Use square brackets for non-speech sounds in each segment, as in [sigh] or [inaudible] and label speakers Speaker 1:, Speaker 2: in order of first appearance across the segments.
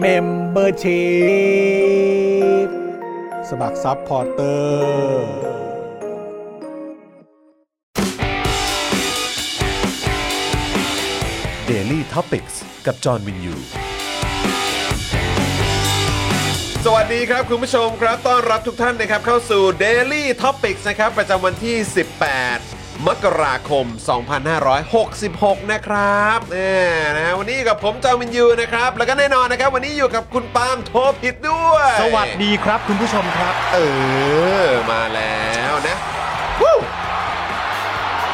Speaker 1: เมมเบอร์ชีพสมัครซัพพอร์เตอร์
Speaker 2: Daily t o p i c กกับจอห์นวินยู
Speaker 3: สวัสดีครับ คุณผู้ชมครับต้อนรับทุกท่านนะครับเข้าสู่ Daily Topics นะครับ ประจำวันที่ 18 มกราคม 2566 นะครับเนี่ยนะฮะวันนี้กับผมจอห์นวินยูนะครับ แล้วก็แน่นอนนะครับ วันนี้อยู่กับคุณปาล์มโทผิดด้วย
Speaker 4: สวัสดีครับคุณผู้ชมครับ
Speaker 3: เออ มาแล้วนะวู้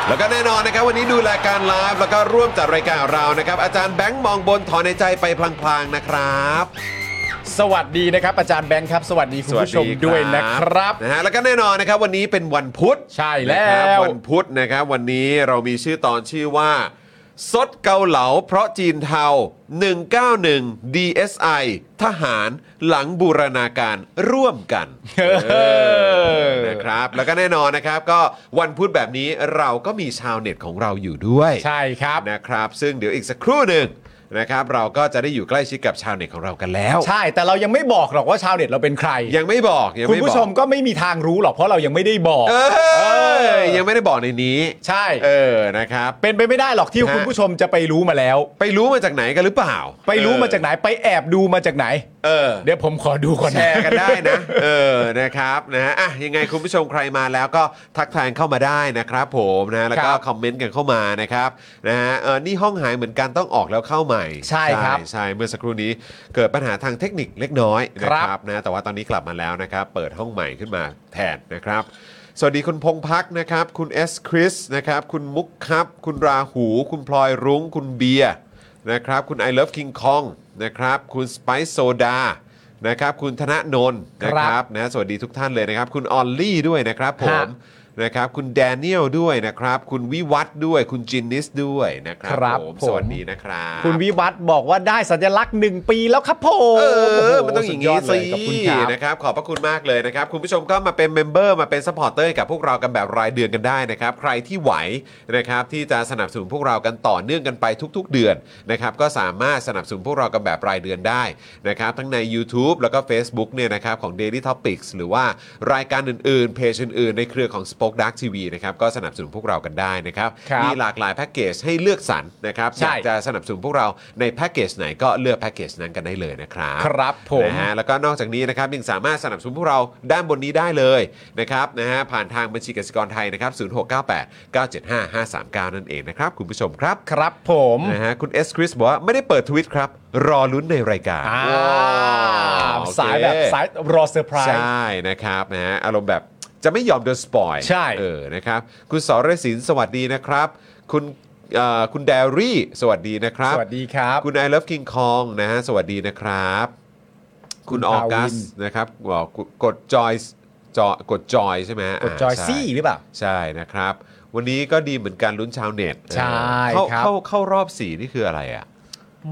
Speaker 3: แล้วก็แน่นอนนะครับวันนี้ดูรายการไลฟ์แล้วก็ร่วมจัดรายการเรานะครับ อาจารย์แบงค์มองบนถอนในใจไปพลางๆนะครับ
Speaker 4: สวัสดีนะครับ อาจารย์แบงค์ครับ สวัสดีคุณผู้ชม
Speaker 3: สสครับ
Speaker 4: ด้วยนะครับ
Speaker 3: นะฮะแล้วก็แน่นอนนะครับ วันนี้เป็นวันพุธ
Speaker 4: ใช่แล้ว
Speaker 3: นะครับวันพุธนะครับวันนี้เรามีชื่อตอนชื่อว่า สดเกาเหลาเพราะจีนเทา 191 DSI ทหารหลังบูรณาการร่วมกัน
Speaker 4: เออ
Speaker 3: นะครับแล้วก็แน่นอนนะครับก็วันพุธแบบนี้เราก็มีชาวเน็ตของเราอยู่ด้วย
Speaker 4: ใช่ครับ
Speaker 3: นะครับ ซึ่งเดี๋ยวอีกสักครู่หนึ่งนะครับเราก็จะได้อยู่ใกล้ชิดกับชาวเน็ตของเรากันแล้ว
Speaker 4: ใช่แต่เรายังไม่บอกหรอกว่าชาวเน็ตเราเป็นใคร
Speaker 3: ยังไม่บอกยัง
Speaker 4: คุณ
Speaker 3: ไม่บอก
Speaker 4: ผู้ชมก็ไม่มีทางรู้หรอกเพราะเรายังไม่ได้บอก
Speaker 3: เอ
Speaker 4: เอ
Speaker 3: อ
Speaker 4: อ
Speaker 3: ยังไม่ได้บอกในนี้
Speaker 4: ใช่
Speaker 3: เออนะครับ
Speaker 4: เป็นไปไม่ได้หรอกที่
Speaker 3: ฮะ
Speaker 4: คุณผู้ชมจะไปรู้มาแล้ว
Speaker 3: ไปรู้มาจากไหนกันหรือเปล่า
Speaker 4: ไปรู้มาจากไหนไปแอบดูมาจากไหน
Speaker 3: เออ
Speaker 4: เดี๋ยวผมขอดูก่อน
Speaker 3: แช
Speaker 4: นะ
Speaker 3: ร์กันได้นะ [laughs] เออ นะครับ นะฮะอ่ะยังไงคุณผู้ชมใครมาแล้วก็ทักทายเข้ามาได้นะครับผมนะ แล้วก็
Speaker 4: ครับ
Speaker 3: คอมเมนต์กันเข้ามานะครับ นะฮะ เออ นี่ห้องหายเหมือนกันต้องออกแล้วเข้าใหม่
Speaker 4: ใช่ครับ
Speaker 3: ใช่ใช่เมื่อสักครู่นี้เกิดปัญหาทางเทคนิคเล็กน้อยนะค
Speaker 4: ครั
Speaker 3: รับบ นะ แต่ว่าตอนนี้กลับมาแล้วนะครับ เปิดห้องใหม่ขึ้นมาแทนนะครับ สวัสดีคุณพงพักนะครับ คุณเอสคริสนะครับ คุณมุกครับ คุณราหู คุณพลอยรุ้ง คุณเบียร์นะครับ คุณ I Love King Kong นะครับ คุณ Spice Soda นะครับ คุณธนนนท์นะค
Speaker 4: ครั
Speaker 3: รับบ นะสวัสดีทุกท่านเลยนะครับ คุณออลลี่ด้วยนะครับผ
Speaker 4: ครั
Speaker 3: ม
Speaker 4: บ
Speaker 3: นะครับ คุณแดเนียลด้วยนะครับ คุณวิวัฒน์ด้วย คุณจินนิสด้วยนะครั
Speaker 4: ครับ
Speaker 3: ผม
Speaker 4: ผม
Speaker 3: สวัสดีนะครับ
Speaker 4: คุณวิวัฒน์บอกว่าได้สัญลักษณ์หนึ่งปีแล้วครับผม
Speaker 3: เออ
Speaker 4: โโห
Speaker 3: มันต้องอย่าง
Speaker 4: สุ
Speaker 3: นี้
Speaker 4: ดดเล
Speaker 3: สิ
Speaker 4: ขอบคุณครับ
Speaker 3: นะครับขอบพระคุณมากเลยนะครับ คุณผู้ชมก็มาเป็นเมมเบอร์มาเป็นสปอร์เตอร์กับพวกเรากันแบบรายเดือนกันได้นะครับ ใครที่ไหวนะครับที่จะสนับสนุนพวกเรากันต่อเนื่องกันไปทุก ๆ เดือนนะครับก็สามารถสนับสนุนพวกเรากันแบบรายเดือนได้นะครับทั้งใน YouTube แล้วก็ Facebook เนี่ยนะครับของ Daily Topics หรือว่ารายการอื่นๆเพจอื่นๆในเครือของ Spoke Dark TV นะครับก็สนับสนุนพวกเรากันได้นะครับ
Speaker 4: ครับ
Speaker 3: มีหลากหลายแพ็กเกจให้เลือกสรรนะครับ
Speaker 4: ใช่
Speaker 3: อยากจะสนับสนุนพวกเราในแพ็กเกจไหนก็เลือกแพ็กเกจนั้นกันได้เลยนะครับ
Speaker 4: ครับผม
Speaker 3: นะฮะแล้วก็นอกจากนี้นะครับยังสามารถสนับสนุนพวกเราด้านบนนี้ได้เลยนะครับนะฮะผ่านทางบัญชีกสิกรไทยนะครับ 0698 975 539 นั่นเองนะครับ คุณผู้ชมครับ
Speaker 4: ครับผม
Speaker 3: นะฮะคุณเอสคริสบอกว่าไม่ได้เปิดทวิตครับ รอลุ้นในรายการ
Speaker 4: อ่า
Speaker 3: โอเค
Speaker 4: สายแบบสายรอเซอร์ไพรส์
Speaker 3: ใช่นะครับนะฮะอารมณ์แบบจะไม่ยอมโดนสปอย
Speaker 4: ใช่
Speaker 3: เออนะครับคุณสรศินสวัสดีนะครับ คุณเอ่อคุณแดรี่ สวัสดีนะครับ
Speaker 4: สวัสดีครับ
Speaker 3: คุณ I love King Kong นะฮะ สวัสดีนะครับ คุณ
Speaker 4: คุ
Speaker 3: ออ
Speaker 4: ณภาวิน
Speaker 3: กัสนะครับบอกกดจอยจอกดจอยใช่ไหมฮะ
Speaker 4: กดจอย
Speaker 3: าใช่
Speaker 4: ซี่หรือเปล่า
Speaker 3: ใช่นะครับ วันนี้ก็ดีเหมือนกันลุ้นชาวเน็ต
Speaker 4: ใช่
Speaker 3: เออเข้า
Speaker 4: ครับ
Speaker 3: เข้าเข้ารอบสี่นี่คืออะไรอ่ะ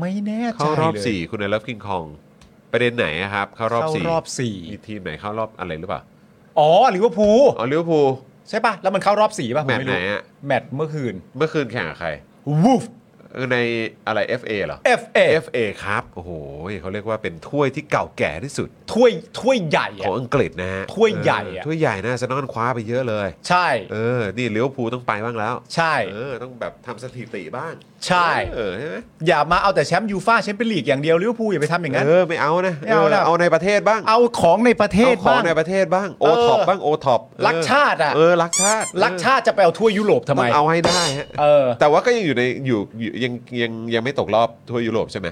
Speaker 4: ไม่แน่ใจ
Speaker 3: เข้ารอบ
Speaker 4: ลย
Speaker 3: สี่คุณ I love King Kong ประเด็นไหนอะครับ เข้ารอบสี่
Speaker 4: เข้ารอบสี่
Speaker 3: มีทีมไหนเข้ารอบอะไรหรือเปล่า
Speaker 4: อ๋อหรือว่าพูล
Speaker 3: อ๋อลิเวอร์พูล
Speaker 4: ใช่ป่ะ แล้วมันเข้ารอบสี่ป่ะผมไม่
Speaker 3: แมตช์ไหน
Speaker 4: รู้
Speaker 3: อะ
Speaker 4: แมตช์เมื่อคืน
Speaker 3: เมื่อคืนแข่งกับใคร
Speaker 4: วูฟ
Speaker 3: เออในอะไร FA เหรอ
Speaker 4: FA
Speaker 3: FA ครับโอ้โหเขาเรียกว่าเป็นถ้วยที่เก่าแก่ที่สุด
Speaker 4: ถ้วยถ้วยใหญ่
Speaker 3: ข
Speaker 4: อะ
Speaker 3: องอังกฤษนะฮะ
Speaker 4: ถ้วยใหญ่อะ
Speaker 3: เถ้วยใหญ่นะสนอนคว้าไปเยอะเลย
Speaker 4: ใช่
Speaker 3: เออ นี่เลี้ยวภูลต้องไปบ้างแล้ว
Speaker 4: ใช่
Speaker 3: เออ ต้องแบบทำสถิติบ้าง
Speaker 4: ใช่
Speaker 3: เออใช่ไหม
Speaker 4: อย่ามาเอาแต่แชมป์ยูฟ่าแชมเปี้ยนลีกอย่างเดียวลิเวอร์พูลอย่าไปทำอย่างนั้น
Speaker 3: เออไม่เอานะ
Speaker 4: ไม่เอานะ
Speaker 3: เอาในประเทศบ้าง
Speaker 4: เอาของในประเทศ
Speaker 3: อาของ
Speaker 4: บ้าง
Speaker 3: ในประเทศบ้างโอ
Speaker 4: เออ
Speaker 3: ท็อปบ้างโอท็อป
Speaker 4: รักชาติอะ
Speaker 3: เออรักชาติ
Speaker 4: รักชาติจะไปเอาทั่วยุโรปทำ
Speaker 3: ทำ
Speaker 4: ไม
Speaker 3: ไมเอาให้ได้ฮะ
Speaker 4: เออ
Speaker 3: แต่ว่าก็ยังอยู่ในอยู่อยู่ยังยังยังไม่ตกรอบทัวร์ยุโรปใช่ไหม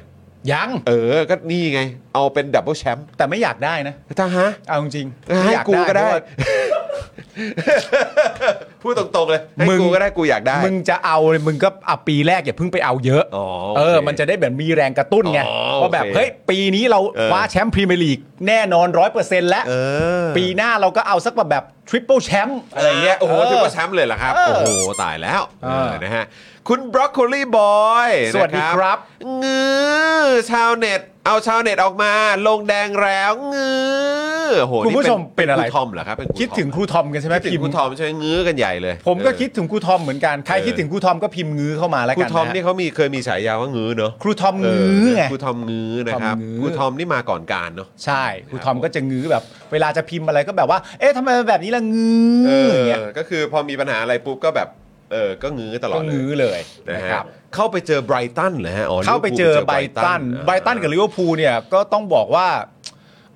Speaker 4: ยัง
Speaker 3: เออก็นี่ไง เอาเป็นดับเบิลแชมป์
Speaker 4: แต่ไม่อยากได้นะ
Speaker 3: ถ้าฮะ
Speaker 4: เอาจริงๆ
Speaker 3: ให้
Speaker 4: ไม่อยา
Speaker 3: กูก็ได้
Speaker 4: เพราะว่า
Speaker 3: [laughs] พูดตรงๆเลยให้
Speaker 4: มึง
Speaker 3: กูก็ได้กูอยากได้
Speaker 4: มึงจะเอาเลยมึงก็อ่ะปีแรกอย่าเพิ่งไปเอาเยอะ
Speaker 3: อ๋อ
Speaker 4: เออ
Speaker 3: โค
Speaker 4: มันจะได้แบบมีแรงกระตุ้นไง
Speaker 3: อ๋อ
Speaker 4: ว่าแบบ
Speaker 3: โอเค
Speaker 4: เฮ้ยปีนี้เรา
Speaker 3: เออ
Speaker 4: คว้าแชมป์พรีเมียร์ลีกแน่นอนร้อยเปอร์เซ็นต์แล้ว
Speaker 3: เออ
Speaker 4: ปีหน้าเราก็เอาสักแบบทริปเปิลแชมป์อะไรเงี้ย
Speaker 3: โอ้โหถือว่าแชมป์เลยเหรอครับ
Speaker 4: เออ
Speaker 3: โอ้โห ตายแล้ว
Speaker 4: เออ
Speaker 3: เออนะฮะ คุณบรอกโคลีบอย
Speaker 4: สวัสดีครับ
Speaker 3: งื้อชาวเน็ต เอาชาวเน็ตออกมา ลงแดงแล้วงื้อโอ้โห
Speaker 4: คุณผู้ชม
Speaker 3: นี่
Speaker 4: เป็นอะไร
Speaker 3: คทอมเหรอครับเป็น
Speaker 4: คิดถึงครูทอมกันใช่ไหม
Speaker 3: คิดถึง
Speaker 4: พิม
Speaker 3: ครู
Speaker 4: พ์
Speaker 3: ทอมใช่ไหมงื้อกันใหญ่เลย
Speaker 4: ผมก็
Speaker 3: เออ
Speaker 4: คิดถึงครูทอมเหมือนกันใคร
Speaker 3: เออ
Speaker 4: คิดถึงครูทอมก็พิมพ์งื้อเข้ามาแล้ว
Speaker 3: ครู
Speaker 4: กัน
Speaker 3: ทอมนี่
Speaker 4: นะ
Speaker 3: เขามีเคยมีฉายาว่างื้อเนอะ
Speaker 4: ครูทอมงื้อไง
Speaker 3: ครูทอมงื้อนะครับ
Speaker 4: ค
Speaker 3: ค
Speaker 4: รูทอมงื้อ
Speaker 3: รูทอมนี่มาก่อนการเนอะ
Speaker 4: ใช่ครูทอมก็จะงื้อแบบ เวลาจะพิมพ์อะไรก็แบบว่า เอ๊ะทำไมมันแบบนี้ล่ะงื้
Speaker 3: เออ
Speaker 4: ออย่างเงี้ย
Speaker 3: ก็คือพอมีปัญหาอะไรปุ๊บก็แบบ เออ ก็งื้อตลอ
Speaker 4: ก็
Speaker 3: ดเล
Speaker 4: งื้อย เลย
Speaker 3: นะ
Speaker 4: นะ
Speaker 3: ฮะ
Speaker 4: ครับ
Speaker 3: เข้าไปเจอไบรตันเหรอฮะอ๋อ
Speaker 4: เข้าไปเจอ
Speaker 3: ลิวร์พูล
Speaker 4: ไบรตัน
Speaker 3: อ่า
Speaker 4: ไบรตันกับลิเวอร์พูลเนี่ยก็ต้องบอกว่า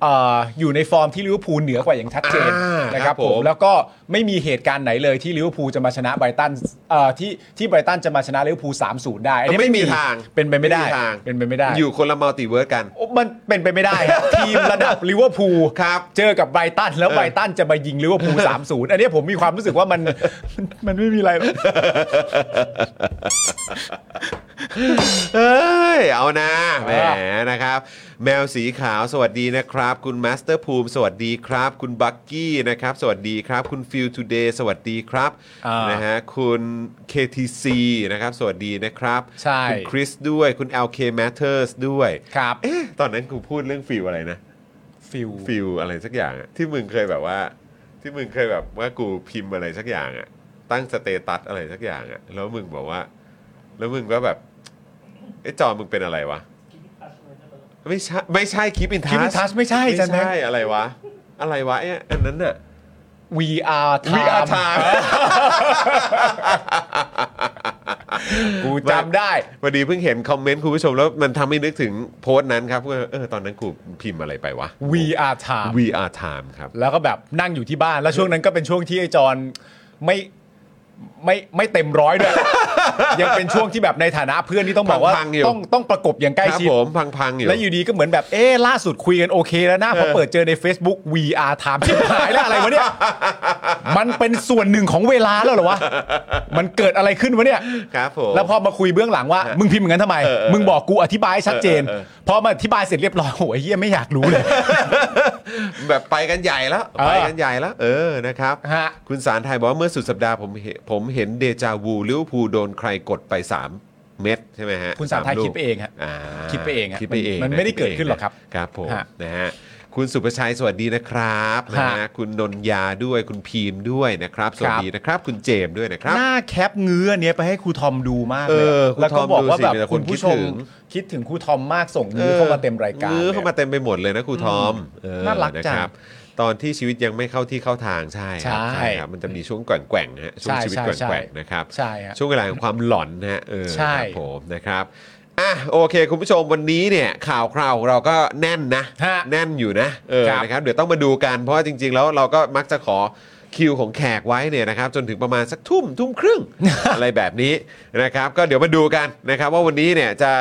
Speaker 4: เอ่ออยู่ในฟอร์มที่ลิเวอร์พูลเหนือกว่าอย่างชัดเจน
Speaker 3: อ่าน
Speaker 4: นะค
Speaker 3: ค
Speaker 4: รับ
Speaker 3: รับ
Speaker 4: ผ
Speaker 3: ผมม
Speaker 4: แล้วก็ไม่มีเหตุการณ์ไหนเลยที่ลิเวอร์พูลจะมาชนะไบรตันเอ่อที่ที่ไบรตันจะมาชนะลิเวอร์พูล3 0 ได้อันนี้
Speaker 3: ไม่มีทาง
Speaker 4: เป็นไปไม่ได้
Speaker 3: ทาง
Speaker 4: เป็นไปไม่ได้
Speaker 3: อยู่คนละมัลติเวิร์สกัน
Speaker 4: โอ้มันเป็นไปไม่ได้ครับ ทีมระดับลิเวอร์พูล
Speaker 3: ครับ
Speaker 4: เจอกับไบรตันแล้ว
Speaker 3: เออ
Speaker 4: ไบรตันจะมายิงลิเวอร์พูล3 0อันนี้ผมมีความรู้สึกว่ามัน [laughs] มันมันไม่มีอะไรหรอก
Speaker 3: เอ้ย เอานะแหม
Speaker 4: อ่า
Speaker 3: นะครับ แมวสีขาวสวัสดีนะครับ คุณมาสเตอร์ภูมิ สวัสดีครับ คุณบักกี้นะครับ สวัสดีครับ คุณฟิลทูเดย์สวัสดีครับ
Speaker 4: อ่าน
Speaker 3: นะฮะคุณ KTC นะครับ สวัสดีนะครับ
Speaker 4: ใช่
Speaker 3: คุณคริสด้วยคุณ LK Matters ด้วย
Speaker 4: ครับ
Speaker 3: เอ๊ะตอนนั้นกูพูดเรื่องฟิลอะไรนะ
Speaker 4: ฟิล
Speaker 3: ฟิลอะไรสักอย่างอะที่มึงเคยแบบว่า ที่มึงเคยแบบว่ากูพิมพ์อะไรสักอย่างอะตั้งสเตตัสอะไรสักอย่างอะแล้วมึงบอกว่า แล้วมึงก็แบบไอ้จอมึงเป็นอะไรวะไม่ใช่ไม่ใช่คลิปอินทั
Speaker 4: Keep in Touch ไม่ใช่
Speaker 3: ไม่
Speaker 4: จานแบงค์
Speaker 3: ใช่อะไรวะ อะไรวะไอ้อันนั้นน่ะ
Speaker 4: VR time
Speaker 3: [laughs] VR time
Speaker 4: กูจำได้
Speaker 3: พอดีเพิ่งเห็นคอมเมนต์คุณผู้ชมแล้วมันทำให้นึกถึงโพสต์นั้นครับว่าเออตอนนั้นกูพิมพ์อะไรไปวะ
Speaker 4: VR time
Speaker 3: VR time ครับ
Speaker 4: แล้วก็แบบนั่งอยู่ที่บ้าน แล้วช่วงนั้นก็เป็นช่วงที่ไอ้จอนไม่ไม่ไม่เต็มร้อยด้วย [laughs] ยังเป็นช่วงที่แบบในฐานะเพื่อนที่ต้องบอกว่า
Speaker 3: พังๆอยู่
Speaker 4: ต้องต้องประกบอย่างใกล้
Speaker 3: ครับ
Speaker 4: ชิด
Speaker 3: ผมพังๆอยู่
Speaker 4: แล้วอยู่ดีก็เหมือนแบบเอ๊ะล่าสุดคุยกันโอเคแล้วนะพอเปิดเจอใน Facebook VR time ชิบหายแล้วอะไรวะ
Speaker 3: [laughs]
Speaker 4: เนี่ยมันเป็นส่วนหนึ่งของเวลาแล้วเหรอวะมันเกิดอะไรขึ้นวะเนี่ย
Speaker 3: ครับผม
Speaker 4: แล้วพอมาคุยเบื้องหลังว่า มึงพิมพ์อย่างนั้นทำไม
Speaker 3: เออเออ
Speaker 4: มึงบอกกูอธิบายให้ชัดเจน
Speaker 3: เออเออ
Speaker 4: พอมาอธิบายเสร็จเรียบร้อยโอ้ยเฮียไม่อยากรู้เลย
Speaker 3: แบบไปกันใหญ่แล้ว
Speaker 4: เออ
Speaker 3: ไปกันใหญ่แล้ว เออนะครับ
Speaker 4: ฮะ
Speaker 3: คุณสารไทยบอกว่าเมื่อสุดสัปดาห์ผมเห็นผมเห็นเดจาวูลิเวอร์พูลโดนใครกดไป 3 เม็ดใช่ไหมฮะ
Speaker 4: คุณสารไทย
Speaker 3: ลูก
Speaker 4: คิดไปเองฮะ
Speaker 3: า
Speaker 4: คิดไปเองฮะ
Speaker 3: คิดไปเอง
Speaker 4: มันมันไม่ได้เกิดขึ้นหรอกครับ
Speaker 3: ครับผม
Speaker 4: ฮะ
Speaker 3: นะฮะคุณสุประชัยสวัสดีนะครับนะฮะ
Speaker 4: ฮะ
Speaker 3: คุณนนยาด้วยคุณพีมด้วยนะครับ สวัสดีนะครับ คุณเจมส์ด้วยนะครับ
Speaker 4: หน้าแคปเงื้อเนี้ยไปให้ครูทอมดูมาก
Speaker 3: เอ
Speaker 4: เลย
Speaker 3: อครู
Speaker 4: แล้ว
Speaker 3: ท
Speaker 4: ก็
Speaker 3: อม
Speaker 4: บอก
Speaker 3: ดู
Speaker 4: ว่า
Speaker 3: สิ
Speaker 4: แบบ
Speaker 3: มีแต่คน
Speaker 4: คุณผู้ชม
Speaker 3: คิดถึง
Speaker 4: คิดถึงครูทอมมากส่งเงื้อเข้ามาเต็มรายการ
Speaker 3: เออเข้ามา
Speaker 4: นี่ย
Speaker 3: เต็มไปหมดเลยนะครูทอมเออ
Speaker 4: น่ารักจัง
Speaker 3: ะคบตอนที่ชีวิตยังไม่เข้าที่เข้าทางใช่ครับ
Speaker 4: ใช่
Speaker 3: ครับมันจะมีช่วงแกว่งๆฮะช่วง
Speaker 4: ใช่
Speaker 3: ชีวิต
Speaker 4: ใช่
Speaker 3: แกว่ง
Speaker 4: ใช่
Speaker 3: ๆนะครับ
Speaker 4: ใช่ฮะ
Speaker 3: ช่วงเวลาของความหลอนนะฮะเออ
Speaker 4: ใช่
Speaker 3: ครับผมนะครับอ่ะโอเค คุณผู้ชมวันนี้เนี่ยข่าวคราวของเราก็แน่นนะ
Speaker 4: ฮะ
Speaker 3: แน่นอยู่นะเออ
Speaker 4: ครับ
Speaker 3: นะครับเดี๋ยวต้องมาดูกัน เพราะว่าจริง ๆ แล้วเราก็มักจะขอคิวของแขกไว้เนี่ยนะครับจนถึงประมาณสักทุ่มทุ่มค
Speaker 4: [laughs]
Speaker 3: รึ่ง อะไรแบบนี้นะครับ ก็เดี๋ยวมาดูกันนะครับ ว่าวันนี้เนี่ยจะ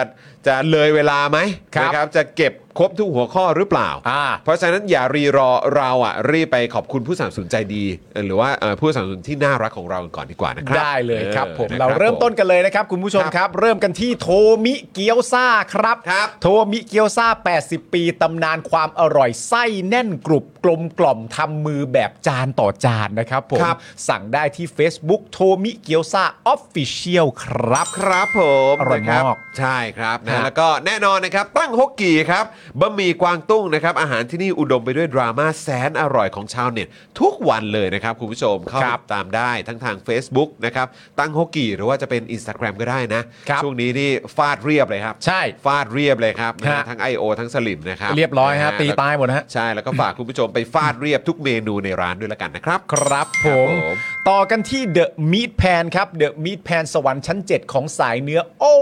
Speaker 3: จะเลยเวลาไหม
Speaker 4: ครับ
Speaker 3: นะครับจะเก็บครบทุกหัวข้อหรือเปล่า
Speaker 4: อ่า
Speaker 3: เพราะฉะนั้นอย่ารีรอเราอ่ะรีบไปขอบคุณผู้สนับสนุนใจดีเออหรือว่าเอ่อผู้สนับสนุนที่น่ารักของเราก่อนดีกว่านะครับ
Speaker 4: ได้เลยครับผม
Speaker 3: อ
Speaker 4: เรา
Speaker 3: อะคบ
Speaker 4: เริ่มต้นกันเลยนะครับ คุณผู้ชมครับ เริ่มกันที่โทมิเกียวซาครับ
Speaker 3: ครับ
Speaker 4: โทมิเกียวซา80 ปีตำนานความอร่อยไส้แน่นกรุบกลมกล่อมทำมือแบบจานต่อจานนะครับผม
Speaker 3: ครับ
Speaker 4: สั่งได้ที่ Facebook โทมิเกียวซาออฟฟิเชียลครับ
Speaker 3: ครับผม
Speaker 4: อร่อย
Speaker 3: นะคบ
Speaker 4: มาก
Speaker 3: ใช่ครับนะ นะ
Speaker 4: ฮะ
Speaker 3: แล้วก็แน่นอนนะครับตั้งฮกกีครับบะหมี่กวางตุ้งนะครับอาหารที่นี่อุดมไปด้วยดราม่าแสนอร่อยของชาวเน็ตทุกวันเลยนะครับคุณผู้ชมเข้าไปตามได้ทั้งทาง Facebook นะครับตั้งฮกกีหรือว่าจะเป็น Instagram ก็ได้นะครับ ช่วงนี้นี่ฟาดเรียบเลยครับ
Speaker 4: ใช่
Speaker 3: ฟาดเรียบเลยครับนะฮะ
Speaker 4: ฮะ
Speaker 3: ทั้ง IO ทั้งสลิมนะครับ
Speaker 4: เรียบร้อยฮะ
Speaker 3: น
Speaker 4: ตีตายหมดฮะ
Speaker 3: ใช่แล้วก็ฝากคุณผู้ชมไปฟาดเรียบทุกเมนูในร้านด้วยละกันนะครับ
Speaker 4: ครับผม
Speaker 3: ครับผม
Speaker 4: ต่อกันที่เดอะม a ทแพนครับเดอะม a ทแพนสวรรค์ชั้น 7 ของสายเนื้อ โอ้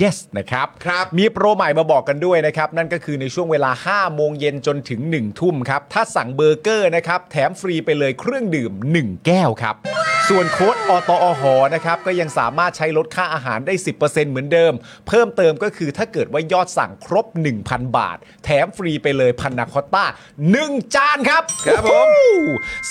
Speaker 4: yes นะครับ
Speaker 3: ครับ
Speaker 4: มีโปรใหม่มาบอกกันด้วยนะครับ นั่นก็คือในช่วงเวลา 5 โมงเย็นจนถึง 1 ทุ่มครับ ถ้าสั่งเบอร์เกอร์นะครับ แถมฟรีไปเลยเครื่องดื่ม 1 แก้วครับ ส่วนโค้ดอตอหอนะครับ ก็ยังสามารถใช้ลดค่าอาหารได้ 10%เหมือนเดิม เพิ่มเติมก็คือถ้าเกิดว่ายอดสั่งครบ 1,000 บาท แถมฟรีไปเลยพันนาคอตต้าหนึ่งจานครับ
Speaker 3: ครับผม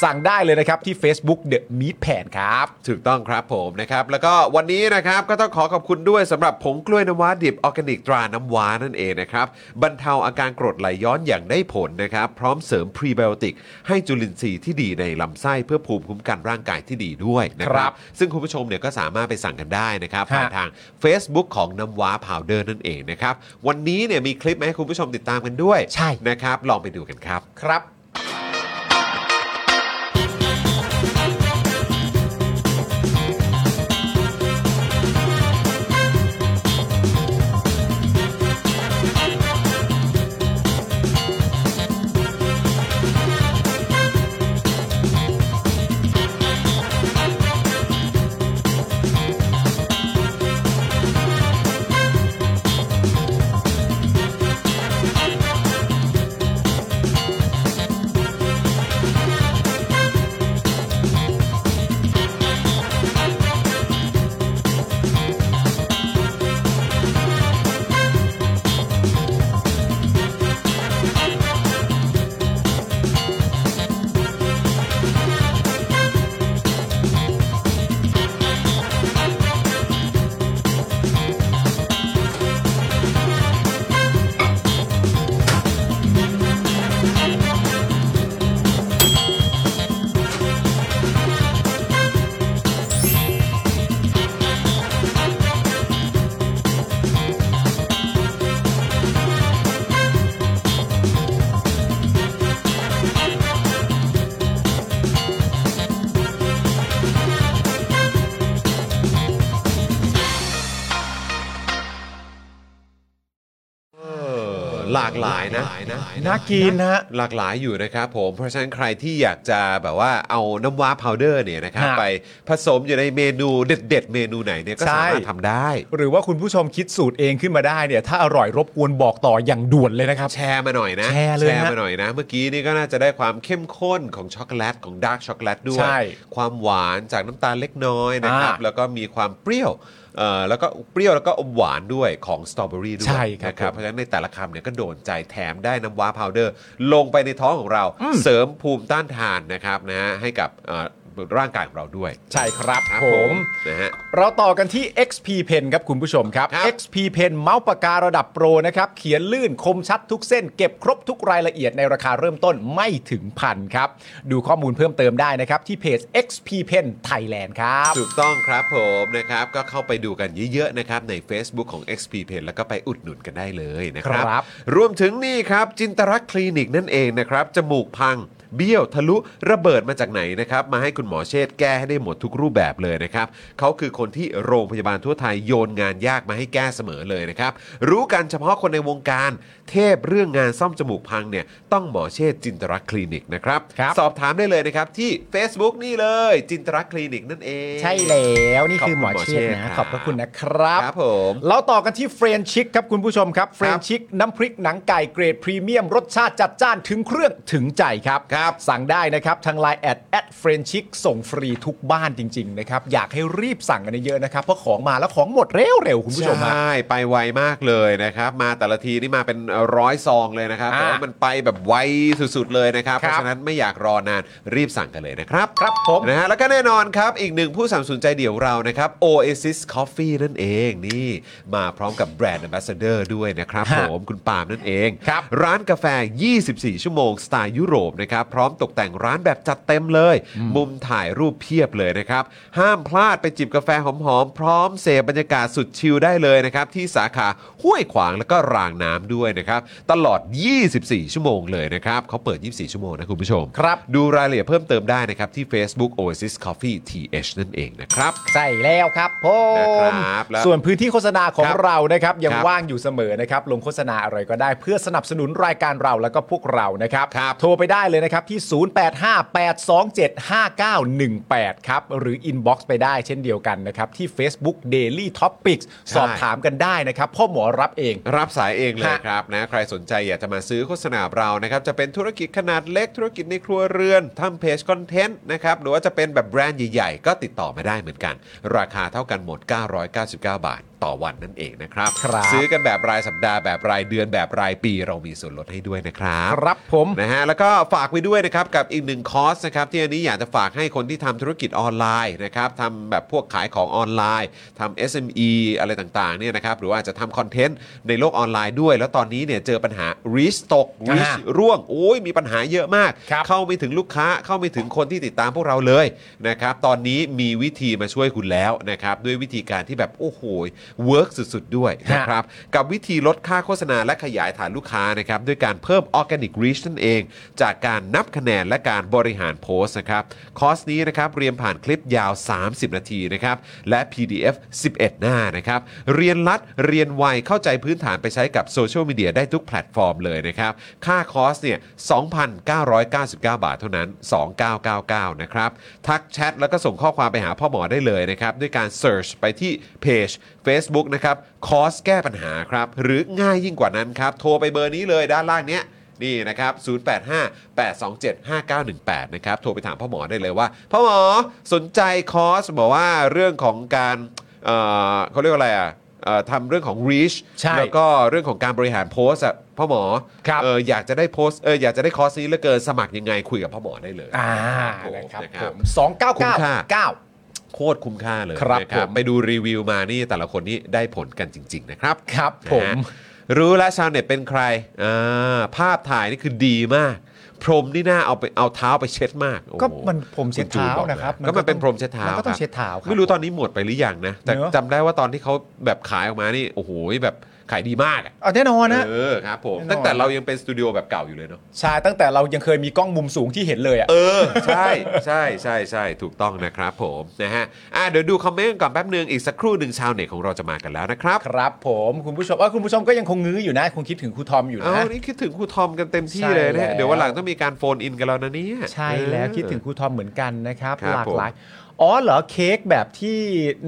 Speaker 4: สั่งได้เลยนะครับ ที่ Facebook The Meat Pan ครับ
Speaker 3: ถูกต้องครับผมนะครับแล้วก็วันนี้นะครับก็ต้องขอขอบคุณด้วยสำหรับผงกล้วยน้ำว้าดิบออร์แกนิกตราน้ำว้านั่นเองนะครับบรรเทาอาการกรดไหลย้อนอย่างได้ผลนะครับ พร้อมเสริมพรีไบโอติก ให้จุลินทรีย์ที่ดีในลำไส้เพื่อภูมิคุ้มกันร่างกายที่ดีด้วยนะค
Speaker 4: ครั
Speaker 3: รับบ ซึ่งคุณผู้ชมเนี่ยก็สามารถไปสั่งกันได้นะครับผ่าน
Speaker 4: ฮะ
Speaker 3: ทาง Facebook ของน้ำว้าพาวเดอร์นั่นเองนะครับวันนี้เนี่ยมีคลิปมาให้คุณผู้ชมติดตามกันด้วย
Speaker 4: ใช่
Speaker 3: นะครับลองไปดูกันครับ
Speaker 4: ครับ
Speaker 3: เออหลากหลายนะ
Speaker 4: น่ากินนะฮะ
Speaker 3: หลากหลายอยู่นะครับผมเพราะฉะนั้นใครที่อยากจะแบบว่าเอาน้ำว้าพาวเดอร์เนี่ยนะครับ
Speaker 4: ฮะ
Speaker 3: ไปผสมอยู่ในเมนูเด็ด ๆ เมนูไหนเนี่ยก็
Speaker 4: ใช่
Speaker 3: สามารถทำได้
Speaker 4: หรือว่าคุณผู้ชมคิดสูตรเองขึ้นมาได้เนี่ย ถ้าอร่อยรบกวนบอกต่ออย่างด่วนเลยนะครับ
Speaker 3: แชร์มาหน่อยนะ
Speaker 4: แชร์เลยฮะ
Speaker 3: มาหน่อยนะ เมื่อกี้นี่ก็น่าจะได้ความเข้มข้นของช็อกโกแลตของดาร์กช็อกโกแลตด้วย
Speaker 4: ใช่
Speaker 3: ความหวานจากน้ำตาลเล็กน้อยนะครับ
Speaker 4: อ่า
Speaker 3: แล้วก็มีความเปรี้ยวเอ่อแล้วก็เปรี้ยวแล้วก็อมหวานด้วยของสตรอเบอรี่ด้วย
Speaker 4: ใช่ครับ
Speaker 3: นะครั
Speaker 4: ผ
Speaker 3: บ
Speaker 4: ม
Speaker 3: เพราะฉะนั้นในแต่ละคำเนี่ยก็โดนใจแถมได้น้ำว้าพาวเดอร์ ลงไปในท้องของเรา เสริมภูมิต้านทานนะครับนะฮะให้กับเอ่อร่างกายของเราด้วย
Speaker 4: ใช่ครับ
Speaker 3: ครับ
Speaker 4: ผม
Speaker 3: ผมนะฮะ
Speaker 4: เราต่อกันที่ XP Pen ครับคุณผู้ชมครับ
Speaker 3: ครับ
Speaker 4: XP Pen เมาส์ปากการะดับโปรนะครับ เขียนลื่นคมชัดทุกเส้น เก็บครบทุกรายละเอียดในราคาเริ่มต้นไม่ถึงพันครับ ดูข้อมูลเพิ่มเติมได้นะครับ ที่เพจ XP Pen Thailand ครับ
Speaker 3: ถูกต้องครับผมนะครับก็เข้าไปดูกันเยอะๆนะครับใน Facebook ของ XP Pen แล้วก็ไปอุดหนุนกันได้เลยนะครับ
Speaker 4: ครับ
Speaker 3: รวมถึงนี่ครับจินตรักษณ์คลินิกนั่นเองนะครับจมูกพัง เบี้ยวทะลุระเบิดมาจากไหนนะครับมาให้คุณหมอเชษฐ์แก้ให้ได้หมดทุกรูปแบบเลยนะครับเขาคือคนที่โรงพยาบาลทั่วไทยโยนงานยากมาให้แก้เสมอเลยนะครับรู้กันเฉพาะคนในวงการ เทพเรื่องงานซ่อมจมูกพังเนี่ยต้องหมอเชษฐ์จินตรักษณ์คลินิกนะครับ
Speaker 4: ครับ
Speaker 3: สอบถามได้เลยนะครับที่ Facebook นี่เลยจินตรักษณ์คลินิกนั่นเอง
Speaker 4: ใช่แล้วนี่คือหมอ
Speaker 3: ขอบคุณ
Speaker 4: เชษฐ์
Speaker 3: หมอเชษฐ์
Speaker 4: นะ
Speaker 3: นะ
Speaker 4: ขอบพระคุณนะครับ
Speaker 3: ครับผม
Speaker 4: เราต่อกันที่เฟรนชิกครับคุณผู้ชมครับเฟรนชิกน้ำพริกหนังไก่เกรดพรีเมียม รสชาติจัดจ้านถึงเครื่องถึงใจครับ
Speaker 3: ครับ
Speaker 4: สั่งได้นะครับ ทางไลน์แอดแอดเฟรนชิกส่งฟรีทุกบ้านจริง ๆ นะครับ อยากให้รีบสั่งกันเยอะๆนะครับ เพราะของมาแล้วของหมดเร็วๆ คุณผู้ชมฮะ
Speaker 3: ใช่ไปไวมากเลยนะครับ มาแต่ละทีนี่มาเป็นร้อยซองเลยนะครับ
Speaker 4: อ่า
Speaker 3: แต่ว่ามันไปแบบไวสุดๆเลยนะครับ
Speaker 4: ค
Speaker 3: เพ
Speaker 4: รับ
Speaker 3: ราะฉะนั้นไม่อยากรอนานรีบสั่งกันเลยนะครับ
Speaker 4: ครับผม
Speaker 3: นะฮะแล้วก็แน่นอนครับ อีกหนึ่งผู้สนัมสนุนใจเดี่ยวเรานะครับ Oasis Coffee นั่นเองนี่มาพร้อมกับแบรนด์ Ambassador ด้วยนะครับ
Speaker 4: ฮะ
Speaker 3: ผมคุณปาล์มนั่นเอง
Speaker 4: ครับ
Speaker 3: นกาแฟ 24 ชั่วโมงสไตล์ยุโรปนะครับ พร้อมตกแต่งร้านแบบจัดเต็มเลย มุมถ่ายรูปเพียบเลยนะครับ ห้ามพลาดไปจิบกาแฟหอมๆ พร้อมเสพบรรยากาศสุดชิลได้เลยนะครับ ที่สาขาห้วยขวางแล้วก็รางน้ำด้วยนะครับ ตลอด 24 ชั่วโมงเลยนะครับเขาเปิด 24 ชั่วโมงนะคุณผู้ชม
Speaker 4: ครับ
Speaker 3: ดูรายละเอียดเพิ่มเติมได้นะครับที่ Facebook Oasis Coffee TH นั่นเองนะครับ
Speaker 4: ใช่แล้วครับผ
Speaker 3: นะครับแล้ว
Speaker 4: ส่วนพื้นที่โฆษณาของ
Speaker 3: ครับ
Speaker 4: เรานะครับยัง
Speaker 3: ครับ
Speaker 4: ว่างอยู่เสมอนะครับ ลงโฆษณาอะไรก็ได้เพื่อสนับสนุนรายการเราแล้วก็พวกเรานะครับ
Speaker 3: ครับ
Speaker 4: โทรไปได้เลยนะครับที่ 0858275918 ครับ หรือ inbox ไปได้เช่นเดียวกันนะครับ ที่ Facebook Daily Topics สอบถามกันได้นะครับ พ่อหมอรับเอง
Speaker 3: รับสายเองเลย
Speaker 4: ฮะ
Speaker 3: ครับนะใครสนใจอยากจะมาซื้อโฆษณาเรานะครับ จะเป็นธุรกิจขนาดเล็กธุรกิจในครัวเรือนทำเพจคอนเทนต์นะครับ หรือว่าจะเป็นแบบแบรนด์ใหญ่ๆ ก็ติดต่อมาได้เหมือนกัน ราคาเท่ากันหมด 999 บาท ต่อวันนั่นเองนะครับ
Speaker 4: ครับ
Speaker 3: ซื้อกันแบบรายสัปดาห์แบบรายเดือนแบบรายปีเรามีส่วนลดให้ด้วยนะครับ
Speaker 4: ครับผม
Speaker 3: [laughs] นะฮะแล้วก็ฝากไว้ด้วยนะครับกับอีกหนึ่งคอร์สนะครับที่อันนี้อยากจะฝากให้คนที่ทำธุรกิจออนไลน์นะครับทำแบบพวกขายของออนไลน์ทำ SME อะไรต่างๆเนี่ยนะครับหรือว่าจะทำคอนเทนต์ในโลกออนไลน์ด้วย แล้วตอนนี้เนี่ยเจอปัญหา reach ตก reach
Speaker 4: อ่า
Speaker 3: ร่วงโอ้ยมีปัญหาเยอะมาก
Speaker 4: ครับ
Speaker 3: เข้าไม่ถึงลูกค้าเข้าไม่ถึงคนที่ติดตามพวกเราเลยนะครับตอนนี้มีวิธีมาช่วยคุณแล้วนะครับด้วยวิธีการที่แบบโอ้โหเวิร์กสุดๆ ด้วยนะ
Speaker 4: ฮะ
Speaker 3: ครับ ครับกับวิธีลดค่าโฆษณาและขยายฐานลูกค้านะครับด้วยการเพิ่ม Organic Reach นั่นเอง จากการนับคะแนนและการบริหารโพสต์นะครับคอร์สนี้นะครับเรียนผ่านคลิปยาว 30 นาทีนะครับและ PDF 11 หน้านะครับเรียนรัดเรียนไวเข้าใจพื้นฐานไปใช้กับโซเชียลมีเดียได้ทุกแพลตฟอร์มเลยนะครับค่าคอร์สเนี่ย 2,999 บาทเท่านั้น 2999 นะครับทักแชทแล้วก็ส่งข้อความไปหาพ่อหมอได้เลยนะครับด้วยการ Search ไปที่เพจ Facebook นะครับ คอร์สแก้ปัญหาครับ หรือง่ายยิ่งกว่านั้นครับ โทรไปเบอร์นี้เลยด้านล่างเนี้ยนี่นะครับ 0858275918 นะครับ โทรไปถามพ่อหมอได้เลยว่า พ่อหมอสนใจคอร์สบอกว่าเรื่องของการเอ่อเขาเรียกว่าอะไรอ่ะเอ่อทำเรื่องของ reach
Speaker 4: ใช่
Speaker 3: แล้วก็เรื่องของการบริหารโพสต์อ่ะพ่อหมอ
Speaker 4: ครับ
Speaker 3: เอออยากจะได้โพสต์เอออยากจะได้คอร์สนี้เหลือเกินสมัครยังไงคุยกับพ่อหมอได้เลย
Speaker 4: อ่า
Speaker 3: ผม
Speaker 4: นะครับผมสองเก้าเก้าเก้า
Speaker 3: โคตรคุ้มค่าเลย
Speaker 4: ครับ
Speaker 3: นะ
Speaker 4: ผม
Speaker 3: ไปดูรีวิวมานี่แต่ละคนนี่ได้ผลกันจริง ๆ นะครับ
Speaker 4: ครับ ผ
Speaker 3: นะ
Speaker 4: ม
Speaker 3: ฮะรู้แล้วชาวเน็ตเป็นใครอ่าภาพถ่ายนี่คือดีมาก พรมนี่น่าเอาไปเอาเท้าไปเช็ดมากโอ้โห
Speaker 4: ก็มันพรมเช็ดเท้า
Speaker 3: ณจูอกลย
Speaker 4: นะครับมันก็
Speaker 3: ก็มันเป็นพรมเช็ดเท้า
Speaker 4: มันก็ต้
Speaker 3: ค
Speaker 4: อง
Speaker 3: รับ
Speaker 4: เช็ดเท้าครับ
Speaker 3: ไม่รู้ตอนนี้หมดไปหรือยังนะ แต่
Speaker 4: เนอะ
Speaker 3: จำได้ว่าตอนที่เขาแบบขายออกมานี่โอ้โหแบบขายดีมากอะ
Speaker 4: เอาแน่นอนนะ
Speaker 3: เออครับผม
Speaker 4: แน่นอน
Speaker 3: ตั้งแต่เรายังเป็นสตูดิโอแบบเก่าอยู่เลยเนาะ
Speaker 4: ใชาตั้งแต่เรายังเคยมีกล้องมุมสูงที่เห็นเลยอ่ะ
Speaker 3: เออ ใช่ใช่ใช่ใช่ถูกต้องนะครับผมนะฮะอ่ะเดี๋ยวดูคอมเมนต์ก่อนแป๊บนึง อีกสักครู่หนึ่งชาวเน็ตของเราจะมากันแล้วนะครับ
Speaker 4: ครับผมคุณผู้ชมว่าคุณผู้ชมก็ยังคงงื้ออยู่นะคงคิดถึงครูทอมอยู่
Speaker 3: เอา
Speaker 4: นะ
Speaker 3: นี่คิดถึงครูทอมกันเต็มที่
Speaker 4: ใช่
Speaker 3: เลยนะ
Speaker 4: แล้
Speaker 3: ฮะ
Speaker 4: ว
Speaker 3: เดี๋ยววันหลังต้องมีการโฟนอินกันแล้วนะเนี่ย
Speaker 4: ใช่แล้วคิดถึงครูทอมเหมือนกันนะครับ
Speaker 3: ครับ
Speaker 4: หลากหลายอ๋อเหรอเค้กแบบที่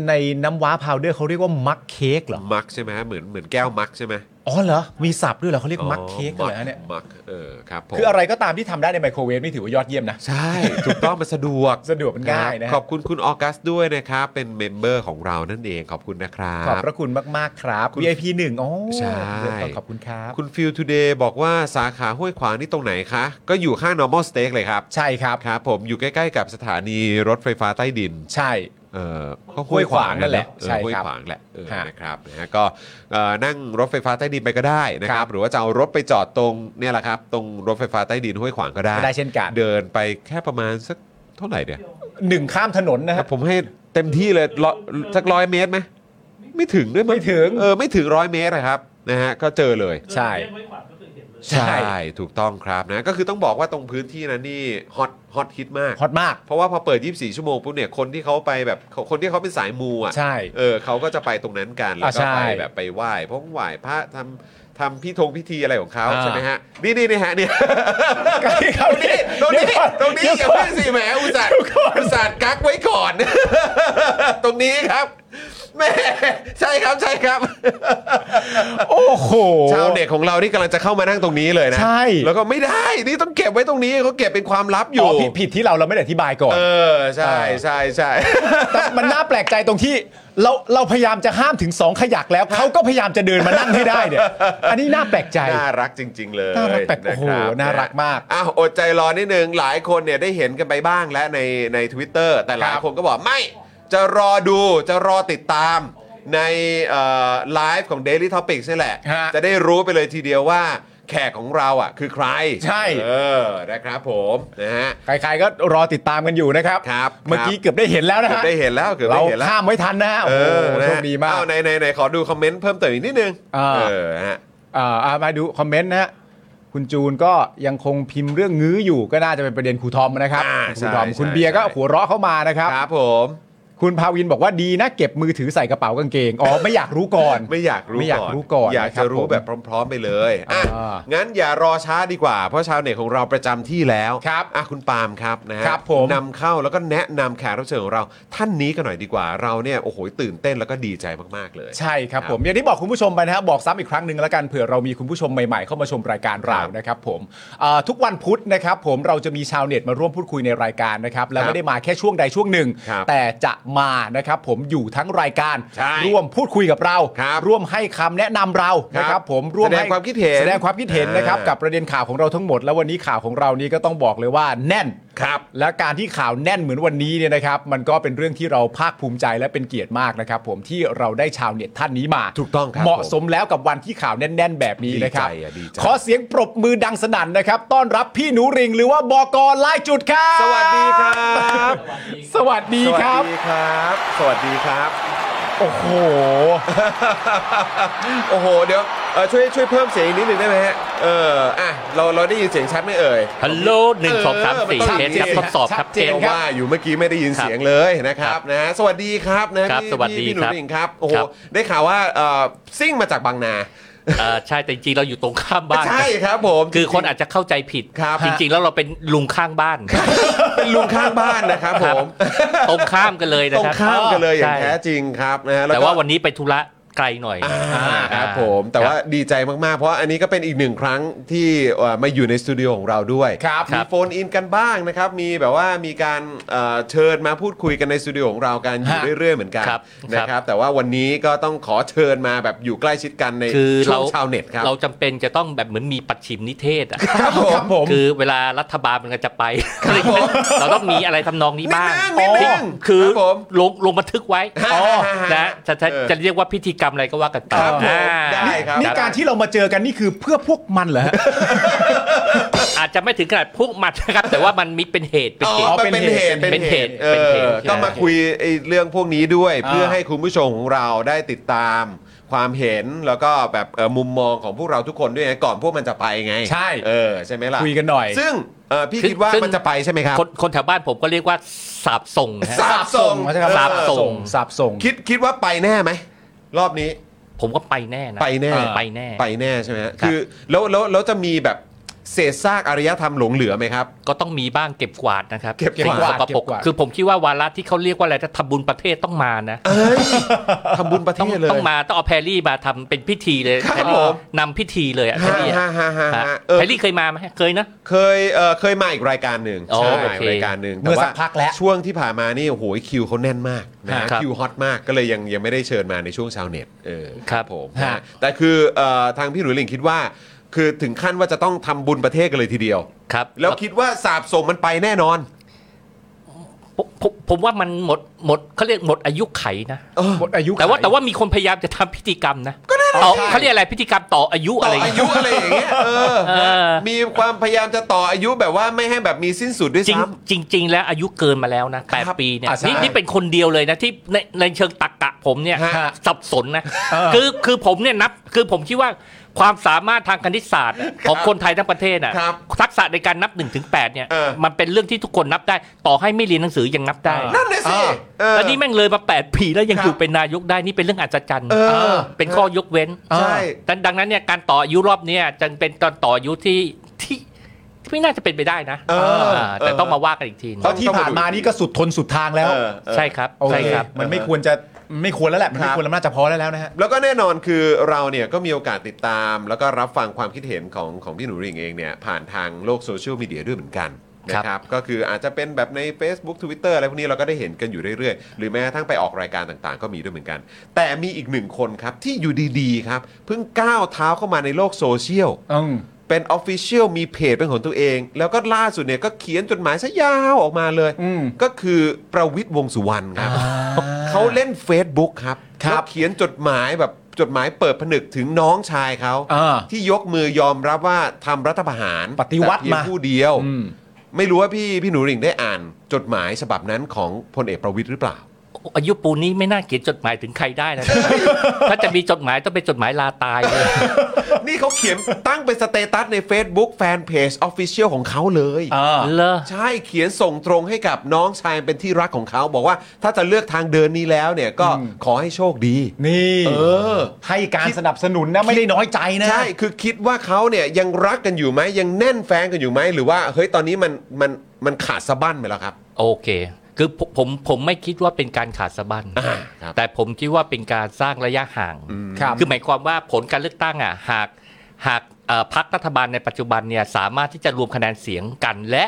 Speaker 4: ในน้ำว้าพาวเดอร์เขาเรียกว่ามักเค้กเหรอ
Speaker 3: มักใช่ไหมฮะเหมือนเหมือนแก้วมักใช่ไหม
Speaker 4: อ๋อเหรอมีสับด้วยเหรอเขาเรียกมักเค้ก
Speaker 3: อ๋อ
Speaker 4: เหรอเนี่ย
Speaker 3: มักเออครับผม
Speaker 4: คืออะไรก็ตามที่ทำได้ในไมโครเวฟนี่ถือว่ายอดเยี่ยมนะ
Speaker 3: ใช่ ถูกต้องมันสะดวก
Speaker 4: สะดวกมันง่ายนะ
Speaker 3: ครับ
Speaker 4: ฮะ
Speaker 3: ขอบคุณคุณออกัสด้วยนะครับ เป็นเมมเบอร์ของเรานั่นเองขอบคุณนะครับ
Speaker 4: ขอบพระคุณมาก ๆ ครับ VIP หนึ่งอ๋อ
Speaker 3: ใช่
Speaker 4: ต้องขอบคุณครับ
Speaker 3: คุณฟิลทูเดย์บอกว่าสาขาห้วยขวางนี่ตรงไหนคะ ก็อยู่ข้าง normal steak เลยครับ
Speaker 4: ใช่ครับ
Speaker 3: ครับผมอยู่ใกล้ๆกับสถานีรถไฟฟ้าใต้ดิน
Speaker 4: ใช่
Speaker 3: เออก็
Speaker 4: ห้วยขวางนั่นแหละ
Speaker 3: เออ
Speaker 4: ใช่ครับ
Speaker 3: ห้วยขวางแหละเออ
Speaker 4: ฮะ
Speaker 3: นะครับนะฮะก็เอ่อนั่งรถไฟฟ้าใต้ดินไปก็ได้นะค
Speaker 4: ครั
Speaker 3: รับบ หรือว่าจะเอารถไปจอดตรงเนี่ยแหละครับ ตรงรถไฟฟ้าใต้ดินห้วยขวางก็ได้
Speaker 4: ก็ได้เช่นกัน
Speaker 3: เดินไปแค่ประมาณสักเท่าไหร่เดียว
Speaker 4: หนึ่งข้ามถนนนะค
Speaker 3: แต่
Speaker 4: รับ
Speaker 3: ผมให้เต็มที่เลยร้อยสักร้อยเมตรไหมไม่ถึงด้วยมั้
Speaker 4: ไม่ถึง
Speaker 3: เออไม่ถึงร้อยเมตรนะครับนะฮะก็เจอเลย
Speaker 4: ใช่ ใช่
Speaker 3: ถูกต้องครับนะก็คือต้องบอกว่าตรงพื้นที่นั้นนี่ฮอตฮอตฮิตมาก
Speaker 4: ฮอตมาก
Speaker 3: เพราะว่าพอเปิด 24 ชั่วโมงปุ๊บเนี่ยคนที่เขาไปแบบคนที่เขาเป็นสายมูอ่ะ
Speaker 4: ใช่
Speaker 3: เออเขาก็จะไปตรงนั้นกัน แล้ว
Speaker 4: อ่ะ
Speaker 3: ก็
Speaker 4: ใช่
Speaker 3: ไปแบบไปไหว้เพราะไหว้พระทำทำพิธงพิธีอะไรของเขา
Speaker 4: อ่า
Speaker 3: ใช่ไหมฮะ นี่นี่นี่ฮะเนี่ย
Speaker 4: ใกล้เขานี่
Speaker 3: ตรงนี้
Speaker 4: เดี๋ยวก่อ
Speaker 3: ตรงนี้
Speaker 4: เดี๋
Speaker 3: อย่า
Speaker 4: วก่
Speaker 3: เพิ่งสิแหมอุตส่าห์อุตส่าห์กักไว้ก่อน [laughs] ตรงนี้ครับแหม่ใช่ครับใช่ครับ
Speaker 4: โอ้โห
Speaker 3: ชาวเน็ตของเรานี่กำลังจะเข้ามานั่งตรงนี้เลยนะ
Speaker 4: ใช่
Speaker 3: แล้วก็ไม่ได้นี่ต้องเก็บไว้ตรงนี้เขาเก็บเป็นความลับอ
Speaker 4: อ๋
Speaker 3: ยู่
Speaker 4: อผิดผิดที่เราเราไม่ได้อธิบายก่อน
Speaker 3: เออใช่ใช่ใช่
Speaker 4: แต่มันน่าแปลกใจตรงที่เราเราพยายามจะห้ามถึงสองขยักแล้วเขาก็พยายามจะเดินมานั่งให้ได้
Speaker 3: [laughs]
Speaker 4: เนี่ย อันนี้น่าแปลกใจ
Speaker 3: น่ารักจริง ๆ เลย
Speaker 4: น่ารักแบบโอ้โห
Speaker 3: ะคบ
Speaker 4: น่ารักมาก
Speaker 3: อ้าวอดใจรอนิดนึง หลายคนเนี่ยได้เห็นกันไปบ้างแล้วในใน Twitter แต่หลาย
Speaker 4: ครับ
Speaker 3: คนก็บอกไม่ จะรอดูจะรอติดตามในไลฟ์ของ Daily Topics นี่แหละ
Speaker 4: ฮะ
Speaker 3: จะได้รู้ไปเลยทีเดียวว่า แขกของเราอ่ะคือใคร
Speaker 4: ใช่
Speaker 3: เออนะครับผมนะฮะ
Speaker 4: ใครๆก็รอติดตามกันอยู่นะครับ
Speaker 3: ครับ
Speaker 4: เมื่อกี้เกือบได้เห็นแล้วนะ
Speaker 3: เกือ
Speaker 4: ฮะ
Speaker 3: บได้เห็นแล้วเกือบ
Speaker 4: เรา
Speaker 3: ได้เห็นแล้ว
Speaker 4: ข้ามไม่ทันนะฮะ
Speaker 3: เอ
Speaker 4: โอ้โห
Speaker 3: อนะ
Speaker 4: โช
Speaker 3: ฮะ
Speaker 4: คดีมาก
Speaker 3: เอ้ไหนไหนไหนขอดูคอมเมนต์เพิ่มเติมอีกนิดนึง
Speaker 4: อ่า
Speaker 3: เออฮะ
Speaker 4: เอ่ออ่ะมาดูคอมเมนต์นะฮะคุณจูนก็ยังคงพิมพ์เรื่องงื้ออยู่ก็น่าจะเป็นประเด็นครูทอมนะครับ
Speaker 3: อ่า
Speaker 4: ครูทอม
Speaker 3: ใช่
Speaker 4: คุณเบียร์
Speaker 3: ใช่
Speaker 4: ก็หัวเราะเข้ามานะครับ
Speaker 3: ครับผม
Speaker 4: คุณภาวินบอกว่าดีนะเก็บมือถือใส่กระเป๋ากางเกงอ๋อไม่อยากรู้ก่อน
Speaker 3: [laughs] ไม่อยากรู้
Speaker 4: ไม่อยากรู้ก่อน
Speaker 3: อยาก
Speaker 4: นะครับ
Speaker 3: จะรู้
Speaker 4: ผม
Speaker 3: แบบพร้อม ๆ ไปเลยอ่ะ
Speaker 4: อ่า
Speaker 3: งั้นอย่ารอช้าดีกว่า เพราะชาวเน็ตของเราประจำที่แล้ว
Speaker 4: ครับ
Speaker 3: อ่ะคุณปาล์มครับนะฮะ
Speaker 4: ครับผม
Speaker 3: นำเข้าแล้วก็แนะนำแขกรับเชิญของเรา ท่านนี้กันหน่อยดีกว่า เราเนี่ยโอ้โหตื่นเต้นแล้วก็ดีใจมากๆเลย
Speaker 4: ใช่ครับ
Speaker 3: ครับ
Speaker 4: ผมอย่างที่บอกคุณผู้ชมไปนะครับบอกซ้ำอีกครั้งหนึ่งแล้วกันเผื่อเรามีคุณผู้ชมใหม่ๆเข้ามาชมรายการ
Speaker 3: ค
Speaker 4: เรา
Speaker 3: รับ
Speaker 4: นะครับผมเอ่อทุกวันพุธนะครับผมเราจะมีชาวเน็ตมาร่วมพูดคุยในรายการนะครับแล้ว
Speaker 3: ครับ
Speaker 4: ไม่ได้มาแค่ช่วงใดช่วงหนึ่ง
Speaker 3: ครับ
Speaker 4: แต่จะมานะครับผมอยู่ทั้งรายการ
Speaker 3: ใช่
Speaker 4: ร่วมพูดคุยกับเรา
Speaker 3: ครับ
Speaker 4: ร่วมให้คำแนะนำเรานะครับผมร่วม
Speaker 3: แสดง
Speaker 4: ให้
Speaker 3: ความคิดเห็น
Speaker 4: แสดงความคิดเห็นนะครับ
Speaker 3: อ่า
Speaker 4: กับประเด็นข่าวของเราทั้งหมด แล้ววันนี้ข่าวของเรานี้ก็ต้องบอกเลยว่าแน่น
Speaker 3: ครับ
Speaker 4: และการที่ข่าวแน่นเหมือนวันนี้เนี่ยนะครับ มันก็เป็นเรื่องที่เราภาคภูมิใจและเป็นเกียรติมากนะครับ ผมที่เราได้ชาวเน็ตท่านนี้มา
Speaker 3: ถูกต้องครับ
Speaker 4: เหมาะสมแล้วกับวันที่ข่าวแน่น ๆ แบบนี้นะครับ
Speaker 3: ดีใจอ่ะดีใจ
Speaker 4: ขอเสียงปรบมือดังสนั่นนะครับ ต้อนรับพี่หนูริงหรือว่าบอกอลายจุดครับ
Speaker 3: สวัสดีครับ
Speaker 4: สวัสดีครับ
Speaker 3: สวัสดีครับ สวัสดีครับ
Speaker 4: โอ้โห
Speaker 3: โอ้โห เดี๋ยวเอ่อช่วยช่วยเพิ่มเสียงอีกนิดหนึ่งได้ไหมฮะ เออ อ่ะ เราเราได้ยินเสียงชัดไหมเอ่ย
Speaker 5: ฮัลโหลหนึ่งสองสามสี่
Speaker 3: เออมันต้อง
Speaker 5: เทสครับ
Speaker 3: จริง
Speaker 5: ทดสอบครับ
Speaker 4: ชัด
Speaker 5: เท
Speaker 4: เจน
Speaker 5: ส
Speaker 3: เพราะ
Speaker 4: ครับ
Speaker 3: ว่าอยู่เมื่อกี้ไม่ได้ยินเสียงเลยนะครับนะ สวัสดีครับนะครับ พี่
Speaker 5: สวัสดี
Speaker 3: พี่หนุ่
Speaker 5: ครับ
Speaker 3: มครับ โอ้โห
Speaker 5: ครับ
Speaker 3: ได้ข่าวว่าเอ่อซิ่งมาจากบางนา
Speaker 5: เอ่อใช่แต่จริงๆเราอยู่ตรงข้ามบ้าน
Speaker 3: ใช่ครับผม
Speaker 5: คือค
Speaker 3: จ
Speaker 5: น
Speaker 3: ริง
Speaker 5: อาจจะเข้าใจผิด
Speaker 3: ครับ
Speaker 5: จริงๆ แล้วเราเป็นลุงข้างบ้าน
Speaker 3: ๆเป็นลุงข้างบ้านนะครับผ
Speaker 5: ครับ
Speaker 3: ม
Speaker 5: ตรงข้ามกันเลยนะ
Speaker 3: ตรง
Speaker 5: ครับ
Speaker 3: ข้ามกันเลยอย่าง
Speaker 5: ใช่
Speaker 3: แท้จริงครับนะฮะล้
Speaker 5: แต่
Speaker 3: ก็
Speaker 5: ว่าวันนี้ไปธุระไกลหน่อย
Speaker 3: อ่าครับ
Speaker 5: อ่า
Speaker 3: ผมแต่ว่าดีใจมาก ๆ เพราะว่าอันนี้ก็เป็นอีกหนึ่งครั้งที่เอ่อมาอยู่ในสตูดิโอของเราด้วย
Speaker 4: ครับ
Speaker 3: มีโฟนอินกันบ้างนะครับ มีแบบว่ามีการเอ่อเชิญมาพูดคุยกันในสตูดิโอของเรากันอยู่
Speaker 4: ฮะ
Speaker 3: เรื่อย ๆ เหมือนกัน
Speaker 5: ครับ
Speaker 3: นะครับ ครับ แต่ว่าวันนี้ก็ต้องขอเชิญมาแบบอยู่ใกล้ชิดกันใน
Speaker 5: คือ
Speaker 3: ช่
Speaker 5: เรา
Speaker 3: วงชาวเน็ตครับ
Speaker 5: เราจำเป็นจะต้องแบบเหมือนมีปัดชิมนิเทศอะ
Speaker 3: ครับผม
Speaker 4: ครับผม
Speaker 5: คือเวลารัฐบาลมันก็จะไปอะไรอย่างเงี้ยเราต้องมีอะไรทำนองนี้บ้าง
Speaker 3: นิดนึงนิดนึง
Speaker 5: อ๋อคือ
Speaker 3: ครับผม
Speaker 5: ลงลงบันทึกไว้
Speaker 3: ฮะ
Speaker 5: อ๋อ
Speaker 3: ฮะฮะ
Speaker 5: นะจะจะ
Speaker 3: เออ
Speaker 5: จะเรียกว่าพิธีกรรมอะไรก็ว่ากันไป
Speaker 3: ครับผม
Speaker 5: อ่า
Speaker 3: ได้ ครับ
Speaker 4: นี่การที่เรามาเจอกันนี่คือเพื่อพวกมันเหรอฮะ
Speaker 5: อาจจะไม่ถึงขนาดพวกหมัดนะครับ
Speaker 3: [laughs]
Speaker 5: แต่ว่ามันมีเป็นเหตุเป็น
Speaker 3: อ๋อ
Speaker 5: เหตุ
Speaker 4: า
Speaker 3: มันเป็นเหตุ
Speaker 5: เป็นเหตุ
Speaker 3: เอ
Speaker 5: เป็นเหตุ
Speaker 3: อ
Speaker 5: ใช่
Speaker 3: ก็มาคุยไอ้เรื่องพวกนี้ด้วย
Speaker 4: อ่า
Speaker 3: เพื่อให้คุณผู้ชมของเราได้ติดตามความเห็นแล้วก็แบบเอ่อมุมมองของพวกเราทุกคนด้วยไงก่อนพวกมันจะไปไง
Speaker 4: ใช่
Speaker 3: เออใช่ไหมล่ะ
Speaker 4: คุยกันหน่อย
Speaker 3: ซึ่งเอ่อพี่
Speaker 5: ซึ่ง
Speaker 3: คิดว่า
Speaker 5: ซึ่ง
Speaker 3: มันจะไปใช่ไหมครับ
Speaker 5: คนคนแถวบ้านผมก็เรียกว่าสาบส่งนะฮะ
Speaker 3: สาบส่ง
Speaker 4: ใช่ครับ
Speaker 5: สาปส่ง
Speaker 4: สาบส่ง
Speaker 3: คิดคิดว่าไปแน่ไหมรอบนี้
Speaker 5: ผมก็ไปแน่นะ
Speaker 3: ไปแน่
Speaker 5: เออไปแน่
Speaker 3: ไปแน่ใช่ไหมฮะ
Speaker 5: ครับ
Speaker 3: คือแล้วแล้วแล้วจะมีแบบเศษซากอารยธรรมหลงเหลือไหมครับ
Speaker 5: ก็ต้องมีบ้างเก็บกวาดนะครับ
Speaker 3: เก็บกวาด
Speaker 5: สิ่งสกปรก
Speaker 4: เก็บกวาด
Speaker 5: คือผมคิดว่าวาระที่เขาเรียกว่าอะไรถ้าทำบุญประเทศต้องมานะ
Speaker 3: เอ้ยทำบุญประเท
Speaker 5: ต้อง
Speaker 3: ศเลย
Speaker 5: ต้องมาต้องเอาแพรรี่มาทำเป็นพิธีเลย
Speaker 3: ครับ
Speaker 5: แพรรี่
Speaker 3: ผม
Speaker 5: นำพิธีเลยอะแพร
Speaker 3: ฮ่า
Speaker 5: รี่อะ
Speaker 3: ฮ่าฮ่าฮ่า
Speaker 5: ฮะ
Speaker 3: ฮ่าเออ
Speaker 5: แพรรี่เคยมาไหมเคยนะ
Speaker 3: เคยเออเคยมาอีกรายการหนึ่ง
Speaker 5: อ๋อ
Speaker 3: ใช่
Speaker 5: โอเค
Speaker 3: รายการหนึ่ง
Speaker 4: เมื่อสักพักแล้ว
Speaker 3: ช่วงที่ผ่านมานี่โอ้โหคิวเขาแน่นมากนะฮะ
Speaker 5: ครับ
Speaker 3: คิวฮอตมากก็เลยยังยังไม่ได้เชิญมาในช่วงชาวเน็ตเออ
Speaker 5: ครับ
Speaker 3: ผม
Speaker 4: ฮะ
Speaker 3: นะฮะแต่คือเอ่อทางพี่หนุ่ยหลิงคิดว่า คือถึงขั้นว่าจะต้องทำบุญประเทศกันเลยทีเดียว
Speaker 5: ครับ
Speaker 3: แล้วคิดว่าสาบส่งมันไปแน่นอน
Speaker 5: ผมผมผมว่ามันหมดหมดเขาเรียกหมดอายุไขนะ
Speaker 3: เออ
Speaker 4: หมดอายุ
Speaker 5: แต่ว่า
Speaker 4: ไข
Speaker 5: แต่ว่ามีคนพยายามจะทำพิธีกรรมนะเอาเขาเรียกอะไรพิธีกรรมต่ออายุ
Speaker 3: ต่
Speaker 5: อะไร
Speaker 3: อ
Speaker 5: อาง
Speaker 3: อา
Speaker 5: เงี้
Speaker 3: ยุอะไรอย่างเงี้ยเออ
Speaker 5: เออ
Speaker 3: มีความพยายามจะต่ออายุแบบว่าไม่ให้แบบมีสิ้นสุดด้วย
Speaker 5: จริง
Speaker 3: ซ้
Speaker 5: จริงๆแล้วอายุเกินมาแล้วนะแปด
Speaker 3: ครับ
Speaker 5: ปีเนี่ย
Speaker 4: อ่ะใช่
Speaker 5: นี่นี่เป็นคนเดียวเลยนะที่ในในเชิงตักกะผมเนี่ย
Speaker 3: ฮะ
Speaker 5: สับสนนะ
Speaker 4: เออ
Speaker 5: คือคือผมเนี่ยนับคือผมคิดว่าความสามารถทางคณิตศาสตร์อะของคนไทยทั้งประเทศอ่ะ
Speaker 3: ครับ
Speaker 5: ทักษะในการนับ1นถึงแเนี่ย
Speaker 3: เออ
Speaker 5: มันเป็นเรื่องที่ทุกคนนับได้ต่อให้ไม่เรียนหนังสือยังนับได้
Speaker 3: ำนั่นเลยสิ
Speaker 4: อ่า
Speaker 3: เออ
Speaker 5: แล้วนี่แม่งเลยมา8ปีแล้วยัง
Speaker 3: ครับ
Speaker 5: อยู่เป็นนายกได้นี่เป็นเรื่องอัศจรรย์
Speaker 3: เออ
Speaker 5: เออเป็นข้อยกเว้น
Speaker 3: ใช่
Speaker 5: ดังดังนั้นเนี่ยการต่ออายุรอบเนี้ยจะเป็นตอนต่ออายุที่ที่ที่ไม่น่าจะเป็นไปได้นะ
Speaker 3: เออ
Speaker 5: อ่าแต่ต้องมาว่ากันอีกที
Speaker 4: เพราะที่ผ่านมานี่ก็สุดทนสุดทางแล้ว
Speaker 3: เออเออ
Speaker 5: ใช่ครับ
Speaker 4: โอ
Speaker 5: ใช่
Speaker 4: เค
Speaker 5: ครับ
Speaker 4: มันไม่ควรจะไม่ควรแล้วแหละ มัน
Speaker 3: ค
Speaker 4: ไม่
Speaker 3: รับ
Speaker 4: ควรแล้วน่าจะพอได้แล้วนะฮะ
Speaker 3: แล้วก็แน่นอนคือเราเนี่ยก็มีโอกาสติดตาม แล้วก็รับฟังความคิดเห็นของของพี่หนูริ่งเองเนี่ยผ่านทางโลกโซเชียลมีเดียด้วยเหมือนกัน
Speaker 5: ครับ
Speaker 3: นะครับก็คืออาจจะเป็นแบบใน Facebook Twitter อะไรพวกนี้เราก็ได้เห็นกันอยู่เรื่อยๆ หรือแม้กระทั่งไปออกรายการต่างๆ ก็มีด้วยเหมือนกัน แต่มีอีกหนึ่งคนครับ ที่อยู่ดีๆครับ เพิ่งก้าวเท้าเข้ามาในโลกโซเชียล
Speaker 4: อืม
Speaker 3: เป็นออฟฟิเชียลมีเพจเป็นของตัวเอง แล้วก็ล่าสุดเนี่ยก็เขียนจดหมายซะยาวออกมาเลย
Speaker 4: อืม
Speaker 3: ก็คือประวิทย์วงษ์สุวรรณครับ เขาเล่น Facebook ครับ
Speaker 4: ครับ
Speaker 3: แล้วเขียนจดหมายแบบ จดหมายเปิดผนึกถึงน้องชายเขา
Speaker 4: อ่า
Speaker 3: ที่ยกมือยอมรับว่าทำรัฐประหาร
Speaker 4: ปฏิวัติ
Speaker 3: แต่เพียง
Speaker 4: มา
Speaker 3: ผู้เดียว
Speaker 4: อืม
Speaker 3: ไม่รู้ว่าพี่พี่หนูหริ่งได้อ่านจดหมายฉบับนั้นของพลเอกประวิตยหรือเปล่า
Speaker 5: อายุปูนนี้ไม่น่าเขียนจดหมายถึงใครได้นะ
Speaker 3: [laughs]
Speaker 5: ถ้าจะมีจดหมายต้องเป็นจดหมายลาตายเลย
Speaker 3: นี่เขาเขียนตั้งเป็นสเตตัสใน Facebook Fan Page Official ของเขาเลย
Speaker 4: อ่า
Speaker 5: เลอ
Speaker 3: ใช่เขียนส่งตรงให้กับน้องชายเป็นที่รักของเขา บอกว่าถ้าจะเลือกทางเดินนี้แล้วเนี่ยก็ขอให้โชคดี
Speaker 4: นี่
Speaker 3: เออ
Speaker 4: ให้การสนับสนุนนะ ไม่ได้น้อยใจนะ
Speaker 3: ใช่คือคิดว่าเขาเนี่ยยังรักกันอยู่ไหมยังแน่นแฟนกันอยู่ไหมหรือว่าเฮ้ยตอนนี้มันมันมันขาดสะบั้นไปแล้วครับ
Speaker 5: โอเค คือผมผมผมไม่คิดว่าเป็นการขาดสะบั้น
Speaker 3: อ่าครับ
Speaker 5: แต่ผมคิดว่าเป็นการสร้างระยะห่าง
Speaker 4: ครับ
Speaker 5: คือหมายความว่าผลการเลือกตั้งอ่ะหากหากเอ่อพรรครัฐบาลในปัจจุบันเนี่ยสามารถที่จะรวมคะแนนเสียงกัน และ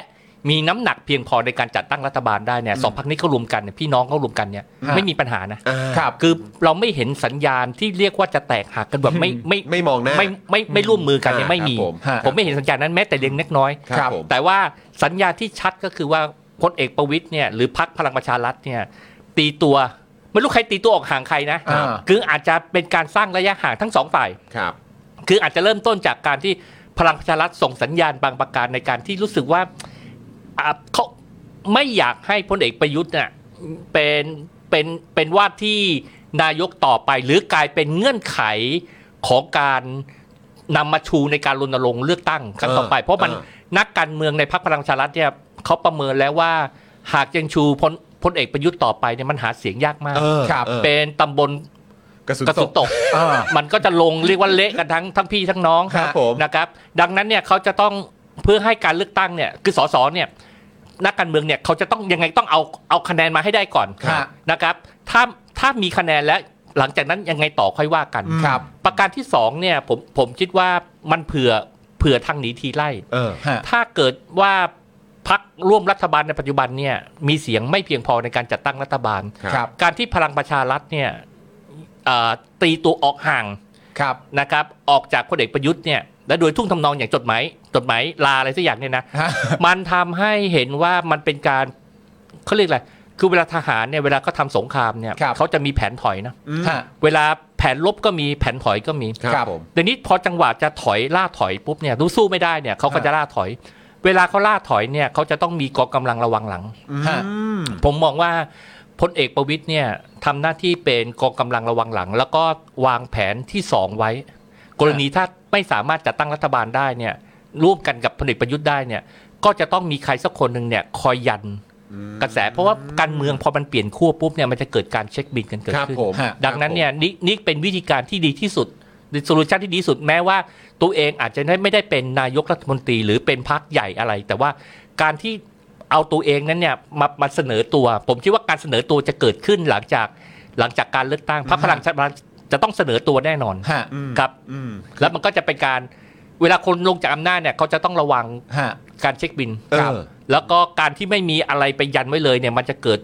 Speaker 5: มีน้ำหนักเพียงพอในการจัดตั้งรัฐบาลได้เนี่ยสองพรรคนี้เขารวมกันเนี่ยพี่น้องเขารวมกันเนี่ย
Speaker 4: ฮะ
Speaker 5: ไม่มีปัญหานะ
Speaker 3: อ่า
Speaker 4: ครับ
Speaker 5: คือเราไม่เห็นสัญญาณที่เรียกว่าจะแตกหักกันแบบไม่ไม่
Speaker 3: ไม่มองหน้า
Speaker 5: ไม่ไม่ไม่ร่วมมือกันเนี่ย
Speaker 3: อ่า
Speaker 5: ไม่มี
Speaker 3: ครับผม
Speaker 4: ฮะ
Speaker 5: ผมไม่เห็นสัญญาณนั้นแม้แต่เล็กเล็กน้อย
Speaker 3: ครับผม
Speaker 5: แต่ว่าสัญญาณที่ชัดก็คือว่าพลเอกประวิตยเนี่ยหรือพักพลังประชารัฐเนี่ยตีตัวไม่รู้ใครตีตัวออกห่างใครนะ
Speaker 4: อ่า
Speaker 5: คืออาจจะเป็นการสร้างระยะห่างทั้งสองฝ่าย
Speaker 3: ครับ
Speaker 5: คืออาจจะเริ่มต้นจากการที่พลังประชารัฐส่งสัญญาณบางประการในการที่รู้สึกว่าอ่าเขาไม่อยากให้พลเอกประยุทธ์เนี่ยเป็นเป็นเป็นว่าที่นายกต่อไป หรือกลายเป็นเงื่อนไขของการนำมาชูในการรณรงค์เลือกตั้งครั้งต่อไป
Speaker 3: เออ
Speaker 5: เพราะมัน
Speaker 3: เออ
Speaker 5: นักการเมืองในพรรคพลังประชารัฐเนี่ยเขาประเมินแล้วว่าหากยังชูพลพลเอกประยุทธ์ต่อไปเนี่ยมันหาเสียงยากมาก
Speaker 3: เออ
Speaker 4: ครับ
Speaker 3: ออ
Speaker 5: เป็นตำบล
Speaker 3: กระสุน
Speaker 5: กระ
Speaker 3: ต
Speaker 5: สุ
Speaker 3: ก
Speaker 5: นตก
Speaker 4: อ่า
Speaker 5: มันก็จะลงเรียกว่าเละกันทั้งทั้งพี่ทั้งน้อง
Speaker 3: ครับผม
Speaker 5: นะครับ ดังนั้นเนี่ยเขาจะต้องเพื่อให้การเลือกตั้งเนี่ยคือสสเนี่ยนักการเมืองเนี่ยเขาจะต้องยังไงต้องเอาเอาคะแนนมาให้ได้ก่อน
Speaker 4: ครับ
Speaker 5: นะครับ ถ้าถ้ามีคะแนนแล้วหลังจากนั้นยังไงต่อค่อยว่ากัน
Speaker 4: ครับ
Speaker 5: ประการที่สองเนี่ยผมผมคิดว่ามันเผื่อเผื่อทางหนีทีไล่
Speaker 3: เออ
Speaker 4: ฮะ
Speaker 5: ถ้าเกิดว่าพักร่วมรัฐบาลในปัจจุบันเนี่ยมีเสียงไม่เพียงพอในการจัดตั้งรัฐบาล
Speaker 4: ครับ
Speaker 5: การที่พลังประชารัฐเนี่ยเอ่อตีตัวออกห่าง
Speaker 4: ครับ
Speaker 5: นะครับออกจากพลเอกประยุทธ์เนี่ยและโดยทุ่งทำนองอย่างจดหมายจดหมายลาอะไรสักอย่างเนี่ยนะ
Speaker 4: ฮะ
Speaker 5: มันทำให้เห็นว่ามันเป็นการเขาเรียกอะไรคือเวลาทหารเนี่ยเวลาเขาทำสงครามเนี่ย
Speaker 4: ครับ
Speaker 5: เขาจะมีแผนถอยนะ
Speaker 4: ฮะ
Speaker 5: เวลาแผนลบก็มีแผนถอยก็มี
Speaker 3: ครับผม
Speaker 5: เดี๋ยวนี้พอจังหวะจะถอยล่าถอยปุ๊บเนี่ยรู้สู้ไม่ได้เนี่ยเขาก็จะล่าถอย เวลาเขาล่าถอยเนี่ยเขาจะต้องมีกองกำลังระวังหลัง
Speaker 4: ฮะ
Speaker 5: ผมมองว่าพลเอกประวิตยเนี่ยทำหน้าที่เป็นกองกำลังระวังหลัง แล้วก็วางแผนที่สองไว้ กรณีถ้าไม่สามารถจัดตั้งรัฐบาลได้เนี่ยร่วมกันกับพลเอกประยุทธ์ได้เนี่ยก็จะต้องมีใครสักคนหนึ่งเนี่ยคอยยันกระแส เพราะว่าการเมืองพอมันเปลี่ยนขั้วปุ๊บเนี่ยมันจะเกิดการเช็คบินกันเกิด
Speaker 3: ครับ
Speaker 5: ขึ้น
Speaker 3: ผม
Speaker 4: ฮะ
Speaker 5: ดังนั้นเนี่ยนี่นี่เป็นวิธีการที่ดีที่สุดโซลูชันที่ดีที่สุดแม้ว่าตัวเองอาจจะไม่ได้เป็นนายกรัฐมนตรี หรือเป็นพรรคใหญ่อะไร แต่ว่าการที่เอาตัวเองนั้นเนี่ยมามาเสนอตัว ผมคิดว่าการเสนอตัวจะเกิดขึ้นหลังจากหลังจากการเลือกตั้งพรรคพลังประชารัฐจะต้องเสนอตัวแน่นอน
Speaker 4: ฮะ
Speaker 5: ครับ
Speaker 3: อืม
Speaker 5: แล้วมันก็จะเป็นการเวลาคนลงจากอำนาจเนี่ยเขาจะต้องระวัง
Speaker 4: ฮะ
Speaker 5: การเช็คบิน
Speaker 3: เอ
Speaker 4: ครับ
Speaker 3: อ
Speaker 5: แล้วก็การที่ไม่มีอะไรไปยันไว้เลยเนี่ยมันจะเกิด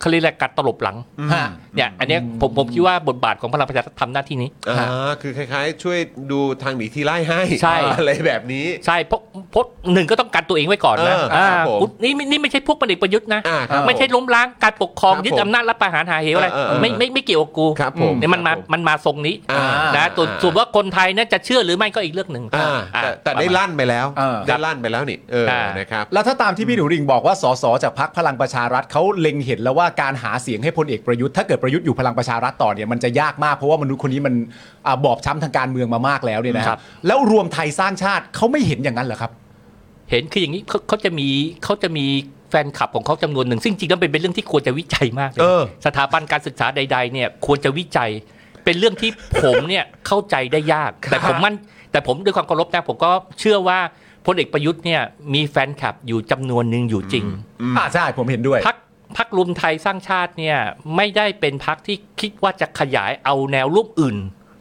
Speaker 5: เขาเรียกอะไรการตลบหลัง
Speaker 4: ฮะ
Speaker 5: เนี่ยอันเนี้ยผมผมคิดว่าบทบาทของพลังประชารัฐทำหน้าที่นี้
Speaker 3: อ่าคือคล้ายๆ ช่วยดูทางหนีทีไล่ให้
Speaker 5: ใช่
Speaker 3: อะไรแบบนี้
Speaker 5: ใช่เพราะเพราะหนึ่งก็ต้องการตัวเองไว้ก่อนนะ
Speaker 3: เออ
Speaker 5: อ่า
Speaker 3: ครับผม
Speaker 5: คุณนี่นี่นี่ไม่ใช่พวกปฏิประยุทธ์นะ
Speaker 3: อ่าครับ
Speaker 5: ไม่ใช่ล้มล้างการปกครอง
Speaker 3: ครับ
Speaker 5: ยึดอำนาจรับประหารหาเหวอะไร
Speaker 3: เออเออเออ
Speaker 5: ไม่ไม่ไม่เกี่ยวกับกู
Speaker 3: ครับผม
Speaker 5: เนี่ยมัน
Speaker 3: ค
Speaker 5: มา
Speaker 3: รับผม
Speaker 5: มันมาทรงนี้
Speaker 3: อ่า
Speaker 5: นะส่วนส่วนว่าคนไทยเนี่ยจะเชื่อหรือไม่ก็อีกเรื่องหนึ่ง
Speaker 3: อ่า
Speaker 5: อ่า
Speaker 3: แต่แต่ได้
Speaker 5: ประมาณ
Speaker 3: ลั่นไปแล้ว
Speaker 4: เออ
Speaker 3: ได้ลั่นไปแล้วนี่เออ
Speaker 5: อ่าน
Speaker 3: นะครับ
Speaker 4: แล้วถ้าตามที่พี่หนูริงบอกว่าสสจากพักพลังประชารัฐเขาเล็งเห็นแล้วว่าการหาเสียงให้พลเอกประยุทธ์ถ้าเกิดประยุทธ์อยู่พลังประชารัฐต่อเนี่ยมันจะยากมากเพราะว่ามนุษย์คนนี้มันอาบอบช้ำทางการเมืองมามากแล้วเนี่ยนะค
Speaker 5: ครั
Speaker 4: รับบ แล้วรวมไทยสร้างชาติเขาไม่เห็นอย่างนั้นเหรอครับ
Speaker 5: เห็นคืออย่างนี้เขาเขาจะมีเขาจะมีแฟนคลับของเขาจำนวนหนึ่ง ซึ่งจริงแล้วเป็นเป็นเรื่องที่ควรจะวิจัยมากเลย
Speaker 3: เออ
Speaker 5: สถาบันการศึกษาใด ๆ เนี่ยควรจะวิจัย เป็นเรื่องที่ผมเนี่ย [laughs] เข้าใจได้ยาก แต่ผมมั่นแต่ผมด้วยความเคารพนะผมก็เชื่อว่าพลเอกประยุทธ์เนี่ยมีแฟนคลับอยู่จำนวนหนึ่งอยู่จริง
Speaker 4: อ่าใช่ผมเห็นด้วย
Speaker 5: พักพักรวมไทยสร้างชาติเนี่ยไม่ได้เป็นพักที่คิดว่าจะขยายเอาแนวรูปอื่น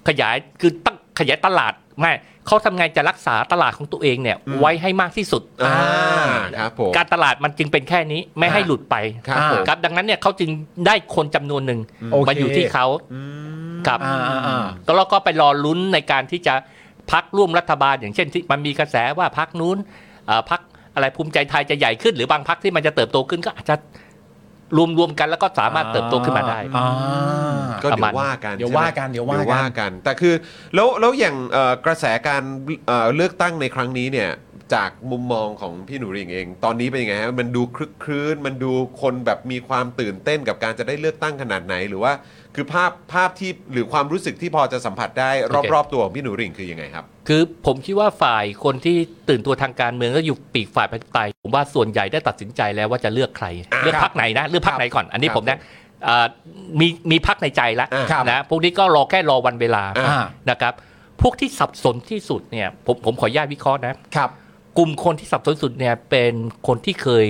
Speaker 5: ขยายคือตั้งขยายตลาดไม่เขาทำไงจะรักษาตลาดของตัวเองเนี่ยไว้ให้มากที่สุด
Speaker 3: อ่าครับผม
Speaker 5: การตลาดมันจึงเป็นแค่นี้ไม่ให้หลุดไป
Speaker 3: ครับผม
Speaker 5: ครับดังนั้นเนี่ยเขาจึงได้คนจำนวนหนึ่ง
Speaker 4: โอเค
Speaker 5: มาอยู่ที่เขาครับ
Speaker 4: อ่าอ่าอ่า
Speaker 5: ก็แล้วก็ไปรอลุ้นในการที่จะพักร่วมรัฐบาล อย่างเช่นที่มันมีกระแสว่าพักนู้นเอ่อพักอะไรภูมิใจไทยจะใหญ่ขึ้น หรือบางพักที่มันจะเติบโตขึ้นก็อาจจะ รวมรวมกันแล้วก็สามารถเติบโตขึ้นมาได้
Speaker 4: อ่า
Speaker 3: ก็
Speaker 5: ประ
Speaker 3: เดี๋
Speaker 5: มา
Speaker 3: ยว
Speaker 5: ณ
Speaker 3: ว่ากัน
Speaker 4: เดี๋ยว
Speaker 3: ใช่ไหม
Speaker 4: ว่ากันเดี๋ยวว่ากัน
Speaker 3: กัน แต่คือแล้วแล้วอย่างเอ่อกระแสการเอ่อเลือกตั้งในครั้งนี้เนี่ยจากมุมมองของพี่หนูริ่งเอง ตอนนี้เป็นยังไงฮะมันดูคลึกครื้นมันดูคนแบบมีความตื่นเต้นกับการจะได้เลือกตั้งขนาดไหน หรือว่าคือภาพภาพที่หรือความรู้สึกที่พอจะสัมผัสได้รอบรอบๆตัวของพี่หนูริ่งคือยังไงครับ
Speaker 5: คือผมคิดว่าฝ่ายคนที่ตื่นตัวทางการเมืองก็อยู่ปีกฝ่ายประชาธิปไตยผมว่าส่วนใหญ่ได้ตัดสินใจแล้วว่าจะเลือกใคร
Speaker 3: อ่า
Speaker 5: เลือกพักไหนนะเลือกพักไหนก่อน อันนี้
Speaker 3: ครับ
Speaker 5: ผมนะเอ่อมีมีพักในใจแล้ว
Speaker 3: อ่า
Speaker 4: ครับ
Speaker 5: นะพวกนี้ก็รอแค่รอวันเวลา
Speaker 3: อ่า
Speaker 5: นะครับพวกที่สับสนที่สุดเนี่ยผมผมขออนุญาตวิเคราะห์นะ
Speaker 4: ครับ
Speaker 5: กลุ่มคนที่สับสนสุดเนี่ยเป็นคนที่เคย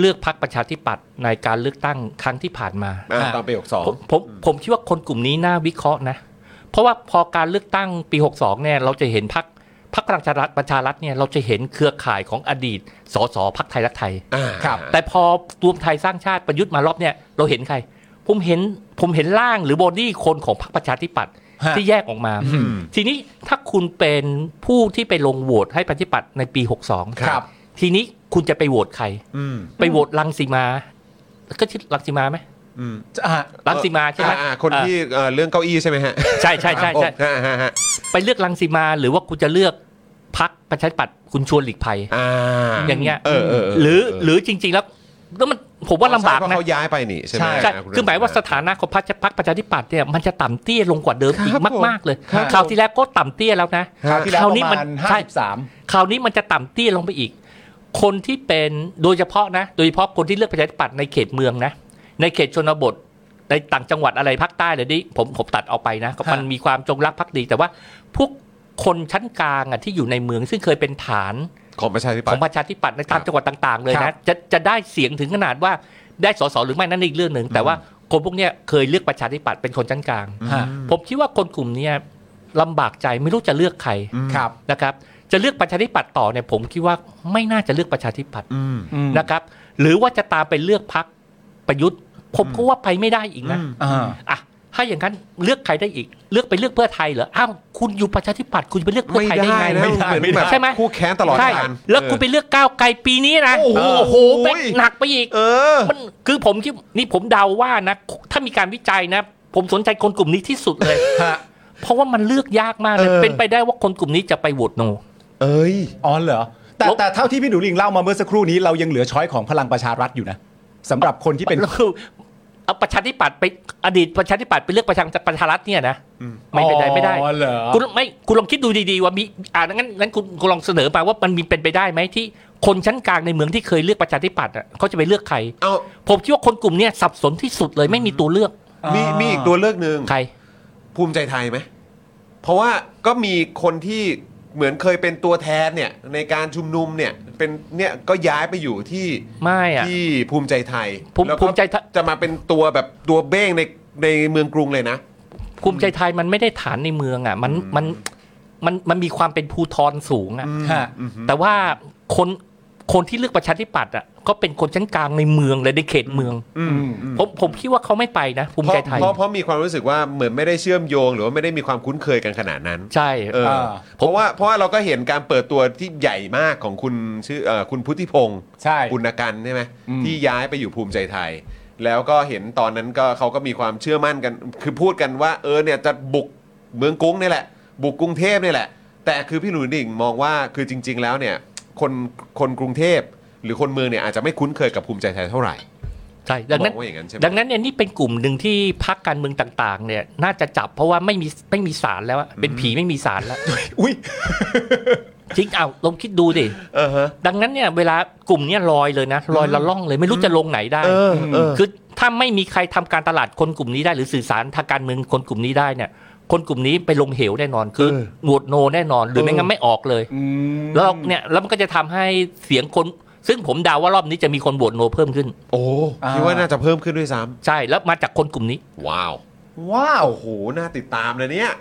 Speaker 5: เลือกพักประชาธิปัตย์ในการเลือกตั้งครั้งที่ผ่านมา
Speaker 3: อ่ะ
Speaker 4: อ่ะ
Speaker 3: ตอนปีหกสอง
Speaker 5: ผมผมผมคิดว่าคนกลุ่มนี้น่าวิเคราะห์นะ เพราะว่าพอการเลือกตั้งปี 62 เนี่ยเราจะเห็นพักพักพลังประชารัฐประชารัฐเนี่ยเราจะเห็นเครือข่ายของอดีตสสพักไทยรักไทย
Speaker 3: อ่า
Speaker 4: ครับ
Speaker 5: แต่พอรวมไทยสร้างชาติประยุทธ์มารอบเนี่ยเราเห็นใคร ผมเห็นผมเห็นร่างหรือบอดี้คนของพรรคประชาธิปัตย์
Speaker 4: ฮะ
Speaker 5: ที่แยกออกมา ทีนี้ถ้าคุณเป็นผู้ที่ไปลงโหวตให้ประชาธิปัตย์ในปี 62
Speaker 4: ครับ
Speaker 5: ทีนี้คุณจะไปโหวตใคร
Speaker 3: อืม
Speaker 5: ไปโหวตลังสีมา ก็ชื่อลังสีมาไหม
Speaker 3: อืม
Speaker 4: อ่า
Speaker 5: ลังสีมาใช่ไหม
Speaker 3: อ่าอ่าคนที่เอ่อเรื่องเก้าอี้ใช่ไหมฮะ
Speaker 5: ใช่ใช่ใช่ใช่
Speaker 3: อ่าฮะฮะ
Speaker 5: ไปเลือกลังสีมาหรือว่าคุณจะเลือกพักประชาธิปัตย์คุณชวนหลีกภัย
Speaker 3: อ่า
Speaker 5: อย่างเงี้ย
Speaker 3: เออเออเห
Speaker 5: รือหรือจริง ๆ แล้วแล้วมันผมว่าลำบาก
Speaker 3: เพระ
Speaker 5: นะ
Speaker 3: เขาย้ายไปนี่ใช่ไหม
Speaker 4: ใช่
Speaker 5: ใช่
Speaker 3: ะณ
Speaker 5: คือหมายว่าสถานะของพรรคพรรคประชาธิปัตย์เนี่ยมันจะต่ำเตี้ยลงกว่าเดิมอีกมาก ๆ เลย
Speaker 4: ครับ
Speaker 5: คราวที่แล้วก็ต่ำเตี้ยแล้วนะ
Speaker 4: คราวที่แล้ว
Speaker 5: คราวนี้
Speaker 4: ประ
Speaker 5: มั
Speaker 4: มาณ
Speaker 5: น
Speaker 4: ห้า
Speaker 5: ใช่
Speaker 4: สิบสาม
Speaker 5: คราวนี้มันจะต่ำเตี้ยลงไปอีก คนที่เป็นโดยเฉพาะนะ โดยเฉพาะคนที่เลือกประชาธิปัตย์ในเขตเมืองนะ ในเขตชนบท ในต่างจังหวัดอะไรภาคใต้เลยนี่ผมผมตัดเอาไปนะก็มัน
Speaker 4: ฮะ
Speaker 5: มีความจงรักภักดี แต่ว่าพวกคนชั้นกลางอ่ะที่อยู่ในเมืองซึ่งเคยเป็นฐาน
Speaker 3: ของประชาธิ
Speaker 5: ข
Speaker 3: ปัต
Speaker 5: อง
Speaker 3: ย์
Speaker 5: ประชาธิปัตย์ใน
Speaker 3: ค
Speaker 5: ตาม
Speaker 3: รับ
Speaker 5: จังหวัดต่าง ๆ เลยนะจะจะได้เสียงถึงขนาดว่าได้สสหรือไม่นั่นอีกเรื่องหนึ่งแต่ว่าคนพวกเนี้ยเคยเลือกประชาธิปัตย์เป็นคนชั้นกลาง
Speaker 4: ฮะ
Speaker 5: ผมคิดว่าคนกลุ่มเนี้ยลำบากใจไม่รู้จะเลือกใคร
Speaker 4: ครับ
Speaker 5: นะครับจะเลือกประชาธิปัตย์ต่อเนี่ยผมคิดว่าไม่น่าจะเลือกประชาธิปัตย์
Speaker 3: อืม
Speaker 5: นะครับ หรือว่าจะตามไปเลือกพักประยุทธ์ ผมก็ว่าไปไม่ได้อีกนะ
Speaker 3: อืม
Speaker 4: อ่า
Speaker 5: อ่ะถ้าอย่างนั้นเลือกใครได้อีก เลือกไปเลือกเพื่อไทยเหรออ้าวคุณอยู่ประชาธิปัตย์คุณจะไปเลือกเพื่อ
Speaker 3: ไม่
Speaker 5: ไทยได้
Speaker 3: ได้
Speaker 5: ไง
Speaker 3: นะ
Speaker 4: ไม่ได้
Speaker 3: เหอน
Speaker 4: ไม่ได้
Speaker 3: แบบ
Speaker 5: ใช่ไหม
Speaker 3: คู่แค้นตลอด
Speaker 5: ใช่
Speaker 3: การ
Speaker 5: แล้วคุณ
Speaker 3: เออ
Speaker 5: ไปเลือกก้าวไกลปีนี้นะ
Speaker 3: โอ้โห
Speaker 5: โหเป็นหนักไปอีก
Speaker 3: เออ
Speaker 5: มันคือผมคิดนี่ผมเดาว่านะ ถ้ามีการวิจัยนะ ผมสนใจคนกลุ่มนี้ที่สุดเลย
Speaker 4: ฮะ
Speaker 5: เพราะว่ามันเลือกยากมากเลย
Speaker 3: เออ
Speaker 5: เป็นไปได้ว่าคนกลุ่มนี้จะไปโหวตโน
Speaker 3: เอ้ย
Speaker 4: อ๋อเหรอแต่
Speaker 5: ลบ
Speaker 4: แต่เท่าที่พี่หนูลิงเล่ามาเมื่อสักครู่นี้เรายังเหลือช้อยของพลังประชารัฐอยู่นะสำหรับคนที่เป็น
Speaker 5: แล้วคือเอาประชาธิปัตย์ไปอดีตประชาธิปัตย์ไปเลือกประชาประชารัฐเนี่ยนะไม่เป็นไรไม่ได้
Speaker 4: อ๋อเหรอ
Speaker 5: คุณไม่คุณลองคิดดูดีๆว่ามีอ่างั้นงั้นคุณคุณลองเสนอมาว่ามันมีเป็นไปได้ไหมที่คนชั้นกลางในเมืองที่เคยเลือกประชาธิปัตย์อ่ะเขาจะไปเลือกใคร
Speaker 3: เอา
Speaker 5: ผมคิดว่าคนกลุ่มเนี้ยสับสนที่สุดเลยไม่มีตัวเลือก
Speaker 3: มีมีอีกตัวเลือกหนึ่ง
Speaker 5: ใคร
Speaker 3: ภูมิใจไทยไหม เพราะว่าก็มีคนที่เหมือนเคยเป็นตัวแทนเนี่ย ในการชุมนุมเนี่ย เป็นเนี่ยก็ย้ายไปอยู่ที่
Speaker 5: ไม่อะ
Speaker 3: ที่ภูมิใจไทย
Speaker 5: ภูมิ
Speaker 3: แล้วก็
Speaker 5: ภูมิใจไทย
Speaker 3: จะมาเป็นตัวแบบตัวเบ้งในในเมืองกรุงเลยนะ
Speaker 5: ภูมิใจไทยมันไม่ได้ฐานในเมืองอ่ะมันมันมันมันมีความเป็นภูทรสูงอ่ะ
Speaker 4: ฮะ
Speaker 5: แต่ว่าคนคนที่เลือกประชาธิปัตย์อ่ะก็เป็นคนชั้นกลางในเมืองเลยในเขตเมือง ผมผมคิดว่าเขาไม่ไปนะ ภูมิ
Speaker 3: เพราะ
Speaker 5: ใจไทย
Speaker 3: เพราะเพราะมีความรู้สึกว่าเหมือนไม่ได้เชื่อมโยง หรือว่าไม่ได้มีความคุ้นเคยกันขนาดนั้น
Speaker 5: ใช่
Speaker 3: เออ
Speaker 4: อ่า
Speaker 3: เพราะว่าเพราะว่าเราก็เห็นการเปิดตัวที่ใหญ่มากของคุณชื่อเอ่อคุณพุทธิพงศ์
Speaker 4: ใช่
Speaker 3: ปุณกันใช่ไหม
Speaker 4: อืม
Speaker 3: ที่ย้ายไปอยู่ภูมิใจไทย แล้วก็เห็นตอนนั้นก็เขาก็มีความเชื่อมั่นกัน คือพูดกันว่า เออเนี่ยจะบุกเมืองกรุงนี่แหละ บุกกรุงเทพนี่แหละ แต่คือพี่หนุ่ยดิ่งมองว่าคือจริง ๆ แล้วเนี่ยคนคนกรุงเทพหรือคนเมืองเนี่ยอาจจะไม่คุ้นเคยกับภูมิใจไทยเท่าไหร่
Speaker 5: ใช่ดังนั้น
Speaker 3: บอกว่าอย่างนั้นใช่ไหม
Speaker 5: ดังนั้นเนี่ยนี่เป็นกลุ่มหนึ่งที่พักการเมืองต่างๆ เนี่ย น่าจะจับเพราะว่าไม่มีไม่มีสารแล้วอะเป็นผีไม่มีสารแล้ว
Speaker 4: อุ้ย
Speaker 5: จริงเอาลองคิดดูดิ
Speaker 3: เออฮะ
Speaker 5: ดังนั้นเนี่ยเวลากลุ่มเนี่ยลอยเลยนะลอยละล่องเลยไม่รู้จะลงไหนได้
Speaker 3: เออเออ
Speaker 5: คือถ้าไม่มีใครทำการตลาดคนกลุ่มนี้ได้ หรือสื่อสารทางการเมืองคนกลุ่มนี้ได้เนี่ย คนกลุ่มนี้ไปลงเหวแน่นอน คือ
Speaker 3: เออ
Speaker 5: โหวตโนแน่นอน หรือไม่งั้นไม่ออกเลย แล้วเราเนี่ยแล้วมันก็จะทำให้เสียงคน ซึ่งผมเดาว่ารอบนี้จะมีคนโหวตโนเพิ่มขึ้น
Speaker 3: โอ้
Speaker 4: อ่า
Speaker 3: คิดว่าน่าจะเพิ่มขึ้นด้วยซ้
Speaker 5: ใช่แล้วมาจากคนกลุ่มนี้
Speaker 3: ำว้าว
Speaker 4: ว้าว
Speaker 3: โอ้โหน่าติดตามเลยเนี่ย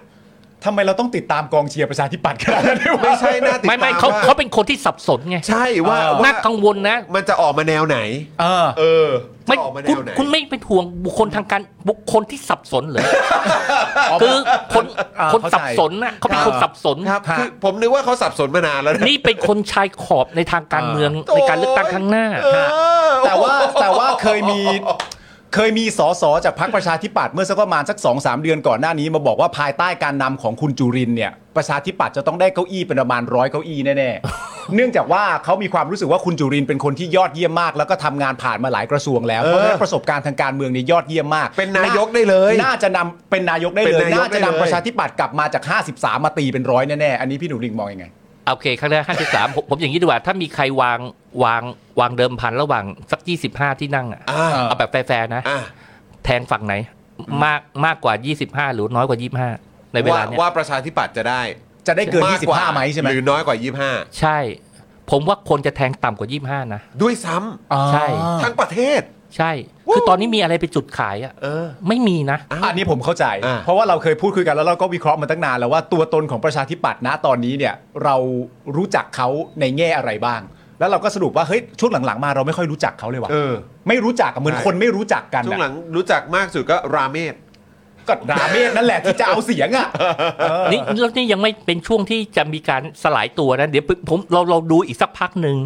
Speaker 4: ทำไมเราต้องติดตามกองเชียร์ประชาธิปัตย์ขนาดนั้นด้วยวะ
Speaker 3: ไม่ใช่น่าติดตาม
Speaker 5: ไม่ไม่เขา
Speaker 3: ว่
Speaker 5: เขาเป็นคนที่สับสนไง
Speaker 3: ใช่ว่า
Speaker 4: เออ
Speaker 3: ว่า
Speaker 5: น่ากังวลนะ
Speaker 3: มันจะออกมาแนวไหน
Speaker 4: เออ
Speaker 3: เออ
Speaker 5: ไม่
Speaker 3: จะออกมาแน
Speaker 5: คุณ
Speaker 3: วไหน
Speaker 5: คุณไม่เป็นห่วงบุคคลทางการบุคคลที่สับสนเหรอ คือคน
Speaker 4: อ่า
Speaker 5: คน
Speaker 4: เข้าใจ
Speaker 5: สับสนนะเขาเป็นคนสับสน
Speaker 3: ครับ
Speaker 4: ฮะ
Speaker 3: คือผมนึกว่าเขาสับสนมานานแล้วนะ
Speaker 5: นี่เป็นคนชาย
Speaker 4: [laughs]
Speaker 5: ขอบในทางการเมืองในการเลือกตั้งครั้งหน้า
Speaker 3: เออ
Speaker 4: แต่ว่าแต่ว่าเคยมี เคยมีสสจากพรรคประชาธิปัตย์เมื่อสักประมาณสัก2อสเดือนก่อนหน้านี้มาบอกว่าภายใต้การนำของคุณจุรินทร์เนี่ยประชาธิปัตย์จะต้องได้เก้าอี้เป็นประมาณร้อยเก้าอี้แน่
Speaker 3: [laughs]
Speaker 4: ๆ เนื่องจากว่าเขามีความรู้สึกว่าคุณจุรินทร์เป็นคนที่ยอดเยี่ยมมาก แล้วก็ทำงานผ่านมาหลายกระทรวงแล้วเพราะฉะนั้นประสบการณ์ทางการเมืองเนี่ยยอดเยี่ยมมาก
Speaker 3: เป็นนายกได้เลย
Speaker 4: น่าจะนำเป็นนายกได้
Speaker 3: เป็
Speaker 4: เล
Speaker 3: น
Speaker 4: ย
Speaker 3: นายก
Speaker 4: น่าจะ
Speaker 3: ได้
Speaker 4: นำ
Speaker 3: เลย
Speaker 4: ประชาธิปัตย์กลับมาจาก 53 มาตีเป็นร้อยแน่ๆอันนี้พี่หนูลิงมองยังไง
Speaker 5: โอเคครั้งแรกห้าสิบสามผมอย่างนี้ดีกว่า ถ้ามีใครวางวางวางเดิมพันระหว่างสักยี่สิบห้าที่นั่งอะ
Speaker 3: อ่า
Speaker 5: เอาแบบแฟร์ๆนะ
Speaker 3: อ่า
Speaker 5: แทงฝั่งไหน มากมากกว่า 25 หรือน้อยกว่า 25 ในเว
Speaker 3: ว่า
Speaker 5: ลาเนี้ย
Speaker 3: ว่าประชาธิปัตย์จะได้
Speaker 4: จะได้เกิน
Speaker 3: มว่
Speaker 4: 25ไหมใช่ไหม
Speaker 3: หรือน้อยกว่า
Speaker 5: ใช่ ผมว่าคนจะแทงต่ำกว่า 25 นะ
Speaker 3: 25 ด้วยซ้ำ
Speaker 5: ใช่
Speaker 3: ทั้งประเทศ
Speaker 5: ใช่ คือตอนนี้มีอะไรไปนจุดขายอะ
Speaker 3: เออ
Speaker 5: ไม่มีนะ
Speaker 4: อันนี้ผมเข้าใจ
Speaker 3: อ่า
Speaker 4: เพราะว่าเราเคยพูดคุยกันแล้วเราก็วิเคราะห์มาตั้งนานแล้วว่าตัวตนของประชาธิปัตย์นะตอนนี้เนี่ยเรารู้จักเขาในแง่อะไรบ้าง แล้วเราก็สรุปว่าเฮ้ยช่วงหลังๆมาเราไม่ค่อยรู้จักเขาเลยว่ะ
Speaker 3: เออ
Speaker 4: ไม่รู้จักอะเหมือน
Speaker 3: ใช่
Speaker 4: คนไม่รู้จักกัน
Speaker 3: ช่วงห
Speaker 4: อะ
Speaker 3: ลังรู้จักมากสุดก็ราเมศ
Speaker 4: ก็ราเมศนั่นแหละที่จะเอาเสียงอ่ะ
Speaker 5: นี่แล้วนี่ยังไม่เป็นช่วงที่จะมีการสลายตัวนะ เดี๋ยวผมเราเราดูอีกสักพักหนึ่ง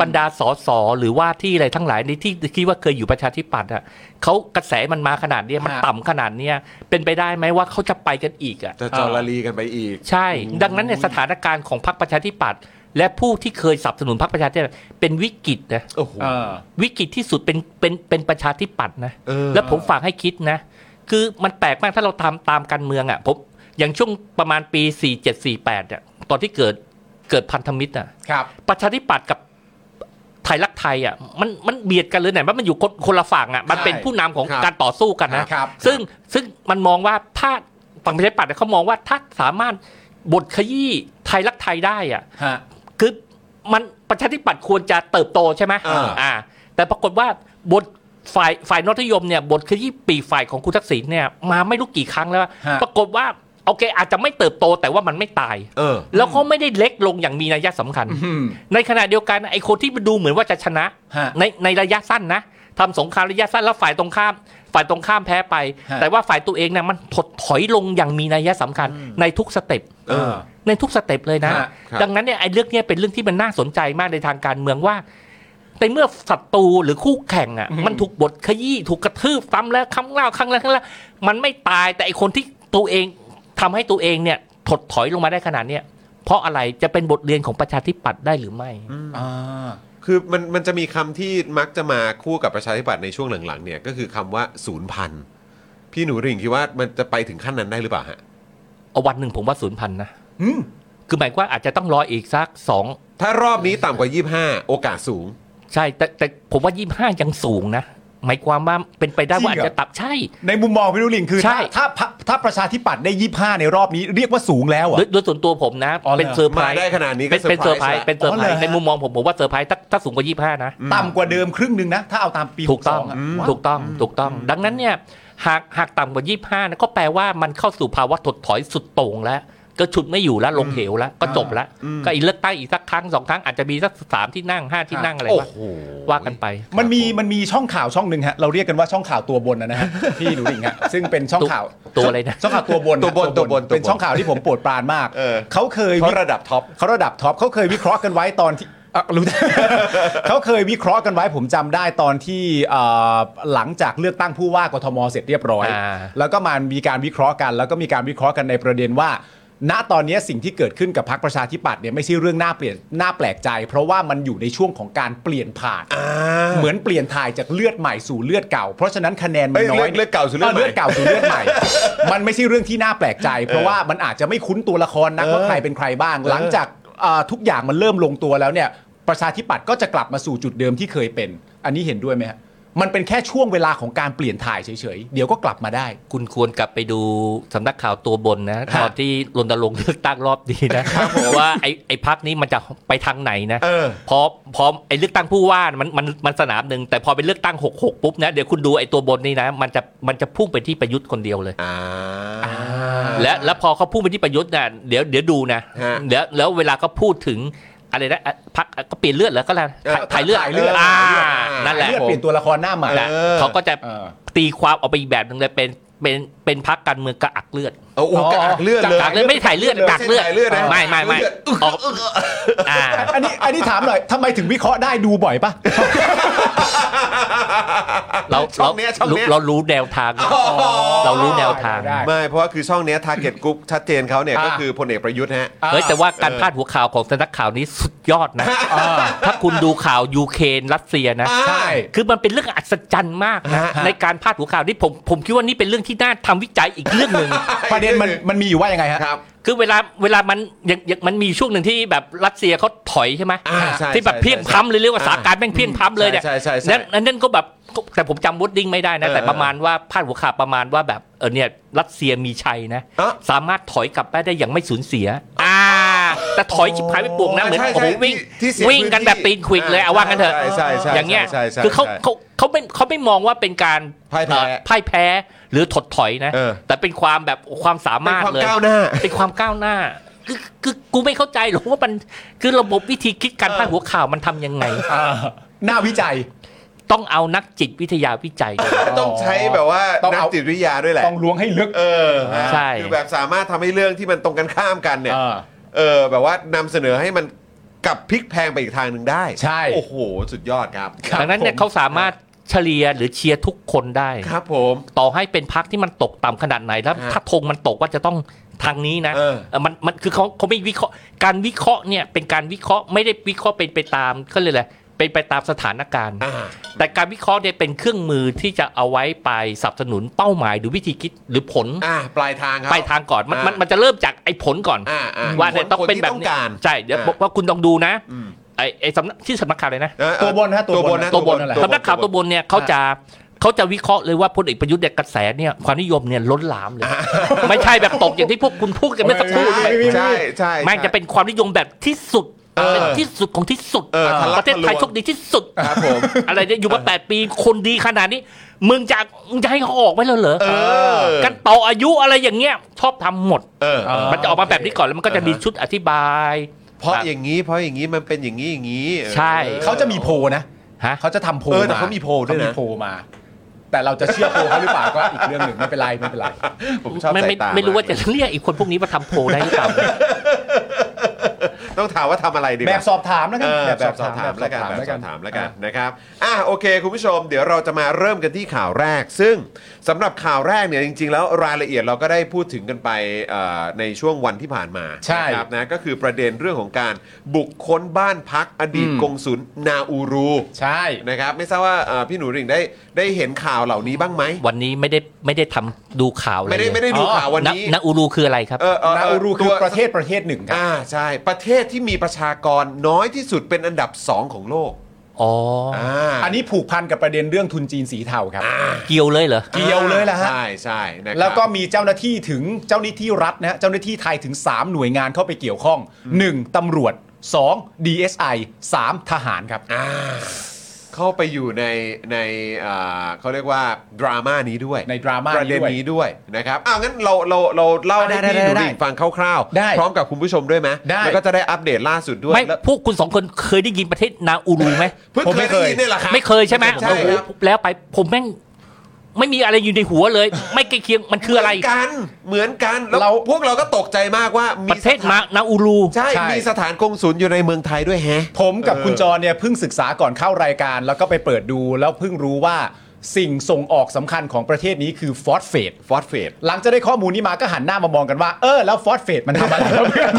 Speaker 5: บรรดาสสหรือว่าที่อะไรทั้งหลายในที่คิดว่าเคยอยู่ประชาธิปัตย์อ่ะเขากระแสมันมาขนาดเนี้ยมัน
Speaker 4: ฮะ
Speaker 5: ต่ำขนาดเนี้ยเป็นไปได้ไหมว่าเขาจะไปกันอีกอ่ะ
Speaker 3: จะจอรลีกันไปอีก
Speaker 5: ใช่ ดังนั้นในยสถานการณ์ของพรรคประชาธิปัตย์และผู้ที่เคยสนับสนุนพรรคประชาธิปัตย์เป็นวิกฤตนะ
Speaker 3: โอ้โห
Speaker 4: เออ
Speaker 5: วิกฤตที่สุดเป็นเป็นเป็นประชาธิปัตย์นะ
Speaker 3: เออ
Speaker 5: และผมฝากให้คิดนะ คือมันแปลกมากถ้าเราทำตามการเมืองอ่ะผมอย่างช่วงประมาณปี 4748เนี่ยตอนที่เกิดเกิดพันธมิตรอ่ะ
Speaker 4: ครับ
Speaker 5: ประชาธิปัตย์กับไทยรักไทยอ่ะมันมันเบียดกันเลยไหนว่ามันอยู่คนคนละฝั่งอ่ะมันเป็นผู้นำของ
Speaker 3: ครับ
Speaker 5: การต่อสู้กันนะ
Speaker 4: ครับ
Speaker 5: ซึ่งซึ่งมันมองว่าถ้าฝั่งประชาธิปัตย์เนี่ยเขามองว่าถ้าสามารถบทขยี้ไทยรักไทยได้อะ
Speaker 4: ฮะ
Speaker 5: คือมันประชาธิปัตย์ควรจะเติบโตใช่ไหม
Speaker 3: อ่า
Speaker 5: อ่า แต่ปรากฏว่าบทฝ่ายฝ่ายนวัตนิยมเนี่ยบทขยี้ปีกฝ่ายของคุณทักษิณเนี่ยมาไม่รู้กี่ครั้งแล้ว
Speaker 4: ฮะ
Speaker 5: ปรากฏว่าโอเคอาจจะไม่เติบโตแต่ว่ามันไม่ตาย
Speaker 3: เออ
Speaker 5: แล้วก็ไม่ได้เล็กลงอย่างมีนัยสำคัญ
Speaker 4: อืม
Speaker 5: ในขณะเดียวกันไอ้คนที่ดูเหมือนว่าจะชนะ
Speaker 4: ฮะ
Speaker 5: ในในระยะสั้นนะทำสงครามระยะสั้นแล้วฝ่ายตรงข้าม ฝ่ายตรงข้ามแพ้ไป
Speaker 4: ฮะ
Speaker 5: แต่ว่าฝ่ายตัวเองเนี่ยมันถดถอยลงอย่างมีนัยสำคัญ ในทุกสเต็ป
Speaker 3: เออ
Speaker 5: ในทุกสเต็ปเลยนะ
Speaker 4: ฮะ
Speaker 3: ครับ
Speaker 5: ดังนั้นเนี่ยไอ้เรื่องเนี้ยเป็นเรื่องที่มันน่าสนใจมากในทางการเมืองว่าในเมื่อศัตรูหรือคู่แข่งอ่ะมันถูกบทขยี้ถูกกระทืบซ้ำแล้วครั้งแล้วครั้งแล้วครั้งแล้วมันไม่ตายแต่ไอคนที่ตัวเองทำให้ตัวเองเนี่ยถดถอยลงมาได้ขนาดเนี้ยเพราะอะไรจะเป็นบทเรียนของประชาธิปัตย์ได้หรือไม่
Speaker 4: อ่า
Speaker 3: คือมันมันจะมีคำที่มักจะมาคู่กับประชาธิปัตย์ในช่วงหลังๆเนี่ยก็คือคำว่าศูนย์พันพี่หนูริ่งคิดว่ามันจะไปถึงขั้นนั้นได้หรือเปล่าฮะ
Speaker 5: เอาวันหนึ่งผมว่าศูนย์พันนะ
Speaker 4: อืม
Speaker 5: คือหมายว่าอาจจะต้องรออีกสักสอง
Speaker 3: ถ้ารอบนี้ต่ำกว่า 25 โอกาสสูง
Speaker 5: ใช่ แต่แต่ผมว่ายี่ห้ายังสูงนะ หมายความว่าเป็นไปได้ว่าอาจจะตับใช่
Speaker 4: ในมุมมองพี่นุลิงคือ
Speaker 5: ใช่
Speaker 4: ถ้าถ้าพรรคถ้าประชาธิปัตย์ได้ยี่ห้าในรอบนี้เรียกว่าสูงแล้วเหร
Speaker 5: โดย
Speaker 4: อ่ะ
Speaker 5: โดยส่วนตัวผมนะ
Speaker 4: อ๋อเหรอ
Speaker 5: เป็นเซอร์ไพร
Speaker 3: มา
Speaker 5: ส์
Speaker 3: ได้ขนาดนี้ก็
Speaker 5: เป็นเป็นเซอร์ไพรส์เป็นเซอร์ไพร
Speaker 4: อ๋อเหร
Speaker 5: ส์
Speaker 4: อ
Speaker 5: ในมุมมองผมผมว่าเซอร์ไพรส์ถ้าถ้าสูงกว่ายี่ห้านะ
Speaker 4: ต่ำกว่าเดิมครึ่งหนึ่งนะถ้าเอาตามปี
Speaker 5: ถูกต้อง
Speaker 4: 62ะ
Speaker 5: ถูกต้องถูกต้อง ดังนั้นเนี่ยหากหากต่ำกว่ายี่ห้านะก็แปลว่ามันเข้าสู่ภาวะถดถอยสุดโต่งแล้ว ก็ฉุดไม่อยู่แล้วลงเหวแล้วก็จบแล้ว ก็อีกเลือกตั้งอีกสักครั้งสองครั้งอาจจะมีสักสามที่นั่งห้าที่นั่งอะไร
Speaker 3: โอ้
Speaker 5: ว่า
Speaker 3: โห
Speaker 5: ว่ากันไป
Speaker 4: มันมีมันมีช่องข่าวช่องหนึ่งฮะเราเรียกกันว่าช่องข่าวตัวบนนะนะฮะ [laughs] พี่หนูดิ่งฮะซึ่งเป็นช่อง
Speaker 5: ตัว
Speaker 4: ข่าว
Speaker 5: ตัวอะไรนะ
Speaker 4: ช่องข่าวตัวบนฮะ
Speaker 3: ตัวบนตัวบนตัวบน
Speaker 4: เป็นช่องข่าวที่ผมโปรดปรานมาก
Speaker 3: เออ
Speaker 4: เขาเคย
Speaker 3: เพ
Speaker 4: วิ
Speaker 3: ราะระดับท็อป
Speaker 4: เขาระดับท็อปเขาเคยวิเคราะห์กันไว้ตอนที่อ่ะ
Speaker 3: [laughs]
Speaker 4: รู้ เขาเคยวิเคราะห์กันไว้ผมจำได้ตอนที่เอ่อหลังจากเลือกตั้งผู้ว่ากทมเสร็จเรียบร้อย
Speaker 5: อ่า
Speaker 4: แล้วก็มามีการวิเคราะห์กัน แล้วก็มีการวิเคราะห์กันในประเด็นว่า ณตอนนี้สิ่งที่เกิดขึ้นกับพรรคประชาธิปัตย์เนี่ยไม่ใช่เรื่องน่าเปลี่ยนน่าแปลกใจ เพราะว่ามันอยู่ในช่วงของการเปลี่ยนผ่าน เหมือนเปลี่ยนถ่ายจากเลือดใหม่สู่เลือดเก่า เพราะฉะนั้นคะแนนมั
Speaker 3: เอ้
Speaker 4: น
Speaker 3: ย
Speaker 4: น้อย
Speaker 3: เลือดเก่าสู่เลือดใหม่
Speaker 4: เลือดเก่าสู่เลือดใหม่ [laughs] มันไม่ใช่เรื่องที่น่าแปลกใจ เพราะว่ามันอาจจะไม่คุ้นตัวละครนักว่าใครเป็นใครบ้าง หลังจากเอ่อทุกอย่างมันเริ่มลงตัวแล้วเนี่ย ประชาธิปัตย์ก็จะกลับมาสู่จุดเดิมที่เคยเป็น อันนี้เห็นด้วยไหมฮะมันเป็นแค่ช่วงเวลาของการเปลี่ยนถ่ายเฉยๆเดี๋ยวก็กลับมาได้
Speaker 5: คุณควรกลับไปดูสำนักข่าวตัวบนนะ
Speaker 4: ฮะ
Speaker 5: ตอนที่รณรงค์เลือกตั้งรอบนี้นะว่าไอ้ไอ้พักนี้มันจะไปทางไหนนะ
Speaker 3: เออ
Speaker 5: พอพอไอ้เลือกตั้งผู้ว่ามันมันมันสนามหนึ่งแต่พอไปเลือกตั้ง6 6ปุ๊บนะเดี๋ยวคุณดูไอ้ตัวบนนี่นะ มันจะมันจะพุ่งไปที่ประยุทธ์คนเดียวเลย
Speaker 3: อ่า
Speaker 5: และแล้วพอเขาพุ่งไปที่ประยุทธ์นะเดี๋ยวเดี๋ยวดูนะ
Speaker 3: ฮะ
Speaker 5: เดี๋ยวแล้วเวลาเขาพูดถึงอะไรนะอ่ะพักก็เปลี่ยนเลือดแล้วก็แล้ว
Speaker 3: เออ
Speaker 5: ถ่ายเลือด
Speaker 3: ถ่ายเลือด
Speaker 5: อ่า
Speaker 3: ถ่ายเลือดอ่า
Speaker 5: นั่นแหละ
Speaker 4: เลือดเปลี่ยนตัวละครหน้าใหม่
Speaker 3: เออ
Speaker 5: เขาก็จะ
Speaker 4: เออ
Speaker 5: ตีความออกไปอีกแบบหนึ่งเลยเป็นเป็นเป็นพักการเมืองกระอักเลือด
Speaker 3: โอ้โหกระอักเลือด
Speaker 5: ก
Speaker 3: เลย
Speaker 5: ระอักเลือดไม่ได้ถ่ายเลือดกระอักเลือด
Speaker 3: ส้นสายเลือดนะ
Speaker 5: ไม่ไม่ไม่
Speaker 3: เลือด
Speaker 5: ออกอ่า
Speaker 4: อันนี้อันนี้ถามหน่อยทำไมถึงวิเคราะห์ได้ดูบ่อยปะ
Speaker 5: เรา
Speaker 3: ช่องเนี้ยช่องเนี้ย
Speaker 5: เรารู้แนวทาง เรารู้แนวทาง
Speaker 4: ได้
Speaker 3: ไม่เพราะว่าคือช่องเนี้ย t a r g e t Group ชัดเจนเขาเนี่ย
Speaker 4: อ่า
Speaker 3: ก็คือพลเอกประยุทธ์ฮะ
Speaker 5: เฮ้ยแต่ว่าการพาดหัวข่าวของสำนักข่าวนี้สุดยอดนะ ถ้าคุณดูข่าวยูเครนรัสเซียนะ
Speaker 3: อ่า
Speaker 4: ใช่
Speaker 5: คือมันเป็นเรื่องอัศจรรย์มากนะ
Speaker 4: ฮะฮะ
Speaker 5: ในการพาดหัวข่าวนี่ผมผมคิดว่านี่เป็นเรื่องที่น่าทำวิจัยอีกเรื่องหนึ่ง
Speaker 4: ประเด็นมันมันมีอยู่ว่ายังไงฮะ
Speaker 3: ครับ
Speaker 5: คือเวลาเวลามันอย่างอย่างมันมีช่วงหนึ่งที่แบบรัสเซียเขาถอยใช่ไหม
Speaker 3: อ่าใช่
Speaker 5: ที่แบบ
Speaker 3: ใช่
Speaker 5: เพี้ยงพล้ำเลยเรียกว่า
Speaker 3: อ่า
Speaker 5: สถานการณ์แม่งเพี้ยงพล้ำเลยเนี่ย
Speaker 3: ใช่ใช่ใช่
Speaker 5: นั่นนั่นนั่นก็แบบแต่ผมจำวอดดิ้งไม่ได้นะ
Speaker 3: เออ
Speaker 5: แต่ประมาณว่าพาดหัวข่าวประมาณว่าแบบเออเนี่ยรัสเซียมีชัยนะ
Speaker 3: อ่ะ
Speaker 5: สามารถถอยกลับไปได้อย่างไม่สูญเสีย อ่า แต่ถอยชิบหายไปปวงนะเหมือน
Speaker 3: ใช่
Speaker 5: โอ้
Speaker 3: ใช่
Speaker 5: โหวิ่ง
Speaker 3: ที่ที่เสีย
Speaker 5: วิ่งกันแบบ
Speaker 3: พื้
Speaker 5: ตี
Speaker 3: ที่
Speaker 5: นควิดเลยเอาว่ากันเถอะ
Speaker 3: ใช่ใช่ใช่
Speaker 5: อย่างเงี้ย
Speaker 3: ใช่ใช่
Speaker 5: คือเขาเขาเขาไม่เขาไม่มองว่าเป็นการ
Speaker 3: พ่ายแพ้
Speaker 5: เอ่อพ่ายแพ้หรือถดถอยนะ
Speaker 3: เออ
Speaker 5: แต่เป็นความแบบความสา
Speaker 3: เป็น
Speaker 5: มารถ
Speaker 3: ความ
Speaker 5: เลย
Speaker 3: ก้าวหน้า
Speaker 5: เป็นความก้าวหน้าคือคือกูไม่เข้าใจหรอกว่ามันคือระบบวิธีคิดการพาดหัวข่าวมันทำยังไง
Speaker 4: อ่าหน้าวิจัย
Speaker 5: ต้องเอานักจิตวิทยาวิจัย
Speaker 3: ต้องใช้แบบว่า
Speaker 4: ต้อง
Speaker 3: นัก
Speaker 4: เอา
Speaker 3: จิตวิทยาด้วยแหละ
Speaker 4: ต้องล้วงให้ลึก
Speaker 3: เออฮะ
Speaker 5: ใช่
Speaker 3: คือแบบสามารถทำให้เรื่องที่มันตรงกันข้ามกันเนี่ย
Speaker 4: เออ
Speaker 3: เออแบบว่านำเสนอให้มันกลับพลิกแพงไปอีกทางหนึ่งได้
Speaker 4: ใช่
Speaker 3: โอ้โห สุดยอดครับ
Speaker 4: ครับ
Speaker 5: ดังนั้นเนี่ย
Speaker 4: ผม
Speaker 5: เขาสามารถเฉลี่ยหรือเชียร์ทุกคนได้
Speaker 3: ครับผม
Speaker 5: ต่อให้เป็นพักที่มันตกต่ำขนาดไหนแล้ว
Speaker 3: ฮะ
Speaker 5: ถ้าธงมันตกว่าจะต้องทางนี้นะ
Speaker 3: เออ
Speaker 5: เออมันมันคือเขาเขาไม่วิเคราะห์การวิเคราะห์เนี่ยเป็นการวิเคราะห์ไม่ได้วิเคราะห์เป็นไปตามก็เลยกอะไรเป็นไปตามสถานการณ์
Speaker 3: อ่า
Speaker 5: แต่การวิเคราะห์เนี่ยเป็นเครื่องมือที่จะเอาไว้ไปสนับสนุนเป้าหมายหรือวิธีคิดหรือผล
Speaker 3: อ่าปลายทางครับ
Speaker 5: ไปทางก่อนมัน
Speaker 3: อ่ามั
Speaker 5: มันมันจะเริ่มจากไอ้ผลก่อน
Speaker 3: อ่าอ่า
Speaker 5: ว่าเนี่ย
Speaker 3: ผล
Speaker 5: ต้องเป็นแบบ
Speaker 3: ผลที่ต้อง
Speaker 5: เนี้ย
Speaker 3: การ
Speaker 5: ใช่เดี๋ยว
Speaker 3: อ่า
Speaker 5: บอกว่าคุณต้องดูนะไอ้ไอ้สำนักที่อสำนักข่าวเลยนะ
Speaker 3: เออเออ
Speaker 4: ตัวบนฮะตัว
Speaker 3: ตัวบบ น
Speaker 4: น
Speaker 3: นะ
Speaker 4: ฮะ
Speaker 5: ตัวบน
Speaker 3: ตัว
Speaker 4: อะไร
Speaker 5: สำนักข่าวตัวบนเนี่ยเขาจะเขาจะวิเคราะห์เลยว่าพลเอกประยุทธ์เนี่ยกระแสเนี่ยความนิยมเนี่ยล้นหลามเลย ไม่ใช่แบบตกอย่างที่พวกคุณพูดกันเมื่อสักครู่นี้
Speaker 3: ใช่ใช่ใช่
Speaker 5: แม่งจะเป็นความนิยมแบบที่สุด
Speaker 3: เออ
Speaker 5: เป็นที่สุดของที่สุด
Speaker 3: เออทะลัก
Speaker 5: ประเทศไทย
Speaker 3: ทะลวง
Speaker 5: โชคดีที่สุด
Speaker 3: ครับผม
Speaker 5: อะไรเนี่ยอยู่มาแปดปีคนดีขนาดนี้ มึงจะมึงจะให้เขาออกไปแล้วเหรอ
Speaker 3: เออ
Speaker 5: กันต่ออายุอะไรอย่างเงี้ยชอบทำหมด
Speaker 3: เออเออ
Speaker 5: มันจะออกมาแบบนี้ก่อนแล้วมันก็จะมีชุดอธิบาย
Speaker 3: เพราะอย่างนี้เพราะอย่างนี้มันเป็นอย่างนี้อย่างนี้ออ
Speaker 5: ใช่
Speaker 4: เขาจะมีโพลนะ
Speaker 5: ฮะ
Speaker 4: เขาจะทำโพล
Speaker 3: เออแต่เขามีโพลด้วยนะ
Speaker 4: เขามีโพลมา แต่เราจะเชื่อโพลเขาหรือเปล่าก็อีกเรื่องหนึ่งไม่เป็นไรไม่เป็นไร
Speaker 3: ผมชอบ
Speaker 5: ไม่
Speaker 3: สา
Speaker 5: ไม่
Speaker 3: ยตา
Speaker 5: ไม่รู้
Speaker 3: ก
Speaker 5: ว่าจะเรียกอีกคนพวกนี้มาทำโพลได้หรือ
Speaker 3: [laughs]
Speaker 5: เปล่า
Speaker 3: ต้องถามว่าทำอะไรดีก
Speaker 4: แบ
Speaker 3: ว่า
Speaker 4: บสอบถามแล้วกัน
Speaker 3: เออแบบสอบถามแล้วกัน
Speaker 4: แบ
Speaker 3: แบบบสอบ
Speaker 4: สอบถามแล้วกัน
Speaker 3: ถามแล้วกันนะครับอ่ะโอเค คุณผู้ชมเดี๋ยวเราจะมาเริ่มกันที่ข่าวแรก ซึ่งสำหรับข่าวแรกเนี่ยจริง ๆ แล้วรายละเอียดเราก็ได้พูดถึงกันไปเอ่อในช่วงวันที่ผ่านมา
Speaker 4: ใช่
Speaker 3: นะครับนะก็คือประเด็นเรื่องของการบุกค้นบ้านพักอดีต
Speaker 4: อืม
Speaker 3: กงสุลนาอูรู
Speaker 4: ใช่
Speaker 3: นะครับ ไม่ทราบว่าเอ่อพี่หนูหริ่งได้ได้เห็นข่าวเหล่านี้บ้างไหม
Speaker 5: วันนี้ไม่ได้ไม่ได้ทำดูข่าวเลย
Speaker 3: ไม่ได้ไม่ได้ดู
Speaker 4: อ๋อ
Speaker 3: ข่าววันนี้
Speaker 5: ะอูรูคืออะไรครับ
Speaker 3: เออเออ
Speaker 4: นา
Speaker 3: เอ
Speaker 4: อู
Speaker 3: อ
Speaker 4: รูคื
Speaker 3: ตั
Speaker 4: อ
Speaker 3: ว
Speaker 4: ประเทศประเทศหนึ่งครับ
Speaker 3: อ่าใช่ประเทศที่มีประชากรน้อยที่สุดเป็นอันดับสองของโลก
Speaker 5: อ๋ออ
Speaker 3: อ่า
Speaker 4: อันนี้ผูกพันกับประเด็นเรื่องทุนจีนสีเทาครับ
Speaker 5: เกี่ยวเลยเหรอ
Speaker 4: เกี่ยวเลยล่ะฮะ
Speaker 3: ใช่ใช่นะครับ
Speaker 4: แล้วก็มีเจ้าหน้าที่ถึงเจ้าหน้าที่รัฐนะฮะเจ้าหน้าที่ไทยถึง 3 หน่วยงานเข้าไปเกี่ยวข้อง 1. ตำรวจ 2. DSI 3. ทหารครับ
Speaker 3: เข้าไปอยู่ในในเอ่อเขาเรียกว่าดราม่านี้ด้วย
Speaker 4: ในดราม่า
Speaker 3: ประเด็น
Speaker 4: นี้
Speaker 3: นี้
Speaker 4: ด้วย
Speaker 3: ด้วยนะครับอ้าวงั้นเราเราเราเล่า
Speaker 4: ได้
Speaker 3: ให้
Speaker 4: ได้
Speaker 3: พี่
Speaker 4: ได้
Speaker 3: หนู
Speaker 4: ได้
Speaker 3: ดิ่งฟังคร่าว
Speaker 4: ได้
Speaker 3: พร้อมกับคุณผู้ชมด้วยไหม
Speaker 4: ได้
Speaker 3: แล้วก็จะได้อัปเดตล่าสุดด้วย
Speaker 5: ไม่
Speaker 3: แล้ว
Speaker 5: พวกคุณสองคนเคยได้ยินประเทศนาอูรูไหม
Speaker 3: เพิ่ง
Speaker 4: ผม
Speaker 3: เค
Speaker 4: ไม่
Speaker 3: ย
Speaker 4: เค
Speaker 3: ได้
Speaker 4: ย
Speaker 3: ยินเนี่ยแหละครับ
Speaker 5: ไม่เคยใช่ไหม
Speaker 3: ใช่ครับ
Speaker 5: โอ้โหแล้วไปผมแม่งไม่มีอะไรอยู่ในหัวเลย ไม่ใกล้เคียงมันคืออะไร
Speaker 3: เหมืนกันเหมือนกันแล้ว
Speaker 4: เรา
Speaker 3: พวกเราก็ตกใจมากว่ามี
Speaker 5: ประเทศ
Speaker 3: สถน
Speaker 5: มานาอูรู
Speaker 3: ใช่
Speaker 4: ใช่
Speaker 3: มีสถานกงศูนย์อยู่ในเมืองไทยด้วยแฮะ
Speaker 4: ผมกับ
Speaker 3: เออ
Speaker 4: คุณจรเนี่ยเพิ่งศึกษาก่อนเข้ารายการ แล้วก็ไปเปิดดูแล้วเพิ่งรู้ว่าสิ่งส่งออกสำคัญของประเทศนี้คือฟอสเฟต
Speaker 3: ฟอสเฟต
Speaker 4: หลังจากได้ข้อมูลนี้มาก็หันหน้ามามองกันว่า เออ แล้วฟอสเฟตมันทำอะไรครับเพื่อน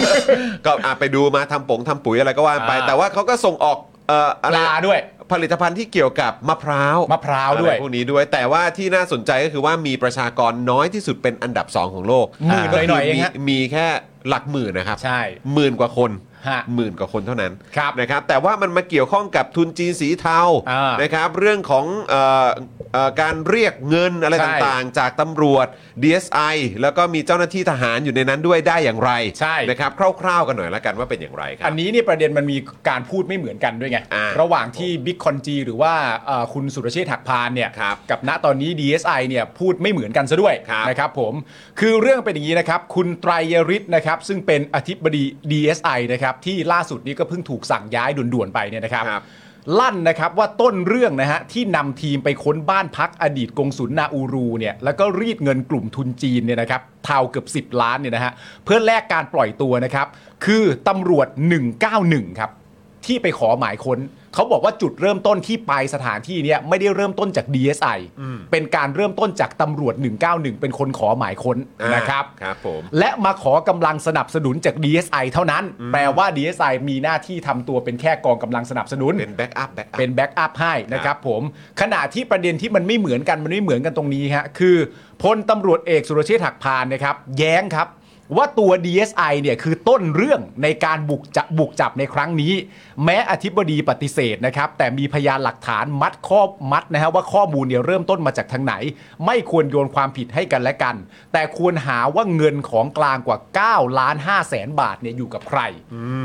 Speaker 3: ก็อ่ะไปดูมาทำป๋งทำปุ๋ยอะไรก็ว่าไป
Speaker 4: อ่า
Speaker 3: แต่ว่าเขาก็ส่งออกเอ่อ [laughs] อะ
Speaker 4: ป
Speaker 3: ไร
Speaker 4: ลาด้วย
Speaker 3: ผลิตภัณฑ์ที่เกี่ยวกับมะพร้าว
Speaker 4: มะพร้าวด้วย
Speaker 3: อไพวกนี้ด้วย แต่ว่าที่น่าสนใจก็คือว่ามีประชากรน้อยที่สุดเป็นอันดับ 2 ของโลก
Speaker 4: หมื่น
Speaker 3: ก็คื
Speaker 4: หน่อยๆเอง
Speaker 3: มี
Speaker 4: ฮะ
Speaker 3: มีแค่หลักหมื่นนะครับ
Speaker 4: ใช่
Speaker 3: หมื่นกว่าคน
Speaker 4: ฮะ
Speaker 3: หมื่นกว่าคนเท่านั้น
Speaker 4: ครับ
Speaker 3: นะครับ แต่ว่ามันมาเกี่ยวข้องกับทุนจีนสีเทา
Speaker 4: อ่าน
Speaker 3: นะครับ เรื่องของเออเอ่อการเรียกเงินอะไร
Speaker 4: ใช่
Speaker 3: ต่างๆ จากตำรวจ DSI แล้วก็มีเจ้าหน้าที่ทหารอยู่ในนั้นด้วยได้อย่างไร
Speaker 4: ใช่
Speaker 3: นะครับคร่าวๆกันหน่อยละกันว่าเป็นอย่างไรครั
Speaker 4: อั
Speaker 3: บ
Speaker 4: นนี้เนี่ยประเด็นมันมีการพูดไม่เหมือนกันด้วยไง
Speaker 3: อ่า
Speaker 4: ระหว่างที่บิ๊กคอนจีหรือว่าเอ่อคุณสุรเชษฐ์หักพานเนี่ย
Speaker 3: ครับ
Speaker 4: กับณตอนนี้ DSI เนี่ยพูดไม่เหมือนกันซะด้วย
Speaker 3: ครับ
Speaker 4: นะครับผมคือเรื่องเป็นอย่างนี้นะครับ คุณไตรยฤทธิ์นะครับซึ่งเป็นอธิบดี DSI นะครับที่ล่าสุดนี้ก็เพิ่งถูกสั่งย้ายด่วนๆไปเนี่ยนะครับ
Speaker 3: ครับ
Speaker 4: ลั่นนะครับว่าต้นเรื่องนะฮะที่นำทีมไปค้นบ้านพักอดีตกงสุลนาอูรูเนี่ยแล้วก็รีดเงินกลุ่มทุนจีนเนี่ยนะครับเทาเกือบ 10 ล้านเนี่ยนะฮะเพื่อแลกการปล่อยตัวนะครับ คือตำรวจ 191 ครับ ที่ไปขอหมายค้นเขาบอกว่าจุดเริ่มต้นที่ไปสถานที่เนี้ยไม่ได้เริ่มต้นจาก DSI เป็นการเริ่มต้นจากตำรวจ 191 เป็นคนขอหมายค้น
Speaker 3: อ่า
Speaker 4: นะครับ
Speaker 3: ครับผม
Speaker 4: และมาขอกำลังสนับสนุนจาก DSI เท่านั้น แปลว่า DSI มีหน้าที่ทำตัวเป็นแค่กองกำลังสนับสนุน
Speaker 3: เป็นแบ็กอัพแบ็กอัพ
Speaker 4: เป็นแบ็กอัพให้นะครับผมขณะที่ประเด็นที่มันไม่เหมือนกัน มันไม่เหมือนกันตรงนี้ฮะคือพลตำรวจเอกสุรเชษฐ์หักพานนะครับแย้งครับ ว่าตัว DSI เนี่ยคือต้นเรื่องในการบุกจับบุกจับในครั้งนี้ แม้อธิบดีปฏิเสธนะครับ แต่มีพยานหลักฐานมัดข้อมัดนะฮะว่าข้อมูลเนี่ยเริ่มต้นมาจากทางไหน ไม่ควรโยนความผิดให้กันและกัน แต่ควรหาว่าเงินของกลางกว่า9ล้าน5แสนบาทเนี่ยอยู่กับใคร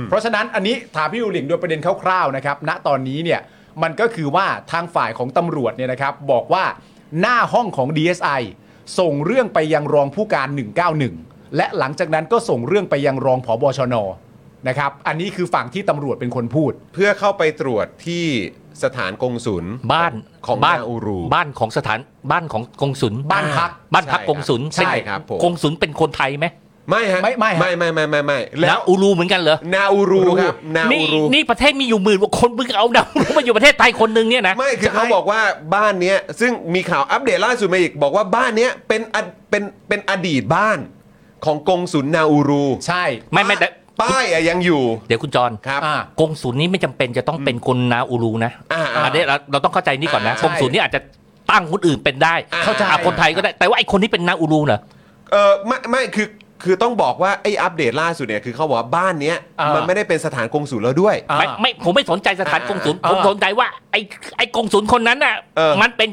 Speaker 4: เพราะฉะนั้นอันนี้ถามพี่อูหลิงโดยประเด็นคร่าวๆนะครับณตอนนี้เนี่ย มันก็คือว่าทางฝ่ายของตำรวจเนี่ยนะครับ บอกว่าหน้าห้องของ DSI ส่งเรื่องไปยังรองผู้การ 191 และหลังจากนั้นก็ส่งเรื่องไปยังรองผอบชนนะครับ อันนี้คือฝั่งที่ตำรวจเป็นคนพูด
Speaker 3: เพื่อเข้าไปตรวจที่สถานกงศุล
Speaker 5: บ้าน
Speaker 3: ของ
Speaker 5: บ้าน
Speaker 3: นาอูรู
Speaker 5: บ้านของสถานบ้านของกงสุล
Speaker 4: บ้านพัก
Speaker 5: บ้านพัก
Speaker 3: ใช่
Speaker 5: กงสุล
Speaker 3: ใช่
Speaker 5: เป็น
Speaker 3: ครับผม
Speaker 5: กงสุลเป็นคนไทยไหม
Speaker 3: ไม่ฮะ
Speaker 4: ไม่ไม่ฮะ
Speaker 3: ไม่ไม่ไม่ไม่ไม่
Speaker 5: แล้
Speaker 3: แล้ว ว
Speaker 5: อูรูเหมือนกันเหรอ
Speaker 3: นาอูรูครับนา
Speaker 5: นี่
Speaker 3: อูรู
Speaker 5: นี่ประเทศมีอยู่หมื่นกว่าคนมึงเอาดาวรู้มาอยู่ประเทศไทยคนนึงเนี่ยนะ
Speaker 3: ไม่คือเขาบอกว่าบ้านเนี้ยซึ่งมีข่าวอัปเดตล่าสุดมาอีก บอกว่าบ้านเนี้ยเป็นอดเป็นเป็นอดีตบ้านของกงศุลนาอูรู
Speaker 4: ใช่
Speaker 5: ไม่ไม่แต่
Speaker 3: ป้ายอะยังอยู่
Speaker 5: เดี๋ยวคุณจร
Speaker 3: ครับ
Speaker 4: อ่า
Speaker 5: กงสุลนี้ไม่จำเป็นจะต้องเป็นคนนาอูรูนะ
Speaker 3: อ่าอ่า
Speaker 5: อันนี้เราเราต้องเข้าใจนี่ก่อนนะ
Speaker 3: อ่าใช่
Speaker 5: กงสุลนี่อาจจะตั้งคนอื่นเป็นได้
Speaker 3: อ่าเข้าใจ
Speaker 5: อ่ะคนไทยก็ได้แต่ว่าไอ้คนนี้เป็นนาอูรูเหรอ
Speaker 3: เออไม่ไม่คือคือต้องบอกว่าไอ้อัปเดตล่าสุดเนี่ยคือเขาบอกว่าบ้านเนี้ย
Speaker 4: อ่ามั
Speaker 3: มันไม่ได้เป็นสถานกงศุลแล้วด้วย
Speaker 4: อ่า
Speaker 5: ไม่ไม่ผมไม่สนใจสถานกงสุล
Speaker 4: อ่า
Speaker 5: ผมสนใจว่าไอ้ไอ้กงสุลคนนั้นน่ะ
Speaker 3: เออ
Speaker 5: มันเป็น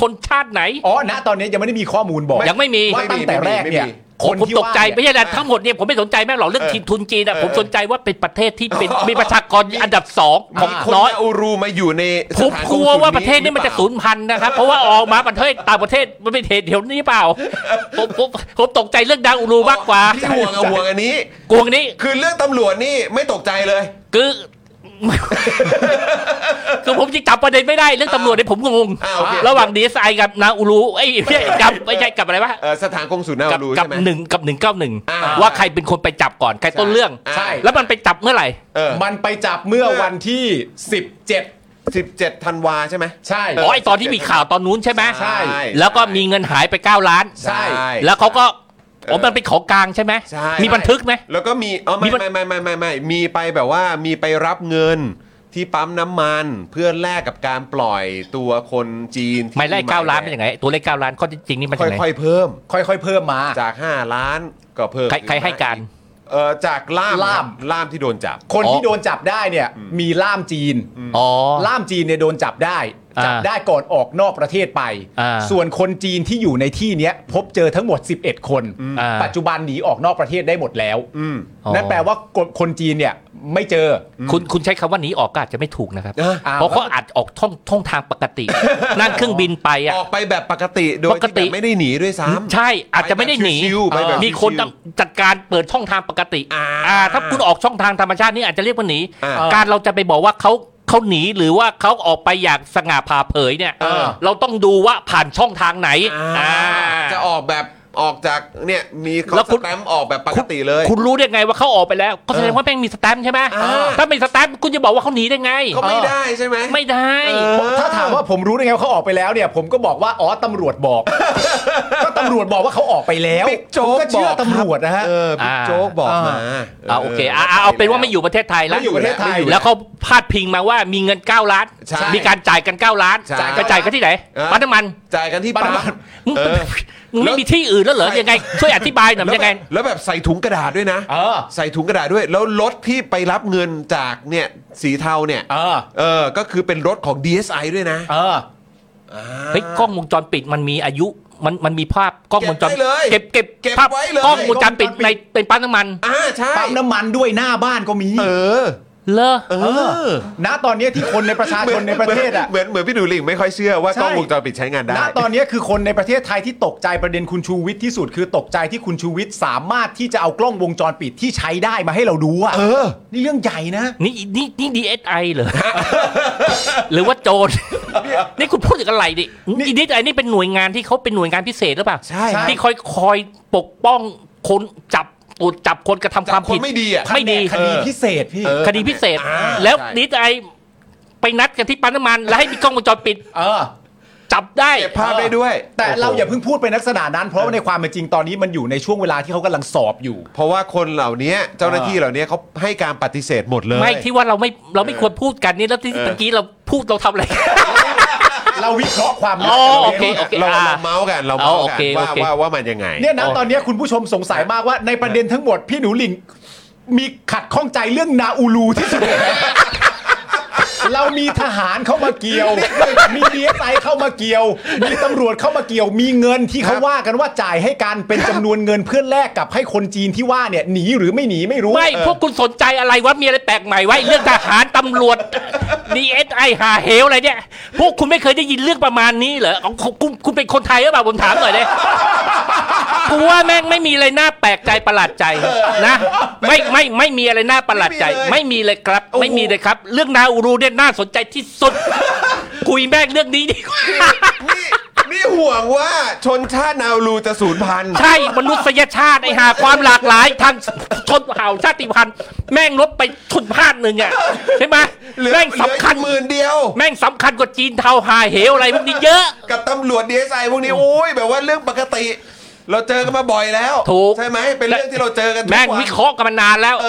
Speaker 5: คนชาติไหน
Speaker 4: อ๋อณตอนนี้ยังไม่ได้มีข้อมูลบอก
Speaker 5: ยังไม่มี
Speaker 4: ว่าตั้งแต่แรกเนี่ย
Speaker 5: ผมผมตกใจ
Speaker 4: ว่า
Speaker 5: ไม่
Speaker 4: เนี่ย
Speaker 5: ใช่นะทั้งหมดเนี่ยผมไม่สนใจแม่หรอกเรื่อง
Speaker 3: เออ
Speaker 5: ทีมทุนจีนนะ
Speaker 3: เออ
Speaker 5: ผมสนใจว่าเป็นประเทศที่เป็นมีประชากรอันดับสองของ
Speaker 3: คน
Speaker 5: น้อย
Speaker 3: นาอูรูมาอยู่ในส
Speaker 5: ผม
Speaker 3: ถานกง
Speaker 5: กลัว
Speaker 3: ศุล
Speaker 5: ว่าประเทศนี้มัน
Speaker 3: ห
Speaker 5: จะ
Speaker 3: รือเปล่า
Speaker 5: สูญพันธุ์นะครับ เพราะว่าออกมาประเทศต่างประเทศมันเป็นเหตุเดี๋ยวนี้เปล่าผมผมผมตกใจเรื่องดาวอูรูมากกว่า
Speaker 3: ที่ห่วงอะห่วงอันนี้
Speaker 5: กวงนี้
Speaker 3: คือเรื่องตำรวจนี่ไม่ตกใจเลย
Speaker 5: คือ [laughs] คือผมยังจับประเด็นไม่ได้เรื่องตำรวจเนี่ยผมงง
Speaker 3: อ่าโอเค
Speaker 5: ระหว่างดีไซน์กับนาอูรูไอ้ยไม่ใช่กับไม่ใช่กับอะไรวะ
Speaker 3: เอ่อสถานกงศุลน่า
Speaker 5: กับ
Speaker 3: รู้
Speaker 5: กับ
Speaker 3: ใช่ไหม
Speaker 5: หนึ่งกับหนึ่งเก้าหนึ่ง
Speaker 3: อ่า
Speaker 5: ว่าใครเป็นคนไปจับก่อนใครต้นเรื่อง
Speaker 4: ใช่
Speaker 5: แล้วมันไปจับเมื่อไหร่
Speaker 3: เออ
Speaker 4: มันไปจับเมื่อวันที่ 17
Speaker 3: 17ธันวาใช่ไหม
Speaker 4: ใช่
Speaker 5: อ๋อไอตอนที่มีข่าวตอนนู้นใช่ไหม
Speaker 3: ใช่
Speaker 5: แล้วก็มีเงินหายไป 9 ล้าน
Speaker 4: ใช่
Speaker 5: แล้วเขาก็
Speaker 3: เออ
Speaker 5: อ๋อมันเป็นของกลางใช่ไหม
Speaker 3: ใช่
Speaker 5: มีบันทึกไหม
Speaker 3: แล้วก็มีอ๋อ
Speaker 5: มี
Speaker 3: ไม่
Speaker 5: บัน
Speaker 3: ไม่ไม่ไม่ไม่ไม่มีไปแบบว่ามีไปรับเงินที่ปั๊มน้ำมันเพื่อแลกกับการปล่อยตัวคนจีนที่
Speaker 5: ไม่ไล่เก้าล้านเป็น
Speaker 3: เนี่
Speaker 5: ยังไง ตัวเลขเก้าล้านข้อเท็จจริงนี่มันยังไง
Speaker 3: ค่อยๆเพิ่ม
Speaker 4: ค่อยๆเพิ่มมา
Speaker 3: จาก 5 ล้านก็เพิ่ม
Speaker 5: ใครใครให้การ
Speaker 3: เอ่อจากล่าม
Speaker 4: ล่า
Speaker 3: ครั
Speaker 4: ม
Speaker 3: บล่ามที่โดนจับ
Speaker 4: คนที่
Speaker 5: อ๋อ
Speaker 4: โดนจับได้เนี่ยมีล่ามจีน
Speaker 5: อ๋อ
Speaker 4: ล่ามจีนเนี่ยโดนจับได้
Speaker 5: อ่า
Speaker 4: จับได้ก่อนออกนอกประเทศไป
Speaker 5: อ่า
Speaker 4: ส่วนคนจีนที่อยู่ในที่เนี้ยพบเจอทั้งหมด 11 คน
Speaker 5: อ่า
Speaker 4: ปัจจุบันหนีออกนอกประเทศได้หมดแล้ว
Speaker 3: อืม
Speaker 5: อ๋อ
Speaker 4: นั่นแปลว่าคนจีนเนี่ยไม่เจอ
Speaker 5: คุณคุณใช้คำว่าหนีออกก็อาจจะไม่ถูกนะครับ
Speaker 3: เออ
Speaker 5: เพราะเขาอาจออกท่องท่องทางปกติ นั่งเครื่องบินไปอ่ะ
Speaker 3: ออกไปแบบปกติโดย
Speaker 5: ปก
Speaker 3: ที่
Speaker 5: ติ
Speaker 3: แบบไม่ได้หนีด้วยซ้ำ
Speaker 5: ใช่อาจจะไม่ได้หนี
Speaker 3: ไปแบบชิวๆไปแบบ
Speaker 5: มีคน
Speaker 3: ชิว
Speaker 5: จัดการเปิดช่องทางปกติ
Speaker 3: อ่า
Speaker 5: าถ้าคุณออกช่องทางธรรมชาตินี่อาจจะเรียกว่าหนี
Speaker 3: อ่า
Speaker 5: การเราจะไปบอกว่าเขาเขาหนีหรือว่าเขาออกไปอย่างสง่าผ่าเผยเนี่ย
Speaker 4: เออ
Speaker 5: เราต้องดูว่าผ่านช่องทางไหนอ่า
Speaker 3: จะออกแบบออกจากเนี่ยมีเขา
Speaker 5: แล้ว
Speaker 3: ส
Speaker 5: คุณ
Speaker 3: แตมป์ออกแบบปกติเลย
Speaker 5: คุณรู้ได้ไงว่าเขาออกไปแล้วก็แสดงว่าแม่งมีสแตมป์ใช่ไหม
Speaker 3: อ่า
Speaker 5: ถ้าไม่สแตมป์คุณจะบอกว่าเขาหนีได้ไง
Speaker 3: ก็ไม่ได้ใช่ไหม
Speaker 5: ไม่ได้
Speaker 3: เออ
Speaker 4: ถ้าถามว่าผมรู้ได้ไงว่าเขาออกไปแล้วเนี่ยผมก็บอกว่าอ๋อตำรวจ
Speaker 3: [laughs]
Speaker 4: บอก ก็ตำรวจบอกว่าเขาออกไปแล้ว
Speaker 3: บิ๊กโจ๊ก
Speaker 4: ผมก็เชื่
Speaker 3: บ
Speaker 4: อ
Speaker 3: อกครับ
Speaker 4: ตำรวจนะฮะ
Speaker 3: เออบิ๊ก
Speaker 5: อ่า
Speaker 3: โจ๊กบอกมา
Speaker 5: อ่าโอเคอ่าเอาเป็นว่าไม่อยู่ประเทศไทยแล้ว
Speaker 3: ไม่อยู่ประเทศไทย
Speaker 4: อยู่แล้ว
Speaker 5: แล้วเขาพาดพิงมาว่ามีเงิน 9 ล้าน
Speaker 3: ใช่
Speaker 5: มีการจ่ายกัน 9 ล้าน
Speaker 3: ใช่
Speaker 5: ไปจ่ายกันที่ไหน
Speaker 3: เออ
Speaker 5: ปั๊มน้ำมัน
Speaker 3: จ่ายกันที่ปั๊ม
Speaker 5: มึง
Speaker 3: เออ
Speaker 5: มึงไม่มีที่อื่นแล้วเหรอยังไง ช่วยอธิบายหน่อย
Speaker 3: แล้ว
Speaker 5: ยัง
Speaker 3: แบ
Speaker 5: ไง
Speaker 3: บแล้วแบบใส่ถุงกระดาษด้วยนะ
Speaker 4: เออ
Speaker 3: ใส่ถุงกระดาษด้วย แล้วรถที่ไปรับเงินจากเนี่ยสีเทาเนี่ย
Speaker 4: เออ
Speaker 3: เออก็คือเป็นรถของ DSI ด้วยนะ
Speaker 4: เออ
Speaker 5: เฮ้ยกล้องวงจรปิดมันมีอายุมันมันมีภาพกล้องวงจร
Speaker 3: เก็บได้เลย
Speaker 5: เก็บเก็บ
Speaker 3: เก็บ
Speaker 5: ภาพ
Speaker 3: ไว้เลย
Speaker 5: กล้องวงจรปิด
Speaker 4: กล้องวงจรปิด
Speaker 5: ในเป็นปั๊มน้ำมัน
Speaker 3: อ่าใช่
Speaker 4: ปั๊มน้ำมันด้วยหน้าบ้านก็มี
Speaker 3: เออ
Speaker 5: เลอ
Speaker 3: เออ
Speaker 4: ณตอนเนี้ยที่คนในประชาชนในประเทศอ่ะ
Speaker 3: เหมือนเหมือนพี่ดูลิงไม่ค่อยเชื่อว่ากล้องวงจรปิดใช้งานได้
Speaker 4: ณตอนนี้คือคนในประเทศไทยที่ตกใจประเด็นคุณชูวิทย์ที่สุด คือตกใจที่คุณชูวิทย์สามารถที่จะเอากล้องวงจรปิดที่ใช้ได้มาให้เราดูอะ
Speaker 3: เออ
Speaker 4: นี่เรื่องใหญ่นะ
Speaker 5: นี่นี่นี่ดีเอสไอเหรอ หรือว่าโจรนี่คุณพูดถึงอะไรดิดีเอสไอนี่เป็นหน่วยงานที่เขาเป็นหน่วยงานพิเศษหรือเปล่า
Speaker 3: ใช่
Speaker 4: ใช่
Speaker 5: ที่คอยคอยปกป้องคนจับ ตรวจจับคนกระทำความ
Speaker 3: คน
Speaker 5: ผิด
Speaker 3: ไม่ดีอ่ะ
Speaker 5: ไม่ดี
Speaker 4: คดีพิเศษพี่
Speaker 3: เออ
Speaker 5: คดีพิเศษ
Speaker 3: อ่า
Speaker 5: แล้ว
Speaker 3: ใช่
Speaker 5: นิดไอไปนัดกันที่ปั๊มน้ำมัน แล้วให้มีกล้องวงจรปิด
Speaker 4: เออ
Speaker 5: จับได้
Speaker 3: เก็บภาพได้ด้วย
Speaker 4: แต่เราอย่าเพิ่งพูดไปนักษณะนั้น เพราะว่าในความเป็นจริงตอนนี้มันอยู่ในช่วงเวลาที่เขากำลังสอบอยู่
Speaker 3: เพราะว่าคนเหล่านี้เจ้าหน้าที่เหล่านี้เขาให้การปฏิเสธหมดเลย
Speaker 5: ไม่ที่ว่าเราไม่เราไม่ควรพูดกันนี่แล้วที่
Speaker 3: เออ
Speaker 5: ตะกี้เราพูดเรา
Speaker 3: [laughs]
Speaker 5: ทำอะไร
Speaker 4: เราวิเคราะห์ความ
Speaker 5: อ๋อโอเค
Speaker 3: เรา
Speaker 5: อ่า
Speaker 3: เราเมาส์กันเราเมาส์กัน
Speaker 5: เอาโอเค
Speaker 3: ว่า
Speaker 5: โอเค
Speaker 3: ว่าว่ามันยังไง
Speaker 4: เนี่ยนะตอนเนี้ยคุณผู้ชมสงสัยมากว่าในประเด็นทั้งหมดพี่หนูหลิงมีขัดข้องใจเรื่องนาอูลูที่สุด [laughs] เลยนะเรามีทหารเข้ามาเกี่ยว มีดีเอสไอเข้ามาเกี่ยว มีตำรวจเข้ามาเกี่ยว มีเงินที่เขาว่ากันว่าจ่ายให้กันเป็นจำนวนเงินเพื่อแลกกับให้คนจีนที่ว่าเนี่ยหนีหรือไม่หนีไม่รู้
Speaker 5: ไม่พวกคุณสนใจอะไรวะมีอะไรแปลกใหม่ไว้เรื่องทหารตำรวจ [laughs] ดีเอสไอหาเหวอะไรเนี่ย พวกคุณไม่เคยได้ยินเรื่องประมาณนี้เหรอของของคุณคุณเป็นคนไทยหรือเปล่าผมถาม
Speaker 3: [laughs]
Speaker 5: หน่อยดิกูว่าแม่งไม่มีอะไรน่าแปลกใจประหลาดใจ
Speaker 3: [laughs]
Speaker 5: นะไม่ไม่ไม่มีอะไรน่าประหลาดใจ
Speaker 3: ไม่
Speaker 5: ไม่
Speaker 3: มี
Speaker 5: มี
Speaker 3: เล
Speaker 5: เลย ยครับ
Speaker 3: โอ้โห
Speaker 5: ไม่มีเลยครับ เรื่องนาอูรูเนี่ยน่าสนใจที่สุด [laughs] คุยแม่งเรื่องนี้ดีกว่า
Speaker 3: นี่นี่ห่วงว่าชนชาตินาวรูจะสูญพันธุ์
Speaker 5: ใช่ มนุษยชาติ ไอหาความหลากหลายทางชนเผ่าชาติพันธุ์ แม่งลดไปชนพาดหนึ่งอ่ะใช่ไหม
Speaker 3: เหลือ
Speaker 5: แม่ง
Speaker 3: เหลือ
Speaker 5: สำคั
Speaker 3: คั
Speaker 5: ญ
Speaker 3: นหมื่นเดียว
Speaker 5: แม่งสำคัญกว่าจีนเทาหาเหวอะไรพวกนี้เยอะ
Speaker 3: กับตำรวจดีเอสไอพวกนี้โอ้ยแบบว่าเรื่องปกติ เราเจอกันมาบ่อยแล้ว
Speaker 5: ถูก
Speaker 3: ใช่ไหมเป็นเรื่องที่เราเจอกันทุก
Speaker 5: แม่ง
Speaker 3: น
Speaker 5: วิเคราะห์กันมานานแล้ว
Speaker 3: เอ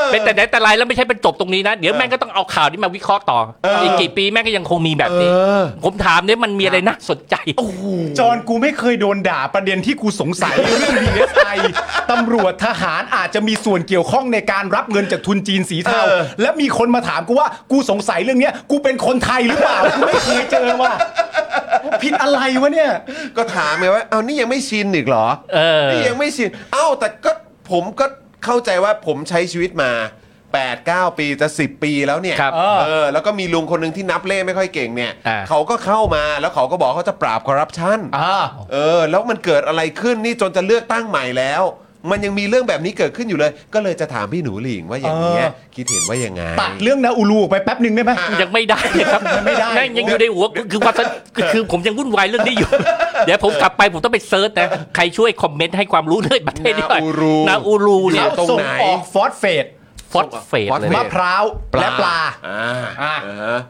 Speaker 3: อ
Speaker 5: เป็นแต่ไหนแต่ไรแล้วไม่ใช่เป็นจบตรงนี้นะ เดี๋ยวแม่งก็ต้องเอาข่าวนี้มาวิเคราะห์ต่ออีกกี่ปีแม่งก็ยังคงมีแบบนี้
Speaker 3: เออ
Speaker 5: ผมถามเนี่ยมันมีอะไรน่าสนใจ
Speaker 4: จอนกูไม่เคยโดนด่าประเด็นที่กูสงสัย เรื่อง DSI ตำรวจทหารอาจจะมีส่วนเกี่ยวข้องในการรับเงินจากทุนจีนสีเทา
Speaker 3: เออ
Speaker 4: และมีคนมาถามกูว่ากูสงสัยเรื่องเนี้ย กูเป็นคนไทยหรือเปล่า กูไม่เคยเจอว่าผิดอะไรวะเนี่ย
Speaker 3: ก็ถามไงว่าเอานี่ยังไม่ชินอีกเหรอ
Speaker 5: เออ
Speaker 3: นี่ยังไม่ชินเอ้าแต่ก็ผมก็เข้าใจว่าผมใช้ชีวิตมา 8 9 ปีจะ 10 ปีแล้วเนี่ย
Speaker 5: ครับ
Speaker 4: เออ
Speaker 3: เออแล้วก็มีลุงคนหนึ่งที่นับเลขไม่ค่อยเก่งเนี่ย
Speaker 5: อ่า
Speaker 3: เขาก็เข้ามาแล้วเขาก็บอกเขาจะปราบคอร์รัปชัน
Speaker 4: อ่า
Speaker 3: เออแล้วมันเกิดอะไรขึ้นนี่จนจะเลือกตั้งใหม่แล้ว มันยังมีเรื่องแบบนี้เกิดขึ้นอยู่เลย ก็เลยจะถามพี่หนูหลิงว่าอย่างเงี้ย
Speaker 4: เออ
Speaker 3: คิดเห็นว่ายังไง
Speaker 4: ตัดเรื่องนะอูลูออกไปแป๊บหนึ่งได้ไหม
Speaker 5: ยังไม่ได้เลยครับ
Speaker 4: ยังไม่ได้
Speaker 5: แม่งยังอยู่ในหัวคือคือความสนคือคือผมยังวุ่นวายเรื่องนี้อยู่ เดี๋ยวผมกลับไปผมต้องไปเซิร์ชนะใครช่วยคอมเมนต์ให้ความรู้เรื่องประเทศนี้หน่อย
Speaker 3: นาอูรู
Speaker 5: นาอูรูเนี่ย
Speaker 4: เขา
Speaker 3: ตรง
Speaker 4: ส่ง
Speaker 3: ไหน
Speaker 4: ออกฟอสเฟต
Speaker 5: ฟอสเฟตเลย
Speaker 3: ฟอสเฟต
Speaker 4: มะพร้าวและปลา
Speaker 3: อ่
Speaker 4: อ่า
Speaker 3: าเออ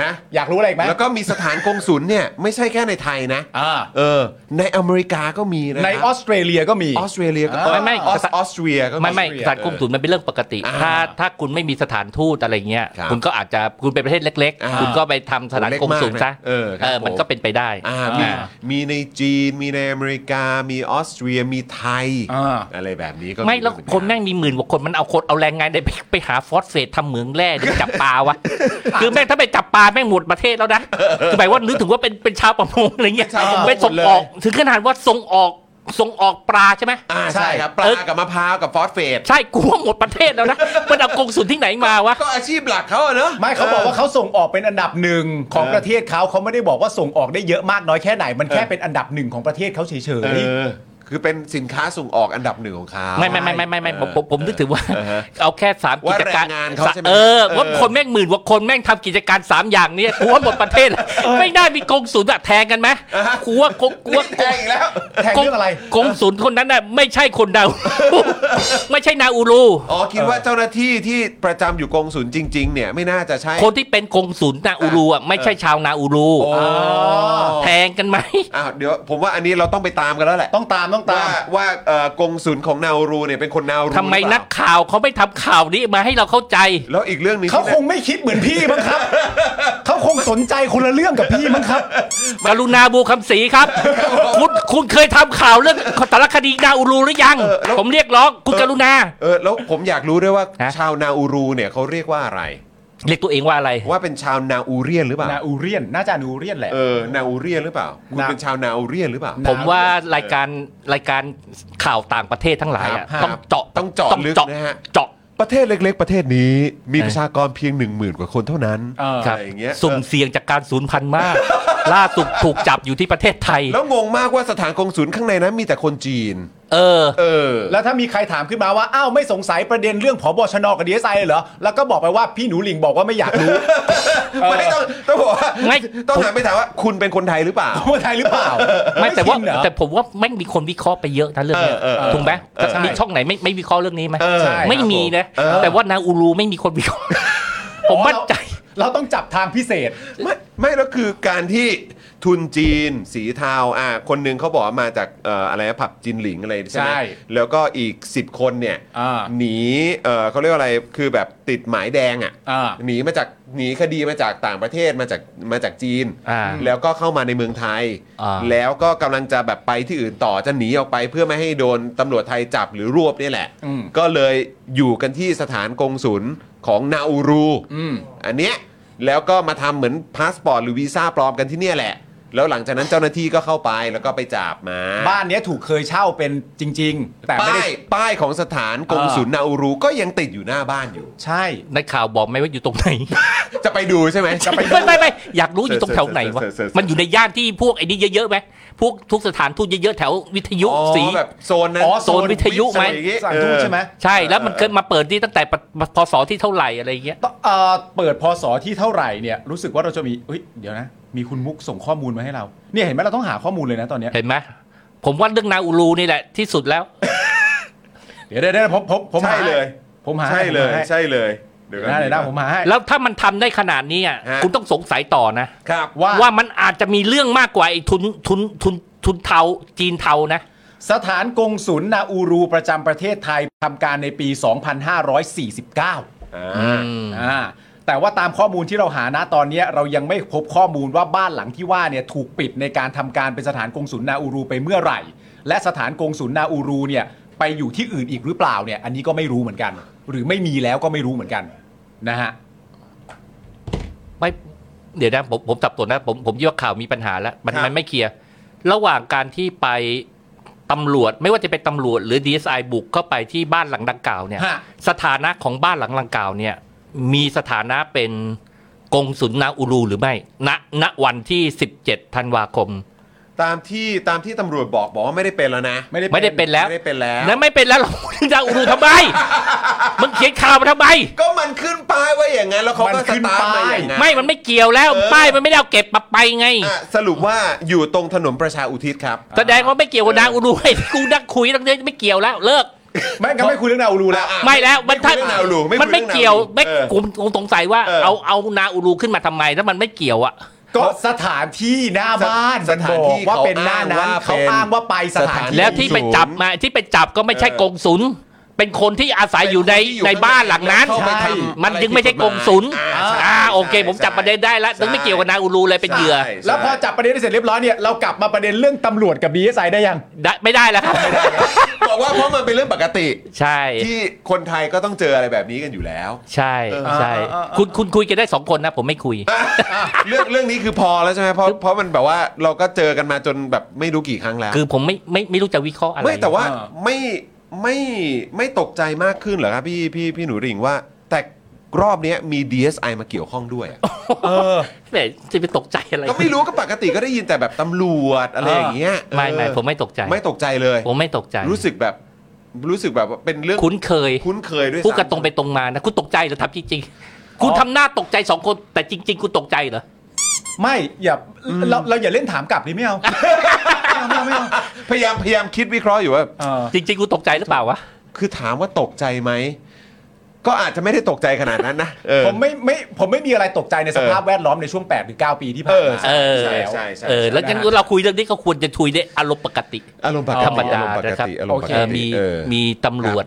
Speaker 3: นะ
Speaker 4: อยากรู้อะไรอีกไหม
Speaker 3: แล้วก็มีสถานกงศุลเนี่ยไม่ใช่แค่ในไทยนะ
Speaker 4: อ่า
Speaker 3: เออในอเมริกาก็มีนะ
Speaker 4: ใน
Speaker 3: ครับ
Speaker 4: ออสเตรเลียก็มี
Speaker 3: ออสเตรเลียก็
Speaker 5: ไม่ไม่
Speaker 3: ออสออสเตรียก็
Speaker 5: ไม่ไม่สถานกงสุลมันเป็นเรื่องปกติ
Speaker 3: อ่า
Speaker 5: ถ้าถ้าคุณไม่มีสถานทูตอะไรเงี้ย
Speaker 3: ครับ
Speaker 5: คุณก็อาจจะคุณเป็นประเทศเล็ก
Speaker 3: อ่า
Speaker 5: ๆ คุณก็ไปทำสถานกงสุลซะ
Speaker 3: เล็กมากนะเออครับ
Speaker 5: มัน
Speaker 3: ผม
Speaker 5: ก็เป็นไปได้
Speaker 3: อ่ามี
Speaker 5: อ่า
Speaker 3: มีในจีนมีในอเมริกามีออสเตรียมีไทย
Speaker 4: อ่า
Speaker 3: อะไรแบบนี้ก็
Speaker 5: ไม่แล้ว
Speaker 3: เหอกั
Speaker 5: คนแม่งมีหมื่นกว่าคนมันเอาคนเอาแรงงานไปไปหาฟอสเฟตทำเหมืองแร่หรือจับป
Speaker 3: [laughs]
Speaker 5: ลาวะ คือแม่งถ้าไปจับปลาแม่งหมดประเทศแล้วนะคือหมายว่านึกถึงว่าเป็นเป็นชาวประมงอะไรเงี้ย
Speaker 3: เป็นชาวประมง
Speaker 5: ไปส่งออก
Speaker 3: หมดเลย
Speaker 5: ถึงขนาดว่าส่งออกส่งออกปลาใช่ไหม
Speaker 3: อ่าใช่ครับปลา
Speaker 5: เออ
Speaker 3: กับมะพร้าวกับฟอสเฟต
Speaker 5: ใช่กูว่าหมดประเทศแล้วนะ [laughs] มันเอากงสุลที่ไหนมาวะ
Speaker 3: ก็อาชีพหลักเขาอะเนอะ
Speaker 4: ไม่เขาบอกว่าเขาส่งออกเป็นอันดับหนึ่งของประเทศเขาเขาไม่ได้บอกว่าส่งออกได้เยอะมากน้อยแค่ไหน มันแค่
Speaker 3: เออ
Speaker 4: เป็นอันดับหนึ่งของประเทศเขาเฉย
Speaker 3: เอ
Speaker 4: ๆ
Speaker 3: อคือเป็นสินค้าส่งออกอันดับหนึ่งของเขา
Speaker 5: ไม่ไม่ไม่ไม่ไม่ไม่ผมผมผมนึกถึงว่า
Speaker 3: เออฮะ
Speaker 5: เอาแค่สามกิจการ
Speaker 3: ว่าแรงงานเขาใช่ไหม
Speaker 5: เออว่า
Speaker 3: เออ
Speaker 5: คนแม่งหมื่นกว่าคนแม่งทำกิจการสามอย่างเนี้กูว่าหมดประเทศแล้วไม่ได้มีกงสุลแบบแทงกันไหมกูว่ากงกูว่า
Speaker 3: นี่แพงอีกแล้ว
Speaker 4: แทงเรื่องอะไร
Speaker 5: กงสุลคนนั้นน่ะไม่ใช่คนดาว ไม่ใช่นาอูรู
Speaker 3: อ๋อ คิดว่าเจ้าหน้าที่ที่ประจำอยู่กงศูนย์จริง ๆ เนี่ยไม่น่าจะใช่
Speaker 5: คนที่เป็นกงสุลนาอูรูอ่ะไม่ใช่ชาวนาอูรู
Speaker 3: โอ้
Speaker 5: แทงกันไหม
Speaker 3: อ้าวเดี๋ยวผมว่าอันนี้เราต้องไปตามกันแล้วแหละ
Speaker 4: ต้องตามต้องตา
Speaker 3: ว่าม ว่าเอ่อกงศูนย์ของนาอูรูเนี่ยเป็นคนนาอูรู
Speaker 5: ทำไม
Speaker 3: หรือเปล่า
Speaker 5: นักข่าวเขาไม่ทำข่าวนี้มาให้เราเข้าใจ
Speaker 3: แล้วอีกเรื่องหนึง
Speaker 4: เขา
Speaker 3: ที่
Speaker 4: ค
Speaker 3: น่
Speaker 4: งไม่คิดเหมือนพี่มั้งครับ เขาคงสนใจคนละเรื่องกับพี่มั้งครับ
Speaker 5: กรุณาบูคำศรี
Speaker 3: [laughs]
Speaker 5: ครับ คุณคุณเคยทำข่าวเรื่องสารคดีนาอูรูหรือยัง
Speaker 3: เออแล้ว
Speaker 5: ผมเรียกร้องคุณกรุณา
Speaker 3: เออแล้วผมอยากรู้ด้วยว่า
Speaker 5: ฮะ
Speaker 3: ชาวนาอูรูเนี่ยเขาเรียกว่าอะไร
Speaker 5: เรียกตัวเองว่าอะไร
Speaker 3: ว่าเป็นชาวนาอูเรียนหรือเปล่า
Speaker 4: นาอูเรียน น่าจะนาอูเรียนแหละ
Speaker 3: เออนาอูเรียนหรือเปล่าคุณ
Speaker 4: นา
Speaker 3: เป็นชาวนาอูเรียนหรือเปล่า
Speaker 5: ผมว่ารายการรายการข่าวต่างประเทศทั้งหลายอะ
Speaker 3: ครับ
Speaker 5: ต้องเจาะ
Speaker 3: ต้องเจาะลึกนะฮะ
Speaker 5: เจาะ
Speaker 3: ประเทศเล็ก ๆ ประเทศนี้มีประชากรเพียง 1 0,000 กว่าคนเท่านั้น
Speaker 4: เออ
Speaker 5: ครับ
Speaker 3: ไรอย่างเงี้ย
Speaker 5: สุ่มเสี่ยงจากการสูญพันธุ์
Speaker 3: [laughs]
Speaker 5: มาก ล่าสุดถูกจับอยู่ที่ประเทศไทย
Speaker 3: แล้วงงมากว่าสถานกงศูนย์ข้างในนั้นมีแต่คนจีน
Speaker 5: เออ
Speaker 3: เออ
Speaker 4: แล้วถ้ามีใครถามขึ้นมาว่าอ้าวไม่สงสัยประเด็นเรื่องผบชนกับดีเอสไอเลยเหรอแล้วก็บอกไปว่าพี่หนูหลิงบอกว่าไม่อยากรู้
Speaker 3: ไม่ต้องต้องบอกว่า
Speaker 5: ไม่
Speaker 3: ต้องถามไปถามว่าคุณเป็นคนไทยหรือเปล่า
Speaker 4: คนไทยหรือเปล่า
Speaker 5: ไม่แต่ว่า
Speaker 4: ชินเหรอ
Speaker 5: แต่ผมว่าแม่งมีคนวิเคราะห์ไปเยอะนะเรื่องเนี้ย
Speaker 3: เออเออเออ
Speaker 5: ถูกไหม
Speaker 3: เออใช่
Speaker 5: มีช่องไหนไม่ไม่วิเคราะห์เรื่องนี้ไหม
Speaker 3: เออ
Speaker 4: ใช่
Speaker 5: ไม่มีนะ
Speaker 3: เออ
Speaker 5: แต่ว่านาอูรูไม่มีคนวิเคราะห์ผมมั่นใจ
Speaker 4: เราเราต้องจับทางพิเศษ
Speaker 3: ไม่ไม่แล้วคือการที่ทุนจีน สีเทาอ่าคนหนึ่งเขาบอกว่ามาจากเอ่ออะไรนะผับจินหลิงอะไรใช่ไหม
Speaker 4: ใช่
Speaker 3: แล้วก็อีก 10 คนเนี่ย
Speaker 4: อ่า
Speaker 3: หนีเอ่อเขาเรียกว่าอะไรคือแบบติดหมายแดงอ่ะ
Speaker 4: อ่า
Speaker 3: หนีมาจากหนีคดีมาจากต่างประเทศมาจากมาจากจีน
Speaker 5: อ่า
Speaker 3: แล้วก็เข้ามาในเมืองไทย
Speaker 5: อ่า
Speaker 3: แล้วก็กำลังจะแบบไปที่อื่นต่อจะหนีออกไปเพื่อไม่ให้โดนตำรวจไทยจับหรือรวบเนี่ยแหละ
Speaker 4: อืม
Speaker 3: ก็เลยอยู่กันที่สถานกงศุลของนาอูรู
Speaker 4: อืม
Speaker 3: อันเนี้ยแล้วก็มาทำเหมือนพาสปอร์ตหรือวีซ่าปลอมกันที่เนี่ยแหละ แล้วหลังจากนั้นเจ้าหน้าที่ก็เข้าไปแล้วก็ไปจับมา
Speaker 4: บ้านเนี้ยถูกเคยเช่าเป็นจริง ๆ แต่ไม่
Speaker 3: ป้า
Speaker 4: ได้
Speaker 3: ยป้ายของสถานกงศุลนาอูรูก็ยังติดอยู่หน้าบ้านอยู่
Speaker 4: ใช่
Speaker 5: ในข่าวบอกไหมว่าอยู่ตรงไหน
Speaker 3: จะไปดูใช่ไหมจะไปดู
Speaker 5: ไม่ไม่ไม่อยากรู้อยู่ตรงแถวไหนวะ
Speaker 3: เสิร์ชเสิร์ชเสิร์ช
Speaker 5: มันอยู่ในย่านที่พวกไอ้นี่เยอะๆไหมพวกทุกสถานทูตเยอะๆแถววิทยุ
Speaker 3: อ๋อ
Speaker 5: สี
Speaker 3: แบบโซนนั้น
Speaker 5: อ๋อโซนวิทยุไหม
Speaker 4: สถานทูตใช่ไหม
Speaker 5: ใช่แล้วมันเกิดมาเปิดที่ตั้งแต่ปพศที่เท่าไหร่อะไรอย่างเงี้ย
Speaker 4: ต้องเอ่อเปิดพศที่เท่าไหร่เนี่ยรู้สึกว่าเราจะมีเฮ้ยเดี๋ยวนะ มีคุณมุกส่งข้อมูลมาให้เรา เนี่ยเห็นไหมเราต้องหาข้อมูลเลยนะตอนเนี้ย
Speaker 5: เห็นไหมผมว่าเรื่องนาอูรูนี่แหละที่สุดแล้ว
Speaker 4: เดี๋ยวเดี๋ยวเดี๋ยวผมผมผมหา
Speaker 3: ใช่เลย
Speaker 4: ผมหา
Speaker 3: ใช่เลย
Speaker 4: ให้
Speaker 3: ใช่เลยเดี๋ยว
Speaker 4: เดี๋ยว
Speaker 3: ก่อ
Speaker 4: นะเดี๋ยวนะผมหาให้
Speaker 5: แล้วถ้ามันทำได้ขนาดนี้อ่ะ
Speaker 3: ฮะ
Speaker 5: คุณต้องสงสัยต่อนะครับ
Speaker 4: ว่า
Speaker 5: ว่ามันอาจจะมีเรื่องมากกว่าไอ้ทุนทุนทุนทุนเทาจีนเทานะ
Speaker 4: สถานกงศุลนาอูรูประจำประเทศไทยทำการในปี 2549 อ่าแต่ว่าตามข้อมูลที่เราหานะตอนเนี้ยเรายังไม่พบข้อมูลว่าบ้านหลังที่ว่าเนี่ยถูกปิดในการทำการเป็นสถานกงศุลนาอูรูไปเมื่อไหร่ และสถานกงศุลนาอูรูเนี่ยไปอยู่ที่อื่นอีกหรือเปล่าเนี่ยอันนี้ก็ไม่รู้เหมือนกัน หรือไม่มีแล้วก็ไม่รู้เหมือนกันนะฮะ
Speaker 5: ไม่เดี๋ยวนะผมผมสับสนนะผมผมยี่ว่าข่าวมีปัญหาแล้ว มัน
Speaker 3: ครับ
Speaker 5: มันไม่เคลียร์ระหว่างการที่ไปตำรวจ ไม่ว่าจะเป็นตำรวจหรือ DSI บุกเข้าไปที่บ้านหลังดังกล่าวเนี่ย
Speaker 4: ฮะ
Speaker 5: สถานะของบ้านหลังดังกล่าวเนี่ย มีสถานะเป็นกงสุลนาอูรูหรือไม่ ณณวันที่ 17ธันวาคม
Speaker 3: ตามที่ตามที่ตำรวจบอกบอกว่าไม่ได้เป็นแล้วนะ
Speaker 4: ไม่ได้
Speaker 5: ไม่ได้เป็นแล้ว
Speaker 3: ไม่ได้เป็นแล้ว
Speaker 5: นะไม่เป็นแล้วหรอก [laughs] สุลนาอูรูทำไมมึงเขียนข่าวมาทำไม
Speaker 3: ก็มันขึ้นป้ายไว้อย่างนั้นแล้วเขาก็
Speaker 4: มัน
Speaker 3: ส
Speaker 4: ขึ้น
Speaker 3: ตาร์ทมา
Speaker 4: ป้าย
Speaker 3: อย่างนั้น
Speaker 5: ไม่มันไม่เกี่ยวแล้ว
Speaker 3: เออ
Speaker 5: ป้ายมันไม่ได้เอาเก็บมาไปไง
Speaker 3: อ่ะสรุปว่าอยู่ตรงถนนประชาอุทิศครับ
Speaker 5: แสดงว่าไม่เกี่ยวกับนางอู [laughs] รุไอ้ที่กูนั่งคุยตั้งเยอะไม่เกี่ยวแล้วเลิก
Speaker 4: ไม่ก็ไม่คุยเรื่องนาอูรูแล้ว
Speaker 3: อ่ะ
Speaker 5: ไม่แล้ว
Speaker 3: ไม่
Speaker 5: มันถ้า
Speaker 3: คุยเรื่องนางอูรูไม่คุย
Speaker 5: มันไม่เกี่ยว
Speaker 3: เรื่องนางอูรูเออ
Speaker 5: ไม่ผมผมสงสัยว่า
Speaker 3: เออ
Speaker 5: เอาเอานางอูรุขึ้นมาทำไมถ้ามันไม่เกี่ยวอ่ะ
Speaker 4: ก็สถานที่หน้าบ้าน
Speaker 3: สถานที่
Speaker 4: มันบอกว่าเป็นหน้านั้น
Speaker 3: เขา
Speaker 4: เขา
Speaker 3: อ้างว่าเป็น
Speaker 4: อ้างว่าไปสถานที่
Speaker 5: แล้วที่ไปจับมาที่ไปจับก็ไม่ใช่
Speaker 3: เออ
Speaker 5: กงสุลเป็นคนที่อาศัยอยู่ใน
Speaker 3: เป็คที่อยู่
Speaker 5: ในบ้านหลังนั้น
Speaker 3: แวเข้าไปทำ
Speaker 4: ใช่
Speaker 3: อะร
Speaker 5: มันจึงไม่ใช่กงสุล
Speaker 3: อ่าใช่
Speaker 5: อ่าโอเค
Speaker 3: ใช่
Speaker 5: ผมจับประเด็นได้แล้ว
Speaker 3: ใช่
Speaker 5: ถึงไม่เกี่ยวกับนางอูรุเลยเป็นเหยื่อ
Speaker 3: ใช่
Speaker 4: แล้วพอจับประเด็นได้เสร็จเรียบร้อยเนี่ยเรากลับมาประเด็นเรื่องตำรวจกับดีเอสไอได้ยัง
Speaker 5: ได้ไม่ได้แล้วครับ
Speaker 3: บอกว่าเพราะมันเป็นเรื่องปกติ
Speaker 5: ใช่
Speaker 3: ที่คนไทยก็ต้องเจออะไรแบบนี้กันอยู่แล้ว
Speaker 5: ใช่ใช่
Speaker 4: เออเออเออ
Speaker 5: คุณคุณคุยกันได้สองคนนะผมไม่คุย
Speaker 3: เรื่องเรื่องนี้คือพอแล้วใช่ไหมเพราะเพราะมันแบบว่าเราก็เจอกันมาจนแบบไม่รู้กี่ครั้งแล้ว
Speaker 5: คือผมไม่ไม่ไม่รู้จะวิเคราะห์อะไร
Speaker 3: ไม่แต่ว่า
Speaker 4: อ่า
Speaker 3: ไม่ไม่ไม่ตกใจมากขึ้นเหรอครับพี่พี่พี่หนูริ่งว่า แต่รอบเนี้ยมี DSI มาเกี่ยวข้องด้วยอะ
Speaker 4: เออ
Speaker 5: แต่จะไปตกใจอะไร
Speaker 3: ก็ไม่รู้ก็ปกติก็ได้ยินแต่แบบตำรวจอะไรอย่างเงี้ย
Speaker 5: ไม่ไม่
Speaker 3: เออ
Speaker 5: ผมไม่ตกใจ
Speaker 3: ไม่ตกใจเลย
Speaker 5: ผมไม่ตกใจ
Speaker 3: รู้สึกแบบรู้สึกแบบว่าเป็นเรื่อง
Speaker 5: คุ้นเคย
Speaker 3: คุ้นเคยด้วย
Speaker 5: พูดกัน
Speaker 3: ซ้ำ
Speaker 5: ตรงไปตรงมานะคุณตกใจเหรอทำจริงๆคุณทำหน้าตกใจสองคน แต่จริง ๆ คุณตกใจเหรอ
Speaker 4: ไม่อย่าเราเราอย่าเล่นถามกลับดิไม่เอา ไม่เอาไม่เอาไม่เอา
Speaker 3: พยายามพยายามคิดวิเคราะห์อยู่ว่า
Speaker 4: เออ
Speaker 5: จริงๆคุณตกใจหรือเปล่าวะ
Speaker 3: คือถามว่าตกใจไหม ก็อาจจะไม่ได้ตกใจขนาดนั้นนะเออ
Speaker 4: ผมไม่ไม่ผมไม่มีอะไรตกใจในสภาพแวดล้อมในช่วง8หรือ9ปีที่ผ่านมา
Speaker 5: เออ
Speaker 3: ใช่ใช่ใช่
Speaker 5: เออแล้วงั้นเราคุยเรื่องนี้ก็ควรจะคุยได้วยอารมณ์ปกติ
Speaker 3: อารมณ์ปกติ
Speaker 5: ธรรมดา
Speaker 3: อณ์ปก
Speaker 5: นะครับ
Speaker 3: ติอารมณ์ปก
Speaker 5: เออ
Speaker 3: ติ
Speaker 5: มี
Speaker 3: เออ
Speaker 5: มีตำรวจ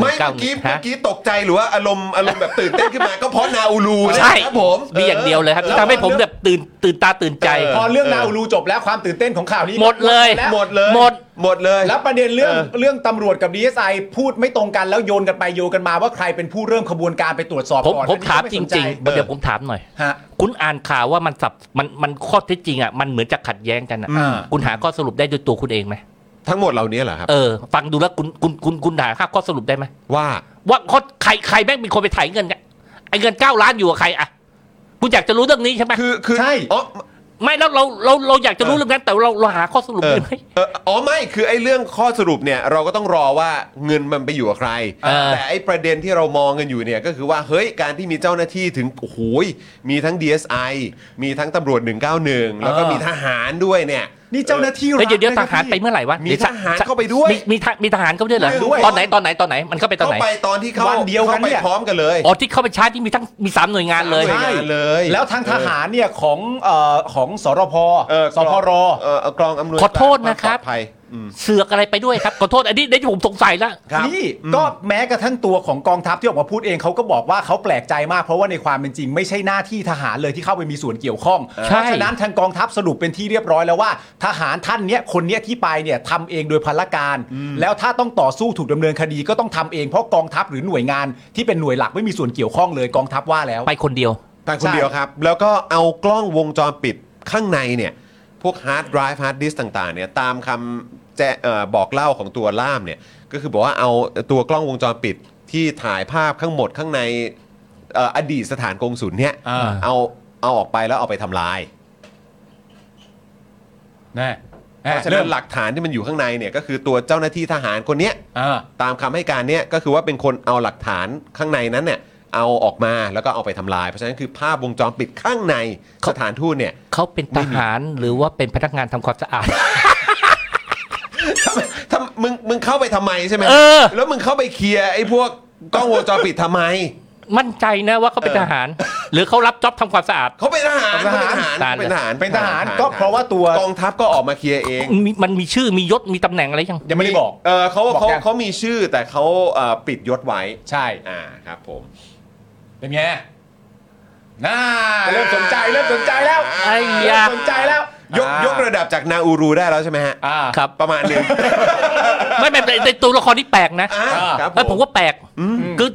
Speaker 3: ไม่
Speaker 5: หนึ่งก้า
Speaker 3: เมื่อกี้
Speaker 5: หนึ่ง
Speaker 3: เมื่
Speaker 5: ฮะ
Speaker 3: อกี้ตกใจหรือว่าอารมณ์อารมณ์แบบตื่นเต้นขึ้นมา ก็เพ
Speaker 5: [laughs]
Speaker 3: ราะนาอูรู
Speaker 5: ใช่
Speaker 3: นะครับผม
Speaker 5: มีอย่างเดียวเลยครับที่ทำให้ผมแบบตื่นตื่นตาตื่นใจ
Speaker 4: พอเรื่องนาอูรูจบแล้วความตื่นเต้นของข่าวนี้
Speaker 5: หมดเลย
Speaker 4: แว
Speaker 3: หมดเลย
Speaker 5: หมด
Speaker 3: หมดเลย
Speaker 4: แล้วประเด็นเรื่อง
Speaker 3: เออ
Speaker 4: เรื่องตำรวจกับดีเอสไอพูดไม่ตรงกันแล้วโยนกันไปโยนกันมาว่าใครเป็นผู้เริ่มขบวนการไปตรวจสอบ
Speaker 5: ผม
Speaker 4: ก่อน
Speaker 5: ผมถาม
Speaker 4: อัน
Speaker 5: จ
Speaker 4: นี้ก็ไสนใ
Speaker 5: ริงๆเดี๋ยวผมถามหน่อย
Speaker 4: ฮะ
Speaker 5: คุณอ่านข่าวว่ามันสับมันมันข้อเท็จจริงอ่ะมันเหมือนจะขัดแย้งกันอ่ะ
Speaker 4: อืม
Speaker 5: คุณหาข้อสรุปได้ด้วยตัวคุณเองไหม
Speaker 3: ทั้งหมดเหล่านี้เหรอครับ
Speaker 5: เออฟังดูแล้วคุณคุณคุณคุณหาข้อสรุปได้ไหม
Speaker 3: ว่า
Speaker 5: ว่าข้อใครใครแม่งเป็นคนไปถ่ายเงินเนี่ยไอ้เงินเก้าล้านอยู่กับใครอ่ะคุณอยากจะรู้เรื่องนี้ใช่ไหม
Speaker 3: คือคือ
Speaker 4: ใช่
Speaker 3: อ๋อ
Speaker 5: ไม่แล้วเราเราเราอยากจะรู้เรื่องนั้นแต่ว่าเราเราหาข้อสรุป
Speaker 3: เออ
Speaker 5: ได้ไหม
Speaker 3: เอออ๋อไม่คือไอ้เรื่องข้อสรุปเนี่ยเราก็ต้องรอว่าเงินมันไปอยู่กับใคร
Speaker 5: เออ
Speaker 3: แต่ไอ้ประเด็นที่เรามองกันอยู่เนี่ยก็คือว่าเฮ้ยการที่มีเจ้าหน้าที่ถึงโอ้โหยมีทั้ง DSI มีทั้งตำรวจ 191 แล้วก็
Speaker 5: เออ
Speaker 3: มีทหารด้วยเนี่ย
Speaker 4: นี่เจ้าหน้าที่รั
Speaker 5: เอ้
Speaker 4: ฐ
Speaker 5: ยเดี๋ยวเดี๋ยว
Speaker 4: นะค
Speaker 5: ท
Speaker 4: บ
Speaker 5: หารไป
Speaker 4: พี่
Speaker 5: เมื่อไหร่วะ
Speaker 3: มี
Speaker 5: ดี๋ยว
Speaker 3: ทหารเข้าไปด้วย
Speaker 5: มีมีทะมีทหารเข้าไปด้วยเหรอ
Speaker 3: ด้วย
Speaker 5: ตอนไหนตอนไหนตอนไหนมันเข้าไปตอน
Speaker 3: เข้า
Speaker 5: ไหน
Speaker 3: ไปตอนที่เขา
Speaker 4: วันเดียวกัน
Speaker 3: ข้าไป
Speaker 4: เนี่ย
Speaker 3: พร้อมกันเลย
Speaker 5: อ๋อที่เข้าไปชาร์จที่มีทั้งมีสามหน่วยงานเลย
Speaker 3: ใช่ หน่วยงานเลย
Speaker 4: แล้วทางทหารเนี่ยของเอ่อของสรพ
Speaker 3: เออ
Speaker 4: สพร
Speaker 3: เออเกรองอำนวย
Speaker 5: ขอโทษนะ
Speaker 3: กา
Speaker 5: ครั
Speaker 3: วามปล
Speaker 5: บ
Speaker 3: อดภัยอืม
Speaker 5: เสือกอะไรไปด้วยครับขอโทษอันนี้เดี๋ยวผมสงสัยละ
Speaker 3: ครับ
Speaker 4: นี่
Speaker 3: อืม
Speaker 4: ก็แม้กระทั่งตัวของกองทัพที่ออกมาพูดเองเขาก็บอกว่าเขาแปลกใจมากเพราะว่าในความเป็นจริง ไม่ใช่หน้าที่ทหารเลยที่เข้าไปมีส่วนเกี่ยวข้อง
Speaker 5: ใช่
Speaker 4: เพราะฉะนั้นทางกองทัพสรุปเป็นที่เรียบร้อยแล้วว่า ทหารท่านเนี้ยคนเนี้ยที่ไปเนี่ยทำเองโดยพลการ แล้วถ้าต้องต่อสู้ถูกดำเนินคดีก็ต้องทำเองเพราะกองทัพหรือหน่วยงานที่เป็นหน่วยหลักไม่มีส่วนเกี่ยวข้องเลยกองทัพว่าแล้ว
Speaker 5: ไปคนเดียว
Speaker 3: แต่คนเดียวครับ แล้วก็เอากล้องวงจรปิดข้างในเนี่ย พวกฮาร์ดไดรฟ์ฮาร์ดดิสต่างๆเนี่ยตามคำแจเอ่อบอกเล่าของตัวล่ามเนี่ย ก็คือบอกว่าเอาตัวกล้องวงจรปิดที่ถ่ายภาพข้างหมดข้างในเอ่ออดีตสถานกงศุลเนี่ย
Speaker 4: อ่า
Speaker 3: เอาเอาออกไปแล้วเอาไปทำลาย
Speaker 4: นะ
Speaker 3: เพราะฉะนั้นหลักฐานที่มันอยู่ข้างในเนี่ยก็คือตัวเจ้าหน้าที่ทหารคนเนี้ย
Speaker 4: อ่า
Speaker 3: ตามคำให้การเนี่ยก็คือว่าเป็นคนเอาหลักฐานข้างในนั้นเนี่ยเอาออกมาแล้วก็เอาไปทำลาย เพราะฉะนั้นคือภาพวงจรปิดข้างในสถานทูตเนี่ย
Speaker 5: เขาเป็นทหารหรือว่าเป็นพนักงานทำความสะอาด
Speaker 3: ทำมึงมึงเข้าไปทำไมใช่ไหม
Speaker 5: เออ
Speaker 3: แล้วมึงเข้าไปเคลียร์ไอ้พวกกล้องวงจรปิดทำไม
Speaker 5: มั่นใจนะว่าเขาเป็นทหาร หรือเขารับจ็อบทำความสะอาด
Speaker 3: เขาเป็นทหาร
Speaker 4: เขาเป็นทหาร
Speaker 3: เขาเป็นทหาร
Speaker 4: เป็นทหารก็เพราะว่าตัว
Speaker 3: กองทัพก็ออกมาเคลียร์เอง
Speaker 5: มีมันมีชื่อมียศมีตำแหน่งอะไรยัง
Speaker 4: ยังไม่ได้บอก
Speaker 3: เออเขา
Speaker 4: บอก
Speaker 3: เขา
Speaker 4: ยัง
Speaker 3: เขามีชื่อแต่เขาเอ่อปิดยศไว้
Speaker 4: ใช่
Speaker 3: อ่าครับผม
Speaker 4: เป็นไงน่าเริ่มสนใจเริ่มสนใจแล้ว
Speaker 5: ไอ้ยา
Speaker 4: เริ่มสนใจแล้ว
Speaker 3: ยกยกระดับจากนาอูรูได้แล้วใช่ไหมฮะ
Speaker 4: อ่า
Speaker 5: ครับ
Speaker 3: ประมาณหนึง
Speaker 5: ไม่ไม่ในตัวละครที่แปลกนะ
Speaker 3: อ่าครับ
Speaker 5: เอ้ยผมว่าแปลกคือ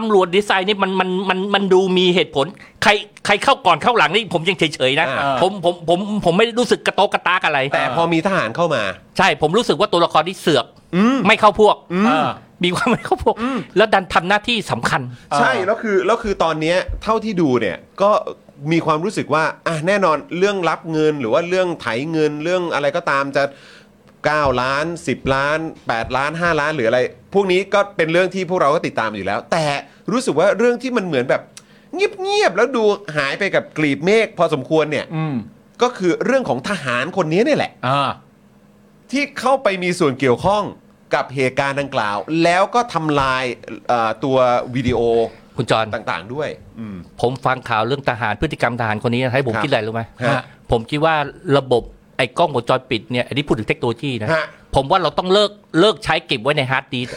Speaker 5: ตำรวจดีไซน์นี่มันมันมันมันดูมีเหตุผล ใครใครเข้าก่อนเข้าหลังนี่ผมยังเฉยๆนะ
Speaker 4: อ่า
Speaker 5: ผมผมผมผมไม่ได้รู้สึกกระโตกกระตากอะไร
Speaker 3: แต่พอมีทหารเข้ามา
Speaker 5: ใช่ผมรู้สึกว่าตัวละครที่เสือกไม่เข้าพวกมีความไม่เข้าพวก แล้วดันทำหน้าที่สำคัญ
Speaker 3: ใช่แล้วคือแล้วคือตอนเนี้ยเท่าที่ดูเนี่ยก็มีความรู้สึกว่าอ่ะแน่นอนเรื่องรับเงินหรือว่าเรื่องไถเงินเรื่องอะไรก็ตามจะ 9 ล้าน 10 ล้าน 8 ล้าน 5 ล้านหรืออะไร พวกนี้ก็เป็นเรื่องที่พวกเราก็ติดตามอยู่แล้ว แต่รู้สึกว่าเรื่องที่มันเหมือนแบบเงียบๆแล้วดูหายไปกับกลีบเมฆพอสมควรเนี่ย
Speaker 4: อืม
Speaker 3: ก็คือเรื่องของทหารคนนี้เนี่ยแหละ
Speaker 4: อ่า
Speaker 3: ที่เข้าไปมีส่วนเกี่ยวข้องกับเหตุการณ์ดังกล่าว แล้วก็ทำลายเอ่อตัววิดีโอ
Speaker 5: คุณจอน
Speaker 3: ต่างๆด้วย อืม
Speaker 5: ผมฟังข่าวเรื่องทหารพฤติกรรมทหารคนนี้นะให้ผม
Speaker 3: ครับ
Speaker 5: คิดอะไรรู้ไหม
Speaker 3: ฮะ
Speaker 5: ผมคิดว่าระบบไอ้กล้องวงจรปิดเนี่ยอันนี้พูดถึงเทคโนโลยีนะ
Speaker 3: ฮะ
Speaker 5: ผมว่าเราต้องเลิกเลิกใช้เก็บไว้ในฮาร์ดดิสก์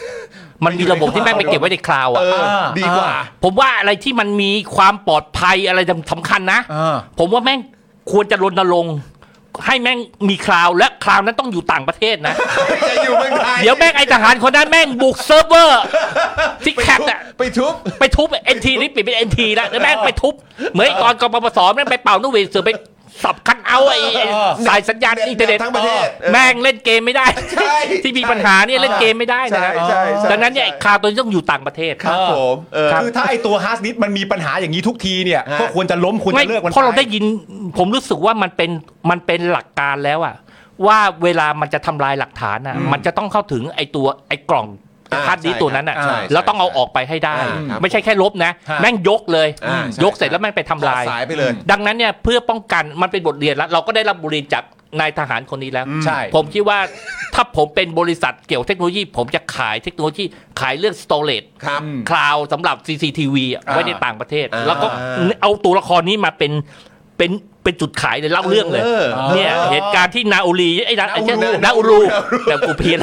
Speaker 5: มันมีระบบที่แม่งไปเก็บไว้ในคลาวด์
Speaker 3: เอ
Speaker 5: อ่ะ
Speaker 3: อ
Speaker 4: อ่า
Speaker 3: ดีกว่า
Speaker 5: ผมว่าอะไรที่มันมีความปลอดภัยอะไรสำคัญนะ
Speaker 4: อ่า
Speaker 5: ผมว่าแม่งควรจะรณรงค์ให้แม่งมีคลาวด์และคลาวด์นั้นต้องอยู่ต่างประเทศนะ
Speaker 3: จะอยู่เมืองไทย
Speaker 5: เดี๋ยวแม่งไอทหารคนนั้นแม่งบุกเซิร์ฟเวอร์ที่แคปอะ
Speaker 3: ไปทุบ
Speaker 5: ไปทุบเอ็นทีนี่ปิดเป็นเอ็นทีแล้วแล้วแม่งไปทุบ เหมือนไอ้ตอนกปปสแม่งไปเป่านกหวีดเสือไปสับคันเอาท์ไอ้ไอ้สายสัญญาณ
Speaker 3: เน็ต
Speaker 5: อินเทอร์เน็ต
Speaker 3: ทั้งประเทศ
Speaker 5: ออแม่งเล่นเกมไม่ได้
Speaker 3: ใช่
Speaker 5: ที่มี
Speaker 3: ใช่
Speaker 5: ปัญหาเนี่ยเล่นเกมไม่ได้นะ
Speaker 3: ใช่ใช่ใช่
Speaker 5: ดังนั้นเนี่ยไอ้คราวตัวนี้ต้องอยู่ต่างประเทศ
Speaker 3: ครับผมเออ
Speaker 4: คือถ้าไอตัวฮาร์ดดิสก์มันมีปัญหาอย่างนี้ทุกทีเนี่ย
Speaker 3: ฮะ
Speaker 4: ก็ควรจะล้มควร
Speaker 5: ไม่
Speaker 4: จะเลิกมัน
Speaker 5: เพราะเรา
Speaker 4: ป
Speaker 5: ได้ยินผมรู้สึกว่ามันเป็นมันเป็นหลักการแล้วอะว่าเวลามันจะทำลายหลักฐานอะมันจะต้องเข้าถึงไอ้ตัวไอ้กล่อง
Speaker 3: อ่า
Speaker 5: ฮาร์ดดิสก์ตัวนั้นอะ
Speaker 3: ใช่ใช่
Speaker 5: แล้วต้องเอาออกไปให้ได้
Speaker 3: อ่าครับ
Speaker 5: ไม่ใช่แค่ลบนะ
Speaker 3: ฮะ
Speaker 5: แม่งยกเลย
Speaker 3: อ่าใช่
Speaker 5: ยกเสร็จ
Speaker 3: ใช่
Speaker 5: แล้วแม่งไปทำลาย
Speaker 3: ต่อสายไปเลย
Speaker 5: ดังนั้นเนี่ยเพื่อป้องกันมันเป็นบทเรียนแล้ว เราก็ได้รับบทเรียนจากนายทหารคนนี้แล้ว
Speaker 4: ใช่
Speaker 5: ผมคิดว่า ถ้าผมเป็นบริษัทเกี่ยวเทคโนโลยี ผมจะขายเทคโนโลยีขายเรื่องสโตรเลต
Speaker 3: ครับ
Speaker 5: คลาวสำหรับ CCTV อะไว้ในต่างประเทศ
Speaker 3: อ่า
Speaker 5: แล้วก็เอาตัวละครนี้มาเป็นเป็นเป็นจุดขายเลยเล่าเรื่องเลยเนี่ยเหตุการณ์ที่นาอูรีไอ้นาไอ้เจ้านาอูรูแต่กูเพี้ยน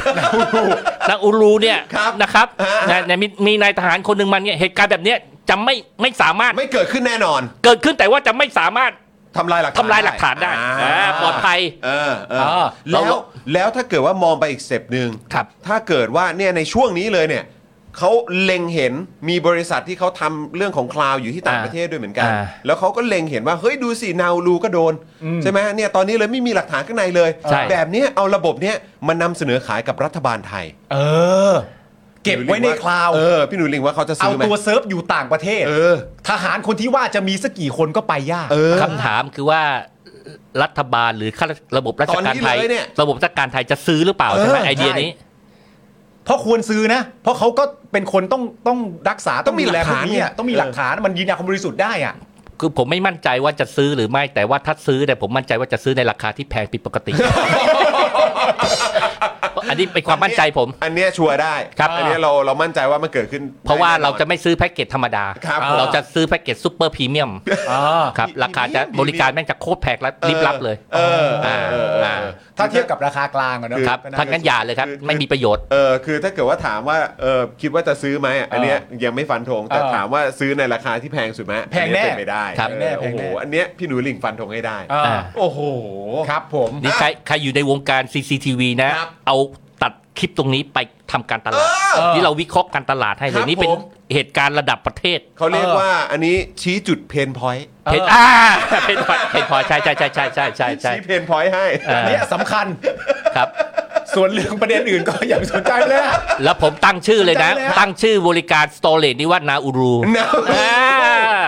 Speaker 5: นาอูรูเนี่ย
Speaker 3: ครับ
Speaker 5: นะครับ
Speaker 3: ฮะ
Speaker 5: นะเนี่ยมีมีนายทหารคนหนึ่งมันเนี่ยเหตุการณ์แบบเนี้ยจะไม่ไม่สามารถ
Speaker 3: ไม่เกิดขึ้นแน่นอน
Speaker 5: เกิดขึ้นแต่ว่าจะไม่สามารถ
Speaker 3: ทำลายหลักฐน
Speaker 5: ทำลายหลักฐานได้
Speaker 3: อ่
Speaker 5: อ่าปลอดภัย
Speaker 3: เออเออ
Speaker 5: เออ
Speaker 3: แล้ว
Speaker 5: เรา
Speaker 3: แล้วถ้าเกิดว่ามองไปอีกสเต็ปหนึ่ง
Speaker 5: ครับ
Speaker 3: ถ้าเกิดว่าเนี่ยในช่วงนี้เลยเนี่ยเขาเล็งเห็นมีบริษัทที่เขาทำเรื่องของคลาวอยู่ที่ต่างประเทศด้วยเหมือนกัน
Speaker 5: อ่า
Speaker 3: แล้วเขาก็เล็งเห็นว่าเฮ้ยดูสินาวลูก็โดน ใช่ไหมเนี่ยตอนนี้เลยไม่มีหลักฐานข้างในเลย
Speaker 5: ใช่
Speaker 3: แบบเนี้ยเอาระบบเนี้ยมานำเสนอขายกับรัฐบาลไทย
Speaker 4: เออ เก็บไว้ในคลาวด์
Speaker 3: เออ พี่หนูลิงว่าเขาจะ
Speaker 4: เอา
Speaker 3: ซื้อไหม
Speaker 4: ตัวเซิร์ฟอยู่ต่างประเทศ
Speaker 3: เออ
Speaker 4: ทหารคนที่ว่าจะมีสักกี่คนก็ไปยาก
Speaker 3: เออ
Speaker 5: คำถามคือว่า รัฐบาลหรือข้าราชระบบราช
Speaker 3: ตอน
Speaker 5: การ
Speaker 3: นี้
Speaker 5: ไทย
Speaker 3: เลยเนี่ย
Speaker 5: ระบบราชการไทยจะซื้อหรือเปล่าใช่ไหม
Speaker 4: เออ
Speaker 5: ไอเดียนี้
Speaker 4: เพราะควรซื้อนะ เพราะเขาก็เป็นคนต้องต้องรักษา
Speaker 3: ต้องมี
Speaker 4: ดูแ
Speaker 3: หลักฐาน
Speaker 4: พวเย
Speaker 3: เนี่ย
Speaker 4: ต้องมีหลักฐานมันยืนยันความบริสุทธิ์ได้อะ
Speaker 5: คือผมไม่มั่นใจว่าจะซื้อหรือไม่แต่ว่าถ้าซื้อเนี่ยผมมั่นใจว่าจะซื้อในราคาที่แพงผิดปก
Speaker 3: [laughs]
Speaker 5: ติ อันนี้เป็นความมั่นใจผม
Speaker 3: อันเนี้ยชัวร์ได้
Speaker 5: ครับ
Speaker 3: อันเนี้ยเราเรามั่นใจว่ามันเกิดขึ้น
Speaker 5: เพราะว่าเราจะ
Speaker 3: แน่นอน
Speaker 5: ไม่ซื้อแพ็กเกจธรรมดา
Speaker 3: ครับ
Speaker 5: เราจะซื้อแพ็กเกจซูเปอร์พรีเมียมครับราคาจะ
Speaker 3: พรีเมียม
Speaker 5: บริการแม่งจะโคตรแพงและลิบลับเลย
Speaker 3: เออเออเออเออ
Speaker 5: อ่า
Speaker 4: ถ้าเทียบกับราคากลางอะเนอะ
Speaker 5: ครับ
Speaker 4: ก็น่จะ
Speaker 5: ทางนั้นอย่าเลยครับ
Speaker 3: คือ
Speaker 5: ไม่มีประโยชน์
Speaker 3: เออคือถ้าเกิดว่าถามว่าเออคิดว่าจะซื้อไหมอ่ะอันเนี้ยยังไม่ฟันธงแต่
Speaker 4: เออ
Speaker 3: ถามว่าซื้อในราคาที่แพงสุดไหม
Speaker 4: แพงแน่
Speaker 3: อันเนี้ยเป็นไปได้
Speaker 5: ครับ
Speaker 3: เออ
Speaker 4: แน่แพ
Speaker 3: โอ้
Speaker 4: ง
Speaker 3: โห
Speaker 4: แน่
Speaker 3: อันเนี้ยพี่หนูหลิงฟันธงให้ได้
Speaker 4: อ่า
Speaker 5: อ่า
Speaker 4: โอ้โหครับผม
Speaker 5: นี่ใครใครอยู่ในวงการ CCTV นะ
Speaker 3: ครับ
Speaker 5: เอาตัดคลิปตรงนี้ไปทำการตลาด นี่เราวิเคราะห์การตลาดให้เล
Speaker 3: ครั
Speaker 5: ย
Speaker 3: บ
Speaker 5: นี่เป็น
Speaker 3: ผม
Speaker 5: เหตุการณ์ระดับประเทศ
Speaker 3: เขาเรียกว่าอันนี้ชี้จุดเพนพอยต์
Speaker 5: เพจอ่า [laughs] เพจพอยเพจพอยใช่ใช่ใช่ใช่ใช่ใช่ใช่
Speaker 3: ชี้เพนพอยต์ให้
Speaker 5: เออ
Speaker 4: อันเนี้ยสำคัญ
Speaker 5: ครับ
Speaker 4: ส่วนเรื่องประเด็นอื่นก็อย่าไปสนใจเลยฮะ
Speaker 5: แล้วผมตั้งชื่อเลยนะ
Speaker 4: จำได้แล้ว
Speaker 5: ตั้งชื่อบริการสโตเลตนี่ว่านาอูรู
Speaker 3: นาอูรู
Speaker 5: อ่า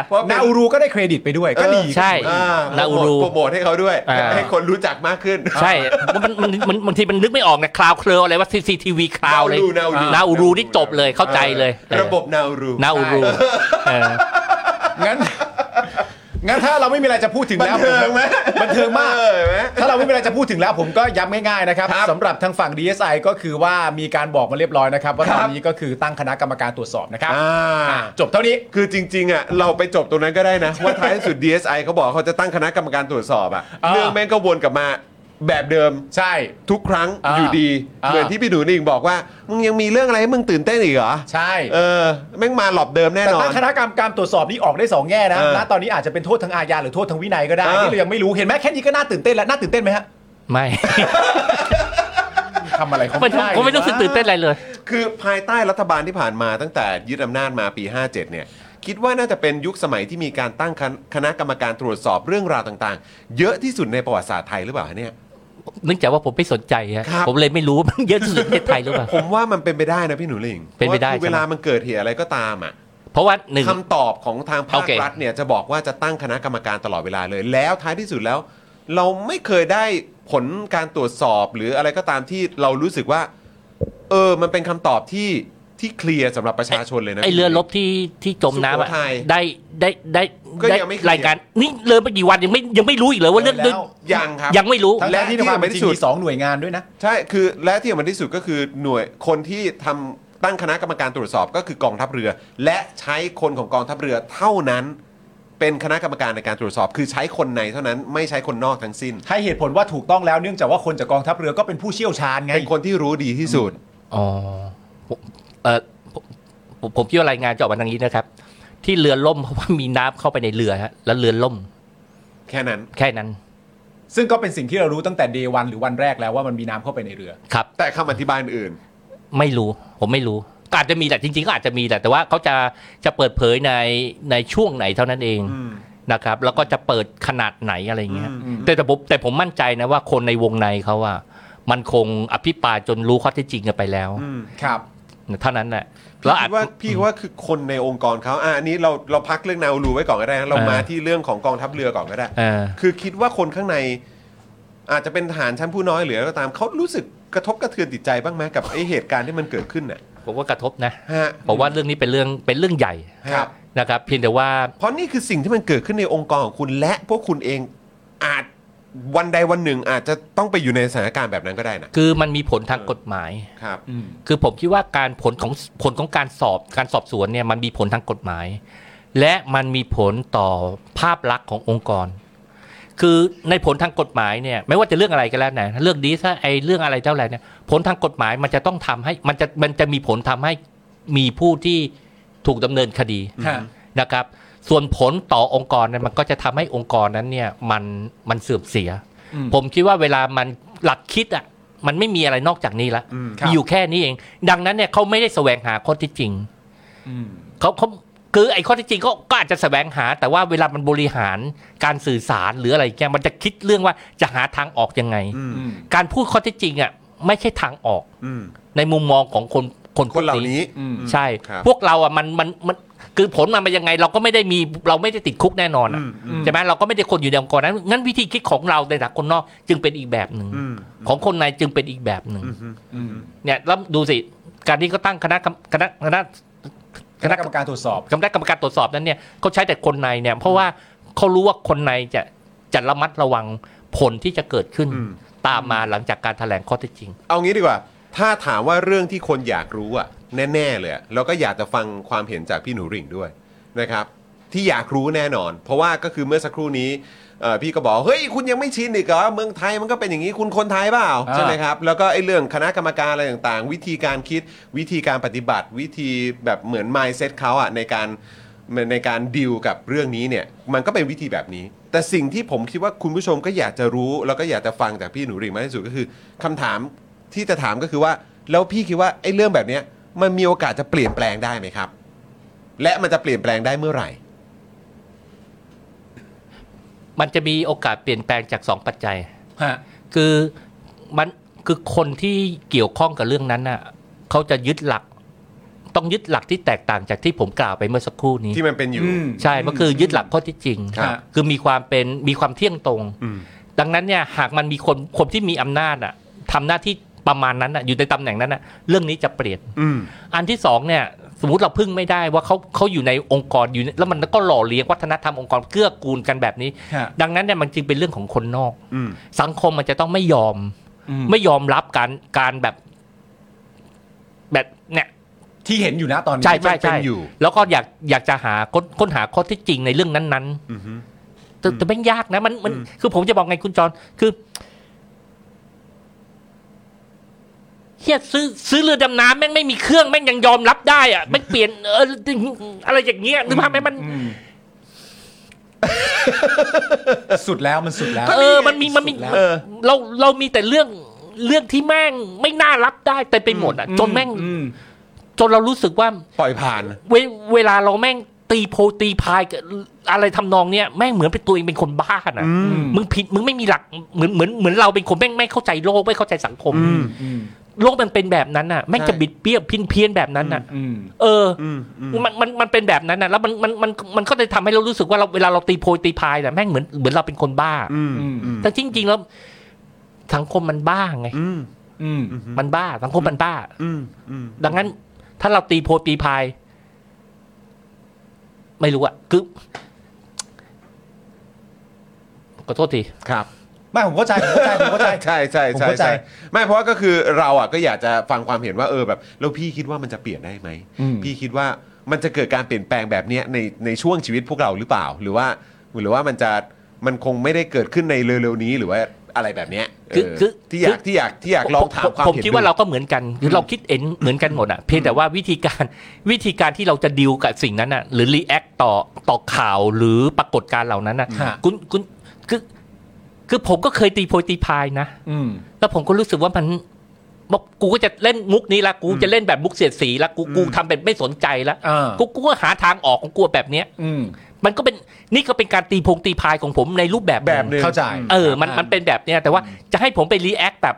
Speaker 3: เพราะเป็นา
Speaker 4: นาอูรูก็ได้เครดิตไปด้วยก็ดี
Speaker 5: ใช่
Speaker 3: อ่า
Speaker 5: นาอูรู
Speaker 3: โปรโมทให้เขาด้วย
Speaker 5: อ่า
Speaker 3: ให้คนรู้จักมากขึ้น
Speaker 5: ใช่ มันมันมันบางทีมันนึกไม่ออกนะคลาวเคลออะไรว่า CCTV คลาวเลย
Speaker 3: นาอูรู
Speaker 5: นาอูรูนี่จบเลยเข้าใจเลย
Speaker 3: ออระบบนาอูรู
Speaker 5: นาอูรูเออ
Speaker 4: งั้น งั้นถ้าเราไม่มีอะไรจะพูดถึงแล้ว
Speaker 3: บันเทิงไหม
Speaker 4: บันเทิงมาก
Speaker 3: เออเห็นไหม
Speaker 4: ถ้าเราไม่มีอะไรจะพูดถึงแล้วผมก็ย้ำง่ายๆนะครับ
Speaker 3: ครับ
Speaker 4: สำหรับทางฝั่ง DSI ก็คือว่ามีการบอกมาเรียบร้อยนะครับ ว่า
Speaker 3: ครั
Speaker 4: ต
Speaker 3: บ
Speaker 4: อนนี้ก็คือตั้งคณะกรรมการตรวจสอบนะครับ
Speaker 3: อ่า
Speaker 4: อ่ะจบเท่านี้
Speaker 3: คือจริงๆอ่ะเราไปจบตรงนั้นก็ได้นะ ว่าท้ายสุด DSI เขาบอกเขาจะตั้งคณะกรรมการตรวจสอบอ่ะ
Speaker 4: อ่า
Speaker 3: เรื่องแม่งก็วนกลับมาแบบเดิม
Speaker 4: ใช่
Speaker 3: ทุกครั้ง
Speaker 4: อ่า
Speaker 3: อยู่ดี
Speaker 4: อ่า
Speaker 3: เหมือนที่พี่หนูนิ่งบอกว่า มึงยังมีเรื่องอะไรให้มึงตื่นเต้นอีกเหรอ
Speaker 4: ใช่
Speaker 3: เออแม่งมาหลอบเดิมแน่
Speaker 4: แต่
Speaker 3: นอ
Speaker 4: ตั้
Speaker 3: น
Speaker 4: งคณะกรรมการตรวจสอบนี้ออกได้สองแง่นะ
Speaker 3: เออ
Speaker 4: ณตอนนี้อาจจะเป็นโทษทางอาญาหรือโทษทางวินัยก็ได้
Speaker 3: เออ
Speaker 4: นี่เรายังไม่รู้เห็นไหมแค่นี้ก็น่าตื่นเต้นแล้วน่าตื่นเต้นไหมฮะ
Speaker 5: ไม่
Speaker 3: [laughs]
Speaker 4: ทำอะไรเขา
Speaker 5: ไม่
Speaker 4: ไม่ได้
Speaker 5: ก็ไม่รู้สึกตื่นเต้นอะไรเลย
Speaker 3: คือภายใต้รัฐบาลที่ผ่านมาตั้งแต่ยึดอำนาจมาปี 57 เนี่ย คิดว่าน่าจะเป็นยุคสมัยที่มีการตั้งคณะคณะกรรมการตรวจสอบเรื่องราวต่างๆ เยอะที่สุดในประวัติศาสตร์ไทยหรือเปล่าเนี่ย
Speaker 5: เนื่องจากว่าผมไม่สนใจฮะ
Speaker 3: ครับ
Speaker 5: ผมเลยไม่รู้ว่ามันเยอะที่สุดในประเทศไทยหรือเปล่า
Speaker 3: ผมว่ามันเป็นไปได้นะพี่หนูลิง
Speaker 5: เป็นไปได้
Speaker 3: พราะว่าคือ
Speaker 5: ใช่
Speaker 3: เว
Speaker 5: ไหม
Speaker 3: ลามันเกิดเหตุอะไรก็ตามอ่ะ
Speaker 5: เพราะว่าหนึ่ง
Speaker 3: คำตอบของทางภา
Speaker 5: โอ
Speaker 3: ค
Speaker 5: เค
Speaker 3: รัฐเนี่ยจะบอกว่าจะตั้งคณะกรรมการตลอดเวลาเลย แล้วท้ายที่สุดแล้ว เราไม่เคยได้ผลการตรวจสอบหรืออะไรก็ตามที่เรารู้สึกว่า เออ มันเป็นคำตอบที่ที่เคลียร์สำหรับประชาชนเลยนะ
Speaker 5: ไอเรือลบที่ที่จมน้ำอะ
Speaker 3: สุโขทัย
Speaker 5: ได้ได้ได้
Speaker 3: ก็
Speaker 5: ได้
Speaker 3: ยังไม่เคลียร์
Speaker 5: รายการนี่เลยมากี่วันยังไม่ยังไม่รู้อีกเลยว่าเรื่อง
Speaker 4: แล้
Speaker 5: เรื่อง
Speaker 4: ว
Speaker 3: ยังครับ
Speaker 5: ยังไม่รู้
Speaker 4: ทั้ง
Speaker 3: และ
Speaker 4: และที่ในความเป็นจ
Speaker 3: ที่
Speaker 4: ริง
Speaker 3: สำคัญที่สุด
Speaker 4: มีสองหน่วยงานด้วยนะ
Speaker 3: ใช่คือและที่สำคัญที่สุดก็คือหน่วยคนที่ทำตั้งคณะกรรมการตรวจสอบก็คือกองทัพเรือ และใช้คนของกองทัพเรือเท่านั้น เป็นคณะกรรมการในการตรวจสอบ คือใช้คนในเท่านั้นไม่ใช้คนนอกทั้งสิ้น
Speaker 4: ให้เหตุผลว่าถูกต้องแล้วเนื่องจากว่าคนจากกองทัพเรือก็เป็นผู้เชี่ยวชาญไง
Speaker 3: เป็นคนที่รู้ดีที่สุด
Speaker 5: อ๋อผมเออผมผมผมคิดว่ารายงานจะออกมาทางนี้นะครับ ที่เรือล่มเพราะว่ามีน้ำเข้าไปในเรือฮะแล้วเรือล่ม
Speaker 3: แค่นั้น
Speaker 5: แค่นั้น
Speaker 4: ซึ่งก็เป็นสิ่งที่เรารู้ตั้งแต่เดวันหรือวันแรกแล้วว่ามันมีน้ำเข้าไปในเรือ
Speaker 5: ครับ
Speaker 3: แต่คำอธิบายอื่น
Speaker 5: ไม่รู้ ผมไม่รู้ก็อาจจะมีแหละจริงๆก็อาจจะมีแหละแต่ว่าเขาจะจะเปิดเผยในในช่วงไหนเท่านั้นเองนะครับ แล้วก็จะเปิดขนาดไหนอะไรเงี้ยแต่แต่ผมแต่ผมมั่นใจนะว่าคนในวงในเขาว่า มันคงอภิปรายจนรู้ข้อเท็จจริงกันไปแล้ว
Speaker 4: ครับ
Speaker 5: เท่านั้นแหละ
Speaker 3: พี่
Speaker 5: แล้วอาจ
Speaker 3: คิดว่าพี่ว่าคือคนในองค์กรเขาอ่ะอันนี้เราเราพักเรื่องนาวูไว้ก่อนก็ได้นะเรา
Speaker 5: อ่าม
Speaker 3: มาที่เรื่องของกองทัพเรือก่อนก็ได้
Speaker 5: เออ
Speaker 3: คือคิดว่าคนข้างใน อาจจะเป็นทหารชั้นผู้น้อยหรืออะไรก็ตามเขารู้สึกกระทบกระเทือนจิตใจบ้างไหมกับไอเหตุการณ์ที่มันเกิดขึ้นน่ะ
Speaker 5: ผมว่ากระทบนะ
Speaker 3: ฮะ
Speaker 5: ผมว่าเรื่องนี้เป็นเรื่องเป็นเรื่องใหญ่
Speaker 3: ครับ
Speaker 5: นะครับเพียงแต่ว่า
Speaker 3: เพราะนี่คือสิ่งที่มันเกิดขึ้นในองค์กรของคุณและพวกคุณเองอาจวันใดวันหนึ่ง อาจจะต้องไปอยู่ในสถานการณ์แบบนั้นก็ได้นะ
Speaker 5: คือมันมีผลทางกฎหมาย
Speaker 3: ครับ
Speaker 5: คือผมคิดว่าการผลของผลของการสอบการสอบสวนเนี่ยมันมีผลทางกฎหมาย และมันมีผลต่อภาพลักษณ์ขององค์กร คือในผลทางกฎหมายเนี่ยไม่ว่าจะเรื่องอะไรก็แล้วแต่เรื่องดีถ้าไอเรื่องอะไรเท่าไหร่เนี่ยผลทางกฎหมายมันจะต้องทำให้มันจะมันจะมีผลทำให้มีผู้ที่ถูกดำเนินคดี
Speaker 4: ฮะ
Speaker 5: นะครับ ส่วนผลต่อองค์กรเนี่ยมันก็จะทำให้องค์กรนั้นเนี่ยมันมันเสื่อมเสีย ผมคิดว่าเวลามันหลักคิดอ่ะมันไม่มีอะไรนอกจากนี้ละ
Speaker 3: อืม
Speaker 4: ครับ
Speaker 5: มีอยู่แค่นี้เอง ดังนั้นเนี่ยเขาไม่ได้แสวงหาข้อเที่จริงเขาเขาคือไอ้ข้อเที่จริงเขาก็อาจจะแสวงหา แต่ว่าเวลามันบริหารการสื่อสารหรืออะไรแกมันจะคิดเรื่องว่าจะหาทางออกยังไง การพูดข้อเที่จริงอ่ะไม่ใช่ทางออก
Speaker 3: อืม
Speaker 5: ในมุมมองของคนคนพ
Speaker 3: คว
Speaker 5: ก
Speaker 3: นเหล่านี้
Speaker 5: ใช่
Speaker 3: ครับ
Speaker 5: พวกเราอ่ะมันมันมัน คือผลมันเป็นยังไงเราก็ไม่ได้มีเราไม่ได้ติดคุกแน่นอนอะใช่ไหมเราก็ไม่ได้คนอยู่ในองค์กรนั้นงั้นวิธีคิดของเราในฐานะคนนอกจึงเป็นอีกแบบหนึ่งของคนในจึงเป็นอีกแบบหนึ่งเนี่ยแล้วดูสิการที่เขาตั้งคณะกรรมคณะคณะ
Speaker 4: คณะกรรมการตรวจสอบ
Speaker 5: คณะกรรมการตรวจสอบนั้นเนี่ยเขาใช้แต่คนในเนี่ย เพราะว่าเขารู้ว่าคนในจะจะระมัดระวังผลที่จะเกิดขึ้น ตามมาหลังจากการแถลงข้อเท็จจริง
Speaker 3: เอางี้ดีกว่า ถ้าถามว่าเรื่องที่คนอยากรู้อะแน่ ๆ เลยอะแล้วก็อยากจะฟังความเห็นจากพี่หนูหริ่งด้วยนะครับ ที่อยากรู้แน่นอน เพราะว่าก็คือเมื่อสักครู่นี้เอ่อพี่ก็บอกเฮ้ยคุณยังไม่ชินอีกเหรอเมืองไทยมันก็เป็นอย่างนี้คุณคนไทยเปล่า
Speaker 4: อ่า
Speaker 3: ใช่ไหมครับแล้วก็ไอ้เรื่องคณะกรรมการอะไรต่างๆ วิธีการคิดวิธีการปฏิบัติ วิธีแบบเหมือน mindset เขาอะในการในการดิวกับเรื่องนี้เนี่ยมันก็เป็นวิธีแบบนี้ แต่สิ่งที่ผมคิดว่าคุณผู้ชมก็อยากจะรู้แล้วก็อยากจะฟังจากพี่หนูหริ่งมากที่สุดก็คือคำถาม ที่จะถามก็คือว่าแล้วพี่คิดว่าไอ้เรื่องแบบเนี้ยมันมีโอกาสจะเปลี่ยนแปลงได้ไหมครับ และมันจะเปลี่ยนแปลงได้เมื่อไหร่
Speaker 5: มันจะมีโอกาสเปลี่ยนแปลงจากสองปัจจัย
Speaker 4: ฮะ
Speaker 5: คือมันคือคนที่เกี่ยวข้องกับเรื่องนั้นน่ะเขาจะยึดหลัก ต้องยึดหลักที่แตกต่างจากที่ผมกล่าวไปเมื่อสักครู่นี้
Speaker 3: ที่มันเป็นอยู่
Speaker 5: ใช่ก็คือยึดหลักข้อที่จริง
Speaker 4: ครับ
Speaker 5: อมีความเป็นมีความเที่ยงตรง
Speaker 3: อืม
Speaker 5: ดังนั้นเนี่ยหากมันมีคนคนที่มีอำนาจอ่ะทำหน้าที่ประมาณนั้นอ่ะอยู่ในตำแหน่งนั้นอ่ะเรื่องนี้จะเปลี่ยน
Speaker 3: อืม
Speaker 5: อันที่สองเนี่ยสมมติเราพึ่งไม่ได้ว่าเขาเขาอยู่ในองค์กรอยู่ในแล้วมันก็หล่อเลี้ยงวัฒนธรรมองค์กรเกื้อกูลกันแบบนี้
Speaker 4: ฮะ
Speaker 5: ดังนั้นเนี่ยมันจึงเป็นเรื่องของคนนอก
Speaker 3: อืม
Speaker 5: สังคมมันจะต้องไม่ยอม ไม่ยอมรับการการแบบ แบบเนี่ย
Speaker 4: ที่เห็นอยู่นะตอนนี้
Speaker 5: ใช่
Speaker 3: มั
Speaker 5: ใช่
Speaker 3: นเป็
Speaker 5: ใช่
Speaker 3: นอยู่
Speaker 5: แล้วก็อยากอยากจะหาค้นค้นหาข้อเที่จริงในเรื่องนั้น
Speaker 3: อืม
Speaker 5: ๆ แต่แต่ไม่งยากนะมันมัน คือผมจะบอกไงคุณจรคือเฮียซื้อซื้อเรือดำน้ำแม่งไม่มีเครื่องแม่งยังยอมรับได้อะแม่งเปลี่ยนเอออะไรอย่างเงี้ยนึกภาพไหมมัน
Speaker 4: อืมสุดแล้วมันสุดแล้ว
Speaker 5: เออ มันมี มันมี
Speaker 4: สุดแล้ว
Speaker 5: เออเรา เรามีแต่เรื่อง เรื่องที่แม่งไม่น่ารับได้เต็มไปหมดอ่ะ จนแม่ง
Speaker 4: อืม
Speaker 5: จนเรารู้สึกว่า
Speaker 3: ปล่อยผ่าน
Speaker 5: เวเวลาเราแม่งตีโพตีพายกับอะไรทำนองเนี้ยแม่งเหมือนเป็นตัวเองเป็นคนบ้าน่ะ
Speaker 4: ม
Speaker 5: มึงผิด มึงไม่มีหลัก เหมือนเหมือนเหมือนเราเป็นคนแม่งไม่เข้าใจโลกไม่เข้าใจสังคม
Speaker 4: อืม
Speaker 5: โลกมันเป็นแบบนั้นน่ะ แม่ง
Speaker 3: ใช่
Speaker 5: จะบิดเบี้ยวเพี้ยนเพี้ยนแบบนั้นน่ะ
Speaker 4: อืม
Speaker 5: เอออ
Speaker 3: อืมอืม
Speaker 5: มันมันมันเป็นแบบนั้นนะแล้วมันมันมันมันก็เลยทำให้เรารู้สึกว่าเราเวลาเราตีโพยตีพายน่ะแม่งเหมือนเหมือนเราเป็นคนบ้า
Speaker 3: อืม
Speaker 4: อืม
Speaker 3: อืม
Speaker 5: แต่จริงๆแล้วสังคมมันบ้าไง
Speaker 3: อืม
Speaker 4: อืม
Speaker 5: มันบ้าสังคมมันบ้า
Speaker 3: อืมอืม
Speaker 5: ดังนั้น ถ้าเราตีโพยตีพาย ไม่รู้อะคือขอโทษที
Speaker 3: ครับ
Speaker 4: ไม่ผมเข้าใจผมเข้าใจผมเข้าใจ
Speaker 3: ใช่ใช่
Speaker 4: ผม
Speaker 3: ใช่
Speaker 4: เข้าใจ
Speaker 3: ใช่ไม่เพราะว่าก็คือเราอ่ะก็อยากจะฟังความเห็นว่าเออแบบแล้วพี่คิดว่ามันจะเปลี่ยนได้ไหม
Speaker 4: อืม
Speaker 3: พี่คิดว่ามันจะเกิดการเปลี่ยนแปลงแบบเนี้ยในในช่วงชีวิตพวกเราหรือเปล่า หรือว่า หรือว่ามันจะมันคงไม่ได้เกิดขึ้นในเร็วๆนี้หรือว่าอะไรแบบเนี้ยเ
Speaker 5: คือคือ
Speaker 3: ที่อยากที่อยากที่อยากลองถามความ
Speaker 5: ผม
Speaker 3: เห็น
Speaker 5: คิดว่าเราก็เหมือนกันคือเราคิดเห็นเหมือนกันหมดอะเพียงแต่ว่าวิธีการวิธีการที่เราจะดิวกับสิ่งนั้นอะหรือรีแอคต่อต่อข่าวหรือปรากฏการณ์เหล่านั้นอะ
Speaker 4: ฮะ
Speaker 5: คุณคุณคือคือผมก็เคยตีโพยตีพายนะ
Speaker 4: อืม
Speaker 5: แล้วผมก็รู้สึกว่ามันบอกกูก็จะเล่นมุกนี้ละกูจะเล่นแบบมุกเสียดสีละกูกูทำเป็นไม่สนใจละ
Speaker 4: อ่ากู
Speaker 5: กูกูก็หาทางออกของกูแบบเนี้ย
Speaker 4: อืม
Speaker 5: มันก็เป็นนี่ก็เป็นการตีพงตีพายของผมในรูปแบบห
Speaker 3: แบบหนึง
Speaker 4: เข้าใจ
Speaker 5: เออมันมันเป็นแบบเนี้ยแต่ว่าจะให้ผมไปรีแอคแบบ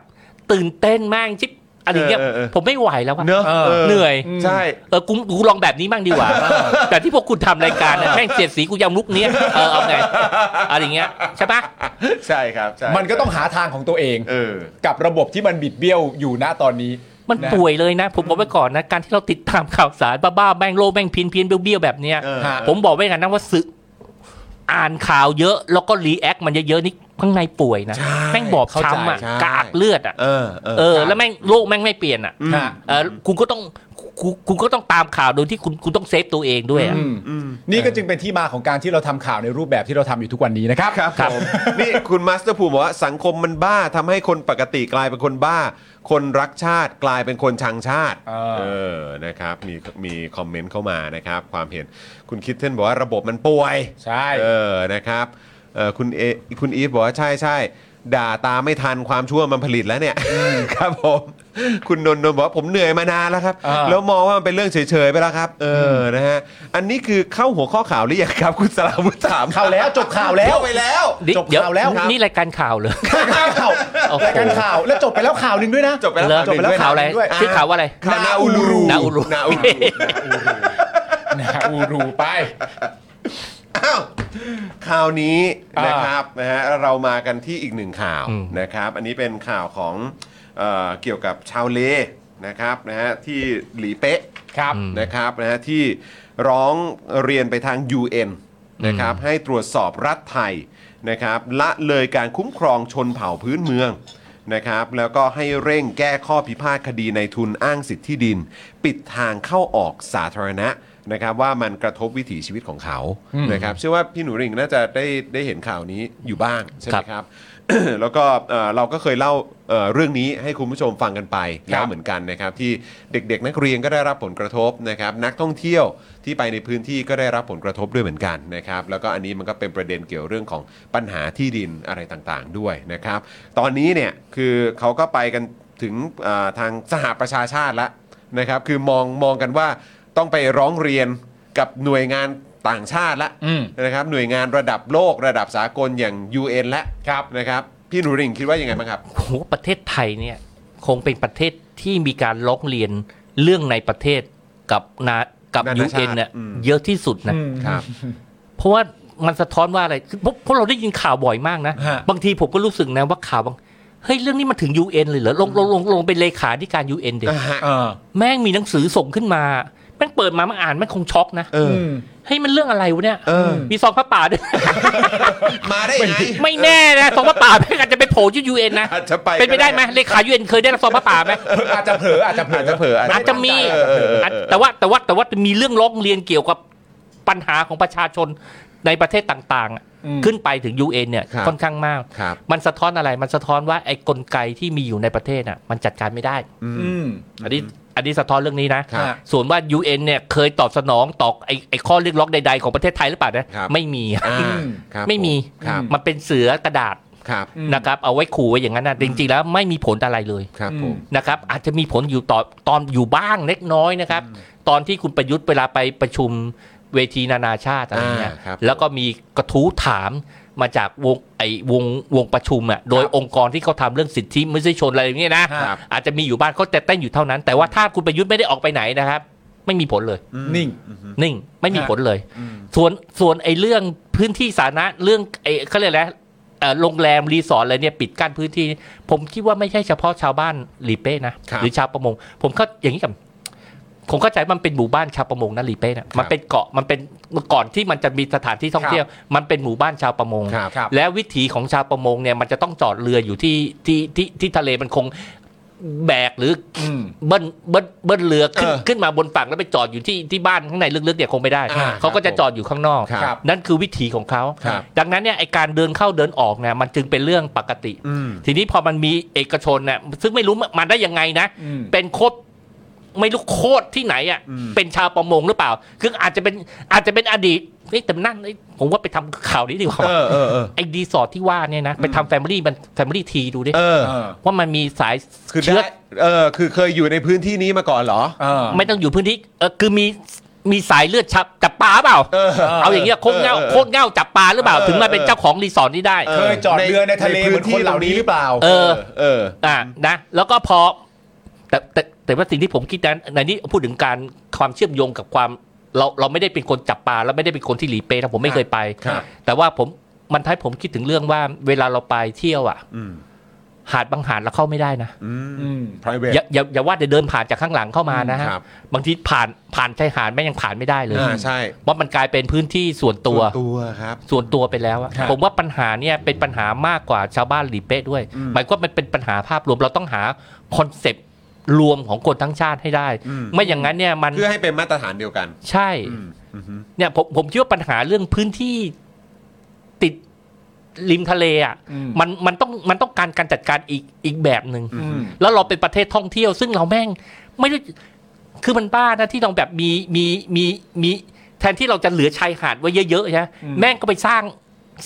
Speaker 5: ตื่นเต้นมากชิบอะไรเงี้ย
Speaker 3: เออเออเออ
Speaker 5: ผมไม่ไหวแล้วว่ะ
Speaker 3: เนอะ
Speaker 5: เออเหนื่อย
Speaker 3: ใช่
Speaker 5: เออกูกูลองแบบนี้บ้างดีกว่า แต่ที่พวกคุณทำรายการเนี่ยแม่งเสียดสีกูยำลุกเนี้ยเออเอาไงอะไรเงี้ยใช่ปะ
Speaker 3: ใช่ครับใช่
Speaker 4: มันก็ต้องหาทางของตัวเอง
Speaker 3: เออ
Speaker 4: กับระบบที่มันบิดเบี้ยวอยู่ณตอนนี้
Speaker 5: มัน
Speaker 4: นะ
Speaker 5: ป่วยเลยนะ ผมบอกไว้ก่อนนะ การที่เราติดตามข่าวสารบ้าๆแม่งโลกแม่งเพี้ยนเพี้ยนเบี้ยวๆแบบเนี้ย
Speaker 3: เออ
Speaker 4: ฮะ
Speaker 5: ผมบอกไว้กันนะว่าสึกอ่านข่าวเยอะ แล้วก็รีแอคมันเยอะๆนี่ข้างในป่วยนะ แม่งบอบช้ำอ่ะ
Speaker 3: เข้าใจใช่
Speaker 5: กากเลือดอ่ะ
Speaker 3: เออเออ
Speaker 5: เออแล้วแม่งโลกแม่งไม่เปลี่ยนอ่ะ
Speaker 4: ฮะ
Speaker 5: เออคุณก็ต้องคุณคุณก็ต้องตามข่าวโดยที่คุณคุณต้องเซฟตัวเองด้วยอะ
Speaker 4: อืมนี่ก็จึงเป็นที่มาของการที่เราทำข่าวในรูปแบบที่เราทำอยู่ทุกวันนี้นะครับ
Speaker 3: ครับ
Speaker 5: ครับ
Speaker 3: ผมนี่คุณมาสเตอร์ภูมิบอกว่าสังคมมันบ้าทำให้คนปกติกลายเป็นคนบ้า คนรักชาติกลายเป็นคนชังชาติ
Speaker 4: เออ
Speaker 3: เออนะครับมีมีคอมเมนต์เข้ามานะครับ ความเห็นคุณคิดเทนบอกว่าระบบมันป่วย
Speaker 4: ใช่
Speaker 3: เออ นะครับเออคุณเอคุณอีฟบอกว่าใช่ใช่ด่าตามไม่ทันความชั่วมันผลิตแล้วเนี่ย ครับผม คุณนนท์นนท์บอกว่าผมเหนื่อยมานานแล้วครับ
Speaker 4: อ่า
Speaker 3: แล้วมองว่ามันเป็นเรื่องเฉยๆไปแล้วครับ เออ นะฮะ อันนี้คือเข้าหัวข้อข่าวหรือยังครับ คุณสลาวุฒิถาม
Speaker 4: ข่าวแล้วจบข่าวแล้ว
Speaker 3: เข้าไปแล้ว
Speaker 5: นี่
Speaker 4: จบ
Speaker 5: เดี๋ย
Speaker 4: ข่าวแล้วครับ
Speaker 5: นี่รายการข่าวเลย
Speaker 4: ข่าว
Speaker 5: โอ้โห
Speaker 4: รายการข่าวแล้วจบไปแล้วข่าวหนึ่งด้วยนะ
Speaker 3: จบไปแล้ว
Speaker 5: เลิก
Speaker 3: ข่าวหนึ่งด้วย
Speaker 5: ข่าวอะไร
Speaker 3: ด้วย
Speaker 5: ชื่อข่าวว่าอะไร
Speaker 3: ข่าวนาอูรู
Speaker 5: นาอูรู
Speaker 3: นาอูรู
Speaker 4: นะฮะอูรูไป
Speaker 3: อ้าวข่าวนี้
Speaker 4: อ่าน
Speaker 3: นะครับนะฮะเรามากันที่อีกหนึ่งข่าว
Speaker 5: อืม
Speaker 3: นะครับ อันนี้เป็นข่าวของเออเกี่ยวกับชาวเลนะครับนะฮะที่หลีเป๊ะ
Speaker 4: ครับ
Speaker 3: นะครับนะฮะที่ร้องเรียนไปทาง UN นะครับให้ตรวจสอบรัฐไทยนะครับละเลยการคุ้มครองชนเผ่าพื้นเมืองนะครับแล้วก็ให้เร่งแก้ข้อพิพาทคดีในทุนอ้างสิทธิดิน ปิดทางเข้าออกสาธารณะนะครับว่ามันกระทบวิถีชีวิตของเขา
Speaker 4: อืม
Speaker 3: นะครับ นะครับเชื่อว่าพี่หนูริ่งน่าจะได้ได้เห็นข่าวนี้อยู่บ้างใช่ไหมครับ [coughs] แล้วก็เอ่อเราก็เคยเล่าเอ่อเรื่องนี้ให้คุณผู้ชมฟังกันไป
Speaker 4: ครั
Speaker 3: แล้
Speaker 4: บ
Speaker 3: วเหมือนกันนะครับที่เด็กๆ นักเรียนก็ได้รับผลกระทบนะครับนักท่องเที่ยวที่ไปในพื้นที่ก็ได้รับผลกระทบด้วยเหมือนกันนะครับแล้วก็อันนี้มันก็เป็นประเด็นเกี่ยวเรื่องของปัญหาที่ดินอะไรต่างๆด้วยนะครับ ตอนนี้เนี่ยคือเขาก็ไปกันถึงเอ่อทางสหประชาชาติละนะครับคือมองมองกันว่าต้องไปร้องเรียนกับหน่วยงานต่างชาติละ
Speaker 4: อืม
Speaker 3: นะครับหน่วยงานระดับโลกระดับสากลอย่าง UN และ
Speaker 4: ครับ
Speaker 3: นะครับพี่หนูริ่งคิดว่ายังไงบ้างครับ
Speaker 5: ผมว่าประเทศไทยเนี่ยคงเป็นประเทศที่มีการร้องเรียนเรื่องในประเทศกับนากับ
Speaker 3: นา
Speaker 5: ยู
Speaker 3: นาชาติ
Speaker 5: เอ็นเนี่ย
Speaker 3: อืม
Speaker 5: เยอะที่สุดนะ
Speaker 3: ครับ
Speaker 5: เพราะว่ามันสะท้อนว่าอะไรคือพวกพวกเราได้ยินข่าวบ่อยมากนะ
Speaker 4: ฮะ
Speaker 5: บางทีผมก็รู้สึกนะว่าข่าวบางเฮ้ยเรื่องนี้มันถึง UN เลยเหรอลงลงลงลงเป็นเลขาธิการ UN เด็ก
Speaker 4: เออ
Speaker 5: แม่งมีหนังสือส่งขึ้นมาแม่งเปิดมามันอ่านแม่งคงช็อกนะ
Speaker 3: เออ
Speaker 4: ม
Speaker 5: เฮ้ยมันเรื่องอะไรวะเนี่ย
Speaker 3: เออ
Speaker 5: มีซองพระป่าด้วย [laughs]
Speaker 3: มาได้ยังไง
Speaker 5: ไม่แน่นะซองพระป่าแม่งอาจจะไปโผล่ที่ UN นะ
Speaker 3: อาจจะไป
Speaker 5: เป็นไปได้ไหมเลขา UN เคยได้รับซองพระป่าไหม
Speaker 4: อาจจะเผลออาจจะเผลอ
Speaker 3: อาจจะเผลอ
Speaker 5: อาจจะมี
Speaker 3: เออเออเออเออ
Speaker 5: แต่ว่าแต่ว่าแต่ว่ามีเรื่องร้องเรียนเกี่ยวกับปัญหาของประชาชนในประเทศต่างๆอะขึ้นไปถึง UN เนี่ย
Speaker 3: ครับ
Speaker 5: ค่อนข้างมาก
Speaker 3: ครับ
Speaker 5: มันสะท้อนอะไร มันสะท้อนว่าไอ้กลไกที่มีอยู่ในประเทศน่ะมันจัดการไม่ได้
Speaker 3: อืม
Speaker 4: อืม
Speaker 5: อันนี้อันนี้สะท้อนเรื่องนี้นะ
Speaker 3: ครับ
Speaker 5: ส่วนว่า UN เนี่ยเคยตอบสนองต่อไอ้ไอ้ข้อเรียกร้องใดๆของประเทศไทยหรือเปล่านะครับ ไม่มี
Speaker 3: อ่า
Speaker 4: อืม
Speaker 3: ครับ
Speaker 5: ไม่มี
Speaker 3: ครับ
Speaker 5: มันเป็นเสือกระดาษ
Speaker 3: ครับ
Speaker 4: อืม
Speaker 5: นะครับเอาไว้ขู่ไว้อย่างนั้นนะจริงๆแล้วไม่มีผลอะไรเลย
Speaker 3: ครับผม
Speaker 5: นะครับอาจจะมีผลอยู่ต่อตอนอยู่บ้างเล็กน้อยนะครับ ตอนที่คุณประยุทธ์เวลาไปประชุมเวทีนานาชาติอะไรเงี้ย
Speaker 3: อ่าครับ
Speaker 5: แล้วก็มีกระทู้ถามมาจากวงไอ้วงวงประชุมอ่ะโดยองค์กรที่เขาทำเรื่องสิทธิมนุษยชนอะไรอย่างเงี้ยนะครับ อาจจะมีอยู่บ้างเขาแต่เต้นอยู่เท่านั้น แต่ว่าถ้าคุณประยุทธ์ไม่ได้ออกไปไหนนะครับ ไม่มีผลเลย
Speaker 4: นิ่ง
Speaker 5: นิ่งไม่มี
Speaker 4: ฮะ
Speaker 5: ผลเลย ส่วนส่วนไอ้เรื่องพื้นที่สาธารณะเรื่องไอ้เขาเรียกอะไรเอ่อโรงแรมรีสอร์ทอะไรเนี่ยปิดกั้นพื้นที่ ผมคิดว่าไม่ใช่เฉพาะชาวบ้านหลีเป้นะครับ หรือชาวประมง ผมเข้าอย่างนี้กับผมเข้าใจมันเป็นหมู่บ้านชาวประมงนะหลีเป้นะมันเป็นเกาะมันเป็นเมื่อก่อนที่มันจะมีสถานที่ท่องเที่ยว มันเป็นหมู่บ้านชาวประมง
Speaker 3: ครับ
Speaker 4: ครับ
Speaker 5: และวิถีของชาวประมงเนี่ยมันจะต้องจอดเรืออยู่ที่ที่ที่ที่ทะเลมันคงแบกหรือ
Speaker 4: อืม
Speaker 5: เบิ้ลเบิ้ลเบิ้ลเรือขึ้น
Speaker 3: เออ
Speaker 5: ขึ้นมาบนฝั่งแล้วไปจอดอยู่ที่ที่บ้านข้างในลึกๆเนี่ยคงไม่ได้
Speaker 3: อ่า
Speaker 5: เขา
Speaker 3: ครั
Speaker 5: ก็
Speaker 3: บ
Speaker 5: จะจอดอยู่ข้างนอก
Speaker 3: ครับ
Speaker 5: นั่นคือวิถีของเขา
Speaker 3: ครับ
Speaker 5: ดังนั้นเนี่ยไอการเดินเข้าเดินออกเนี่ยมันจึงเป็นเรื่องปกติ
Speaker 3: อืม
Speaker 5: ทีนี้พอมันมีเอกชนเนี่ยซึ่งไม่รู้มันได้ยังไงนะ
Speaker 4: อืม
Speaker 5: เป็นโคตรไม่รู้โคตรที่ไหนอ่ะ
Speaker 3: อืม
Speaker 5: เป็นชาวประมงหรือเปล่า คืออาจจะเป็นอาจจะเป็นอดีตเฮ้ยแต่นั่นเอ้ยผมว่าไปทำข่าวนี้ดีกว่า
Speaker 3: เออเออเออ
Speaker 5: ไอ้รีสอร์ทที่ว่าเนี่ยนะไปทำแฟมิลี่มันแฟมิลี่ทีดูดิ
Speaker 3: เออ
Speaker 4: เออ
Speaker 5: ว่ามันมีสาย
Speaker 3: คือ
Speaker 5: เชื้อ
Speaker 3: ได้เออคือเคยอยู่ในพื้นที่นี้มาก่อนเหรอ
Speaker 4: เออ
Speaker 5: ไม่ต้องอยู่พื้นที่เออคือมีมีสายเลือดชับจับปลาเปล่า
Speaker 3: เออ
Speaker 5: เอาอย่างเงี้ยโคตรเง่า
Speaker 3: เออเออ
Speaker 5: โคตรเง่าจับปลาหรือเปล่า
Speaker 3: เออ
Speaker 5: ถึงมาเป็นเจ้าของรีสอร์ทนี่ได้
Speaker 4: เคยจอดเรือในทะเลเหมือนคนเหล่านี้หรือเปล่า
Speaker 5: เออ
Speaker 3: เออ
Speaker 5: อ่ะนะแล้วก็พอแต่แต่แต่ว่าสิ่งที่ผมคิดนั้นในนี้พูดถึงการความเชื่อมโยงกับความเราเราไม่ได้เป็นคนจับปลาแล้วไม่ได้เป็นคนที่หลีเปนะผมไม่เคยไป
Speaker 3: ครับ
Speaker 5: แต่ว่าผมมันทำให้ผมคิดถึงเรื่องว่าเวลาเราไปเที่ยวอ่ะ
Speaker 3: อืม
Speaker 5: หาดบางหาดเราเข้าไม่ได้นะ
Speaker 3: อืม
Speaker 4: อืม
Speaker 3: private
Speaker 5: อย่าอย่าอย่าว่าแต่เดินผ่านจากข้างหลังเข้ามานะฮะ
Speaker 3: ครับ
Speaker 5: บางทีผ่านผ่านชายหาดแม่งยังผ่านไม่ได้เลย
Speaker 3: อ่าใช่
Speaker 5: เพราะมันกลายเป็นพื้นที่ส่วนตัว
Speaker 3: ส่นตัวครับ
Speaker 5: ส่วนตัวไปแล้วอะ
Speaker 4: ครับ
Speaker 5: ผมว่าปัญหาเนี่ยเป็นปัญหามากกว่าชาวบ้านหลีเป๊ะด้วย หมายความว่ามันเป็นปัญหาภาพรวมเราต้องหาคอนเซปต์รวมของคนทั้งชาติให้ได้
Speaker 3: อืม
Speaker 5: ไม่อย่างนั้นเนี่ยมัน
Speaker 3: เพื่อให้เป็นมาตรฐานเดียวกัน
Speaker 5: ใช่
Speaker 3: อืมอือฮึ
Speaker 5: เนี่ยผมผมคิดว่าปัญหาเรื่องพื้นที่ติดริมทะเลอ่ะ
Speaker 4: อืม
Speaker 5: มันมันต้องมันต้องการการจัดการอีกอีกแบบหนึ่ง
Speaker 4: อืม
Speaker 5: แล้วเราเป็นประเทศท่องเที่ยว ซึ่งเราแม่งไม่ได้คือมันบ้านะที่เราแบบมีมีมีมีแทนที่เราจะเหลือชายหาดไว้เยอะๆใช่ไหม
Speaker 4: อืม
Speaker 5: แม่งก็ไปสร้าง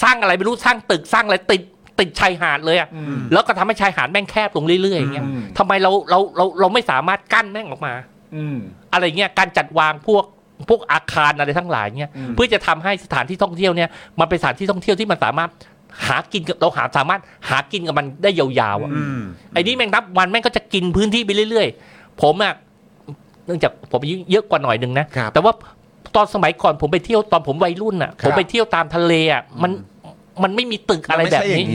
Speaker 5: สร้างอะไรไม่รู้สร้างตึกสร้างอะไรติดติดชายหาดเลยอะ
Speaker 4: อืม
Speaker 5: แล้วก็ทำให้ชายหาดแม่งแคบลงเรื่อยๆอย่างเงี้ย
Speaker 4: อืม
Speaker 5: ทำไมเราเราเราเราไม่สามารถกั้นแม่งออกมา
Speaker 4: อืม
Speaker 5: อะไรเงี้ยการจัดวางพวกพวกอาคารอะไรทั้งหลายเนี่ย
Speaker 4: อืม
Speaker 5: เพื่อจะทำให้สถานที่ท่องเที่ยวเนี่ยมันเป็นสถานที่ท่องเที่ยวที่มันสามารถหากินกับเราหาสามารถหากินกับมันได้ยาวๆอะ ไอ้นี่แม่งนับวันแม่งก็จะกินพื้นที่ไปเรื่อย ๆ ผมอะเนื่องจากผมอายุเยอะกว่าหน่อยหนึ่งนะ
Speaker 3: ครับ
Speaker 5: แต่ว่า ตอนสมัยก่อนผมไปเที่ยวตอนผมวัยรุ่นอ่ะ ผมไปเที่ยวตามทะเลอ่ะมันมันไม่มีตึกอะไรแบบนี้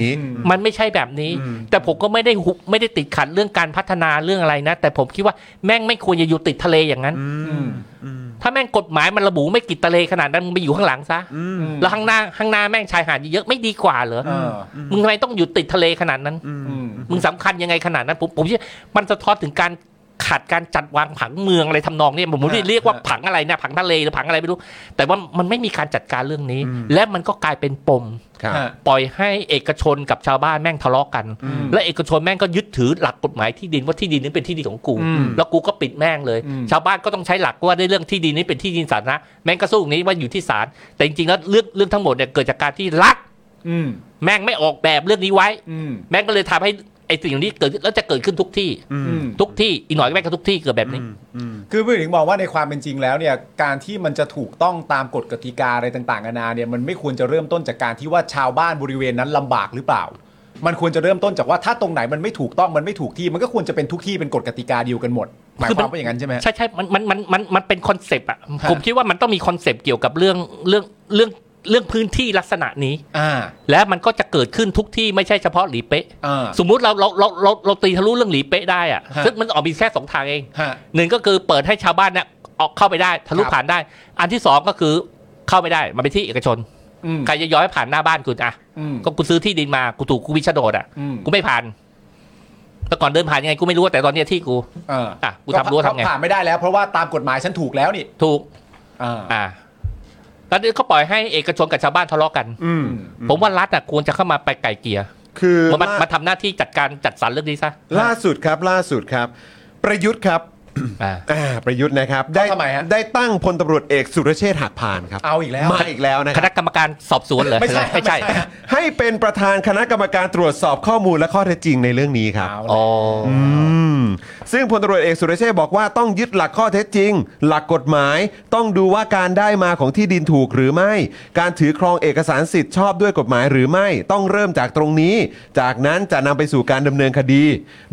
Speaker 5: มันไม่ใช่แบบนี้ แต่ผมก็ไม่ได้หุไม่ได้ติดขัดเรื่องการพัฒนาเรื่องอะไรนะ แต่ผมคิดว่าแม่งไม่ควรจะอยู่ติดทะเลอย่างนั้น ถ้าแม่งกฎหมายมันระบุไม่กิดทะเลขนาดนั้นมึงไปอยู่ข้างหลังซะแล้วข้างหน้าข้างหน้าแม่งชายหาดเยอะๆไม่ดีกว่าเหรอ
Speaker 4: เออ
Speaker 5: มึงทำไมต้องอยู่ติดทะเลขนาดนั้น
Speaker 4: อืม
Speaker 5: มึงสำคัญยังไงขนาดนั้นผมผมเชื่อมันสะท้อนถึงการขาดการจัดวางผังเมืองอะไรทำนองเนี่ยผมไม่ได้เรียกว่าผังอะไรนะผังทะเลหรือผังอะไรไม่รู้ แต่ว่ามันไม่มีการจัดการเรื่องนี้ และมันก็กลายเป็นปม
Speaker 6: ครับ
Speaker 5: ปล่อยให้เอกชนกับชาวบ้านแม่งทะเลาะกัน
Speaker 4: อืม
Speaker 5: และเอกชนแม่งก็ยึดถือหลักกฎหมายที่ดินว่าที่ดินนี้เป็นที่ดินของกู
Speaker 4: อืม
Speaker 5: แล้วกูก็ปิดแม่งเลย
Speaker 4: อืม
Speaker 5: ชาวบ้านก็ต้องใช้หลักว่าได้เรื่องที่ดินนี้เป็นที่ดินสาธารณะแม่งก็สู้อย่างนี้ว่าอยู่ที่ศาลแต่จริงๆแล้วเรื่องเรื่องทั้งหมดเนี่ยเกิดจากการที่รัฐ
Speaker 4: อืม
Speaker 5: แม่งไม่ออกแบบเรื่องนี้ไว้
Speaker 4: อืม
Speaker 5: แม่งก็เลยทำให้ไอ้สิ่งเหล่านี้เกิดขึ้นแล้วจะเกิดขึ้นทุกที่
Speaker 4: อืม
Speaker 5: ทุกที่อีกหน่อยแม่งก็ทุกที่เกิดแบบนี้
Speaker 4: คือพี่ถึงมองว่าในความเป็นจริงแล้วเนี่ยการที่มันจะถูกต้องตามกฎกติกาอะไรต่างๆนานาเนี่ยมันไม่ควรจะเริ่มต้นจากการที่ว่าชาวบ้านบริเวณนั้นลำบากหรือเปล่า มันควรจะเริ่มต้นจากว่าถ้าตรงไหนมันไม่ถูกต้องมันไม่ถูกที่ มันก็ควรจะเป็นทุกที่เป็นกฎกติกาเดียวกันหมดหมาย
Speaker 5: คือ
Speaker 4: ค
Speaker 5: มัน
Speaker 4: วามว่าอย่างนั้นใช่ไหมฮะ
Speaker 5: ใช่ใช่มันมันมันมันมันเป็นคอนเซปต์อ่ะ
Speaker 4: ฮะ
Speaker 5: ผมคิดว่ามันต้องมีคอนเซปต์เกี่ยวกับเรื่องเรื่องเรื่องเรื่องพื้นที่ลักษณะนี้
Speaker 4: อ่า
Speaker 5: และมันก็จะเกิดขึ้นทุกที่ไม่ใช่เฉพาะหลีเป๊ะ
Speaker 4: อ่า
Speaker 5: สมมุติเราเราเราเราเราตีทะลุเรื่องหลีเป๊ะได้อะ
Speaker 4: ฮะ
Speaker 5: ซึ่งมันออกมีแค่สองทางเอง
Speaker 4: ฮะ
Speaker 5: หนึ่งก็คือเปิดให้ชาวบ้านเนี่ยออกเข้าไปได้ทะลุ
Speaker 4: ครับ
Speaker 5: ผ่านได้ อันที่สองก็คือเข้าไม่ได้มันเป็นที่เอกชน
Speaker 4: อืม
Speaker 5: ใครจะย้อยผ่านหน้าบ้านคุณอะ
Speaker 4: อืม
Speaker 5: ก็กูซื้อที่ดินมากูถูกกูวิชโดดอะ
Speaker 4: อืม
Speaker 5: กูไม่ผ่านแต่ก่อนเดินผ่านยังไงกูไม่รู้แต่ตอนเนี้ยที่กู
Speaker 4: เออ
Speaker 5: อ่ะกูทำรั้วทำไง
Speaker 4: ผ่านไม่ได้แล้ว เพราะว่าตามกฎหมายฉันถูกแล้วนี่
Speaker 5: ถูก
Speaker 4: อ่า
Speaker 5: อ่าแล้วนี่ก็ปล่อยให้เอกชนกับชาวบ้านทะเลาะกัน
Speaker 4: อืม
Speaker 5: ผมว่ารัฐอะควรจะเข้ามาไปไก่เกลีย
Speaker 3: คือ
Speaker 5: มัน
Speaker 3: ล่า
Speaker 5: มาทำหน้าที่จัดการจัดสรรเรื่องนี้ซะ
Speaker 3: ล่าสุดครับล่าสุดครับ ประยุทธ์ครับ
Speaker 5: อ่า
Speaker 3: อ่าประยุทธ์นะครับ ได้
Speaker 4: ทำไมฮะ
Speaker 3: ได้ตั้งพลตำรวจเอกสุรเชษฐ์หักพานครับ
Speaker 4: เอาอีกแล้ว
Speaker 3: มาอีกแล้วนะค
Speaker 5: ครับ ณะกรรมการสอบสวนเหรอ
Speaker 4: ไม่ใช่
Speaker 5: ไม่ใช่
Speaker 4: ไม่ใช่
Speaker 3: ให้เป็นประธานคณะกรรมการตรวจสอบข้อมูลและข้อเท็จจริงในเรื่องนี้ครับ
Speaker 4: เอา
Speaker 5: อ๋ออ
Speaker 3: อืมซึ่งพลตำรวจเอกสุรเชษฐ์บอกว่าต้องยึดหลักข้อเท็จจริง หลักกฎหมายต้องดูว่าการได้มาของที่ดินถูกหรือไม่ การถือครองเอกสารสิทธิ์ชอบด้วยกฎหมายหรือไม่ ต้องเริ่มจากตรงนี้ จากนั้นจะนำไปสู่การดำเนินคดี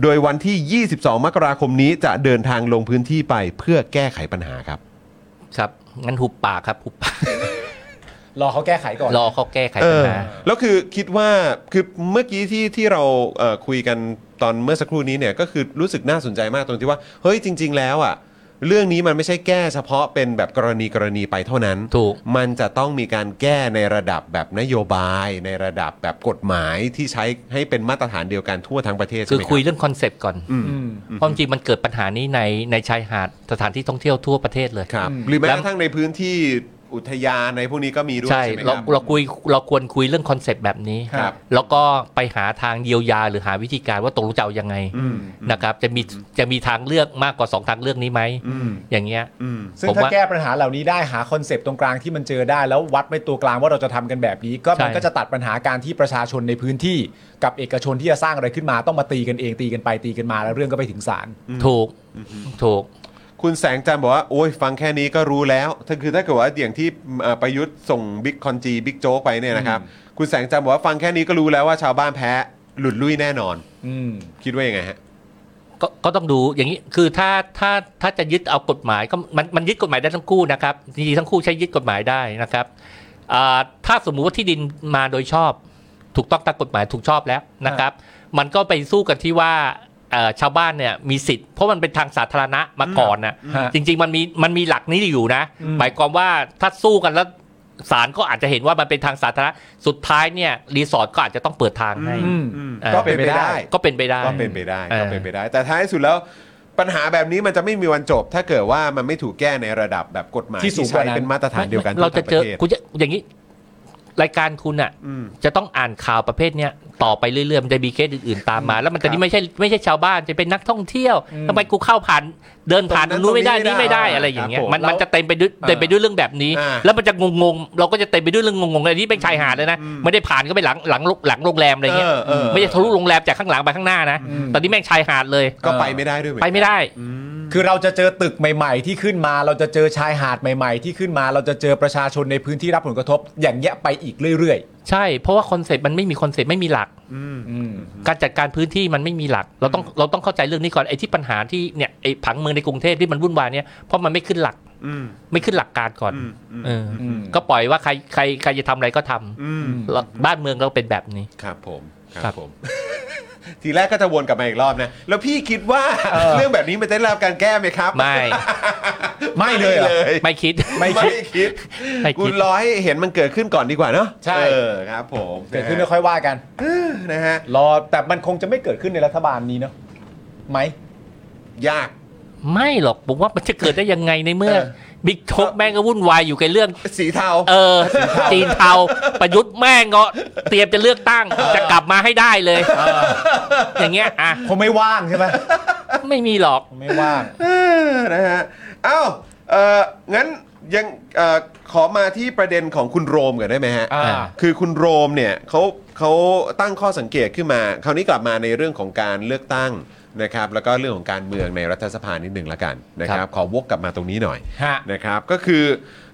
Speaker 3: โดยวันที่ 22 มกราคมนี้จะเดินทางลงพื้นที่ไปเพื่อแก้ไขปัญหาครับ
Speaker 5: ครับงั้นหุบปากครับหุบปาก
Speaker 4: รอเขาแก้ไขก่อน
Speaker 5: รอเขาแก้ไข
Speaker 3: เอ
Speaker 5: ปัญ
Speaker 3: อ
Speaker 5: หา
Speaker 3: แล้วคือคิดว่าคือเมื่อกี้ที่ที่เราเอ่อคุยกันตอนเมื่อสักครู่นี้เนี่ยก็คือรู้สึกน่าสนใจมากตรงที่ว่าเฮ้ยจริง ๆ แล้วอ่ะเรื่องนี้มันไม่ใช่แก้เฉพาะเป็นแบบกรณีกรณีไปเท่านั้น
Speaker 5: ถูก
Speaker 3: มันจะต้องมีการแก้ในระดับแบบนโยบายในระดับแบบกฎหมายที่ใช้ให้เป็นมาตรฐานเดียวกันทั่วทั้งประเทศ
Speaker 5: คื
Speaker 3: ใช่
Speaker 5: อ
Speaker 3: ไหมรับ
Speaker 5: คุยเรื่องคอนเซปต์ก่อน
Speaker 4: อืม
Speaker 5: เพราะจริงๆมันเกิดปัญหานี้ในในชายหาดสถานที่ท่องเที่ยวทั่วประเทศเลย
Speaker 3: ครับ
Speaker 4: อืม
Speaker 3: หรือแม้
Speaker 5: แล้ว
Speaker 3: กระทั่งในพื้นที่อุทยานในพวกนี้ก็มีด้วย
Speaker 5: ใช่
Speaker 3: ใช่ไหมค
Speaker 5: เรา
Speaker 3: รับ
Speaker 5: เราคุยเราควรคุยเรื่องคอนเซปต์แบบนี้
Speaker 3: ครับ
Speaker 5: แล้วก็ไปหาทางเยียวยาหรือหาวิธีการว่าตกลงจะเอายังไง
Speaker 3: อืม
Speaker 5: นะครับ จะมีจะมีทางเลือกมากกว่าสองทางเลือกนี้ไหม
Speaker 3: อืม
Speaker 5: อย่างเงี้ย
Speaker 3: อืม
Speaker 4: ซึ่ง
Speaker 5: ผม
Speaker 4: ถ้า
Speaker 5: ว่า
Speaker 4: แก้ปัญหาเหล่านี้ได้หาคอนเซปต์ตรงกลางที่มันเจอได้แล้ววัดไปตัวกลางว่าเราจะทำกันแบบนี้ ก็
Speaker 5: ใช่
Speaker 4: มันก็จะตัดปัญหาการที่ประชาชนในพื้นที่ กับเอกชนที่จะสร้างอะไรขึ้นมาต้องมาตีกันเองตีกันไปตีกันมาแล้วเรื่องก็ไปถึงศาล
Speaker 5: ถูกถูก
Speaker 3: คุณแสงจันทร์บอกว่า โอ้ยฟังแค่นี้ก็รู้แล้วถ้าคือถ้าเกิดว่าอย่างที่เอ่อประยุทธ์ส่งบิ๊กคอนจีบิ๊กโจ๊กไปเนี่ยนะครับคุณแสงจันทร์บอกว่าฟังแค่นี้ก็รู้แล้วว่าชาวบ้านแพ้หลุดลุยแน่นอน
Speaker 4: อืม
Speaker 3: คิดว่ายังไงฮะ
Speaker 5: ก็ก็ต้องดูอย่างนี้คือถ้าถ้าถ้าจะยึดเอากฎหมายก็มันมันยึดกฎหมายได้ทั้งคู่นะครับจริงๆทั้งคู่ใช้ยึดกฎหมายได้นะครับอ่าถ้าสมมุติว่าที่ดินมาโดยชอบ ถูกต้องตามกฎหมายถูกชอบแล้วนะครับ มันก็ไปสู้กันที่ว่าเอ่อชาวบ้านเนี่ยมีสิทธิ์เพราะมันเป็นทางสาธารณะมาก่อนนะ
Speaker 4: ฮะ
Speaker 5: จริง ๆ มันมีมันมีหลักนี้อยู่นะ
Speaker 4: อืม
Speaker 5: หมายความว่าถ้าสู้กันแล้วศาลก็อาจจะเห็นว่ามันเป็นทางสาธารณะสุดท้ายเนี่ยรีสอร์ทก็อาจจะต้องเปิดทางให้
Speaker 4: อืม
Speaker 5: เอ่อ
Speaker 3: ก็เป็นไปได้
Speaker 5: ก็เป็นไปได้
Speaker 3: ก็เป็นไปได้
Speaker 5: เออ
Speaker 3: ก็เป็นไปได้ แต่ท้ายสุดแล้วปัญหาแบบนี้มันจะไม่มีวันจบ ถ้าเกิดว่ามันไม่ถูกแก้ในระดับแบบกฎหมาย
Speaker 4: ที่สูง
Speaker 3: ที่
Speaker 4: ก
Speaker 3: ใช้
Speaker 4: ว่านั้น
Speaker 3: เป็นมาตรฐานเดียวกัน
Speaker 5: เราจะเจอ
Speaker 3: ทั่วทั้งปรทศ
Speaker 5: คุณจะอย่างนี้ รายการคุณอ่ะ
Speaker 3: อืม
Speaker 5: จะต้องอ่านข่าวประเภทเนี้ยต่อไปเรื่อยๆมันจะมีเคสอื่นๆตามมา แล้วมันจะนี่ไม่ใช่ไม่ใช่ชาวบ้านจะเป็นนักท่องเที่ยวทำไมกูเข้าผ่านเดินผ่าน
Speaker 3: ตรงนั้น
Speaker 5: นู้นไม่ได้
Speaker 3: ตรงนี้
Speaker 5: นี่
Speaker 3: ไม่
Speaker 5: ไม่
Speaker 3: ได้
Speaker 5: ได้อะไรอย่างเงี้ย
Speaker 3: ครับผม
Speaker 5: มันมันจะเต็มไปด้วย
Speaker 4: อ่า
Speaker 5: เต็มไปด้วยเรื่องแบบนี้
Speaker 3: อ่า
Speaker 5: แล้วมันจะงงๆเราก็จะเต็มไปด้วยเรื่องงงๆอะไรนี่เป็นชายหาดเลยนะไม่ได้ผ่านก็ไปหลังหลังหลังโรงแรมอะไรเงี้ย
Speaker 3: เออเออ
Speaker 5: ไม่ได้ทะลุโรงแรมจากข้างหลังไปข้างหน้านะตอนนี้แม่งชายหาดเลย
Speaker 3: ก็ไปไม่ได้ด้วยเหมือน
Speaker 5: ไป
Speaker 3: กัน
Speaker 5: ไม่ได้
Speaker 4: คือเราจะเจอตึกใหม่ ๆ ที่ขึ้นมา เราจะเจอชายหาดใหม่ ๆ ที่ขึ้นมา เราจะเจอประชาชนในพื้นที่รับผลกระทบ อย่างเงี้ยไปอีกเรื่อย
Speaker 5: ใช่เพราะว่าคอนเซ็ปต์มันไม่มีคอนเซ็ปต์ไม่มีหลัก
Speaker 4: ๆอืม
Speaker 5: การจัดการพื้นที่มันไม่มีหลัก เราต้องเราต้องเข้าใจเรื่องนี้ก่อนไอ้ที่ปัญหาที่เนี่ยไอ้ผังเมืองในกรุงเทพที่มันวุ่นวายเนี่ยเพราะมันไม่ขึ้นหลัก
Speaker 2: อืม
Speaker 5: ไม่ขึ้นหลักการก่อน
Speaker 2: อืมอืม
Speaker 5: เอออ
Speaker 4: อืม
Speaker 5: ก็ปล่อยว่าใครใครใครจะทำอะไรก็ทำ
Speaker 2: อืม
Speaker 5: แล้วบ้านเมืองเราเป็นแบบนี้
Speaker 3: ครับผมค
Speaker 5: ครั
Speaker 3: รับบ ผม [laughs] ทีแรกก็จะวนกลับมาอีกรอบนะ แล้วพี่คิดว่า
Speaker 4: เออ
Speaker 3: เรื่องแบบนี้มันจะได้รับการแก้ไหมครับ
Speaker 5: ไม่
Speaker 3: [laughs]
Speaker 4: ไม่เลยเหรอ
Speaker 5: ไม่คิด
Speaker 3: ไม่คิ [laughs] ด
Speaker 5: ไม่คิด
Speaker 3: คุณรอให้เห็นมันเกิดขึ้นก่อนดีกว่าเนาะ
Speaker 4: ใช่
Speaker 3: เออครับผม
Speaker 4: เกิดขึ้นแล้วค่อยว่ากัน
Speaker 3: นะฮะ
Speaker 4: รอแต่มันคงจะไม่เกิดขึ้นในรัฐบาลนี้เนาะไหม
Speaker 3: ยาก
Speaker 5: ไม่หรอกผมว่ามันจะเกิดได้ยังไงในเมื่อ
Speaker 3: เออ
Speaker 5: บิ๊กโจ๊กแม่งก็วุ่นวายอยู่กับเรื่อง
Speaker 3: สีเทา
Speaker 5: เออจีนเทาประยุทธ์แม่งก็เตรียมจะเลือกตั้งจะกลับมาให้ได้เลย อย่างเงี้ยอ่ะ
Speaker 4: คงไม่ว่างใช่ไหม
Speaker 5: ไม่มีหรอก
Speaker 4: คงไม่ว่าง
Speaker 3: เออนะฮะ เอ้า เอ่อ งั้นยังเอ่อขอมาที่ประเด็นของคุณโรมก่อนได้ไหมฮะ
Speaker 4: อ่า
Speaker 3: คือคุณโรมเนี่ยเขาเขาตั้งข้อสังเกตขึ้นมา คราวนี้กลับมาในเรื่องของการเลือกตั้งนะครับ แล้วก็เรื่องของการเมืองในรัฐสภานิดหนึ่งละกันนะครับ ขอวกกลับมาตรงนี้หน่อย
Speaker 4: ฮะ
Speaker 3: นะครับ ก็คือ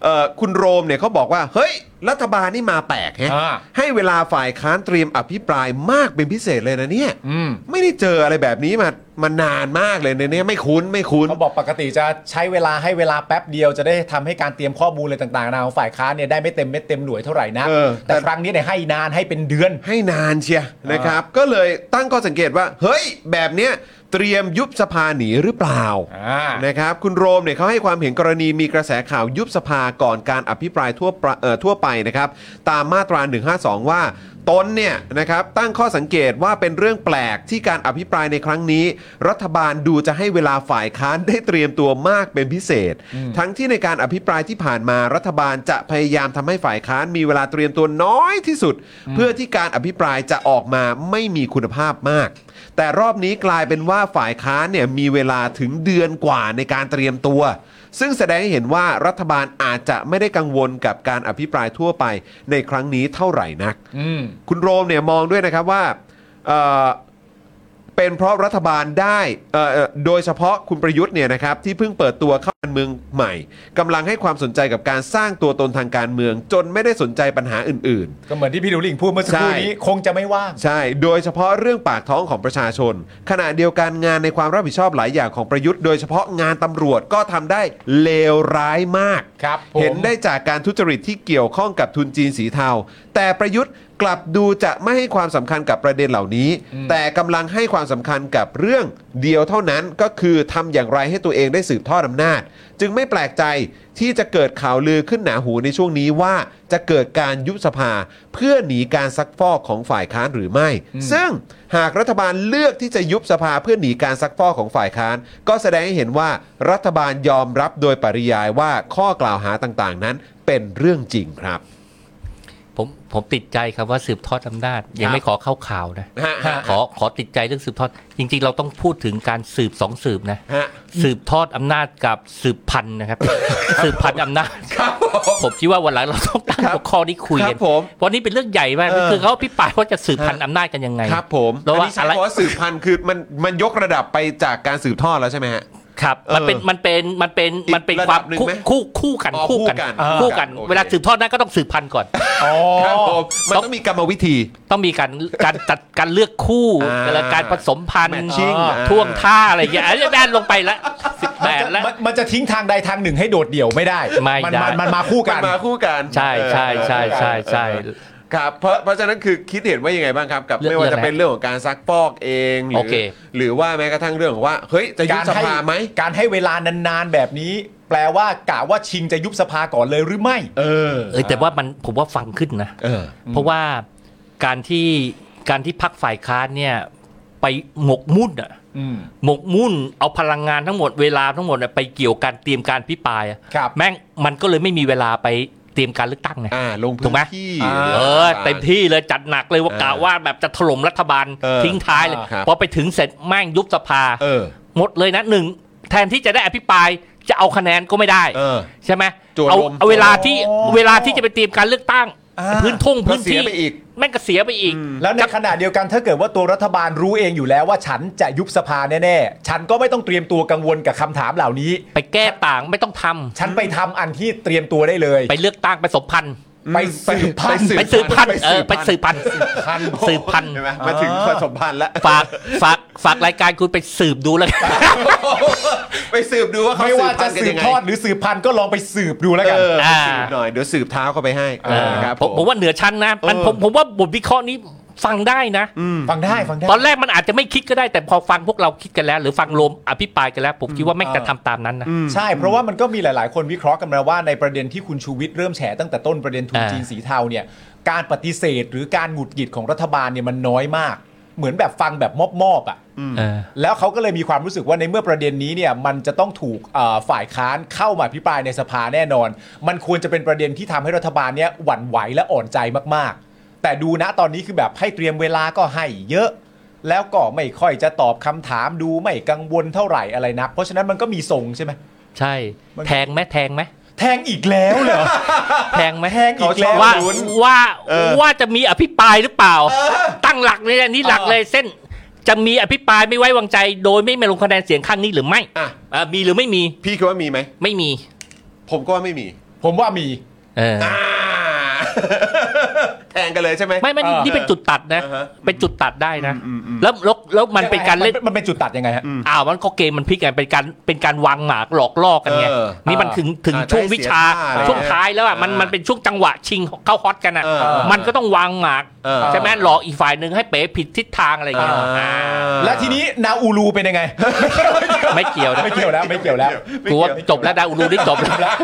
Speaker 3: เอ่อคุณโรมเนี่ยเขาบอกว่า เฮ้ย รัฐบาลนี่มาแปลกแฮะ
Speaker 4: อ่า
Speaker 3: ให้เวลาฝ่ายค้านเตรียมอภิปรายมากเป็นพิเศษเลยนะเนี่ย
Speaker 4: อืม
Speaker 3: ไม่ได้เจออะไรแบบนี้มามานานมากเลยในเนี้ยไม่คุ้นไม่คุ้น
Speaker 4: เขาบอกปกติจะใช้เวลาให้เวลาแป๊บเดียวจะได้ทำให้การเตรียมข้อมูลอะไรต่างๆนานาของฝ่ายค้านเนี่ยได้ไม่เต็มเม็ดเต็มหน่วยเท่าไหร่นะ
Speaker 3: เออแต่
Speaker 4: แต่ครั้งนี้เนี่ยให้นานให้เป็นเดือน
Speaker 3: ให้นานเชียนะครับ ก็เลยตั้งข้อสังเกตว่า เฮ้ย แบบเนี้ยเตรียมยุบสภาหนีหรือเปล่า
Speaker 4: อ่าน
Speaker 3: นะครับ คุณโรมเนี่ยเขาให้ความเห็นกรณีมีกระแสข่าวยุบสภาก่อนการอภิปรายทั่วประเอ่อทั่วไปนะครับ ตามมาตรา 152 ว่าตนเนี่ยนะครับตั้งข้อสังเกตว่าเป็นเรื่องแปลกที่การอภิปรายในครั้งนี้ รัฐบาลดูจะให้เวลาฝ่ายค้านได้เตรียมตัวมากเป็นพิเศษ ทั้งที่ในการอภิปรายที่ผ่านมารัฐบาลจะพยายามทำให้ฝ่ายค้านมีเวลาเตรียมตัวน้อยที่สุด เพื่อที่การอภิปรายจะออกมาไม่มีคุณภาพมาก แต่รอบนี้กลายเป็นว่าฝ่ายค้านเนี่ยมีเวลาถึงเดือนกว่าในการเตรียมตัว ซึ่งแสดงให้เห็นว่ารัฐบาลอาจจะไม่ได้กังวลกับการอภิปรายทั่วไปในครั้งนี้เท่าไหร่นัก
Speaker 4: อืม
Speaker 3: คุณโรมเนี่ยมองด้วยนะครับว่าเอ่อเป็นเพราะรัฐบาลได้เอ่อเอ่อโดยเฉพาะคุณประยุทธ์เนี่ยนะครับที่เพิ่งเปิดตัวเข้าการเมืองใหม่กำลังให้ความสนใจกับการสร้างตัวตนทางการเมือง จนไม่ได้สนใจปัญหาอื่น ๆ
Speaker 4: ก็เหมือนที่พี่ดูลิงพูดเมื่อสักครู่
Speaker 3: ใช่
Speaker 4: นี้คงจะไม่ว่าง
Speaker 3: ใช่ โดยเฉพาะเรื่องปากท้องของประชาชน ขณะเดียวกันงานในความรับผิดชอบหลายอย่างของประยุทธ์ โดยเฉพาะงานตำรวจก็ทำได้เลวร้ายมาก
Speaker 4: ครับผม
Speaker 3: เห็นได้จากการทุจริตที่เกี่ยวข้องกับทุนจีนสีเทา แต่ประยุทธ์กลับดูจะไม่ให้ความสำคัญกับประเด็นเหล่านี้ แต่กำลังให้ความสำคัญกับเรื่องเดียวเท่านั้นก็คือทำอย่างไรให้ตัวเองได้สืบทอดอำนาจ จึงไม่แปลกใจที่จะเกิดข่าวลือขึ้นหนาหูในช่วงนี้ว่าจะเกิดการยุบสภา เพื่อหนีการซักฟอกของฝ่ายค้านหรือไม่ ซึ่งหากรัฐบาลเลือกที่จะยุบสภาเพื่อหนีการซักฟอกของฝ่ายค้าน ก็แสดงให้เห็นว่ารัฐบาลยอมรับโดยปริยายว่าข้อกล่าวหาต่างๆ นั้นเป็นเรื่องจริงครับ
Speaker 5: ผมผมติดใจครับว่าสืบทอดอำนาจยังไม่ขอเข้าข่าวนะ
Speaker 3: ฮะฮะ
Speaker 5: ขอขอติดใจเรื่องสืบทอด จริง ๆ เราต้องพูดถึงการสืบสองสืบนะ
Speaker 3: ฮะ
Speaker 5: สืบทอดอำนาจกับสืบพันธุ์นะครับ [laughs] สืบพันธุ์อำนาจผมคิดว่าวันหลังเราต้องตั้งหัวข้อนี้คุย
Speaker 3: ครั
Speaker 5: กัน
Speaker 3: บผม
Speaker 5: เพราะนี่เป็นเรื่องใหญ่มาก
Speaker 3: เออ
Speaker 5: คือเขาพิปรายว่าจะสืบพันธุ์อำนาจกันยังไง
Speaker 3: ครับผม
Speaker 5: แล้ว
Speaker 3: อัน
Speaker 5: ว่า
Speaker 3: นี้ใช้
Speaker 5: อะไร
Speaker 3: คำว่าสืบพันธุ์คือมันมันยกระดับไปจากการสืบทอดแล้วใช่ไหมฮะ
Speaker 5: ครับ
Speaker 3: เออ
Speaker 5: มันเป็นมันเป็นมันเป็น
Speaker 3: อีก
Speaker 5: มันเป็น
Speaker 3: ระ
Speaker 5: ค
Speaker 3: ดั
Speaker 5: วาม
Speaker 3: บหนึ่ง
Speaker 5: คู่
Speaker 3: ไหม
Speaker 5: คู่คู่กัน
Speaker 3: อ๋อ
Speaker 5: คู่กัน
Speaker 3: คู่กันอ่า
Speaker 5: คู่กัน
Speaker 3: โอเค
Speaker 5: เวลาสืบทอดนั้นก็ต้องสืบพันธุ์ก่อน
Speaker 4: อ๋อ
Speaker 3: ครับผมมันต้องมีกรรมวิธี
Speaker 5: ต้องมีการการจัดการเลือกคู่
Speaker 3: อ่า
Speaker 5: และการผสมพันธุ์
Speaker 3: Matching
Speaker 5: อ่า
Speaker 3: อ่า
Speaker 5: ท่วงท่าอะไรอย่างเงี้ยอันนี้แบนลงไปละสิบแปดละ
Speaker 4: มันมันจะทิ้งทางใดทางหนึ่งให้โดดเดี่ยวไม่ได้
Speaker 5: ไม่ได้
Speaker 4: มันมันมาคู่
Speaker 3: กั
Speaker 4: กัน น
Speaker 3: มาคู่กัน
Speaker 5: ใช่ใช่ใช่ใช่ใช่
Speaker 3: ครับเพราะเพราะฉะนั้นคือคิดเห็นว่ายังไงบ้างครับกับ
Speaker 5: เรื่อ
Speaker 3: ไม่
Speaker 5: ง
Speaker 3: ว่าจะเป็นเรื่องของการซักฟอกเองหรื
Speaker 5: โอเค
Speaker 3: หรือว่าแม้กระทั่งเรื่องของว่าเฮ้ยจะยุบ
Speaker 4: การ
Speaker 3: ส
Speaker 4: ให้
Speaker 3: ภาไหม
Speaker 4: การให้เวลานานๆแบบนี้ แปลว่ากะว่าชิงจะยุบสภาก่อนเลยหรือไม่
Speaker 3: เออ
Speaker 5: เออแต่ว่ามันผมว่าฟังขึ้นนะ
Speaker 3: เออ
Speaker 5: เพราะว่าการที่การที่พักฝ่ายค้านเนี่ยไปหมกมุ่นอะ
Speaker 4: อืม
Speaker 5: หมกมุ่นเอาพลังงานทั้งหมดเวลาทั้งหมดอะไปเกี่ยวการเตรียมการพิปรายอะ
Speaker 4: ครับ
Speaker 5: แม่งมันก็เลยไม่มีเวลาไปเตรียมการเลือกตั้งไง
Speaker 3: อ่า ลง
Speaker 5: ถู
Speaker 3: พื้น
Speaker 5: กไหม
Speaker 3: ที่
Speaker 4: อ่า
Speaker 5: เออเต็มที่เลยจัดหนักเลยว่ากะว่าแบบจะถล่มรัฐบาล
Speaker 3: เออ
Speaker 5: ทิ้งท้ายเลย
Speaker 3: ครับ
Speaker 5: พอไปถึงเสร็จแม่งยุบสภา
Speaker 3: เออ
Speaker 5: หมดเลยนะหนึ่งแทนที่จะได้อภิปรายจะเอาคะแนนก็ไม่ได้
Speaker 3: เออ
Speaker 5: ใช่ไหม
Speaker 3: จั่ว
Speaker 5: เอา
Speaker 3: ลม
Speaker 5: เอาเวลาที่
Speaker 4: อ๋อ
Speaker 5: เวลาที่จะไปเตรียมการเลือกตั้ง
Speaker 4: อ่า
Speaker 5: พื้นทุ่ง
Speaker 3: ก็
Speaker 5: พื้น
Speaker 3: เสีย
Speaker 5: ที่
Speaker 3: ไปอีก
Speaker 5: แม่งก็เสียไปอีก
Speaker 4: แล้วในขณะเดียวกันถ้าเกิดว่าตัวรัฐบาลรู้เองอยู่แล้วว่าฉันจะยุบสภาแน่ๆ ฉันก็ไม่ต้องเตรียมตัวกังวลกับคำถามเหล่านี้
Speaker 5: ไปแก้ต่างไม่ต้องทำ
Speaker 4: ฉันไปทำอันที่เตรียมตัวได้เลย
Speaker 5: ไปเลือกตั้งไปสมพันธ์
Speaker 4: ไปสืบพันธุ์
Speaker 5: ไปสืบพันธ์เออไปสืบพันธ์สืบพันธ์
Speaker 3: ใช่ไหมมาถึงผสมพันธ์แล้ว
Speaker 5: ฝากฝากฝากรายการคุณไปสืบดูแล้วกัน
Speaker 3: [laughs] ไปสืบดูว่าเขา
Speaker 4: ไม่
Speaker 3: สื
Speaker 4: ว่า
Speaker 3: บพันธุ์กั
Speaker 4: จะ
Speaker 3: น
Speaker 4: สื
Speaker 3: ยัง
Speaker 4: บ
Speaker 3: ไง
Speaker 4: ทอดหรือสืบพันธุ์ก็ลองไปสืบดูแล้วกัน
Speaker 3: เออไป
Speaker 5: อ่า
Speaker 3: สืบหน่อยเดี๋ยวสืบเท้าเข้าไปให้นะครับ
Speaker 5: ผม
Speaker 3: ผ
Speaker 5: ผม มว่าเหนือชั้นนะมัน
Speaker 3: เออ
Speaker 5: ผมผมว่าบทวิเคราะห์นี้ฟังได้นะ
Speaker 4: ฟังได้ฟังได้
Speaker 5: ตอนแรกมันอาจจะไม่คิดก็ได้แต่พอฟังพวกเราคิดกันแล้ว หรือฟังโลมอภิปรายกันแล้ว ผมคิดว่าแม่งจะทำตามนั้นนะ
Speaker 4: ใช่ เพราะว่ามันก็มีหลาย ๆ คนวิเคราะห์กันมาว่าในประเด็นที่คุณชูวิทย์เริ่มแฉตั้งแต่ต้นประเด็นทุน
Speaker 5: อ่า
Speaker 4: จีนสีเทาเนี่ยการปฏิเสธหรือการหงุดหงิดของรัฐบาลเนี่ยมันน้อยมาก เหมือนแบบฟังแบบมอบๆอ่ะ
Speaker 5: เออ
Speaker 4: แล้วเขาก็เลยมีความรู้สึกว่าในเมื่อประเด็นนี้เนี่ยมันจะต้องถูกเอ่อฝ่ายค้านเข้ามาพิปรายในสภาแน่นอน มันควรจะเป็นประเด็นที่ทำให้รัฐบาลเนี่ยหวั่นไหวและอ่อนใจมากๆ แต่ดูนะตอนนี้คือแบบให้เตรียมเวลาก็ให้เยอะ แล้วก็ไม่ค่อยจะตอบคำถามดูไม่กังวลเท่าไหร่อะไรนะเพราะฉะนั้นมันก็มีทรงใช่ไหม
Speaker 5: ใช่
Speaker 4: มัน
Speaker 5: แทงไหมแทงไหม
Speaker 4: แทงอีกแล้วเหรอ
Speaker 5: แทงไหม
Speaker 4: แทงอีกแล้ว
Speaker 5: ว่า
Speaker 4: ลุ้น
Speaker 5: ว่าว่าจะมีอภิปรายหรือเปล่า ตั้งหลักเลยนะนี่หลัก
Speaker 4: เออ
Speaker 5: เลยเส้น จะมีอภิปรายไม่ไว้วางใจ โดยไม่มาลงคะแนนเสียงข้างนี้หรือไม่
Speaker 3: อ่ะ
Speaker 5: เอ่อมีหรือไม่มี
Speaker 3: พี่คิดว่ามีไหม
Speaker 5: ไม่มี
Speaker 3: ผมก็ว่าไม่มี
Speaker 4: ผมว่ามี
Speaker 5: เออ
Speaker 2: [laughs]
Speaker 3: อ่า แทงกันเลยใช่ไหม
Speaker 5: ไม่ไม่นี่
Speaker 4: เออ
Speaker 5: นี่เป็นจุดตัดนะ
Speaker 3: อ่าฮะ
Speaker 5: เป็นจุดตัดได้นะ แล้วแล้วแล้วมันเป็นการเล่น
Speaker 4: มัมันเป็นจุดตัดยังไงฮะ
Speaker 5: อ้าวมันก็เกมมันพลิกไงเป็นการเป็นการวางหมากหลอกล่อกันไง
Speaker 3: เออ
Speaker 5: นี่มันถึงถึง
Speaker 3: อ่า
Speaker 5: ช่วงวิชา
Speaker 3: ได้เสียท่าเลย
Speaker 5: ช่วงท้ายแล้วอ่ะมัน
Speaker 3: อ่ามั
Speaker 5: มันเป็นช่วงจังหวะชิงเข้าฮอตกันอ่ะ
Speaker 3: เออ
Speaker 5: มันก็ต้องวางหมาก
Speaker 3: เออ
Speaker 5: ใช่ไหมหลอกอีกฝ่ายหนึ่งให้เป๋ผิดทิศทางอะไรอย่าง
Speaker 3: อ่า
Speaker 5: เงี้ยอ่า
Speaker 4: และทีนี้นาอูรูเป็นยังไง
Speaker 5: ไม่เกี่ยวนะ
Speaker 4: ไม่เกี่ยวแล้วไม่เกี่ยวแล้ว
Speaker 5: กูว่าจบแล้วดาอูรูนี่จบแล้ว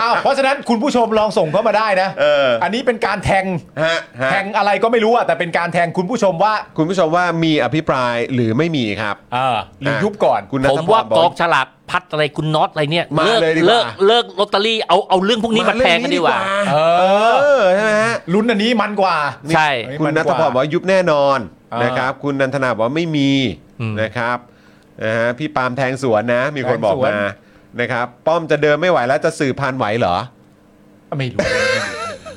Speaker 4: อ้าวเพราะฉะนั้นคุณผู้ชมลองส่งเข้ามาได้นะ
Speaker 3: เออ
Speaker 4: นนี้เป็นการแทง
Speaker 3: ฮะฮะ
Speaker 4: แทงอะไรก็ไม่รู้อะแต่เป็นการแทงคุณผู้ชมว่า
Speaker 3: คุณผู้ชมว่ามีอภิปรายหรือไม่มีครับ
Speaker 4: หรือยุบก่อน
Speaker 3: คุณนัท
Speaker 5: ผม
Speaker 3: พ
Speaker 5: ว่าร
Speaker 3: บ
Speaker 5: ก
Speaker 3: อ
Speaker 5: อก งฉลากพัดอะไรคุณน็อตอะไรเนี่ย
Speaker 3: มาเลยดีกว่า
Speaker 5: เลิกเลิกลอตเตอรี่เอาเอาเรื่องพวกนี้มาแทงกันดีกว่า
Speaker 4: เอ
Speaker 3: เอ
Speaker 4: อ
Speaker 3: อใช่ไหมฮะ
Speaker 4: ลุ้นอันนี้มันกว่า
Speaker 5: ใช่
Speaker 4: เฮ้ย
Speaker 2: คุณ
Speaker 4: มักว่า
Speaker 2: นัทพรบอกว่ายุบแน่นอน
Speaker 4: อ่าน
Speaker 2: นะครับ คุณนันทนาบอกว่าไม่มี
Speaker 5: อืม
Speaker 2: นะครับนะฮะพี่ปาล์มแทงสวนนะ มีคนบอกมานะครับ ป้อมจะเดินไม่ไหวแล้วจะสืบพันธุ์ไหวเหรอ
Speaker 4: ไม่รู้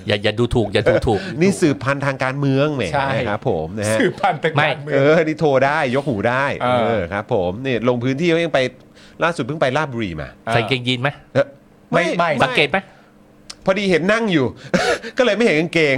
Speaker 5: อย่าอย่าดูถูกอย่าดูถูก
Speaker 2: นี่สืบพันธุ์ทางการเมืองแหม
Speaker 4: ใช่
Speaker 2: นะครับผมนะฮะ
Speaker 4: สืบพันธุ์ทาง
Speaker 5: ไม่
Speaker 4: การเมือ
Speaker 2: เอง อนี่โทรได้ยกหูได้
Speaker 4: เออ
Speaker 2: เออครับ ผมนี่ลงพื้นที่เขายังไปล่าสุดเพิ่งไปลาดบุรีมา
Speaker 5: ใส่กางเกงยีนไหม
Speaker 2: เอ่อ
Speaker 4: ไม่ไม่
Speaker 5: สังเกตไหม
Speaker 2: พอดีเห็นนั่งอยู่ [laughs] ก็เลยไม่เห็นกางเกง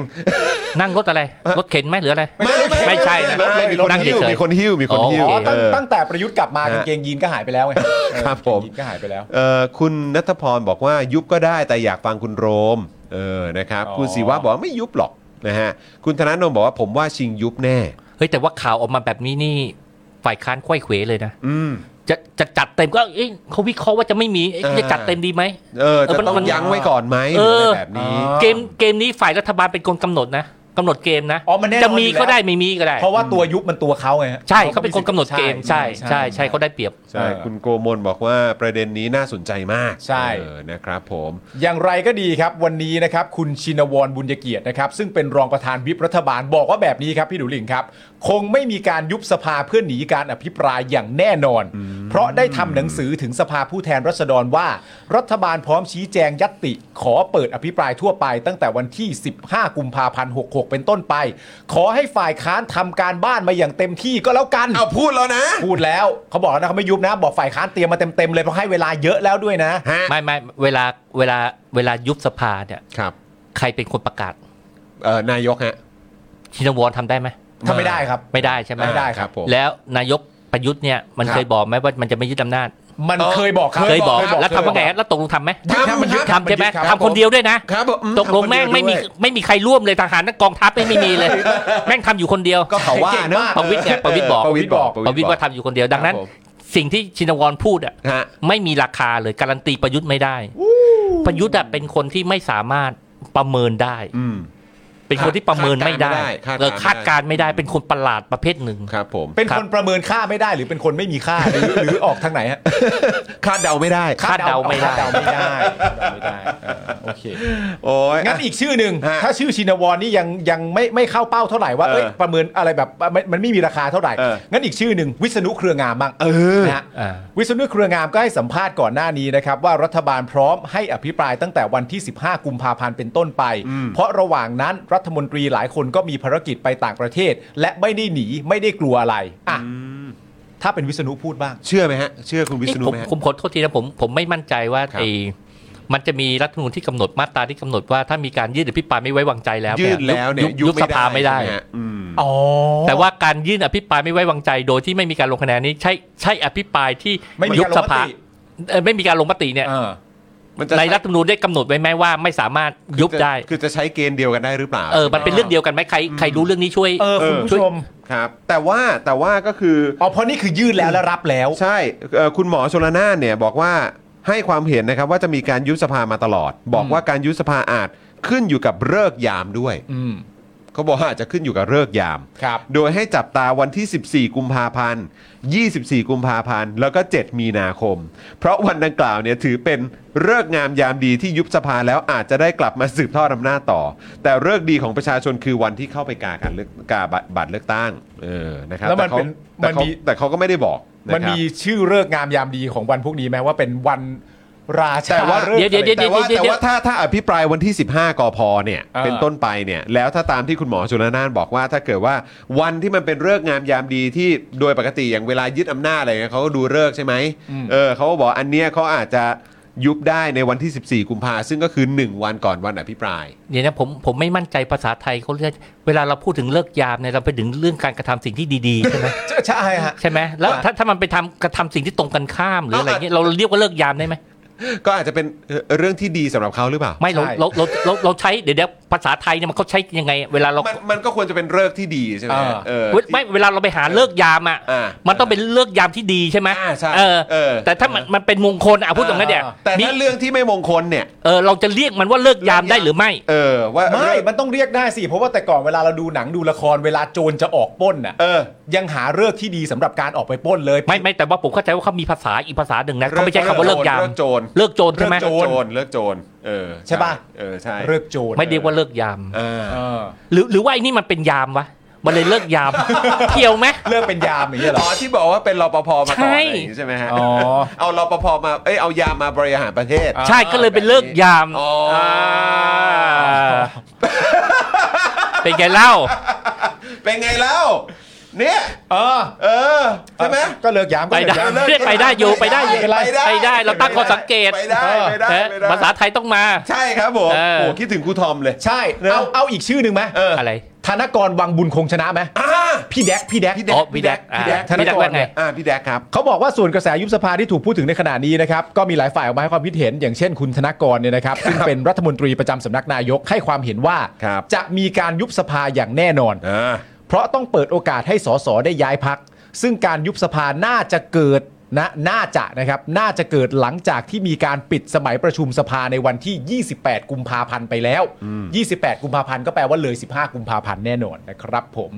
Speaker 5: นั่งรถอะไรรถเข็นไหมหรืออะไร
Speaker 2: ไม่
Speaker 5: ไม่ใช่นะ
Speaker 2: ไม่มีคน
Speaker 5: นั่ง
Speaker 2: หิ้ว
Speaker 5: เฉยๆ
Speaker 2: มีคนหิ้วมีคนหิ้ว
Speaker 4: อ๋อตั้ง
Speaker 2: เออ
Speaker 4: ตั้งแต่ประยุทธ์กลับมา
Speaker 2: ฮะ
Speaker 4: กางเกงยีนก็หายไปแล้วไงเออ
Speaker 2: ครับผม
Speaker 4: กางเกงยีนก็หายไปแล้ว
Speaker 2: เอ่อคุณนัทพรบอกว่ายุบก็ได้แต่อยากฟังคุณโรมเออนะครับ
Speaker 4: อ๋อ
Speaker 2: คุณศิวะบอกว่าไม่ยุบหรอกนะฮะคุณธนาโนมบอกว่าผมว่าชิงยุบแน่
Speaker 5: เฮ้ยแต่ว่าข่าวออกมาแบบนี้นี่ฝ่ายค้านควยเขวเลยนะ
Speaker 2: อืม
Speaker 5: จะจะจัดเต็มก็เอ้ยเขาวิเคราะห์ว่าจะไม่มีเอ้ย
Speaker 2: อ่า
Speaker 5: จะจัดเต็มดีไหม
Speaker 2: เออ
Speaker 5: เออ
Speaker 2: จะ
Speaker 5: มัน
Speaker 2: ต้อง
Speaker 5: มัน
Speaker 2: ยั้งไว้ก่อนไหมห
Speaker 5: เอ
Speaker 2: รือ
Speaker 5: อ
Speaker 2: อะไรแบบนี้
Speaker 4: อ๋อ
Speaker 5: เกมเกมนี้ฝ่ายรัฐบาลเป็นคนกำหนดนะกำหนดเกมนะ
Speaker 4: อ๋อมันแน่นอน
Speaker 5: จะมี
Speaker 4: อยู่แล้ว
Speaker 5: ก็ได้ไม่มีก็ได้
Speaker 4: เพราะว่าตัวยุบมันตัวเขาไงฮะ
Speaker 5: ใช่เขาเป็นคนกำหนดเกมใช่ใช่ใช่เขาได้เปรียบ
Speaker 2: ใช่
Speaker 4: เออ
Speaker 2: คุณโกมลบอกว่าประเด็นนี้น่าสนใจมาก
Speaker 4: ใช่
Speaker 2: เออนะครับผม
Speaker 4: อย่างไรก็ดีครับ วันนี้นะครับ คุณชินวรบุญเกียรตินะครับ ซึ่งเป็นรองประธานวิปรัฐบาลบอกว่าแบบนี้ครับ พี่ดุลิงครับ คงไม่มีการยุบสภาเพื่อหนีการอภิปรายอย่างแน่นอน เพราะได้ทำหนังสือถึงสภาผู้แทนรัษฎรว่า รัฐบาลพร้อมชี้แจงยัตติ ขอเปิดอภิปรายทั่วไปตั้งแต่วันที่ 15 กุมภาพันธ์66 เป็นต้นไป ขอให้ฝ่ายค้านทำการบ้านมาอย่างเต็มที่ก็แล้วกัน
Speaker 3: เอาพูดแล้วนะ
Speaker 4: พูดแล้วเขาบอกแล้วนะเขาไม่ยุบนะ บอกฝ่ายค้านเตรียมมาเต็มๆเลยเพราะให้เวลาเยอะแล้วด้วยนะ
Speaker 3: ฮะ
Speaker 5: ไม่ไม่เวลาเวลาเวลายุบสภาเนี่ย
Speaker 3: ครับ
Speaker 5: ใครเป็นคนประกาศ
Speaker 3: เอ่อนายกฮะ
Speaker 5: ชินวรทำได้ไหม
Speaker 4: ทำไม่ได้ครับ
Speaker 5: ไม่ได้ใช่ไหม
Speaker 4: ไม่ได้ครับผม
Speaker 5: แล้วนายกประยุทธ์เนี่ยมัน
Speaker 3: ครับ
Speaker 5: เคยบอกไหมว่ามันจะไม่ยึดอำนาจ
Speaker 4: มันเคยบอกครับ
Speaker 5: เคยบอก
Speaker 4: เคย
Speaker 5: แล้วทำว่าไงฮะแล้วตกลงทำไหม
Speaker 4: ยึดครับมันยึดครับ
Speaker 5: ทำใช่ไหม
Speaker 4: ยึดรับ
Speaker 5: ทำคนเดียวด้วยนะ
Speaker 3: ครับผมอื
Speaker 5: ตกลงแม่ง
Speaker 3: ทำคนเดียว
Speaker 5: ไม่มี
Speaker 3: ด้วย
Speaker 5: ไม่มีใครร่วมเลยทหารทั้งกองทัพไม่ไม่มีเลย
Speaker 4: [laughs]
Speaker 5: แม่งทำอยู่คนเดียว
Speaker 2: ก็เขาว่า
Speaker 4: เก่ง
Speaker 2: นะ
Speaker 4: มาก
Speaker 5: ประวิตรไงประวิตรบอก
Speaker 2: ประวิตรบอก
Speaker 5: ประวิตรว่าทำอยู่คนเดียวดังนั้น
Speaker 3: ครับผม
Speaker 5: สิ่งที่ชินวรพูดอ่ะ
Speaker 2: ฮะ
Speaker 5: ไม่มีราคาเลยการันตีประยุทธ์ไม่ได้ ประยุทธ์อะเป็นคนที่ไม่สามารถประเมินได้
Speaker 2: อืม
Speaker 5: เป็นคนที่ประเมินไม่ได้
Speaker 3: คาดการณ์ไม่ได้
Speaker 5: เออคาดการณ์ไม่ได้เป็นคนประหลาดประเภทหนึ่ง
Speaker 2: ครับผม
Speaker 4: เป็น
Speaker 5: ครับ
Speaker 4: คนประเมินค่าไม่ได้หรือเป็นคนไม่มีค่าหรือ [laughs] หรือออกทางไหนฮะ
Speaker 2: คาดเดาไม่ได้
Speaker 5: คาดเดาไม่ได้
Speaker 4: คาดเดาไม่ได้คาดเดาไม่ได้เออโอเค
Speaker 2: โอ้ย
Speaker 4: งั้นอีกชื่อหนึ่ง
Speaker 2: ฮะ
Speaker 4: ถ้าชื่อชินวรนี่ยังยังไม่ไม่เข้าเป้าเท่าไหร่ว่า
Speaker 2: เออ
Speaker 4: เอ้ยประเมินอะไรแบบมันมันไม่มีราคาเท่าไหร่
Speaker 2: เออ
Speaker 4: งั้นอีกชื่อหนึ่งวิษณุเครืองามบ้าง
Speaker 2: เออ
Speaker 4: นะฮะ
Speaker 5: อ่า
Speaker 4: วิศนุเครืองามก็ให้สัมภาษณ์ก่อนหน้านี้นะครับ ว่ารัฐบาลพร้อมให้อภิปรายตั้งแต่วันที่ 15 กุมภาพันธ์เป็นต้นไป เพราะระหว่างนั้นรัฐมนตรีหลายคนก็มีภารกิจไปต่างประเทศ และไม่ได้หนีไม่ได้กลัวอะไรอ่ะถ้าเป็นวิษณุพูดบ้าง
Speaker 2: เชื่อไหมฮะ เชื่อคุณวิษณุ
Speaker 5: ผม
Speaker 2: ไหมฮะ
Speaker 5: ผมขอโทษทีนะผมผมไม่มั่นใจว่าไอ้มันจะมีรัฐธรรมนูญที่กำหนดมาตราที่กำหนดว่าถ้ามีการยื่นอภิปรายไม่ไว้วางใจแล้ว
Speaker 2: ยื
Speaker 5: เนี่
Speaker 2: ดแล้วเนี่ย
Speaker 5: ยุบสภาไม่ได้
Speaker 2: ใช่หฮะอืม
Speaker 4: อ๋อ
Speaker 5: แต่ว่าการยื่นอภิปรายไม่ไว้วางใจโดยที่ไม่มีการลงคะแนนนี้ใช่ใช่อภิปรายที่
Speaker 4: ไม่มี
Speaker 5: ยุบ
Speaker 4: การลง
Speaker 5: สภา
Speaker 4: ติ
Speaker 5: เอ่อไม่มีการลงมติเนี่ย
Speaker 4: เออ
Speaker 3: มันจะ
Speaker 5: ในรัฐธรรมนูญได้กำหนดไว้ไหมว่าไม่สามารถยุบได้
Speaker 3: คือจะคือจะใช้เกณฑ์เดียวกันได้หรือเปล่า
Speaker 5: เออ มันเป็นเรื่องเดียวกันไหมใครใครรู้เรื่องนี้ช่วย
Speaker 4: เออ คุณผู้ชม
Speaker 3: ครับ แต่ว่าแต่ว่าก็คือ
Speaker 4: อ๋อ เพราะนี่คือยื่นแล้วและรับแล้ว
Speaker 3: ใช่เอ่อคุณหมอชลนานเนี่ยบอกว่าให้ความเห็นนะครับว่าจะมีการยุบสภามาตลอด บอกว่าการยุบสภาอาจขึ้นอยู่กับเลิกษ์ยามด้วย
Speaker 4: อืม
Speaker 3: เขาบอกว่าอาจจะขึ้นอยู่กับเลิกษ์ยาม
Speaker 4: ครับ
Speaker 3: โดยให้จับตาวันที่ 14 กุมภาพันธ์ 24 กุมภาพันธ์ แล้วก็ 7 มีนาคม เพราะวันดังกล่าวเนี่ยถือเป็นเลิกษ์งามยามดีที่ยุบสภาแล้วอาจจะได้กลับมาสืบทอดอำนาจต่อ แต่เลิกษ์ดีของประชาชนคือวันที่เข้าไปกาการเลือกกาบัตรบัตรเลือกตั้ง เออ นะครับ
Speaker 4: แล้วมัน
Speaker 3: ต่ขา
Speaker 4: เป็น
Speaker 3: แต่
Speaker 4: มัน
Speaker 3: เขา
Speaker 4: มี
Speaker 3: แต่เขาก็ไม่ได้บอกะ
Speaker 4: มัน
Speaker 3: ครับ
Speaker 4: มีชื่อเลิกษ์งามยามดีของวันพวกนี้ไหมว่าเป็นวันราชา
Speaker 3: แต่ว่า
Speaker 4: ฤกษ์
Speaker 5: เดี๋ยวเดี๋ยวเดี๋ยว
Speaker 4: อะไร
Speaker 3: แต่ว่าแต่ว่าถ้าถ้าอภิปรายวันที่ 15 กพเนี่ย
Speaker 4: อ่า
Speaker 3: เป็นต้นไปเนี่ย แล้วถ้าตามที่คุณหมอชนละนานบอกว่า ถ้าเกิดว่าวันที่มันเป็นเลิกษ์งามยามดีที่โดยปกติอย่างเวลายึดอำนาจอะไรเงี้ยเขาก็ดูเลิกษ์ใช่ไหมเออเขาก็บอกอันเนี้ยเขาอาจจะยุบได้ในวันที่ 14 กุมภาซึ่งก็คือ 1 วันก่อนวันอภิปราย
Speaker 5: เนี่ยวนะผมผมไม่มั่นใจภาษาไทยเขาเรียกเวลาเราพูดถึงเลิกยามเนี่ยเราไปถึงเรื่องการกระทำสิ่งที่ดีๆใช่ไหม [laughs]
Speaker 4: ใช่ฮะ
Speaker 5: ใช่ไหมแล้วถ้าถ้ามันไปทำกระทำสิ่งที่ตรงกันข้ามหรืออะไรเงี้ยเราเรียกว่าเลิกยามได้ไหม
Speaker 3: ก็อาจจะเป็นเอ่อเรื่องที่ดีสำหรับเขาหรือเปล่า
Speaker 5: ไม่เรา
Speaker 4: ใช่
Speaker 5: เราเราเราเราใช้เดี๋ยวเดี๋ยวภาษาไทยเนี่ยมันเขาใช้ยังไง เวลาเรา
Speaker 3: นมันก็ควรจะเป็นเลิกษ์ที่ดีใช่ไหม
Speaker 4: อ่า
Speaker 3: เออ
Speaker 5: เว้ยไม่เวลาเราไปหาเลิกยามอ่ะ
Speaker 3: อ่ามั
Speaker 5: มันต้องเป็นเลิกยามที่ดีใช่ไหม
Speaker 3: อ่าใช่
Speaker 5: เออ
Speaker 3: เออ
Speaker 5: แต่ถ้ามันมันเป็นมงคลอ่ะพูดตรงนั้นเนี่ย
Speaker 3: แต่
Speaker 5: มี
Speaker 3: ถ้าเรื่องที่ไม่มงคลเนี่ย
Speaker 5: เออเราจะเรียกมันว่าเลิกยามได้หรือไม่
Speaker 3: เออว่า
Speaker 4: ไม่ มันต้องเรียกได้สิ เพราะว่าแต่ก่อนเวลาเราดูหนังดูละครเวลาโจรจะออกปล้นน่ะ
Speaker 3: เออ
Speaker 4: ยังหาเลิกษ์ที่ดีสำหรับการออกไปปล้นเลย
Speaker 5: ไม่ไม่แต่ว่าผมเข้าใจว่าเขามีภาษาอีกภาษาหนึ่งนะเขาไม่ใช่คำว่าเลิกยาม
Speaker 3: เลิกโจร
Speaker 5: เลิกโจรใช่ไหม
Speaker 3: เลิกโจรเลิกโจรเออ
Speaker 4: ใช่ปะ
Speaker 3: เออใช่
Speaker 4: เลิกษ์โจร
Speaker 5: ไม่เรียกว่าเลิกยาม
Speaker 3: อ่า
Speaker 4: เออ
Speaker 5: หรือหรือว่าไอ้นี่มันเป็นยามวะมันเลยเลิกยาม เกี่ยวไหม
Speaker 4: เลิกเป็นยามอย่างเงี้ยเหร
Speaker 3: อ๋
Speaker 4: อ
Speaker 3: อที่บอกว่าเป็นรปภมาต่ออะ
Speaker 5: ใช่
Speaker 3: ไรอย่างงี้ใช่ไหมฮะ
Speaker 4: อ๋อ
Speaker 3: เอารปภมาเอ้ยเอายามาบริหารประเทศ
Speaker 5: ใช่ก็เลยเป็นเลิกยาม
Speaker 3: อ๋อ
Speaker 5: อ่
Speaker 3: [laughs]
Speaker 5: าเป็นไงเล่า
Speaker 3: เป็นไงแล้วเนี่ย
Speaker 4: เออ
Speaker 3: เออใช่ไหม
Speaker 4: ก็เลิกยามก็
Speaker 5: ไป
Speaker 4: เลิก
Speaker 5: ได้
Speaker 4: ยาม
Speaker 5: เรียกไปได้อยู่ไปได้อยู่
Speaker 4: ม่เป็นร
Speaker 5: ไปได้เราตั้งข้อสังเกต
Speaker 3: ไปได้ไปได้
Speaker 5: เอ๊ะ
Speaker 3: ไปได้
Speaker 5: ภาษาไทยต้องมา
Speaker 3: ใช่ครับผม
Speaker 5: เออ
Speaker 3: โอ้คิดถึงครูทอมเลย
Speaker 4: ใช่
Speaker 3: เนอะ
Speaker 4: เอาเอาอีกชื่อหนึ่งไหม
Speaker 3: เออ
Speaker 5: อะไร
Speaker 4: ธนกรวังบุญคงชนะไหม
Speaker 3: อ่า
Speaker 4: พี่แดกพี่แดก
Speaker 5: อ๋อพี่แดกอ่า
Speaker 4: พี่แดกธน
Speaker 5: พี่แดก
Speaker 4: กร
Speaker 5: ว่าไง
Speaker 3: อ่าพี่แดกครับ
Speaker 4: เขาบอกว่าส่วนกระแสยุบสภาที่ถูกพูดถึงในขณะนี้นะครับ ก็มีหลายฝ่ายออกมาให้ความคิดเห็น อย่างเช่นคุณธนกรเนี่ยนะครับ ซึ่งเป็นรัฐมนตรีประจำสำนักนายกให้ความเห็นว่า
Speaker 3: ครับ
Speaker 4: จะมีการยุบสภาอย่างแน่นอน
Speaker 3: อ่า
Speaker 4: เพราะต้องเปิดโอกาสให้สสได้ย้ายพัก ซึ่งการยุบสภาน่าจะเกิดนะน่าจะนะครับ น่าจะเกิดหลังจากที่มีการปิดสมัยประชุมสภาในวันที่ 28 กุมภาพันธ์ไปแล้ว 28 กุมภาพันธ์ก็แปลว่าเลย 15 กุมภาพันธ์แน่นอนนะครับผม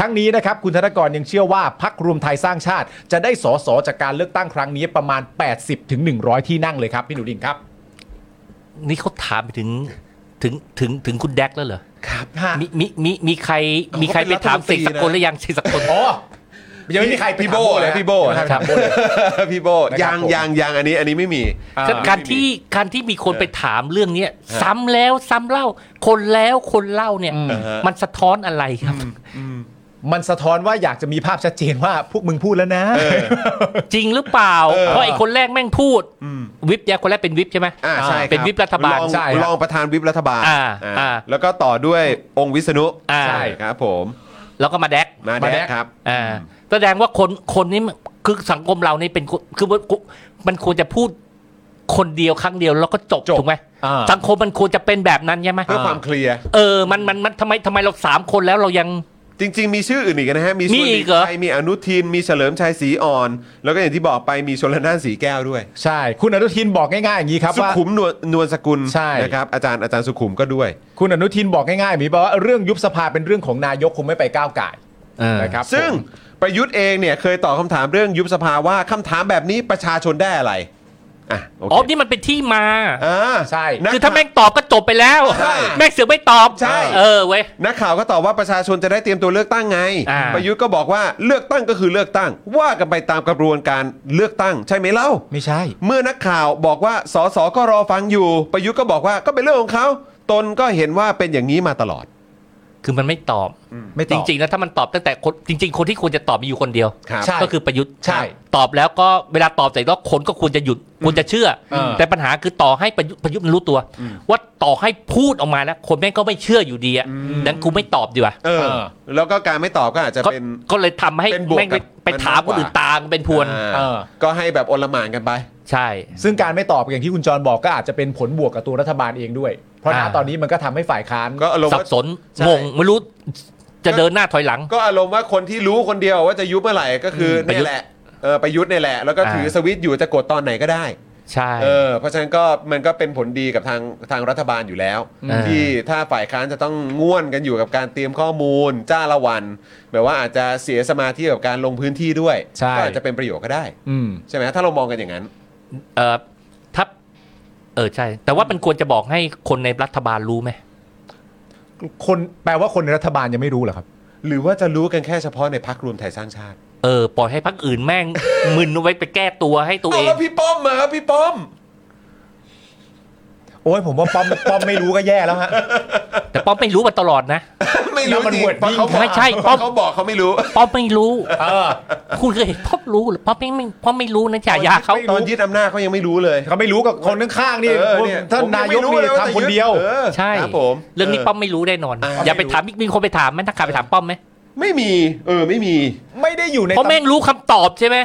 Speaker 4: ทั้งนี้นะครับคุณธนกรยังเชื่อว่าพักรวมไทยสร้างชาติ จะได้สสจากการเลือกตั้งครั้งนี้ประมาณ 80ถึง100 ที่นั่งเลยครับพี่หนูดิงครับ
Speaker 5: นี่เขาถามไปถึงถึงถึงถึงคุณแดกแล้วเหรอ
Speaker 4: ครับ
Speaker 5: มีมีมีมีใครมีใครไปถามเสกสกลหรือยังเสกสกล
Speaker 4: อ๋อยังไม่มีใครไป
Speaker 3: พี่โบ
Speaker 4: ถาม
Speaker 3: เลย
Speaker 4: นะ
Speaker 3: พี่โบ
Speaker 4: ยังไม่มีใครไปถามโบ้เลย
Speaker 3: [laughs] พี่โบยัง
Speaker 4: ผม
Speaker 3: ยังยังอันนี้อันนี้ไม่มี
Speaker 5: กาการที่การที่มีคนไปถามเรื่องเนี้ยซ้ำแล้วซ้ำเล่า คนแล้วคนเล่าเนี่ย มันสะท้อนอะไรครับ
Speaker 4: มันสะท้อนว่าอยากจะมีภาพชัดเจนว่าพวกมึงพูดแล้วนะ
Speaker 5: จริงหรือเปล่า เพราะไอ้คนแรกแม่งพูด วิปเนี่ยคนแรกเป็นวิปใช่ไหม
Speaker 3: อ่าใช่ครับ
Speaker 5: เป็นวิปรัฐบาล
Speaker 3: อง
Speaker 4: ใช่ครับ
Speaker 3: รองประธานวิปรัฐบาล
Speaker 5: อ่า
Speaker 3: อ่า
Speaker 5: อ่า
Speaker 3: แล้วก็ต่อด้วยองค์วิษณุ
Speaker 5: อ่า
Speaker 3: ใช่ครับผม
Speaker 5: แล้วก็มาแดก
Speaker 3: มา
Speaker 4: มา
Speaker 3: แด
Speaker 4: แด
Speaker 3: ก
Speaker 4: ก
Speaker 3: ครับ
Speaker 5: อ่าแสดงว่าคนคนนี้มันคือสังคมเรานี่เป็นคนคือมันมันควรจะพูดคนเดียวครั้งเดียวแล้วก็จบ
Speaker 4: จบ
Speaker 5: ถูกไหม
Speaker 4: อ่า
Speaker 5: สังคมมันควรจะเป็นแบบนั้นใช่ไหม
Speaker 3: เพื่อความเคลียร์
Speaker 5: เออมันมันมันทำไมทำไมเราสามคนแล้วเรายัง
Speaker 3: จริง ๆ มีชื่ออื่นอีกนะฮะ มีช
Speaker 5: มี
Speaker 3: วน
Speaker 5: อีกเหรอ
Speaker 3: ชัยมีอนุทินมีเฉลิมชัยศรีอ่อน แล้วก็อย่างที่บอกไปมีชนละนานสีแก้วด้วย
Speaker 4: ใช่ คุณอนุทินบอกง่ายๆอย่างนี้ครับ
Speaker 3: สุ
Speaker 4: ว่า
Speaker 3: ขุมนวลนวลสกุล
Speaker 4: ใช่
Speaker 3: นะครับอาจารย์อาจารย์สุขุมก็ด้วย
Speaker 4: คุณอนุทินบอกง่ายๆอย่างนี้แปลว่าเรื่องยุบสภาเป็นเรื่องของนายกคงไม่ไปก้าวไก่ายนะครับ
Speaker 3: ซึ่ง
Speaker 4: ผม
Speaker 3: ประยุทธ์เองเนี่ยเคยตอบคำถามเรื่องยุบสภาว่าคำถามแบบนี้ประชาชนได้อะไรอ่ะโอ
Speaker 5: อ๋อ
Speaker 3: เค
Speaker 5: นี่มันเป็นที่มา
Speaker 3: อ่า
Speaker 4: ใช่
Speaker 3: นะ
Speaker 5: คือถ้าแม่งตอบก็จบไปแล้ว
Speaker 3: ใช่
Speaker 5: แม่งเสือกไม่ตอบ
Speaker 3: ใช่
Speaker 5: เออเว้ย
Speaker 3: นักข่าวก็ตอบว่าประชาชนจะได้เตรียมตัวเลือกตั้งไง
Speaker 5: อ่า
Speaker 3: ประยุทธ์ก็บอกว่าเลือกตั้งก็คือเลือกตั้ง ว่ากันไปตามกระบวนการเลือกตั้ง ใช่ไหมเล่า
Speaker 4: ไม่ใช่
Speaker 3: เมื่อนักข่าวบอกว่าสสก็รอฟังอยู่ ประยุทธ์ก็บอกว่าก็เป็นเรื่องของเขาตนก็เห็นว่าเป็นอย่างนี้มาตลอด
Speaker 5: คือมันไม่ตอบ
Speaker 4: ไม่ต
Speaker 5: จ
Speaker 4: อบ
Speaker 5: ริงๆแล้วถ้ามันตอบตั้งแต่คนจริง ๆ คนที่ควรจะตอบมีอยู่คนเดียว
Speaker 3: ครับ
Speaker 4: ใช่
Speaker 5: ก็คือประยุทธ์
Speaker 4: ใช่
Speaker 5: ตอบแล้วก็เวลาตอบแต่ละคนก็ควรจะหยุดควรจะเชื่ออ
Speaker 4: ม
Speaker 5: แต่ปัญหาคือต่อให้ประยุทธ์ประยุทธ์มันรู้ตัว ว่าต่อให้พูดออกมาแล้ว คนแม่งก็ไม่เชื่ออยู่ดีอ่ะดังนกูไม่ตอบดีกว่า
Speaker 3: เออ
Speaker 4: เออ
Speaker 3: แล้วก็การไม่ตอบก็อาจจะ
Speaker 5: ก็
Speaker 3: เป็น
Speaker 5: ก็เลยทำให้
Speaker 3: เป็นบวก
Speaker 5: แม่ง
Speaker 3: กับ
Speaker 5: ไป
Speaker 3: มัน
Speaker 5: ถาม
Speaker 3: มากก
Speaker 5: คน
Speaker 3: ว่า
Speaker 5: อื่นตางเป็นพวน
Speaker 3: อ่า
Speaker 4: เออ
Speaker 3: ก็ให้แบบอลหม่านกันไป
Speaker 5: ใช่
Speaker 4: ซึ่งการไม่ตอบอย่างที่คุณจรบอกก็อาจจะเป็นผลบวกกับตัวรัฐบาลเองด้วย เพราะณ
Speaker 5: อ่า
Speaker 4: ตอนนี้มันก็ทำให้ฝ่ายค้าน
Speaker 3: ก็อารมณ์
Speaker 5: สับ
Speaker 3: ว่า
Speaker 5: สน
Speaker 3: ใช่
Speaker 5: งงไม่รู้จะเดินหน้าถอยหลัง
Speaker 3: ก็อารมณ์ว่าคนที่รู้คนเดียวว่าจะยุบเมื่อไหร่ก็คือ
Speaker 5: มประ
Speaker 3: เนี่ยแห
Speaker 5: ยุทธ์
Speaker 3: ละเออประยุทธ์เนี่ยแหละ แล้วก็
Speaker 5: อ่า
Speaker 3: ถือสวิตช์อยู่จะกดตอนไหนก็ได้
Speaker 5: ใช่
Speaker 3: เออเพราะฉะนั้นก็มันก็เป็นผลดีกับทางทางรัฐบาลอยู่แล้ว
Speaker 5: อ่า
Speaker 3: ที่ถ้าฝ่ายค้านจะต้องง่วนกันอยู่กับการเตรียมข้อมูล จ้าละวัน แบบว่าอาจจะเสียสมาธิกับการลงพื้นที่ด้วย
Speaker 4: ใช่
Speaker 3: ก็อาจจะเป็นประโยชน์ก็ได้
Speaker 4: อืม
Speaker 3: ใช่ไหมถ้าเรามองกันอย่างนั้น
Speaker 5: เออถ้าเออใช่ แต่ว่ามันควรจะบอกให้คนในรัฐบาลรู้ไหม
Speaker 4: คนแปลว่าคนในรัฐบาลยังไม่รู้เหรอครับ
Speaker 3: หรือว่าจะรู้กันแค่เฉพาะในพักรวมไทยสร้างชาติ
Speaker 5: เออปล่อยให้พักอื่นแม่ง [laughs] มึนเอาไว้ไปแก้ตัวให้ตัวเอง
Speaker 3: แล้วพี่ป้อมมาครับพี่ป้อม
Speaker 4: โอ้ยผมว่าป้อม [laughs] ป้อมไม่รู้ก็แย่แล้วฮะ
Speaker 5: แต่ป้อมไม่รู้มาตลอดนะ
Speaker 3: ไม่รู้
Speaker 4: แล้วมัน
Speaker 3: จริง
Speaker 4: หวด
Speaker 3: เพราะ
Speaker 4: ยิ่ง
Speaker 3: เขาบอก
Speaker 5: ไม่ใช่
Speaker 3: เพ
Speaker 5: ป้อม
Speaker 3: ราะเขาบอกเขาไม่รู้
Speaker 5: ป้อมไม่รู้
Speaker 4: เออ
Speaker 5: คุณเคยเห็นป้อมรู้หรือป้อมไม่ไม่ป้อมไม่รู้นะฉายาเขา
Speaker 4: ไม่รู้
Speaker 3: ตอนยึดอำนาจเขายังไม่รู้เลย
Speaker 4: เขาไม่รู้กับคนข้างๆนี่
Speaker 3: เออเนี่ย
Speaker 4: ท่าน
Speaker 3: ผม
Speaker 4: นาย
Speaker 3: ไม่
Speaker 4: ก
Speaker 3: รู้
Speaker 4: นี่
Speaker 3: เลยว่าจะ
Speaker 4: ทำคนเดียว
Speaker 3: ออ
Speaker 5: ใช่
Speaker 3: ครับผม
Speaker 5: เรื่องนี้ป้อมไม่รู้แน่นอน
Speaker 3: อ่า
Speaker 5: อย่าไปถามมีมีคนไปถามไหมนักข่าวไปถามป้อมไหม
Speaker 3: ไม่มี เออไม่มี
Speaker 4: ไม่ได้อยู่ใน
Speaker 5: เพราะแม่งรู้คำตอบใช่ไหม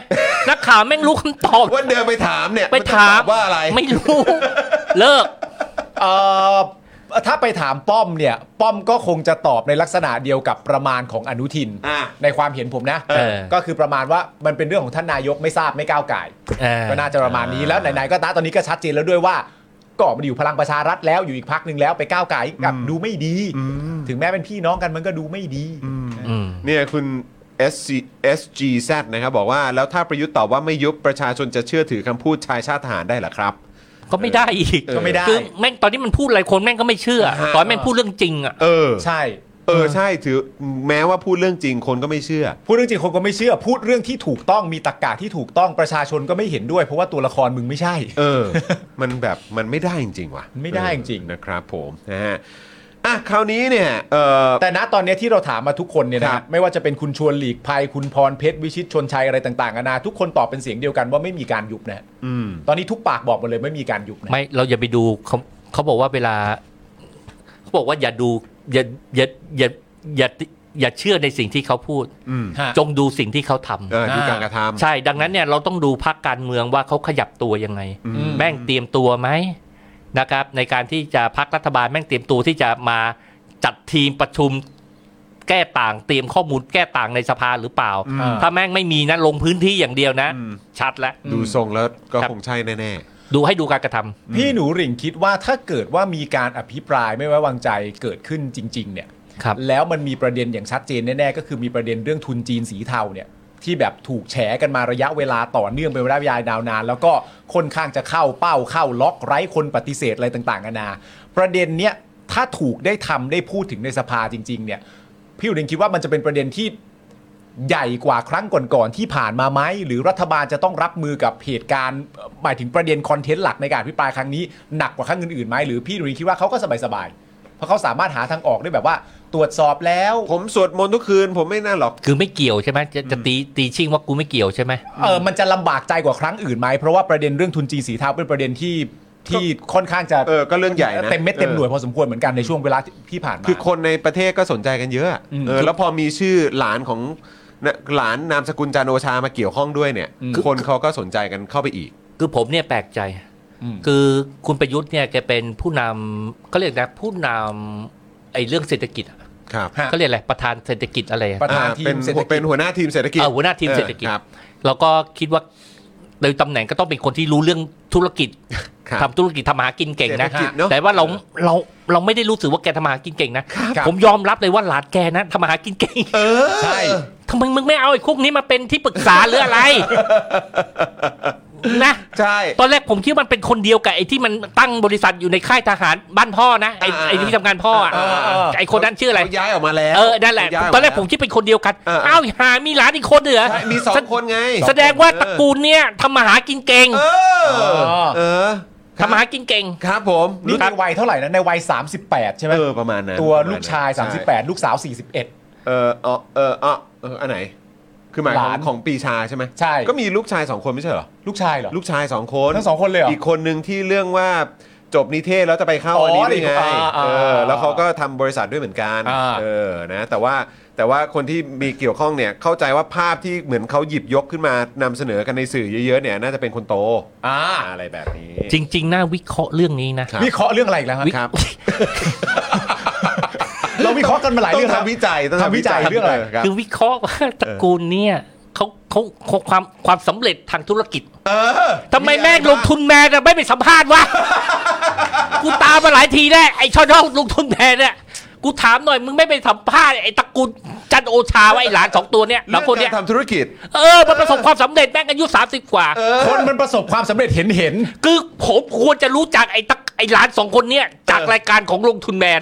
Speaker 5: นักข่าวแม่งรู้คำตอบ
Speaker 3: ว่าเดินไปถามเนี่ย
Speaker 5: ไปถา
Speaker 3: นจะต
Speaker 5: ม
Speaker 3: อบว่าอะไร
Speaker 5: ไม่รู้ เลิก
Speaker 4: เอ่อถ้าไปถามป้อมเนี่ย ป้อมก็คงจะตอบในลักษณะเดียวกับประมาณของอนุทิน
Speaker 3: อ่ะ
Speaker 4: ในความเห็นผมนะ
Speaker 5: เออ
Speaker 4: ก็คือประมาณว่ามันเป็นเรื่องของท่านนายกไม่ทราบไม่ก้าวไก่าย
Speaker 5: เออ
Speaker 4: ก็น่าจะประมาณนี้แล้วไหนๆก็ตาตอนนี้ก็ชัดเจนแล้วด้วยว่าก็มันอยู่พลังประชารัฐแล้วอยู่อีกพักหนึ่งแล้วไปก้าวไก่กับดูไม่ดี ถึงแม้เป็นพี่น้องกันมันก็ดูไม่ดี
Speaker 5: อืม
Speaker 3: เนี่ยคุณ SC SGZ นะครับบอกว่าแล้วถ้าประยุทธ์ตอบว่าไม่ยุบประชาชนจะเชื่อถือคำพูดชายชาติทหารได้เหรอครับ
Speaker 5: ก็ไม่ได้อีก
Speaker 4: ก็ไม่ได้
Speaker 5: คือแม่งตอนนี้มันพูดอะไรคนแม่งก็ไม่เชื่อ
Speaker 3: อ่า
Speaker 5: ตอนแม่งพูดเรื่องจริงอ่ะ
Speaker 3: เออ
Speaker 4: ใช่
Speaker 3: เออใช่ถือแม้ว่าพูดเรื่องจริงคนก็ไม่เชื่อ
Speaker 4: พูดเรื่องจริงคนก็ไม่เชื่อ พูดเรื่องที่ถูกต้องมีตรรกะที่ถูกต้องประชาชนก็ไม่เห็นด้วย เพราะว่าตัวละครมึงไม่ใช่
Speaker 3: เอ
Speaker 5: [laughs]
Speaker 3: อ มันแบบมันไม่ได้จริงๆว่ะ
Speaker 4: ไม่ได้จริง
Speaker 3: เออนะครับผมนะฮะอ่ะคราวนี้เนี่ยเออ
Speaker 4: แต่ณตอนเนี้ยที่เราถามมาทุกคนเนี่ย
Speaker 3: ค
Speaker 4: นะ
Speaker 3: รับ
Speaker 4: ไม่ว่าจะเป็นคุณชวนหลีกภัยคุณพรเพชรวิชิตชนชัยอะไรต่างๆนานาทุกคนตอบเป็นเสียงเดียวกันว่าไม่มีการยุบนะ
Speaker 3: อืม
Speaker 4: ตอนนี้ทุกปากบอกหมาเลยไม่มีการยุบนะ
Speaker 5: ไม่เราอย่าไปดูเขาเขาบอกว่าเวลาเขาบอกว่าอย่าดูอย่าอย่าอย่าอย่าอย่าเชื่อในสิ่งที่เขาพูด
Speaker 3: อืม
Speaker 4: ฮะ
Speaker 5: จงดูสิ่งที่เขาทำ
Speaker 3: เออดูการกระทำ
Speaker 5: ใช่ดังนั้นเนี่ยเราต้องดูพรรคการเมืองว่าเขาขยับตัวยังไง
Speaker 4: อืม
Speaker 5: แม่งเตรียมตัวไหมนะครับ ในการที่จะพักรัฐบาลแม่งเตรียมตัวที่จะมาจัดทีมประชุมแก้ต่างเตรียมข้อมูลแก้ต่างในสภาหรือเปล่า
Speaker 3: อืม
Speaker 5: ถ้าแม่งไม่มีนะลงพื้นที่อย่างเดียวนะ ชัดแล้ว
Speaker 3: ดูทรงแล้วก็
Speaker 5: ครับ
Speaker 3: คงใช่แน่
Speaker 5: ดูให้ดูการกระทำ
Speaker 4: พี่หนูหริ่งคิดว่าถ้าเกิดว่ามีการอภิปรายไม่ไว้วางใจเกิดขึ้นจริง ๆ เนี่ย
Speaker 5: ครับ
Speaker 4: แล้วมันมีประเด็นอย่างชัดเจนแน่ๆก็คือมีประเด็นเรื่องทุนจีนสีเทาเนี่ย ที่แบบถูกแฉกันมาระยะเวลาต่อเนื่องเป็นเวลายาวนาน แล้วก็ค่อนข้างจะเข้าเป้าเข้าล็อกไร้คนปฏิเสธอะไรต่างๆนานาประเด็นเนี้ยถ้าถูกได้ทำได้พูดถึงในสภาจริง ๆ เนี่ยพี่หนูหริ่งคิดว่ามันจะเป็นประเด็นที่ ใหญ่กว่าครั้งก่อนๆที่ผ่านมาไหมหรือรัฐบาลจะต้องรับมือกับเหตุการณ์เอ่อหมายถึงประเด็นคอนเทนต์หลักในการพิปรายครั้งนี้หนักกว่าครั้งอื่นๆไหมหรือพี่หนุยคิดว่าเขาก็สบายๆเพราะเขาสามารถหาทางออกได้แบบว่า ตรวจสอบแล้ว
Speaker 3: ๆผมสวดมนต์ทุกคืน ผมไม่น่าหรอก
Speaker 5: คือไม่เกี่ยวใช่ไหมจะจะตีตีชิงว่ากูไม่เกี่ยวใช่ไหม
Speaker 4: เออมันจะลำบากใจกว่าครั้งอื่นไหมเพราะว่าประเด็นเรื่องทุนจีนสีเทาเป็นประเด็นที่ที่ค่อนข้างจะ
Speaker 3: เออก็เรื่องใหญ่นะ
Speaker 4: เต็มเม็ดเต็มหน่วย
Speaker 3: ออ
Speaker 4: พอสมควรเหมือนกันในช่วงเวลาที่ผ่านมา
Speaker 3: คือคนในประเทศก็สนใจกันเยอะ
Speaker 4: อืม
Speaker 3: เออแล้วพอมีชื่อหลานของนะหลานนามสกุลจันทร์โอชามาเกี่ยวข้องด้วยเนี่ย คนเขาก็สนใจกันเข้าไปอีก
Speaker 5: คือผมเนี่ยแปลกใจ
Speaker 4: ม
Speaker 5: คือคุณประยุทธ์เนี่ยแกเป็นผู้นำเขาเรียกนะผู้นำไอ้เรื่องเศรษฐกิจอะ
Speaker 3: ครับ
Speaker 4: ฮะ
Speaker 5: เขาเรียกอะไรประธานเศรษฐกิจอะไรอะ
Speaker 4: ประธาน
Speaker 3: อ่
Speaker 4: ทีม
Speaker 3: เป็น
Speaker 4: เศรษฐกิจ
Speaker 3: เป็นหัวหน้าทีมเศรษฐกิจ
Speaker 5: เออหัวหน้าทีมเศรษฐกิจ
Speaker 3: ออครับ
Speaker 5: เราก็คิดว่าโดยตำแหน่งก็ต้องเป็นคนที่รู้เรื่องธุรกิจ
Speaker 3: ครับ
Speaker 5: ทำธุรกิจทำมาหากินเก่งนะ
Speaker 3: เศรษฐกิจเนอะ
Speaker 5: แต่ว่าเราเราเราไม่ได้รู้สึกว่าแกทำมาหากินเก่งนะ
Speaker 4: ครับ
Speaker 5: ผมยอมรับเลยว่าหลานแกนะทำมาหากินเก่ง
Speaker 3: [laughs] เออ
Speaker 4: ใช่
Speaker 5: ทำไมมึงไม่เอาไอ้พวกนี้มาเป็นที่ปรึกษาหรือ
Speaker 3: [laughs]
Speaker 5: อะไรนะ
Speaker 3: ใช่
Speaker 5: ตอนแรกผมคิดว่ามันเป็นคนเดียวกับไอ้ที่มันตั้งบริษัทอยู่ในค่ายทหารบ้านพ่อนะไอ้
Speaker 3: อ่า
Speaker 5: ไอ้ที่ทำงานพ่ออ่ะ
Speaker 3: อ่าอ่า
Speaker 5: ไอ้คนนั้นชื่ออะไร
Speaker 3: เขาย้ายออกมาแล้ว
Speaker 5: เออนั่นแหละ
Speaker 3: เขาย้ายก
Speaker 5: ตอนแรกผม
Speaker 3: า
Speaker 5: คิดเป็นคนเดียวกัน
Speaker 3: อ่าอ่า
Speaker 5: อ้าวหามีหลานอีกคนเหรอ
Speaker 3: ใช่มีสองคนไง
Speaker 5: แสดงว่าตระกูลเนี่ยทำมาหากินเก่ง
Speaker 3: เออเออ
Speaker 5: ทำมาหากินเก่ง
Speaker 3: ครับผม
Speaker 4: นี่ในวัยเท่าไหร่นะในวัย 38 ใช่ไหม
Speaker 3: เออประมาณนั้น
Speaker 4: ตัว
Speaker 3: ประมณ
Speaker 4: ลู
Speaker 3: นั้น
Speaker 4: กชาย
Speaker 3: ใ
Speaker 4: 38 ลูกสาว 41
Speaker 3: เออเออเออเออเอออันไหน คือหมายข
Speaker 4: ห
Speaker 3: อง
Speaker 4: ลาน
Speaker 3: ของปีชาใช่ไหม
Speaker 4: ใช่
Speaker 3: ก็มีลูกชายสองคนไม่ใช่เหรอ
Speaker 4: ลูกชายเหรอ
Speaker 3: ลูกชายสองคน
Speaker 4: ทั้งสองคนเลยเหรอ
Speaker 3: อีกคนหนึ่งที่เรื่องว่า จบนิเทศแล้วจะไปเข้า
Speaker 4: อ๋อ
Speaker 3: อัน
Speaker 4: อั
Speaker 3: นี้ด้วยไง
Speaker 4: อ่าอ่า
Speaker 3: เออแล้วเขาก็ทำบริษัทด้วยเหมือนกัน
Speaker 4: อ่า
Speaker 3: เออนะแต่ว่าแต่ว่าคนที่มีเกี่ยวข้องเนี่ยเข้าใจว่าภาพที่เหมือนเขาหยิบยกขึ้นมานำเสนอกันในสื่อเยอะๆเนี่ยน่าจะเป็นคนโต
Speaker 4: อ่า
Speaker 3: อะไรแบบนี้
Speaker 5: จริง ๆ น่าวิเคราะห์เรื่องนี้นะ
Speaker 3: ครับ
Speaker 4: วิเคราะห์เรื่องอะไรอีกแล้วฮะ
Speaker 5: วิ
Speaker 3: ครับ
Speaker 4: [laughs] เราวิเคราะห์กันมาหลาย
Speaker 3: ต้อ
Speaker 4: เรื่อง
Speaker 3: ง
Speaker 4: ครับ
Speaker 3: ทำวิจัยต้อง
Speaker 4: ทำวิจัยเรื่องอะไร
Speaker 3: ครับ
Speaker 5: คือวิเคราะห์ว่าตระกูลเนี่ยเขาเขาเขาความความสำเร็จทางธุรกิจ
Speaker 3: เออ
Speaker 5: ทำไมแม่งลงทุนแมนอะไม่ไปสัมภาษณ์วะ กูตามมาหลายทีแล้วไอ้ช่อน้องลงทุนแมนเนี่ยกูถามหน่อยมึงไม่ไปสัมภาษณ์ไอ้ตระกูลจันโอชาวะไอ้หลานสองตัวเนี่ยส
Speaker 3: เรื่
Speaker 5: อ
Speaker 3: อง
Speaker 5: งคน
Speaker 3: กา
Speaker 5: เนี่ย
Speaker 3: รทำธุรกิจ
Speaker 5: เออมันประสบความสำเร็จแม่งอายุ 30 กว่า
Speaker 4: คนมันประสบความสำเร็จเห็นเห็น
Speaker 5: คือผมควรจะรู้จักไอ้ตะไอ้หลานสองคนเนี่ยจากรายการของลงทุนแมน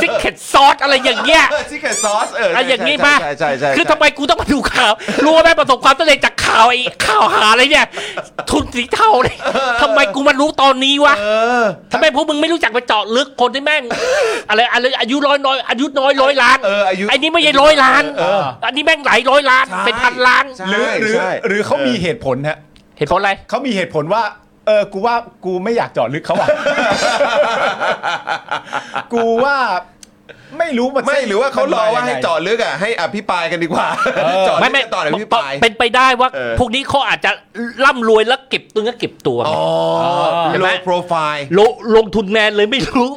Speaker 5: ซิกเก็ตซอสอะไรอย่างเงี้ย
Speaker 3: ซิกเก็ตซอสเออ
Speaker 5: อะ
Speaker 3: อะ
Speaker 5: อย่างนี้ป่ะ
Speaker 3: ใช่ใช่ใช่
Speaker 5: คือทำไมกูต้องมาดูข่าว รู้ว่าแม่งประสบความสำเร็จจากข่าวไอ้ข่าวหาอะไรเนี่ย ทุนสีเทาเลยทำไมกูมารู้ตอนนี้วะทำไมพวกมึงไม่รู้จักมาเจาะลึกคนที่แม่ง อะไรอะไรอายุร้อยน้อยอายุน้อยร้อยล้าน
Speaker 3: เอออายุ
Speaker 5: ไอ้นี่ไม่ใช่ร้อยล้านอันนี้แม่งหลายร้อยล้าน
Speaker 3: ใช่
Speaker 5: เป็นพันล้าน
Speaker 3: ใช่
Speaker 4: หรือหรือ
Speaker 3: ใช่
Speaker 4: หรือเขามีเหตุผลฮะ
Speaker 5: เห็นเพราะอะไร
Speaker 4: เขามีเหตุผลว่าเออกูว่ากูไม่อยากเจาะลึกเขา
Speaker 3: [laughs]
Speaker 4: อ่ะ กูว่าไม่รู้มัน
Speaker 3: ไม่หรือว่าเขารอว่าให้เจาะลึกอ่ะให้อภิปรายกันดีกว่าเจาะลึ
Speaker 5: ไม่
Speaker 3: ก
Speaker 5: ไม่
Speaker 3: กันต่อเลยอภิปราย
Speaker 5: เป็นไปได้ว่า
Speaker 3: เออ
Speaker 5: พวกนี้เขาอาจจะร่ำรวยแล้วเก็บตัวเนื้อเก็บตัว
Speaker 3: อ๋อ
Speaker 5: เห็น
Speaker 3: โล
Speaker 5: ไหม
Speaker 3: โปรไฟล์
Speaker 5: ลงลงทุนแมนเลยไม่รู้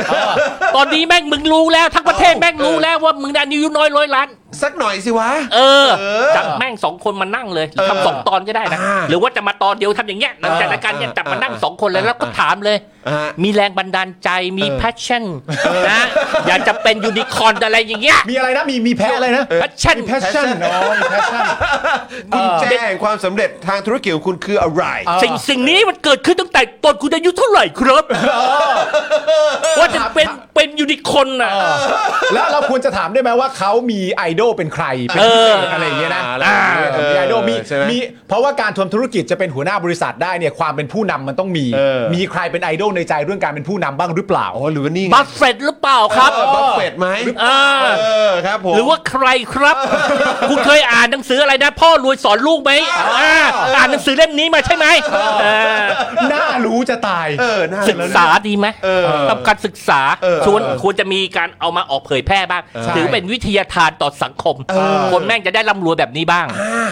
Speaker 5: ตอนนี้แม่งมึงรู้แล้วทั้งประเทศแม่งรู้แล้วว่ามึงได้อายุน้อยร้อยล้าน
Speaker 3: สักหน่อยสิวะ
Speaker 5: เออ
Speaker 3: เออ
Speaker 5: จับแม่งสองคนมานั่งเลยหรือ
Speaker 3: เออ
Speaker 5: ทำสองตอนก็ได้นะ
Speaker 3: อ่า
Speaker 5: หรือว่าจะมาตอนเดียวทำอย่างเงี้ยหลังจากรายการเนี่ย
Speaker 3: เออ
Speaker 5: จับมานั่ง
Speaker 3: เออ
Speaker 5: สองคนเลยแล้วก็ถามเลย
Speaker 3: อ่ามี
Speaker 5: มีแรงบันดาลใจมีแพชชั่นนะอยากจะเป็นยูนิคอร์นอะไรอย่างเงี้ย
Speaker 4: มีอะไรนะ มีมีแพ้อะไรนะ
Speaker 5: แพชชั่น
Speaker 4: มีแพชชั่
Speaker 3: passion
Speaker 4: นน้องแพชชั่น
Speaker 3: คุณแจ้งความสำเร็จทางธุรกิจของคุณคืออะไร
Speaker 4: เออ
Speaker 5: สิ่งสิ่งนี้มันเกิดขึ้นตั้งแต่ตอนคุณอายุเท่าไหร่ครับว่าจะเป็นเป็นยูนิคอร์นอ่ะ
Speaker 4: แล้วเราควรจะถามได้ไหมว่าเขามีไอดอลเป็นใคร เป็น
Speaker 5: เอ
Speaker 4: พิ
Speaker 5: อ
Speaker 4: เศษอะไรอย่างเงี้ยนะ
Speaker 3: อะไรอย่างเงี้ย
Speaker 4: เออมีไอดอลมี
Speaker 3: ใช่ไหม
Speaker 4: มีเพราะว่าการทำธุรกิจจะเป็นหัวหน้าบริษัทได้เนี่ยความเป็นผู้นำมันต้องมี
Speaker 3: เออ
Speaker 4: มีใครเป็นไอดอลในใจเรื่องการเป็นผู้นำบ้างหรือเปล่า
Speaker 3: อ๋อหรือว่านี่ไง
Speaker 5: บัฟเฟตหรือเปล่าครับ
Speaker 3: เออบัฟเฟตต์ไหม
Speaker 5: เออ
Speaker 3: เออครับผม
Speaker 5: หรือว่าใครครับ คุณเคยอ่านหนังสืออะไรนะ พ่อรวยสอนลูกไหมอ่าอ่านหนังสือเล่มนี้มาใช่ไหมเออ
Speaker 4: น่ารู้จะตาย
Speaker 3: เออน่า
Speaker 5: ศึกษาดีไหม
Speaker 3: เออ
Speaker 5: ทำการศึกษาชวนควรจะมีการเอามาออกเผยแพร่บ้าง
Speaker 4: ใช่
Speaker 5: ถือเป็นวิทยาทานต่อสังคม คนแม่งจะได้ร่ำรวยแบบนี้บ้าง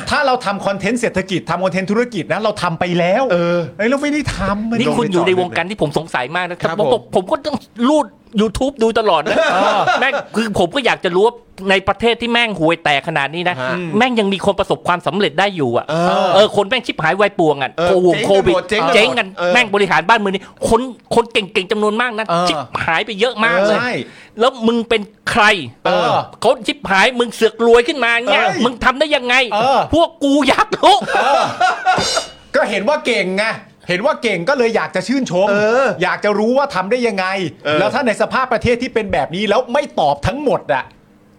Speaker 4: ถ้าเราทำคอนเทนต์เศรษฐกิจทำคอนเทนต์ธุรกิจนะเราทำไปแล้ว
Speaker 3: เออ
Speaker 4: เอ้ยเราไม่ได้ทำมั
Speaker 5: นี่คุณอยู่ในวงการที่ผมสงสัยมากนะค
Speaker 3: ครั
Speaker 5: รับบ ผม
Speaker 3: ผม
Speaker 5: ผมก็ต้องรูด YouTube ดูตลอดนะแม่งคือผมก็อยากจะรู้ว่าในประเทศที่แม่งห่วยแตกขนาดนี้นะ แม่งยังมีคนประสบความสำเร็จได้อยู่อ่ะเออคนแม่งชิบหายวายป่วงอ่ะ
Speaker 3: เออ
Speaker 5: โควงโควิด
Speaker 3: เจ๊งกันหมด
Speaker 5: เจ๊งกัน
Speaker 3: เออ
Speaker 5: แม่งบริหารบ้านเมืองนี่คนคนเก่งๆจำนวนมากนะ
Speaker 4: เออ
Speaker 5: ชิบหายไปเยอะมากเลย
Speaker 4: ใช่
Speaker 5: แล้วมึงเป็นใคร
Speaker 4: เออ
Speaker 5: เขาชิบหายมึงเสือกรวยขึ้นมาเงี้ย
Speaker 4: เอ้ย
Speaker 5: มึงทำได้ยังไง
Speaker 4: เออ
Speaker 5: พวกกูอยากรู้
Speaker 4: ก็เห็นว่าเก่งไง เห็นว่าเก่งก็เลยอยากจะชื่นชม
Speaker 3: อ
Speaker 4: อยากจะรู้ว่าทำได้ยังไง
Speaker 3: เออ
Speaker 4: แล้วถ้าในสภาพประเทศที่เป็นแบบนี้แล้วไม่ตอบทั้งหมดอะ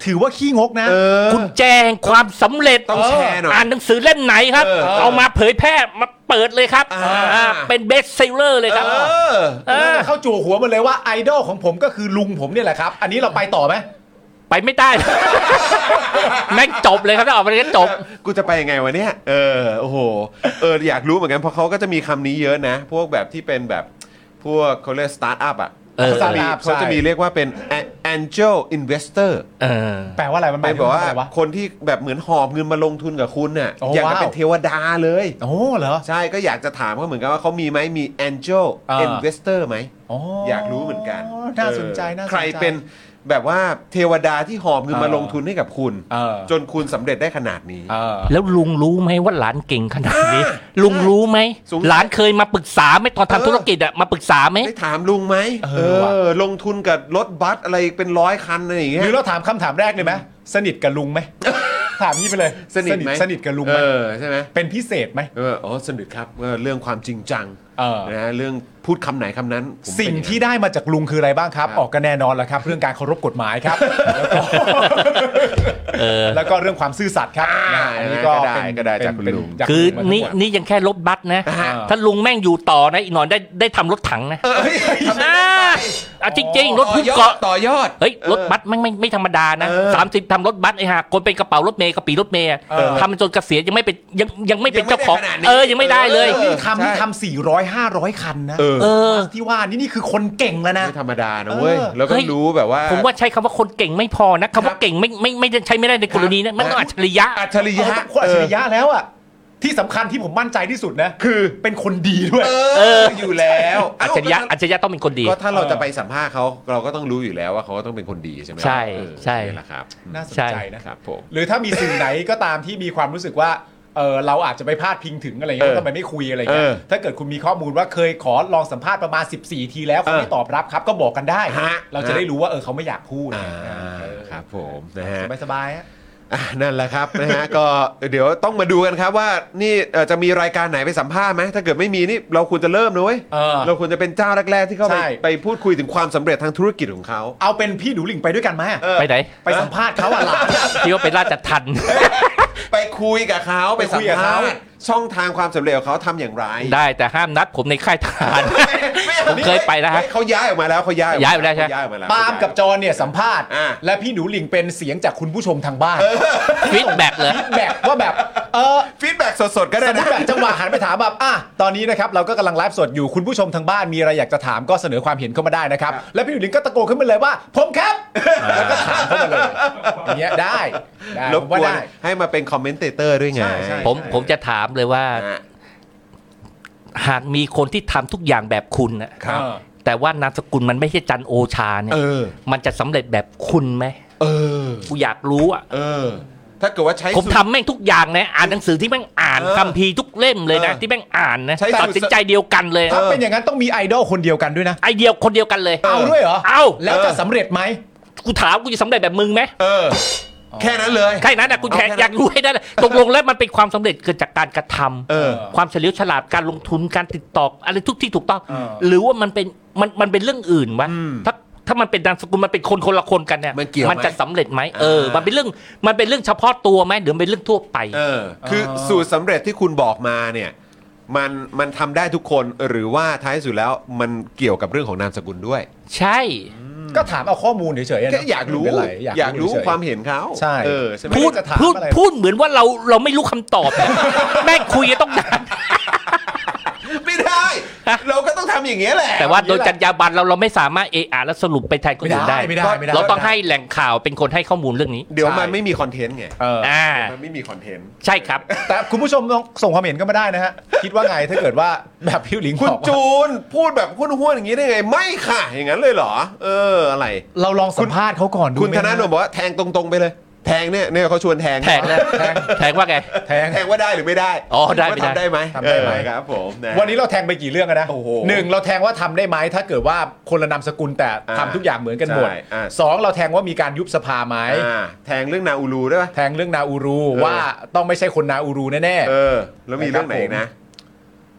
Speaker 4: ถือว่าขี้งกนะ
Speaker 3: เออ
Speaker 5: คุณแจงความสำเร็จ
Speaker 3: ต้องแชร์หน่อย
Speaker 5: นหนังสือเล่มไหนครับ
Speaker 3: เออ
Speaker 5: เอามาเผยแพร่มาเปิดเลยครับ
Speaker 3: อ่า
Speaker 5: อ่าเป็นเบสเซลเลอร์เลยครับ
Speaker 3: เออ
Speaker 5: เออ
Speaker 4: เข้าจู่หัวหมันเลยว่าไอดอลของผมก็คือลุงผมเนี่ยแหละครับ อันนี้เราไปต่อไหม
Speaker 5: ไปไม่ได้ [laughs] แม่งจบเลยครับถ้าออกมาแล้วจบ
Speaker 3: กูจะไปยังไงวะเนี่ย เออ โอ้โห เออ อยากรู้เหมือนกัน เพราะเขาก็จะมีคำนี้เยอะนะ พวกแบบที่เป็นแบบ พวกเขาเรียกสตาร์ทอัพอ่ะ
Speaker 5: เออ
Speaker 3: เขาจะมี
Speaker 4: startup
Speaker 3: เขาจะมี
Speaker 4: ใช่
Speaker 3: เรียกว่าเป็น a- angel investor
Speaker 5: เออ
Speaker 4: แปลว่าอะไรมันห
Speaker 3: ไป
Speaker 4: มาย
Speaker 3: นแบ
Speaker 4: ถึง
Speaker 3: บว่า
Speaker 4: ว่าอะไรวะ
Speaker 3: คนที่แบบเหมือนหอบเงินมาลงทุนกับคุณน่ะ
Speaker 4: โอ้
Speaker 3: อยากจะ
Speaker 4: ว้าว
Speaker 3: เป็นเทวดาเลย
Speaker 4: โอ้เหรอ
Speaker 3: ใช่ ก็อยากจะถามเขาเหมือนกันว่าเขามีไหมมี angel
Speaker 4: อ่า
Speaker 3: investor ไหม
Speaker 4: อ๋ออย
Speaker 3: อากรู้เหมือนกัน
Speaker 4: น่าสนใจ
Speaker 3: เออ
Speaker 4: น่าสนใจ
Speaker 3: ใครเป็นแบบว่าเทวดาที่หอบเงินมาลงทุนให้กับคุณ
Speaker 4: เออ
Speaker 3: จนคุณสำเร็จได้ขนาดนี้
Speaker 4: เออ
Speaker 5: แล้วลุงรู้ไหมว่าหลานเก่งขนาดนี้ ลุงรู้ไหม
Speaker 3: สงสัย
Speaker 5: หลานเคยมาปรึกษาไหมตอน
Speaker 3: เออ
Speaker 5: ทำธุรกิจอะมาปรึกษาไหม
Speaker 3: ได้ถามลุงไหม
Speaker 4: เออว่ะ
Speaker 3: อลงทุนกับรถบัสอะไรเป็นร้อยคันอะไรอย่าง
Speaker 4: ห
Speaker 3: เงี้ย
Speaker 4: รือเราถามคำถามแรกเลยไหมสนิทกับลุงไหม ถามนี้ไปเลย
Speaker 3: สนิทไหม
Speaker 4: สนิทกับลุงไหม
Speaker 3: เออใช่ไหม
Speaker 4: เป็นพิเศษไหม
Speaker 3: เอออ๋อสนิทครับเออเรื่องความจริงจัง
Speaker 4: เออ
Speaker 3: นะฮะเรื่องพูดคำไหนคำนั้นผมเป็น
Speaker 4: สิ่ง
Speaker 3: อย่านั้น
Speaker 4: ที่ได้มาจากลุงคืออะไรบ้างครับ
Speaker 3: ครับ
Speaker 4: ออกกันแน่นอนแหละครับ เรื่องการเคารพกฎหมายครับ แล้วก็
Speaker 5: เออ
Speaker 4: แล้วก็เรื่องความซื่อสัตย์ครับ
Speaker 3: อ่า
Speaker 4: อั
Speaker 3: นะก็ได้ก็ได้จากคุณลุง
Speaker 4: จาก
Speaker 5: คือ
Speaker 4: ลุงมาทั้ง
Speaker 5: นี่
Speaker 4: หมด
Speaker 5: นี่ยังแค่รถบัสนะ
Speaker 4: อ่า
Speaker 5: ถ้าลุงแม่งอยู่ต่อนะอีกหน่อยได้ได้ทำรถถังนะอ่าอ่ะจริง ๆ รถ
Speaker 3: ต่อ
Speaker 5: พุ่ง
Speaker 3: ยอด
Speaker 5: เกาะ
Speaker 3: ต่อยอด
Speaker 5: เฮ้ยรถบัสแม่งไม่ไม่ธรรมดานะ
Speaker 3: เออ
Speaker 5: สามสิบทำรถบัสไอ้ห่าคนเป็นกระเป๋ารถเมย์กระปีรถเมย์อะ
Speaker 4: เออ
Speaker 5: ทำมันจนเกษียณยังไม่เป็นยังยังไม่เป็นเจ้าของ
Speaker 3: ยังไม่ได้ขนาดนี้
Speaker 5: เออยังไม่ได้เลย
Speaker 3: เออ
Speaker 4: นี่ทำนี่ทำ 500 คันนะ
Speaker 3: เออ
Speaker 5: เออ
Speaker 4: บัสที่ว่านี่นี่คือคนเก่งแล้วนะ
Speaker 3: ไม่ธรรมดานะเว้ย
Speaker 4: เออ
Speaker 3: แล้วก็
Speaker 5: เฮ้ย
Speaker 3: รู้แบบว่า
Speaker 5: ผมว่าใช้คำว่าคนเก่งไม่พอนะคำว่าเก่งไม่ไม่ไม่ไม่ใช้ไม่ได้ในกรณีนี้มันต้องอัจฉริยะ
Speaker 3: อัจฉริยะ
Speaker 4: เออคนอัจฉริยะแล้วอ่ะที่สำคัญที่ผมมั่นใจที่สุดนะ
Speaker 3: คือ
Speaker 4: เป็นคนดีด้วย
Speaker 3: เออ เออ อยู่แล้ว
Speaker 5: อัจฉริยะ
Speaker 3: เ
Speaker 5: อัจฉริยะต้องเป็นคนดี
Speaker 3: ก็ถ้าเราจะไปสัมภาษณ์เขาเราก็ต้องรู้อยู่แล้วว่าเขาก็ต้องเป็นคนดีใช่ไหม
Speaker 5: ใช่
Speaker 3: เออ
Speaker 5: ใช่
Speaker 3: นี่แหละครับ
Speaker 4: น่าสนใจนะ
Speaker 3: ค
Speaker 4: ค
Speaker 3: รั
Speaker 4: รั
Speaker 3: บบ ผม
Speaker 4: หรือถ้ามีสื่อไหนก็ตามที่มีความรู้สึกว่าเออเราอาจจะไปพาดพิงถึงอะไรเงี้ย
Speaker 3: เออ
Speaker 4: ว่าทำไมไม่คุยอะไรเงี้ย
Speaker 3: เออ
Speaker 4: ถ้าเกิดคุณมีข้อมูลว่าเคยขอลองสัมภาษณ์ประมาณ 14 ทีแล้วเขาไม่
Speaker 3: เออ
Speaker 4: ตอบรับครับก็บอกกันได้
Speaker 3: ฮะ
Speaker 4: เราจะได้รู้ว่าเออเขาไม่อยากพูด
Speaker 3: อ่า
Speaker 4: เออ
Speaker 3: ครับผมนะฮะ
Speaker 4: สบายๆฮะ
Speaker 3: อ่ะนั่นแหละครับ นะฮะ ก็เดี๋ยวต้องมาดูกันครับว่านี่เอ่อจะมีรายการไหนไปสัมภาษณ์ไหมถ้าเกิดไม่มีนี่เราควรจะเริ่มนะเว้ย
Speaker 4: เออ
Speaker 3: ควรจะเป็นเจ้าแรกๆที่เข้าไป
Speaker 4: ใช่
Speaker 3: ไปพูดคุยถึงความสำเร็จทางธุรกิจของเขา
Speaker 4: เอาเป็นพี่ดูหลิงไปด้วยกันไหม
Speaker 3: เออ
Speaker 5: ไปไหน
Speaker 4: ไปสัมภาษณ์เขาอะหลาน
Speaker 5: ที่ว่าเป็นราชทัน
Speaker 3: ไปคุยกับเขาไป
Speaker 4: ไปคุ
Speaker 3: สัม
Speaker 4: ยกับ
Speaker 3: ภา
Speaker 4: เขา
Speaker 3: ษณ์ช่องทางความสำเร็จของเขาทำอย่างไร
Speaker 5: ได้แต่ห้ามนัดผมในค่ายทหาร ผมเคยไปนะฮะ
Speaker 3: เฮ้ยเขาย้ายออกมาแล้วเขาย้าย
Speaker 5: ย้ายไปแล้วใช่ไหม
Speaker 3: เขย้ายออกมาแล้ว
Speaker 4: ปาล์มกับจอนเนี่ยสัมภาษณ์
Speaker 3: อ่า
Speaker 4: และพี่หนูหลิงเป็นเสียงจากคุณผู้ชมทางบ้าน
Speaker 5: ฟีดแบ็กเลย
Speaker 4: แบบว่าแบบเออ
Speaker 3: ฟีดแบ็กสดๆก็ได้
Speaker 4: สมม
Speaker 3: นะ
Speaker 4: ติแบบจังหวะหันไปถามแบบอ่ะตอนนี้นะครับเราก็กำลังไลฟ์สดอยู่คุณผู้ชมทางบ้านมีอะไรอยากจะถามก็เสนอความเห็นเข้ามาได้นะครับ
Speaker 3: ครับ
Speaker 4: แล้วพี่หนุ่ลิงก็ตะโกนขึ้นมาเลยว่า ผมครับแล้วก็ถามเข้ามาเลยอย่างเงี้ยได้ได้
Speaker 3: ร
Speaker 4: ผ
Speaker 3: บ
Speaker 4: ม
Speaker 3: ก
Speaker 4: ว่า
Speaker 3: วน
Speaker 4: ได้
Speaker 3: ให้มาเป็นคอมเมนเตอร์ด้วยไง
Speaker 4: ใช่ใช่
Speaker 5: ผมผมจะถามเลยว่า
Speaker 3: อ่ะ
Speaker 5: หากมีคนที่ทำทุกอย่างแบบคุณน่ะ
Speaker 4: เออ
Speaker 5: แต่ว่านามสกุลมันไม่ใช่จันโอชาเนี่ย
Speaker 3: เออ
Speaker 5: มันจะสำเร็จแบบคุณไหม
Speaker 3: เออ
Speaker 5: กูอยากรู้อ่ะ
Speaker 3: เออ ถ้าเกิดว่าใช้
Speaker 5: ผม
Speaker 3: สูตร
Speaker 5: ทำแม่งทุกอย่างนะอ่านหนังสือที่แม่งอ่าน
Speaker 3: เออ
Speaker 5: คัมภีร์ทุกเล่มเลยนะ
Speaker 3: เออ
Speaker 5: ที่แม่งอ่านนะ
Speaker 3: ใช้
Speaker 5: ตัดสินใจเดียวกันเลย
Speaker 4: ถ้าเป็นอย่างนั้นต้องมีไอดอลคนเดียวกันด้วยนะ
Speaker 5: ไอเดียวคนเดียวกันเลย
Speaker 4: เอาด้วยเหรอ
Speaker 5: เอา
Speaker 4: แล้วจะสำเร็จไหม
Speaker 5: กูถามกูจะสำเร็จแบบมึงไหม
Speaker 3: เออ แค่นั้นเลย
Speaker 5: แค่นั้นนะกูแค่
Speaker 3: เอาแค่นั้น
Speaker 5: อยากรู้ให้ได้เลยตกลงแล้วมันเป็นความสำเร็จเกิดจากการกระทำ
Speaker 3: เออ
Speaker 5: ความเฉลียวฉลาดการลงทุนการติดต่ออะไรทุกที่ถูกต้อง
Speaker 4: เออ
Speaker 5: หรือว่ามันเป็นมันมันเป็นเรื่องอื่นวะถ้าถ้ามันเป็นนามสกุลมันเป็นคนคนละคนกันเนี่ย
Speaker 3: มันเกี่ยวไหม
Speaker 5: จะสำเร็จไหมเออ
Speaker 3: อ่ามั
Speaker 5: มันเป็นเรื่องมันเป็นเรื่องเฉพาะตัวไหมหรือเป็นเรื่องทั่วไป
Speaker 3: เออ คือ
Speaker 4: เออ
Speaker 3: สูตรสำเร็จที่คุณบอกมาเนี่ย มันมันทำได้ทุกคนหรือว่าท้ายสุดแล้วมันเกี่ยวกับเรื่องของนามสกุลด้วย
Speaker 5: ใช่
Speaker 4: ก็ถามเอาข้อมูลเฉยๆนะ
Speaker 3: แค่อยากรู้
Speaker 4: ไม่เป็นไ
Speaker 3: อยากรู้
Speaker 4: เฉๆ
Speaker 3: ความเห็นเขา
Speaker 4: ใช่
Speaker 3: เออใช่ไหม
Speaker 5: พูด
Speaker 4: จะถาม
Speaker 5: พูด
Speaker 4: อะไร
Speaker 5: พูดเหมือนว่าเราเราไม่รู้คำตอบเนี่ย แม่งคุยกันต้องนาน
Speaker 3: ไม่ได้ เราก็ต้องทำอย่างเงี้ยแหละ
Speaker 5: [laughs] แต่ว่าโดยจรรยาบรรณเราเราไม่สามารถเออาและสรุปไปแทนคนอื่นได้
Speaker 4: ไม่ได้ไม่ได้
Speaker 5: เราต้องให้แหล่งข่าวเป็นคนให้ข้อมูลเรื่องนี้
Speaker 3: เดี๋ยว
Speaker 4: ใช่
Speaker 3: มันไม่มีคอนเทนต์ไง
Speaker 4: เออ
Speaker 5: อ่า
Speaker 3: มันไม่มีคอนเทนต์
Speaker 5: ใช่ครับ
Speaker 4: แต่คุณผู้ชมลองส่งความเห็นก็มาได้นะฮะคิดว่าไงถ้าเกิดว่าแบบพี่หลิงบ
Speaker 3: คุ
Speaker 4: อก
Speaker 3: ณ
Speaker 4: ว่า
Speaker 3: จูนพูดแบบหุ้นห้วนๆอย่างนี้ได้ไง ไม่ค่ะ อย่างนั้นเลยเหรอ เอออะไร
Speaker 4: เราลองสัมภาษณ์เขาก่อนดู
Speaker 3: คุณ
Speaker 4: ไหม
Speaker 3: ธนาโนมบอกว่าแทงตรง ๆ ไปเลย แทงเนี่ยเนี่ยเขาชวนแทง
Speaker 5: แทงนะแทงว่าไง
Speaker 4: แทง
Speaker 3: แทงว่าได้หรือไม่ได้
Speaker 5: อ๋อได้ไม่ได้
Speaker 3: ว่าทำได้ไหม
Speaker 4: ทำได้ไหม
Speaker 3: เออครับผมะ
Speaker 4: วันนี้เราแทงไปกี่เรื่องอะนะ
Speaker 3: โอ้โห
Speaker 4: หนึ่งเราแทงว่าทำได้ไหมถ้าเกิดว่าคนละนามสกุลแต่
Speaker 3: อ่า
Speaker 4: ทำทุกอย่างเหมือนกันหมด
Speaker 3: ใช่อ่า
Speaker 4: สองเราแทงว่ามีการยุบสภาไหม
Speaker 3: อ่าแทงเรื่องนาอูรูได้ปะ
Speaker 4: แทงเรื่องนาอูรู
Speaker 3: เออ
Speaker 4: ว่าต้องไม่ใช่คนนาอูรูแน่
Speaker 3: เออ แล้วมีเรื่องไหนอีก
Speaker 4: ครั
Speaker 3: นะ
Speaker 4: บ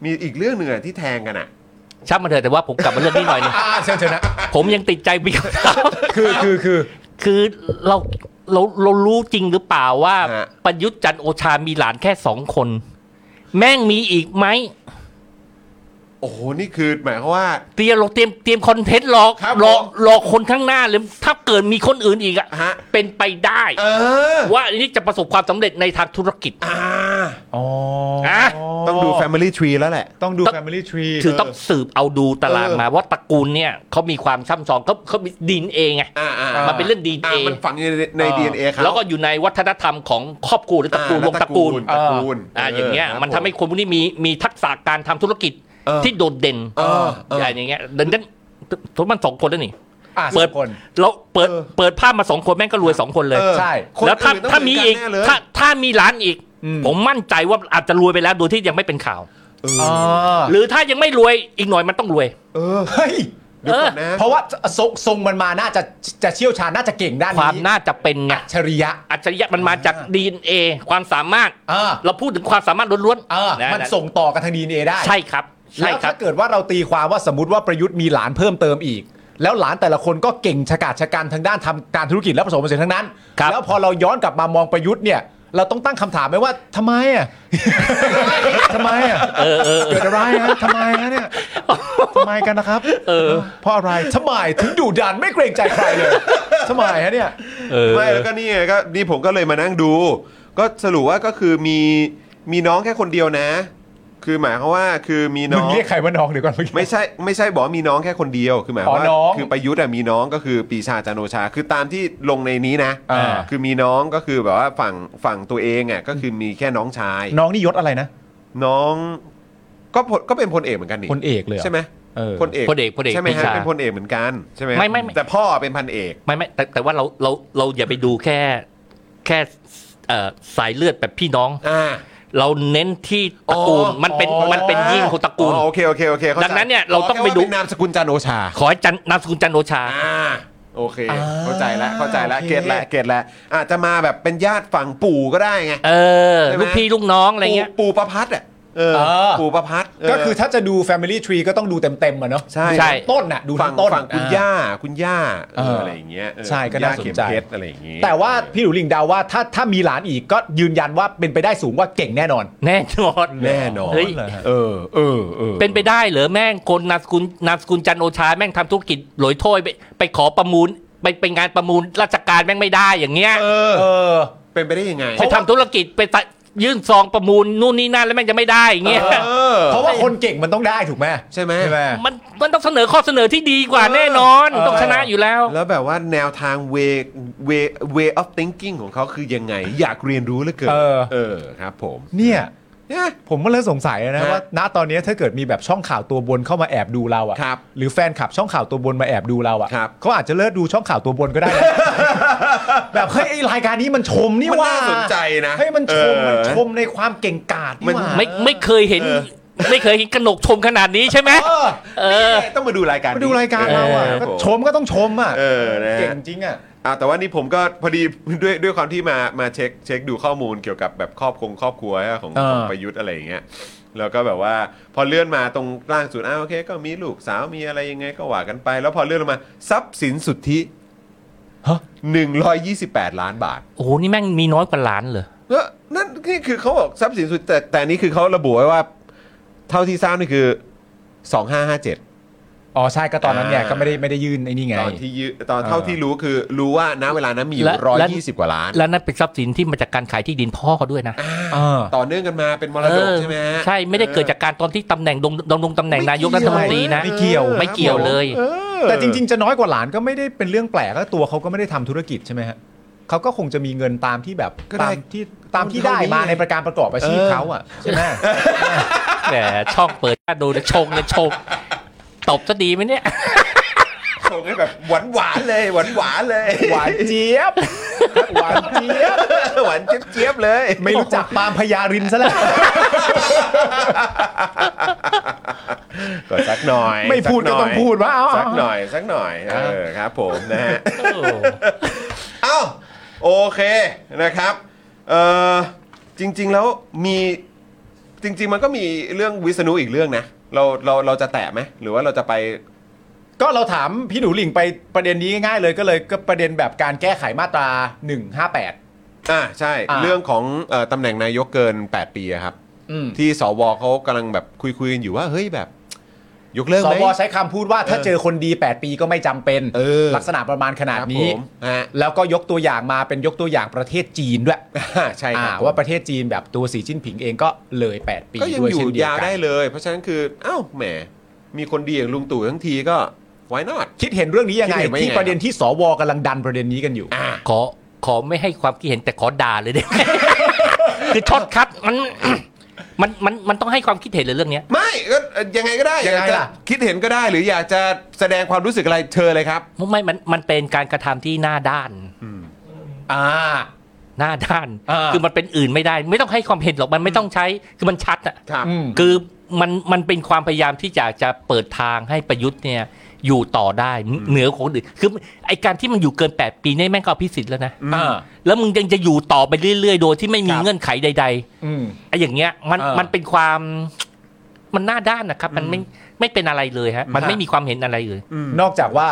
Speaker 3: มีอีกเรื่องหนึ่งอะที่แทงกันอ่ะ
Speaker 5: ช่างมันเถอะแต่ว่าผมกลับมาเรื่องนี้หน่อยหนึง
Speaker 4: ๆอ่าเชิญเชิญนะ
Speaker 5: ผมยังติดใจมีคำถาม
Speaker 4: คือคือคือ
Speaker 5: คือเราเราเรารู้จริงหรือเปล่าว่า
Speaker 3: ฮะ
Speaker 5: ประยุทธ์จันทร์โอชามีหลานแค่สองคน แม่งมีอีกไหม
Speaker 3: โอ้โห นี่คือหมายความว่า
Speaker 5: เตรียมเตรียมเตรียมคอนเทนต์รอ
Speaker 3: ครับ
Speaker 5: รอ
Speaker 3: ผม
Speaker 5: รอคนข้างหน้าหรือถ้าเกิดมีคนอื่นอีกอะ
Speaker 3: ฮะ
Speaker 5: เป็นไปได้
Speaker 3: เออ
Speaker 5: ว่าอันนี้จะประสบความสำเร็จในทางธุรกิจ
Speaker 3: อ่า
Speaker 4: อ๋อ
Speaker 5: อ่ะ
Speaker 3: ต้องดู Family Tree แล้วแหละ
Speaker 4: ต้องดู
Speaker 5: ต้อง
Speaker 4: Family Tree
Speaker 5: คือต้องสืบเอาดูตาราง
Speaker 3: เออ
Speaker 5: มาว่าตระกูลเนี่ยเขามีความช่ำชองเขาเขามีดีนเองไง
Speaker 3: อ่าอ่า
Speaker 5: มันเป็นเรื่องดีน
Speaker 3: อ่า
Speaker 5: เอ
Speaker 3: มันฝังอยู่ในใน
Speaker 4: เออ
Speaker 3: DNA ครับ
Speaker 5: แล้วก็อยู่ในวัฒนธรรมของครอบครัวหรือตระกูลวงตระกูล
Speaker 3: ตระกูล
Speaker 5: อ่าอย่างเงี้ย
Speaker 3: ครับ
Speaker 5: มันทำให้
Speaker 3: ผ
Speaker 5: คนพวกนี้มีมีทักษะการทำธุรกิจ
Speaker 3: เออ
Speaker 5: ที่โดดเด่น
Speaker 3: เออเอออ
Speaker 5: อย่างเงี้ยดังนั้นทุกมันสองคนแล้วนี่
Speaker 4: อ่ะ
Speaker 5: เปิด
Speaker 4: สองคน
Speaker 5: เราเปิดเปิดภาพมาสองคนแม่งก็รวยสองคนเลย
Speaker 3: เออ
Speaker 4: ใช่
Speaker 3: คน
Speaker 5: แล้วถ้า
Speaker 3: อื่นต้อง
Speaker 5: ถ้ามีอีก
Speaker 3: เหมือนกันแน่เลย
Speaker 5: ถ้าถ้ามีร้านอีก
Speaker 4: อืม
Speaker 5: ผมมั่นใจว่าอาจจะรวยไปแล้วโดยที่ยังไม่เป็นข่าว
Speaker 3: เอ
Speaker 4: อ๋อ
Speaker 3: อ
Speaker 5: หรือถ้ายังไม่รวยอีกหน่อยมันต้องรวย
Speaker 3: เออ
Speaker 4: เฮ้ย
Speaker 3: เดี๋ยวก่อนนะ
Speaker 4: เพราะว่าทรงทรงมันมาน่าจะจะเชี่ยวชาญน่าจะเก่งด้าน
Speaker 5: ความ
Speaker 4: นี้
Speaker 5: น่าจะเป็นไง
Speaker 4: อัจฉริยะ
Speaker 5: อัจฉริยะมันมาจาก DNA ความสามารถ
Speaker 4: อ่า
Speaker 5: เราพูดถึงความสามารถล้วน
Speaker 4: เออ
Speaker 5: นะ
Speaker 4: มัน
Speaker 5: นะ
Speaker 4: ส่งต่อกันทางดีเอได้
Speaker 5: ใช่ครับ
Speaker 4: แล้
Speaker 5: ใช่
Speaker 4: ว
Speaker 5: ครั
Speaker 4: ถ้า
Speaker 5: บ
Speaker 4: เกิดว่าเราตีความว่าสมมติว่าประยุทธ์มีหลานเพิ่มเติมอีก แล้วหลานแต่ละคนก็เก่งชะกาจชะกันทางด้านทำการธุรกิจและผสมผสานทั้งนั้น
Speaker 5: ครับ
Speaker 4: แล้วพอเราย้อนกลับมามองประยุทธ์เนี่ย เราต้องตั้งคำถามไหมว่าทำไม
Speaker 5: [laughs]
Speaker 4: อ่ะ ทำไมอ่ะ
Speaker 5: เออเออเอ
Speaker 4: เกิ
Speaker 5: อ
Speaker 4: ดอะไรฮะทำไมฮะ
Speaker 5: [laughs]
Speaker 4: เนี่ยทำไมกันนะครับ
Speaker 5: เออ
Speaker 4: เพราะอะไรทำไมถึงดุดันไม่เกรงใจใครเลยทำไมฮะเนี่ย
Speaker 5: เออ
Speaker 3: ไม่แล้วก็นี่ไงก็นี่ผมก็เลยมานั่งดู ก็สรุปว่าก็คือมีมีน้องแค่คนเดียวนะ คือหมายความว่าคือมีน้
Speaker 4: มึ
Speaker 3: องง
Speaker 4: เรียกใครว่าน้องเดี๋ยวก่อนเมื่อกี้
Speaker 3: ไม่ใช่ไม่ใช่บอกว่ามีน้องแค่คนเดียวคือหมายความ
Speaker 4: อ๋อน้อง
Speaker 3: ว่าคือประยุทธ์อะมีน้องก็คือปรีชาจันทร์โอชา คือตามที่ลงในนี้นะ
Speaker 4: อ่า
Speaker 3: คือมีน้องก็คือแบบว่าฝั่งฝั่งตัวเองอ่ะก็คือมีแค่น้องชาย
Speaker 4: น้องนี่ยศอะไรนะ
Speaker 3: น้องก็พลก็เป็นพลเอกเหมือนกันนี่
Speaker 4: พลเอกเลยเหรอ
Speaker 3: ใช่ไหม
Speaker 4: เออ
Speaker 3: พลเอก
Speaker 5: พลเอกพลเอก
Speaker 3: ใช่ไหม
Speaker 5: ปรี
Speaker 3: ฮะ
Speaker 5: ชา
Speaker 3: เป็นพลเอกเหมือนกันใช่ไหม
Speaker 5: ไม่ไม่ไม่
Speaker 3: แต่พ่อเป็นพันเอก
Speaker 5: ไม่ไม่แต่แต่ว่าเราเราเราอย่าไปดูแค่แค่เอ่อสายเลือดแบบพี่น้อง
Speaker 3: อ่า
Speaker 5: เราเน้นที่ตระกูล
Speaker 3: อ๋อ
Speaker 5: มันเป็น
Speaker 3: อ๋อ
Speaker 5: มันเป็นยิ่งของตระกูล
Speaker 3: อ๋อโอเคโอเคโอเคข้าใจ
Speaker 5: ดังนั้นเนี่ยเราต้องไป
Speaker 3: แค่ว่
Speaker 5: ดู
Speaker 3: เป็นนามสกุลจันทร์โอชา
Speaker 5: ขอให้จันนามสกุลจันทร์โอชา
Speaker 3: อ่าโอเค
Speaker 4: อ่า
Speaker 3: เข้าใจแล้วเข้าใจแล้ว
Speaker 4: โอเค
Speaker 3: เก็ตแล้วเก็ตแล้วอาจจะมาแบบเป็นญาติฝั่งปู่ก็ได้ไง
Speaker 5: เออ
Speaker 3: ใช่ไหม
Speaker 5: ลูกพี่ลูกน้องอะไรเงี้ย
Speaker 3: ปู่ปู่ประพัดอ่ะเออ
Speaker 4: เออ
Speaker 3: ปู่ประพัดเ
Speaker 4: ก็คือถ้าจะดู Family Tree ก็ต้องดูเต็มๆอ่ะเนาะ
Speaker 3: ใช่
Speaker 5: ใช่
Speaker 4: ต้นน่ะดู
Speaker 3: ฝั่
Speaker 4: ทั้
Speaker 3: ง
Speaker 4: งต้น
Speaker 3: ฝั่งคุณย่าคุณย่าเออ
Speaker 4: เอออ
Speaker 3: อะไรอย่างเงี้ยเออ
Speaker 4: ใช่ก็น่าสนใจ
Speaker 3: คุณย่เข็มเพชรอะไรอย่างงี้
Speaker 4: แต่ว่าพี่หนูลิงเดาวว่าถ้าถ้ามีหลานอีกก็ยืนยันว่าเป็นไปได้สูงว่าเก่งแน่นอน
Speaker 5: แน่นอน
Speaker 3: แน่นอน
Speaker 5: เฮ้ย
Speaker 4: เหรอฮะ
Speaker 3: เออเออเออ
Speaker 5: เป็นไปได้เหรอแม่งคนนามสกุลนามสกุลจันทร์โอชาแม่งทำธุรกิจหลอยโถ้ยไปไปขอประมูลไปไปงานประมูลราชการแม่งไม่ได้อย่างเงี้ย
Speaker 3: เออ
Speaker 4: เออ
Speaker 3: เป็นไปได้ยังไง
Speaker 5: ไปทำธุรกิจไปตะยื่นซองประมูลนู่นนี่นั่นแล้วแม่งจะไม่ได้อย่างเงี้ย
Speaker 3: เออ
Speaker 4: เพราะว่าคนเก่งมันต้องได้ถูกไหม
Speaker 3: ใช่ไหม
Speaker 4: ใช่ไหม
Speaker 5: มันมันต้องเสนอข้อเสนอที่ดีกว่าแน่นอน
Speaker 4: เออ
Speaker 5: ต้องชนะอยู่แล้ว
Speaker 3: แล้วแบบว่าแนวทาง way way way of thinking ของเขาคือยังไง อยากเรียนรู้เหลือเกิน
Speaker 4: เออ
Speaker 3: เออครับผม
Speaker 4: เนี่ย
Speaker 3: เนี่ย
Speaker 4: ผมก็เลยสงสัยนะ
Speaker 3: ฮะ
Speaker 4: ว่าณตอนนี้ถ้าเกิดมีแบบช่องข่าวตัวบนเข้ามาแอบดูเรา
Speaker 3: ครั
Speaker 4: อะ่ะ
Speaker 3: บ
Speaker 4: หรือแฟนคลับช่องข่าวตัวบนมาแอบดูเรา
Speaker 3: ครับ
Speaker 4: อะ่ะเขาอาจจะเลิกดูช่องข่าวตัวบนก็ได้
Speaker 3: [laughs]
Speaker 4: นะ แบบเฮ้ยไอ้รายการนี้มันชมนี่
Speaker 3: มัน
Speaker 4: ว่า
Speaker 3: น่าสนใจนะ
Speaker 4: เฮ้ยมันชม
Speaker 3: เออ
Speaker 4: มันชมในความเก่งกาจนี่
Speaker 3: มัน
Speaker 4: ว่า
Speaker 5: ไม่ไม่เคยเห็น ไม่เคยเห็นกนกชมขนาดนี้ใช่ไหม
Speaker 4: เออ
Speaker 5: เออ
Speaker 3: เอ๊ะต้องมาดูรายการ
Speaker 4: มาดูรายการเราอ่ะ
Speaker 3: ค
Speaker 4: ก็
Speaker 3: บผม
Speaker 4: ชมก็ต้องชมอ่ะ
Speaker 3: เออนะฮะ
Speaker 4: เก่งจริงอ่ะ
Speaker 3: อ่ะแต่ว่านี่ผมก็พอดี [laughs] ด้วยด้วยความที่มามาเช็คเช็คดูข้อมูลเกี่ยวกับแบบครอบคงครอบครัวของ
Speaker 4: เออ
Speaker 3: ของประยุทธ์อะไรอย่างเงี้ยแล้วก็แบบว่าพอเลื่อนมาตรงล่างสุดอ้าวโอเค ก็มีลูกสาวมีอะไรยังไงก็ว่ากันไป แล้วพอเลื่อนลงมาทรัพย์สินสุทธิ
Speaker 4: ฮะ
Speaker 3: 128 ล้านบาท
Speaker 5: โอ้โหนี่แม่งมีน้อยกว่าล้านเหรอ
Speaker 3: ก็นั่นนี่คือเขาบอกทรัพย์สินสุทธิแต่แต่อันนี่คือเขาระบุไว้ว่า เท่าที่ทราบนี่คือ 2557
Speaker 4: อ๋อใช่ก็ตอนนั้นเนี่ย
Speaker 3: อ่า
Speaker 4: ก็ไม่ได้ไม่ได้ยื่นไอ้นี่ไง
Speaker 3: ตอนที่ยืตอนเท่าที่รู้คือรู้ว่าณเวลานั้นมีอ
Speaker 5: และ
Speaker 3: ยู่
Speaker 5: และ
Speaker 3: 120 กว่าล้าน
Speaker 5: แล้วนั่นเป็นทรัพย์สินที่มาจากการขายที่ดินพ่อเขาด้วยนะ
Speaker 4: เออ
Speaker 3: ต่อเนื่องกันมาเป็นมรดกใช่ไหมฮะ
Speaker 5: ใช่ไม่ได้เกิดจากการตอนที่ตำแหน่งดงดำรงตำแหน่งนายกรัฐมนตรีนะ
Speaker 4: ไม่เกี่ยว
Speaker 5: ไม่เกี่ยวเลย
Speaker 4: แต่จริง ๆ จะน้อยกว่าหลานก็ไม่ได้เป็นเรื่องแปลกแล้วตัวเขาก็ไม่ได้ทำธุรกิจใช่ไหมฮะเขาก็คงจะมีเงินตามที่แบบ
Speaker 3: ก็ได้
Speaker 4: ตามที่ตามที่ได้
Speaker 3: เท่านี้
Speaker 4: มาในประการประกอบอาชีพ
Speaker 3: เออ
Speaker 4: เขาอ่ะใช่ไหม
Speaker 5: แต่ช่องเปิดดูนะชงนะชงตบซะดีไหมเนี่ย
Speaker 3: ส่งให้แบบหวานหวานๆเลยหวานหวานๆเลย
Speaker 4: หวานเจี๊ยบ หวานเจี๊ยบ
Speaker 3: หวานเจี๊ยบเจี๊ยบๆเลย
Speaker 4: ไม่รู้จักปาล์มพญารินซะแล้ว
Speaker 3: ก็สักหน่อย
Speaker 4: ไม่พูดก็ต้องพูดว่าเอา
Speaker 3: สักหน่อยสักหน่อยสักหน่อยเออครับผมนะฮะเอ้าโอเคนะครับเออจริง ๆแล้วมีจริง ๆ มันก็มีเรื่องวิษณุอีกเรื่องนะเราเราเราจะแตะไหมหรือว่าเราจะไป
Speaker 4: ก็เราถามพี่หนูหลิงไปประเด็นนี้ง่ายๆเลยก็เลยก็ประเด็นแบบการแก้ไขมาตรา 158
Speaker 3: อ่าใช่
Speaker 4: อ่า
Speaker 3: เรื่องของเอ่อตำแหน่งนายกเกิน 8 ปีอะครับ
Speaker 4: อืม
Speaker 3: ที่สวเขากำลังแบบคุยคุยๆกันอยู่ว่า เฮ้ยแบบ ยกเลิก
Speaker 4: ส
Speaker 3: ไหม
Speaker 4: วใช้คำพูดว่าถ้าเจอคนดี 8 ปีก็ไม่จำเป็น
Speaker 3: เออ
Speaker 4: ลักษณะประมาณขนาด
Speaker 3: ครับ
Speaker 4: นี้
Speaker 3: ผมฮะ
Speaker 4: แล้วก็ยกตัวอย่างมาเป็นยกตัวอย่างประเทศจีนด้วย
Speaker 3: ใช่ครับ
Speaker 4: อ่า
Speaker 3: ผม
Speaker 4: ว่าประเทศจีนแบบตัวสีจิ้นผิงเองก็เลย 8 ปี
Speaker 3: ก็ยัง
Speaker 4: ด้ว
Speaker 3: อ
Speaker 4: เช่นเดีวย
Speaker 3: ยู่าว
Speaker 4: กั
Speaker 3: ได้
Speaker 4: น
Speaker 3: เลย เพราะฉะนั้นคือ เอ้าแหม มีคนดีอย่างลุงตู่ทั้งทีก็ why not
Speaker 4: คิดเห็นเรื่องนี้ยัง
Speaker 3: คิ
Speaker 4: ไง
Speaker 3: ดเห็นว่ายังไง
Speaker 4: ที่ประเด็นที่สวกำลังดันประเด็นนี้กันอยู่
Speaker 5: ขอขอไม่ให้ความคิดเห็นแต่ขอด่าเลยได้ไหมคือช็อตคัดมันมันมันมันต้องให้ความคิดเห็นเลยเรื่องเนี้ย
Speaker 3: ไม่ก็เอ่อยังไงก็ได้
Speaker 4: ยังไง
Speaker 3: อากจ
Speaker 4: ล่ะ
Speaker 3: คิดเห็นก็ได้หรืออยากจะแสดงความรู้สึกอะไรเธอเลยครับ
Speaker 5: ไม่มันมันเป็นการกระทำที่หน้าด้าน
Speaker 4: อ่า
Speaker 5: หน้าด้าน
Speaker 4: อ่า
Speaker 5: คือมันเป็นอื่นไม่ได้ ไม่ต้องให้ความเห็นหรอกมันไม่ต้องใช้คือมันชัดอะ
Speaker 3: ครับ
Speaker 4: อืม
Speaker 5: คือมันมันเป็นความพยายามที่อยากจะเปิดทางให้ประยุทธ์เนี่ยอยู่ต่อได้เหนือคนอื่นคือไอการที่มันอยู่เกิน 8 ปีเนี่ยแม่งก็อภิสิทธิ์แล้วนะ
Speaker 4: อ่า
Speaker 5: แล้วมึงยังจะอยู่ต่อไปเรื่อยๆ โดยที่ไม่มี
Speaker 4: ครับ
Speaker 5: เงื่อนไขใด
Speaker 4: อืม
Speaker 5: ๆไออย่างเงี้ยมัน
Speaker 4: อ่ามั
Speaker 5: มันเป็นความมันหน้าด้านนะครับ มันไม่ไม่เป็นอะไรเลยฮะมัน
Speaker 4: ฮะ
Speaker 5: ไม่มีความเห็นอะไรเลย
Speaker 4: นอกจากว่า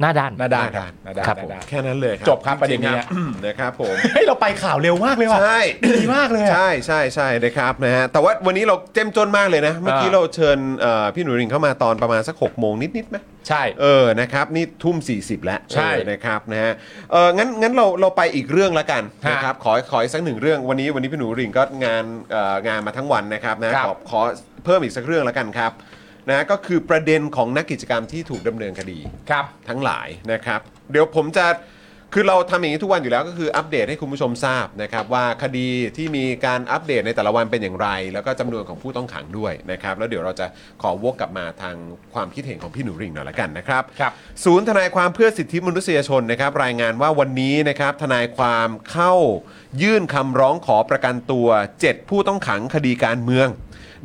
Speaker 5: หน้าด้าน
Speaker 4: หน้าด้าน
Speaker 3: หน้าด้าน
Speaker 4: หน้าด้าน
Speaker 5: ครับ
Speaker 4: หน้าด้าน
Speaker 3: แค่นั้นเลย
Speaker 4: จบครับประเด็นนี้
Speaker 3: จงๆครับนะครับผม
Speaker 4: เฮ้ยเราไปข่าวเร็วมากเลยว่ะ
Speaker 3: ใช่
Speaker 4: ดีมากเลยอะ
Speaker 3: ใช่ใช่ใช่นะครับนะฮะแต่ว่าวันนี้เราเจ้มจนมากเลยนะ เมื่อกี้
Speaker 4: อ่า
Speaker 3: เราเชิญเอ่อพี่หนูริงเข้ามาตอนประมาณสัก6โมงนิดๆไหม
Speaker 4: ใช่
Speaker 3: เออนะครับนี่ทุ่ม 40 แล้ว
Speaker 4: ใช่
Speaker 3: เออนะครับนะฮะเอองั้นงั้นเราเราไปอีกเรื่องละกัน
Speaker 4: ฮะ
Speaker 3: นะครับขอขออีกสักหนึ่งเรื่องวันนี้วันนี้พี่หนูริงก็งานเอ่องานมาทั้งวันนะครับนะครับ ขอขอเพิ่มอีกสักเรื่องละกันครับนะก็คือประเด็นของนักกิจกรรมที่ถูกดำเนินคดี
Speaker 4: ครับ
Speaker 3: ทั้งหลายนะครับ เดี๋ยวผมจะคือเราทำอย่างนี้ทุกวันอยู่แล้วก็คืออัปเดตให้คุณผู้ชมทราบนะครับว่าคดีที่มีการอัปเดตในแต่ละวันเป็นอย่างไร แล้วก็จำนวนของผู้ต้องขังด้วยนะครับ แล้วเดี๋ยวเราจะขอวกกลับมาทางความคิดเห็นของพี่หนูริ่งหน่อยละกันนะครับ
Speaker 4: ครับ
Speaker 3: ศูนย์ทนายความเพื่อสิทธิมนุษยชนนะครับรายงานว่าวันนี้นะครับทนายความเข้ายื่นคำร้องขอประกันตัว 7 ผู้ต้องขังคดีการเมือง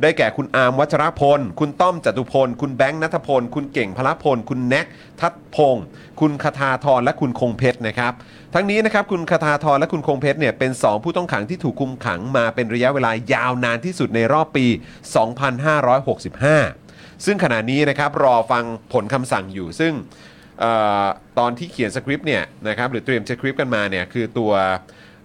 Speaker 3: ได้แก่คุณอาร์มวัชรพล คุณต้อมจตุพล คุณแบงค์นัทพล คุณเก่งพลพล คุณแน็กทัตพงศ์คุณคทาธรและคุณคงเพชรนะครับทั้งนี้นะครับคุณคทาธรและคุณคงเพชรเนี่ยเป็นสองผู้ต้องขังที่ถูกคุมขังมาเป็นระยะเวลายาวนานที่สุดในรอบปี 2565 ซึ่งขณะนี้นะครับรอฟังผลคำสั่งอยู่ ซึ่งเออตอนที่เขียนสคริปต์เนี่ยนะครับหรือเตรียมสคริปต์กันมาเนี่ยคือตัว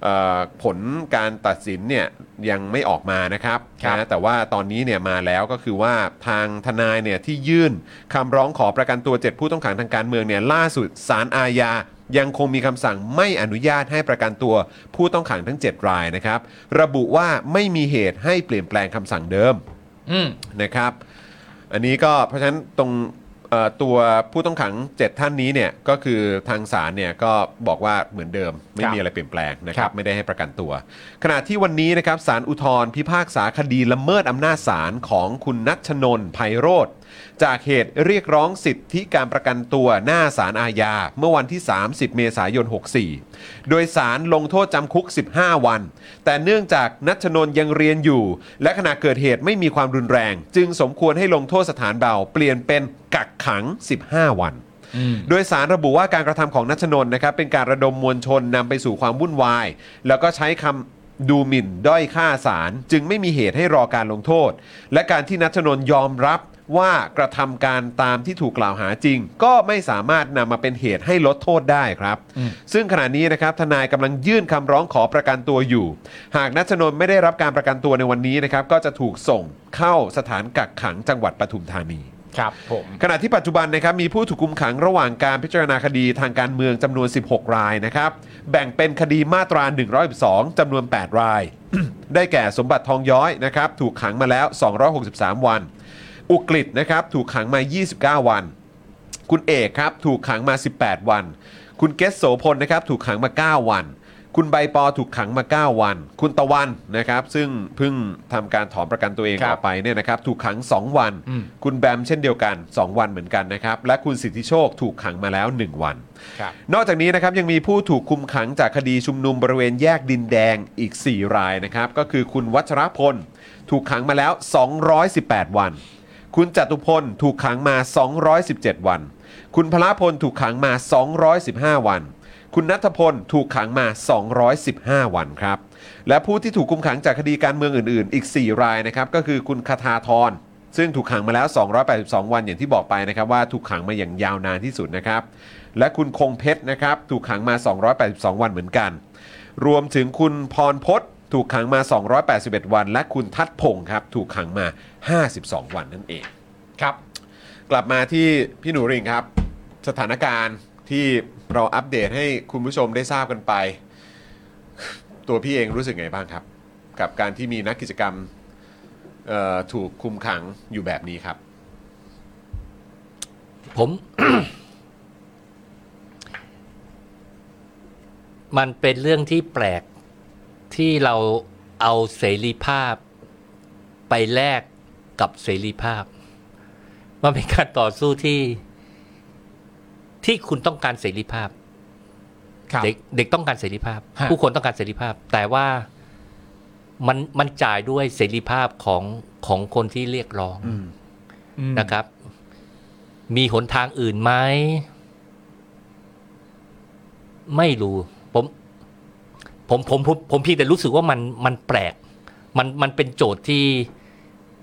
Speaker 3: เอ่อผลการตัดสินเนี่ยยังไม่ออกมานะครับ
Speaker 4: ครับ
Speaker 3: นะแต่ว่าตอนนี้เนี่ยมาแล้วก็คือว่าทางทนายเนี่ยที่ยื่นคำร้องขอประกันตัว 7 ผู้ต้องขังทางการเมืองเนี่ยล่าสุดสารอาญา ยังคงมีคำสั่งไม่อนุญาตให้ประกันตัวผู้ต้องขังทั้ง 7 รายนะครับระบุว่าไม่มีเหตุให้เปลี่ยนแปลงคำสั่งเดิม
Speaker 4: ืม
Speaker 3: นะครับ อันนี้ก็เพราะฉะนั้นตรงเอ่อตัวผู้ต้องขัง 7 ท่านนี้เนี่ยก็คือทางศาลเนี่ยก็บอกว่าเหมือนเดิม ไม่มีอะไรเปลี่ยนแปลงนะครั
Speaker 4: ครับ บ
Speaker 3: ไม่ได้ให้ประกันตัว ขณะที่วันนี้นะครับศาลอุทธรพิพากษาคดีละเมิดอำนาจศาลของคุณนัชนนท์ไพโรธจากเหตุเรียกร้องสิทธิการประกันตัวหน้าศาลอาญาเมื่อวันที่ 30 เมษายน 64 โดยศาลลงโทษจำคุก 15 วัน แต่เนื่องจากนัชนนท์ยังเรียนอยู่ และขณะเกิดเหตุไม่มีความรุนแรง จึงสมควรให้ลงโทษสถานเบา เปลี่ยนเป็นกักขัง 15 วัน
Speaker 4: อืม
Speaker 3: โดยสารระบุว่าการกระทำของนัชนนท์นะครับเป็นการระดมมวลชนนำไปสู่ความวุ่นวาย แล้วก็ใช้คำดูหมิ่นด้อยค่าสารจึงไม่มีเหตุให้รอการลงโทษ และการที่นัชนนท์ยอมรับว่ากระทำการตามที่ถูกกล่าวหาจริง ก็ไม่สามารถนำมาเป็นเหตุให้ลดโทษได้ครับ ซึ่งขณะนี้นะครับทนายกำลังยื่นคำร้องขอประกันตัวอยู่ หากนัชนนท์ไม่ได้รับการประกันตัวในวันนี้นะครับก็จะถูกส่งเข้าสถานกักขังจังหวัดปทุมธานี
Speaker 4: ครับผม
Speaker 3: ขณะที่ปัจจุบันนะครับมีผู้ถูกคุมขังระหว่างการพิจารณาคดีทางการเมืองจำนวน 16 รายนะครับ แบ่งเป็นคดีมาตรา 112จำนวน 8 ราย ได้แก่สมบัติทองย้อยนะครับถูกขังมาแล้ว 263 วัน อุกฤษนะครับถูกขังมา 29 วัน คุณเอกครับถูกขังมา 18 วัน คุณเกสโสพลนะครับถูกขังมา 9 วัน คุณใบปอถูกขังมา 9 วัน คุณตะวันนะครับซึ่งเพิ่งทำการถอนประกันตัวเอง
Speaker 4: ค
Speaker 3: อ
Speaker 4: รั
Speaker 3: อบ กไปเนี่ยนะครับถูกขัง 2 วัน
Speaker 4: อืม
Speaker 3: คุณแบมเช่นเดียวกัน 2 วันเหมือนกันนะครับและคุณสิทธิโชคถูกขังมาแล้ว 1 วัน
Speaker 4: ครับ
Speaker 3: นอกจากนี้นะครับยังมีผู้ถูกคุมขังจากคดีชุมนุมบริเวณแยกดินแดงอีก 4 รายนะครับก็คือคุณวัชรพล ถูกขังมาแล้ว 218 วัน คุณจตุพลถูกขังมา 217 วัน คุณพลพลถูกขังมา 215 วัน คุณนัทพลถูกขังมา 215 วันครับและผู้ที่ถูกคุมขังจากคดีการเมืองอื่น ๆ อีก 4 รายนะครับก็คือคุณคทาธร ซึ่งถูกขังมาแล้ว 282 วันอย่างที่บอกไปนะครับว่าถูกขังมาอย่างยาวนานที่สุดนะครับ และคุณคงเพชรนะครับถูกขังมา 282 วันเหมือนกัน รวมถึงคุณพรพศถูกขังมา 281 วัน และคุณทัดพงศ์ครับถูกขังมา 52 วันนั่นเอง
Speaker 4: ครับ
Speaker 3: กลับมาที่พี่หนูริงครับ สถานการณ์ที่เราอัปเดตให้คุณผู้ชมได้ทราบกันไป ตัวพี่เองรู้สึกไงบ้างครับ กับการที่มีนักกิจกรรมเอ่อถูกคุมขังอยู่แบบนี้ครับ
Speaker 5: ผม [coughs] มันเป็นเรื่องที่แปลกที่เราเอาเสรีภาพ ไปแลกกับเสรีภาพ มันเป็นการต่อสู้ที่ ที่คุณต้องการเสรีภาพ
Speaker 4: ครับ
Speaker 5: เด็กเด็กต้องการเสรีภาพ
Speaker 4: ฮะ
Speaker 5: ผู้คนต้องการเสรีภาพ แต่ว่ามันมันจ่ายด้วยเสรีภาพของของคนที่เรียกร้อง
Speaker 4: อืม
Speaker 5: นะครับ มีหนทางอื่นไหม ไม่รู้ ผม ผมผมผมผมเพียงแต่รู้สึกว่ามันมันแปลก มันมันเป็นโจทย์ที่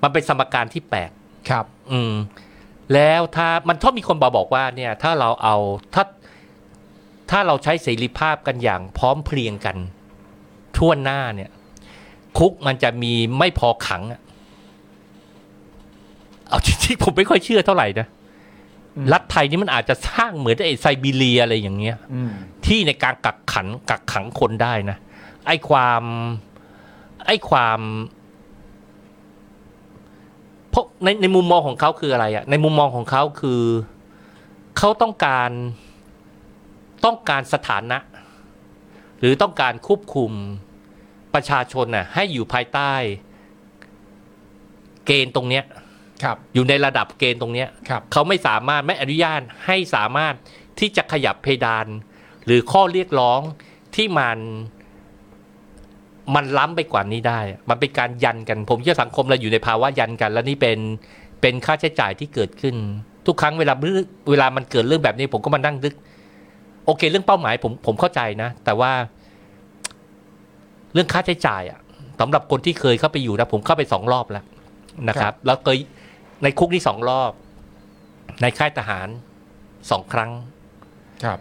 Speaker 5: มันเป็นสมการที่แปลก
Speaker 4: ครับ
Speaker 5: อืม แล้วถ้ามันชอบมีคนบอกบอกว่าเนี่ยถ้าเราเอาถ้าถ้าเราใช้เสรีภาพกันอย่างพร้อมเพรียงกันทั่วหน้าเนี่ย คุกมันจะมีไม่พอขังอะเอาจริงๆผมไม่ค่อยเชื่อเท่าไหร่นะ
Speaker 4: อืม
Speaker 5: รัฐไทยนี่มันอาจจะสร้างเหมือนไอ้ไซบีเรียอะไรอย่างเงี้ย
Speaker 4: อืม
Speaker 5: ที่ในการกักขันกักขังคนได้นะ ไอ้ความไอ้ความเพราะในในมุมมองของเขาคืออะไรอะในมุมมองของเขาคือเขาต้องการต้องการสถานะ หรือต้องการควบคุมประชาชนน่ะให้อยู่ภายใต้ เกณฑ์ตรงเนี้ย
Speaker 4: ครับ
Speaker 5: อยู่ในระดับเกณฑ์ตรงเนี้ย
Speaker 4: ครับ
Speaker 5: เขาไม่สามารถไม่อนุญาตให้สามารถที่จะขยับเพดาน หรือข้อเรียกร้องที่มันมันล้ำไปกว่านี้ได้ มันเป็นการยันกัน ผมเชื่อสังคมเราอยู่ในภาวะยันกัน แล้วนี่เป็นเป็นค่าใช้จ่ายที่เกิดขึ้น ทุกครั้งเวลาเรื่องเวลามันเกิดเรื่องแบบนี้ ผมก็มานั่งนึก โอเค เรื่องเป้าหมายผมผมเข้าใจนะ แต่ว่า เรื่องค่าใช้จ่ายอะสำหรับคนที่เคยเข้าไปอยู่นะผมเข้าไปสองรอบแล้วนะครับ แล้วเคยในคุกนี่สองรอบ ในค่ายทหารสองครั้ง
Speaker 4: ครับ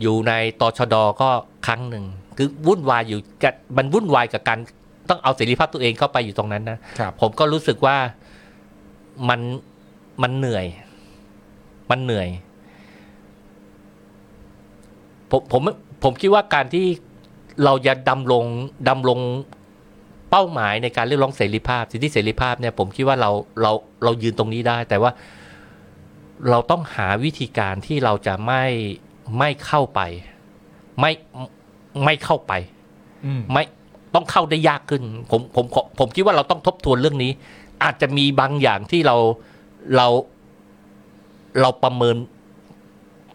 Speaker 5: อยู่ในตชดก็ครั้งหนึ่ง คือวุ่นวายอยู่กับมันวุ่นวายกับการต้องเอาเสรีภาพตัวเองเข้าไปอยู่ตรงนั้นนะ
Speaker 4: ครับ
Speaker 5: ผมก็รู้สึกว่ามันมันเหนื่อย มันเหนื่อย ผมผมผมคิดว่าการที่เราจะดำรงดำรงเป้าหมายในการเรียกร้องเสรีภาพสิทธิเสรีภาพเนี่ย ผมคิดว่าเราเราเรายืนตรงนี้ได้ แต่ว่าเราต้องหาวิธีการที่เราจะไม่ไม่เข้าไป ไม่ไม่เข้าไป
Speaker 4: อืม
Speaker 5: ไม่ต้องเข้าได้ยากขึ้น ผมผมขอผมคิดว่าเราต้องทบทวนเรื่องนี้ อาจจะมีบางอย่างที่เราเราเราประเมิน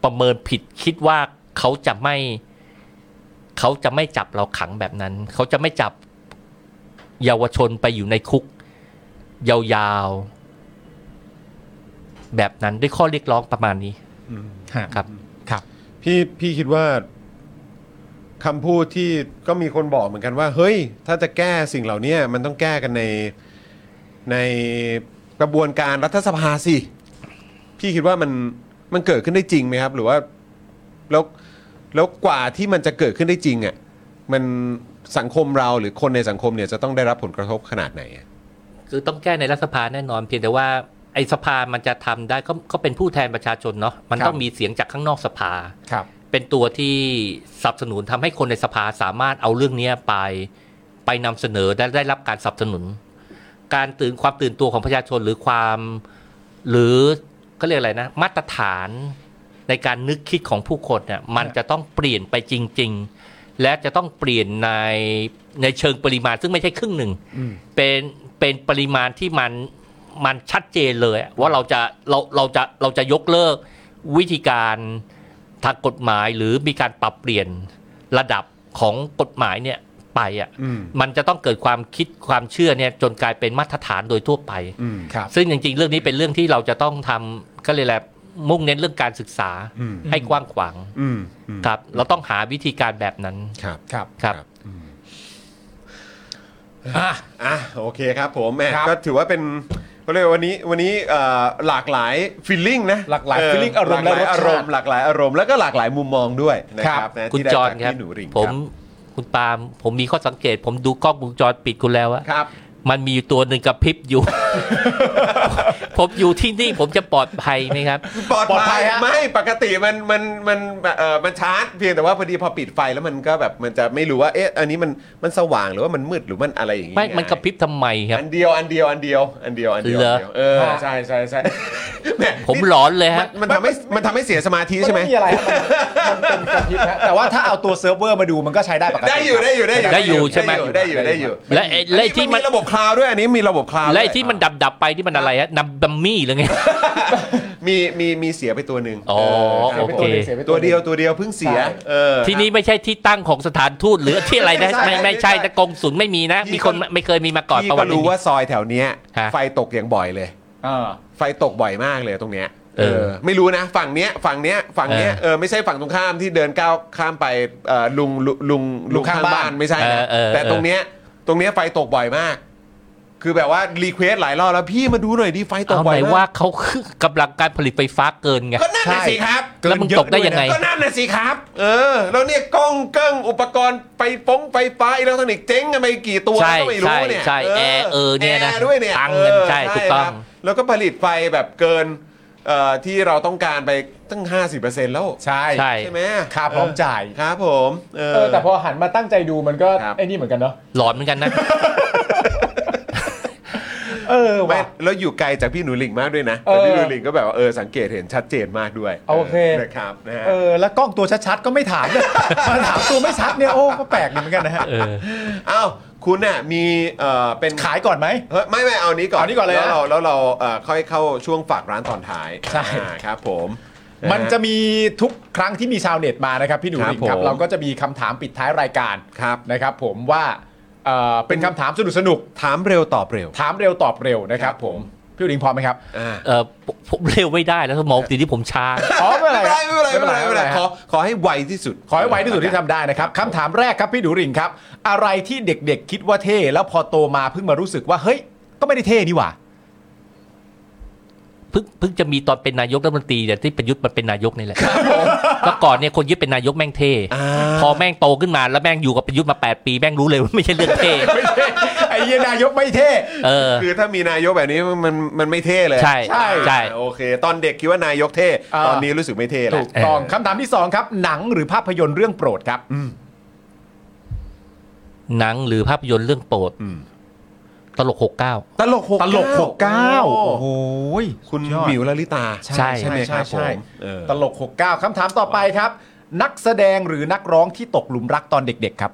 Speaker 5: ประเมินผิดคิดว่าเขาจะไม่ เขาจะไม่จับเราขังแบบนั้น เขาจะไม่จับเยาวชนไปอยู่ในคุก ยาวๆ แบบนั้นด้วยข้อเรียกร้องประมาณนี้
Speaker 4: ฮะ
Speaker 5: ครับ
Speaker 3: พี่พี่คิดว่าคำพูดที่ก็มีคนบอกเหมือนกันว่า เฮ้ย ถ้าจะแก้สิ่งเหล่านี้มันต้องแก้กันในในกระบวนการรัฐสภาสิ พี่คิดว่ามันมันเกิดขึ้นได้จริงไหมครับ หรือว่าแล้วแล้วกว่าที่มันจะเกิดขึ้นได้จริงอะ่ะมันสังคมเราหรือคนในสังคมเนี่ยจะต้องได้รับผลกระทบขนาดไหนอะ
Speaker 5: คือต้องแก้ในรัฐสภาแน่นอนเพียงแต่ว่าไอ้สภามันจะทำได้ก็ก็เป็นผู้แทนประชาชนเนาะมัน
Speaker 4: ครับ
Speaker 5: ต้องมีเสียงจากข้างนอกสภา
Speaker 4: ครับ
Speaker 5: เป็นตัวที่สนับสนุนทำให้คนในสภาสามารถเอาเรื่องเนี้ยไปไปนำเสนอและได้รับการสนับสนุน การตื่นความตื่นตัวของประชาชนหรือความหรือก็เรียกอะไรนะ มาตรฐานในการนึกคิดของผู้คนเนี่ยมันจะต้องเปลี่ยนไปจริง ๆ และจะต้องเปลี่ยนในในเชิงปริมาณ ซึ่งไม่ใช่ครึ่งหนึ่ง เป็นเป็นปริมาณที่มันมันชัดเจนเลยอะว่าเราจะเราเราจะเราจะยกเลิกวิธีการ ทางกฎหมายหรือมีการปรับเปลี่ยนระดับของกฎหมายเนี่ยไปอ่ะ
Speaker 3: อืม
Speaker 5: มันจะต้องเกิดความคิดความเชื่อเนี่ยจนกลายเป็นมาตรฐานโดยทั่วไป
Speaker 3: อืม
Speaker 4: ครับ
Speaker 5: ซึ่งจริงๆ เรื่องนี้เป็นเรื่องที่เราจะต้องทำก็เลยแหละมุ่งเน้นเรื่องการศึกษา
Speaker 3: อืม
Speaker 5: ให้กว้างขวาง
Speaker 3: อืมอืม
Speaker 5: ครับ เราต้องหาวิธีการแบบนั้น
Speaker 3: ครับ
Speaker 4: ครับ
Speaker 5: ครับ
Speaker 3: ครับ
Speaker 4: อ่ะ
Speaker 3: อ่ะโอเคครับผมแหม่
Speaker 4: ครับ
Speaker 3: ก็ถือว่าเป็นเขาเรียกว่าวันนี้วันนี้เอ่อหลากหลายฟีลลิ่งนะ
Speaker 4: หลากหลาย
Speaker 3: เ
Speaker 4: feeling อารมณ์
Speaker 3: หลากหลาย
Speaker 4: และรสชาติ
Speaker 3: อารมณ์หลากหลายอารมณ์แล้วก็หลากหลายมุมมองด้วยนะค
Speaker 4: ครั
Speaker 3: รับบ นะ
Speaker 5: คุณ
Speaker 3: ที่ได้
Speaker 5: จอห์น
Speaker 3: จาก
Speaker 5: ครับ
Speaker 3: พี่หนูริง
Speaker 5: ผมคุณปาล์มผมมีข้อสังเกต ผมดูกล้องวงจรปิดคุณแล้วอะ
Speaker 3: ครับ
Speaker 5: มันมีอยู่ตัวหนึ่งกับพริบอยู่ ผมอยู่ที่นี่ผมจะปลอดภัยไหมครับ
Speaker 3: ปลอด
Speaker 4: ปลอดภั
Speaker 3: ภัย
Speaker 4: ยฮะ
Speaker 3: ไม่ปกติมันมันมันเอ่อมันชาร์จเพียงแต่ว่าพอดีพอปิดไฟแล้วมันก็แบบมันจะไม่รู้ว่าเอ๊ะอันนี้มันมันสว่างหรือว่ามันมืดหรือมันอะไรอย่างงี้
Speaker 5: ไม่ มัน
Speaker 3: ง
Speaker 5: กระพริบทำไมครับ
Speaker 3: อันเดียวอันเดียวอันเดียวอันเดียวอันเดียว
Speaker 5: เหรอ
Speaker 3: อันเดียวเออใช่ใช่ใช่แห
Speaker 5: ผมหลอนเลย
Speaker 3: มั
Speaker 5: ฮะ
Speaker 3: นมันทำให้มันทำให้เสียสมาธิใช่ไหม
Speaker 4: นมีอะไรครับมันเป็นกระพริบฮะแต่ว่าถ้าเอาตัวเซิร์ฟเวอร์มาดูมันก็ใช้ได้ปกติ
Speaker 3: ได้อยู่ได้อยู่ได้อยู่
Speaker 5: ได้อยู่ใช่ไหม
Speaker 3: ได้อยู่ได้อยู่
Speaker 5: และไอ้และไอ้ที่มัน
Speaker 3: มีระบบคลาวด์ด้วยอันนี้มีระบบคลาวด์
Speaker 5: และไอ้
Speaker 3: ด้วย
Speaker 5: ที่มันดับดับๆไปที่มันอะไรฮะนำดัมมี่หรือไง
Speaker 3: มีมีมีเสียไปตัวหนึ่ง
Speaker 5: อ๋อ
Speaker 3: เสียไป
Speaker 5: โอเค
Speaker 3: ตัวหนึ่ง
Speaker 4: สียไป
Speaker 3: ตัว
Speaker 4: หนึ่
Speaker 3: เดี
Speaker 4: ง
Speaker 3: ยวตัวเดียวเพิ่งเสีย
Speaker 4: ใช่
Speaker 3: เออ
Speaker 5: ที่นี่ไม่ใช่ที่ตั้งของสถานทูต
Speaker 3: [laughs]
Speaker 5: หรือที่อะไรนะ
Speaker 3: ไม่ใช่
Speaker 5: ไม่ไม่ใช่
Speaker 3: ไม่ใช่
Speaker 5: แต่กงสุลไม่มีนะ
Speaker 3: พี่
Speaker 5: มีคน
Speaker 3: ก็
Speaker 5: ไม่เคยมีมาก่อน
Speaker 3: พี่
Speaker 5: ประวั
Speaker 3: ก็
Speaker 5: ติ
Speaker 3: รู้
Speaker 5: นี้
Speaker 3: ว่าซอยแถวเนี้ย
Speaker 5: ฮะ
Speaker 3: ไฟตกอย่างบ่อยเลย
Speaker 4: เออ
Speaker 3: ไฟตกบ่อยมากเลยตรงเนี้ย
Speaker 5: เออ
Speaker 3: ไม่รู้นะ ฝั่งเนี้ยฝั่งเนี้ยฝั่งเนี้ย
Speaker 5: เออ
Speaker 3: เออไม่ใช่ฝั่งตรงข้ามที่เดินก้าวข้ามไปเอ่อลุงลุงลุง
Speaker 4: ลุงข้างบ้าน
Speaker 3: ไม่ใช่นะ
Speaker 5: เออเออเออ
Speaker 3: แต่ตรงเนี้ยตรงเนี้ยไฟตกบ่อยมาก คือแบบว่ารีเควสหลายรอบแล้วพี่มาดูหน่อยดิไฟตก
Speaker 5: เอา
Speaker 3: บ่
Speaker 5: ไห
Speaker 3: อน ยมก
Speaker 5: ว่าเขา [laughs] กำลังการผลิตไฟฟ้าเกินไง
Speaker 3: ก็นั่นน่ะสิครับ
Speaker 5: แล้วมึงตกได้ยังไง
Speaker 3: ก็นั่นน่ะสิครับ เออ แล้วเนี่ยกล้องเกิ้งอุปกรณ์ไฟฟ้องไฟฟ้าอิเล็กทรอนิกส์เจ๊งกันไปกี่ตัว
Speaker 5: ใช่
Speaker 3: ก็ไม่รู้เนี่ย
Speaker 5: ใช่ใช่แอร์เออเนี่ยนะ
Speaker 3: แร์ด้วยเนี่ย
Speaker 5: ตังค์กัน
Speaker 3: เออ
Speaker 5: ใช่ถูกต้อง
Speaker 3: ครับแล้วก็ผลิตไฟแบบเกินเอ่อที่เราต้องการไปตั้ง 50%แล้ว
Speaker 4: ใช่
Speaker 5: ใช่
Speaker 3: ใช่ไหม
Speaker 4: ค่าพร้อมจ่าย
Speaker 3: ครับผมเอ
Speaker 4: เออ
Speaker 3: อ
Speaker 4: แต่พอหันมาตั้งใจดูมันก็
Speaker 3: ครับ
Speaker 4: ไอ้นี่เหมือนกันเนาะ
Speaker 5: หลอนเหมือนกันนะ
Speaker 4: เออ
Speaker 3: แม่
Speaker 4: ว่ะ
Speaker 3: แล้วอยู่ไกลจากพี่หนูหลิงมากด้วยนะ
Speaker 4: เออ
Speaker 3: แต่พี่หนูหลิงก็แบบว่าเออสังเกตเห็นชัดเจนมากด้วย
Speaker 4: โอเค
Speaker 3: นะครับนะฮะ
Speaker 4: เออแล้วกล้องตัวชัดๆก็ไม่ถามเลย [laughs] มาถามตัวไม่ชัดเนี่ยโอ้ก็แปลกดีเหมือนกันนะฮะ
Speaker 5: เออ
Speaker 3: เอ้าคุณน่ะมีเอ่อเป็น
Speaker 4: ขายก่อนไหม
Speaker 3: เฮ้ยไม่ไม่เอานี้ก่อน
Speaker 4: เอานี้ก่อนเลย
Speaker 3: แล้ว
Speaker 4: นะ
Speaker 3: เราแล้วเราเอ่อค่อยเข้าช่วงฝากร้านตอนท้าย
Speaker 4: ใช่
Speaker 3: อ่าครับผม
Speaker 4: มันจะ
Speaker 3: ฮ
Speaker 4: มีทุกครั้งที่มีชาวเน็ตมานะครับพี่หนู
Speaker 3: ครับ
Speaker 4: หลิงครับ
Speaker 3: ผม
Speaker 4: เราก็จะมีคำถามปิดท้ายรายการ
Speaker 3: ครับ
Speaker 4: นะครับ ผมว่าเอ่อเป็นคำถามสนุกสนุก
Speaker 3: ถามเร็วตอบเร็ว
Speaker 4: ๆถามเร็วตอบเร็วนะครับ ผมพี่หนูหลิงพร้อมไหมครับ
Speaker 3: อ่า
Speaker 5: เออผมผม [laughs] เร็วไม่ได้แล้วสมองติดที่ผมช้า
Speaker 4: พร้อมไม่เป็นไรครับ
Speaker 3: ไม่เป็นไรไม่เป็นไรไม่เป็นไรขอขอให้ไวที่สุด
Speaker 4: ขอให้ไวที่สุดที่ทำได้นะครับคำถามแรกครับพี่ดูหริงครับ อะไรที่เด็กๆ คิดว่าเท่ แล้วพอโตมาเพิ่งมารู้สึกว่า เฮ้ย ก็ไม่ได้เท่นี่ห [laughs] ว่า
Speaker 5: เพิ่งเพิ่งจะมีตอนเป็นนายกรัฐมนตรีเนี่ยที่ประยุทธ์มันเป็นนายกนี่แหละเมื่อก่อนเนี่ยคนยึดเป็นนายกแม่งเท่พอแม่งโตขึ้นมาแล้วแม่งอยู่กับประยุทธ์มา8ปีแม่งรู้เลยว่าไม่ใช่เรื่อง
Speaker 3: [laughs]
Speaker 5: เท่
Speaker 4: ไม่เท่ไอ้เหี้ยนายกไม่เท่
Speaker 5: เออ
Speaker 3: คือถ้ามีนายกแบบนี้มันมันมันไม่เท่เลย
Speaker 5: ใช่
Speaker 4: ใช่
Speaker 5: ใช่
Speaker 3: โอเค ตอนเด็กคิดว่านายกเท่
Speaker 4: อ่า
Speaker 3: ตอนนี้รู้สึกไม่เท่แล้
Speaker 4: ถู
Speaker 3: ว
Speaker 4: กต้องคำถามที่ 2 ครับ หนังหรือภาพยนตร์เรื่องโปรดครับ
Speaker 5: หนังหรือภาพยนตร์เรื่องโปรดตลก 69
Speaker 3: ตลกหก
Speaker 4: ตลก 69
Speaker 3: โอ้
Speaker 4: โอ้
Speaker 3: โห
Speaker 4: โห
Speaker 3: คุณ
Speaker 4: ยอด
Speaker 3: หมิวลลิตา
Speaker 5: ใช่
Speaker 3: ใช่ไหมครับผมเออ
Speaker 4: ตลก 69คำถามต่อไปครับ นักแสดงหรือนักร้องที่ตกหลุมรักตอนเด็กๆ ครับ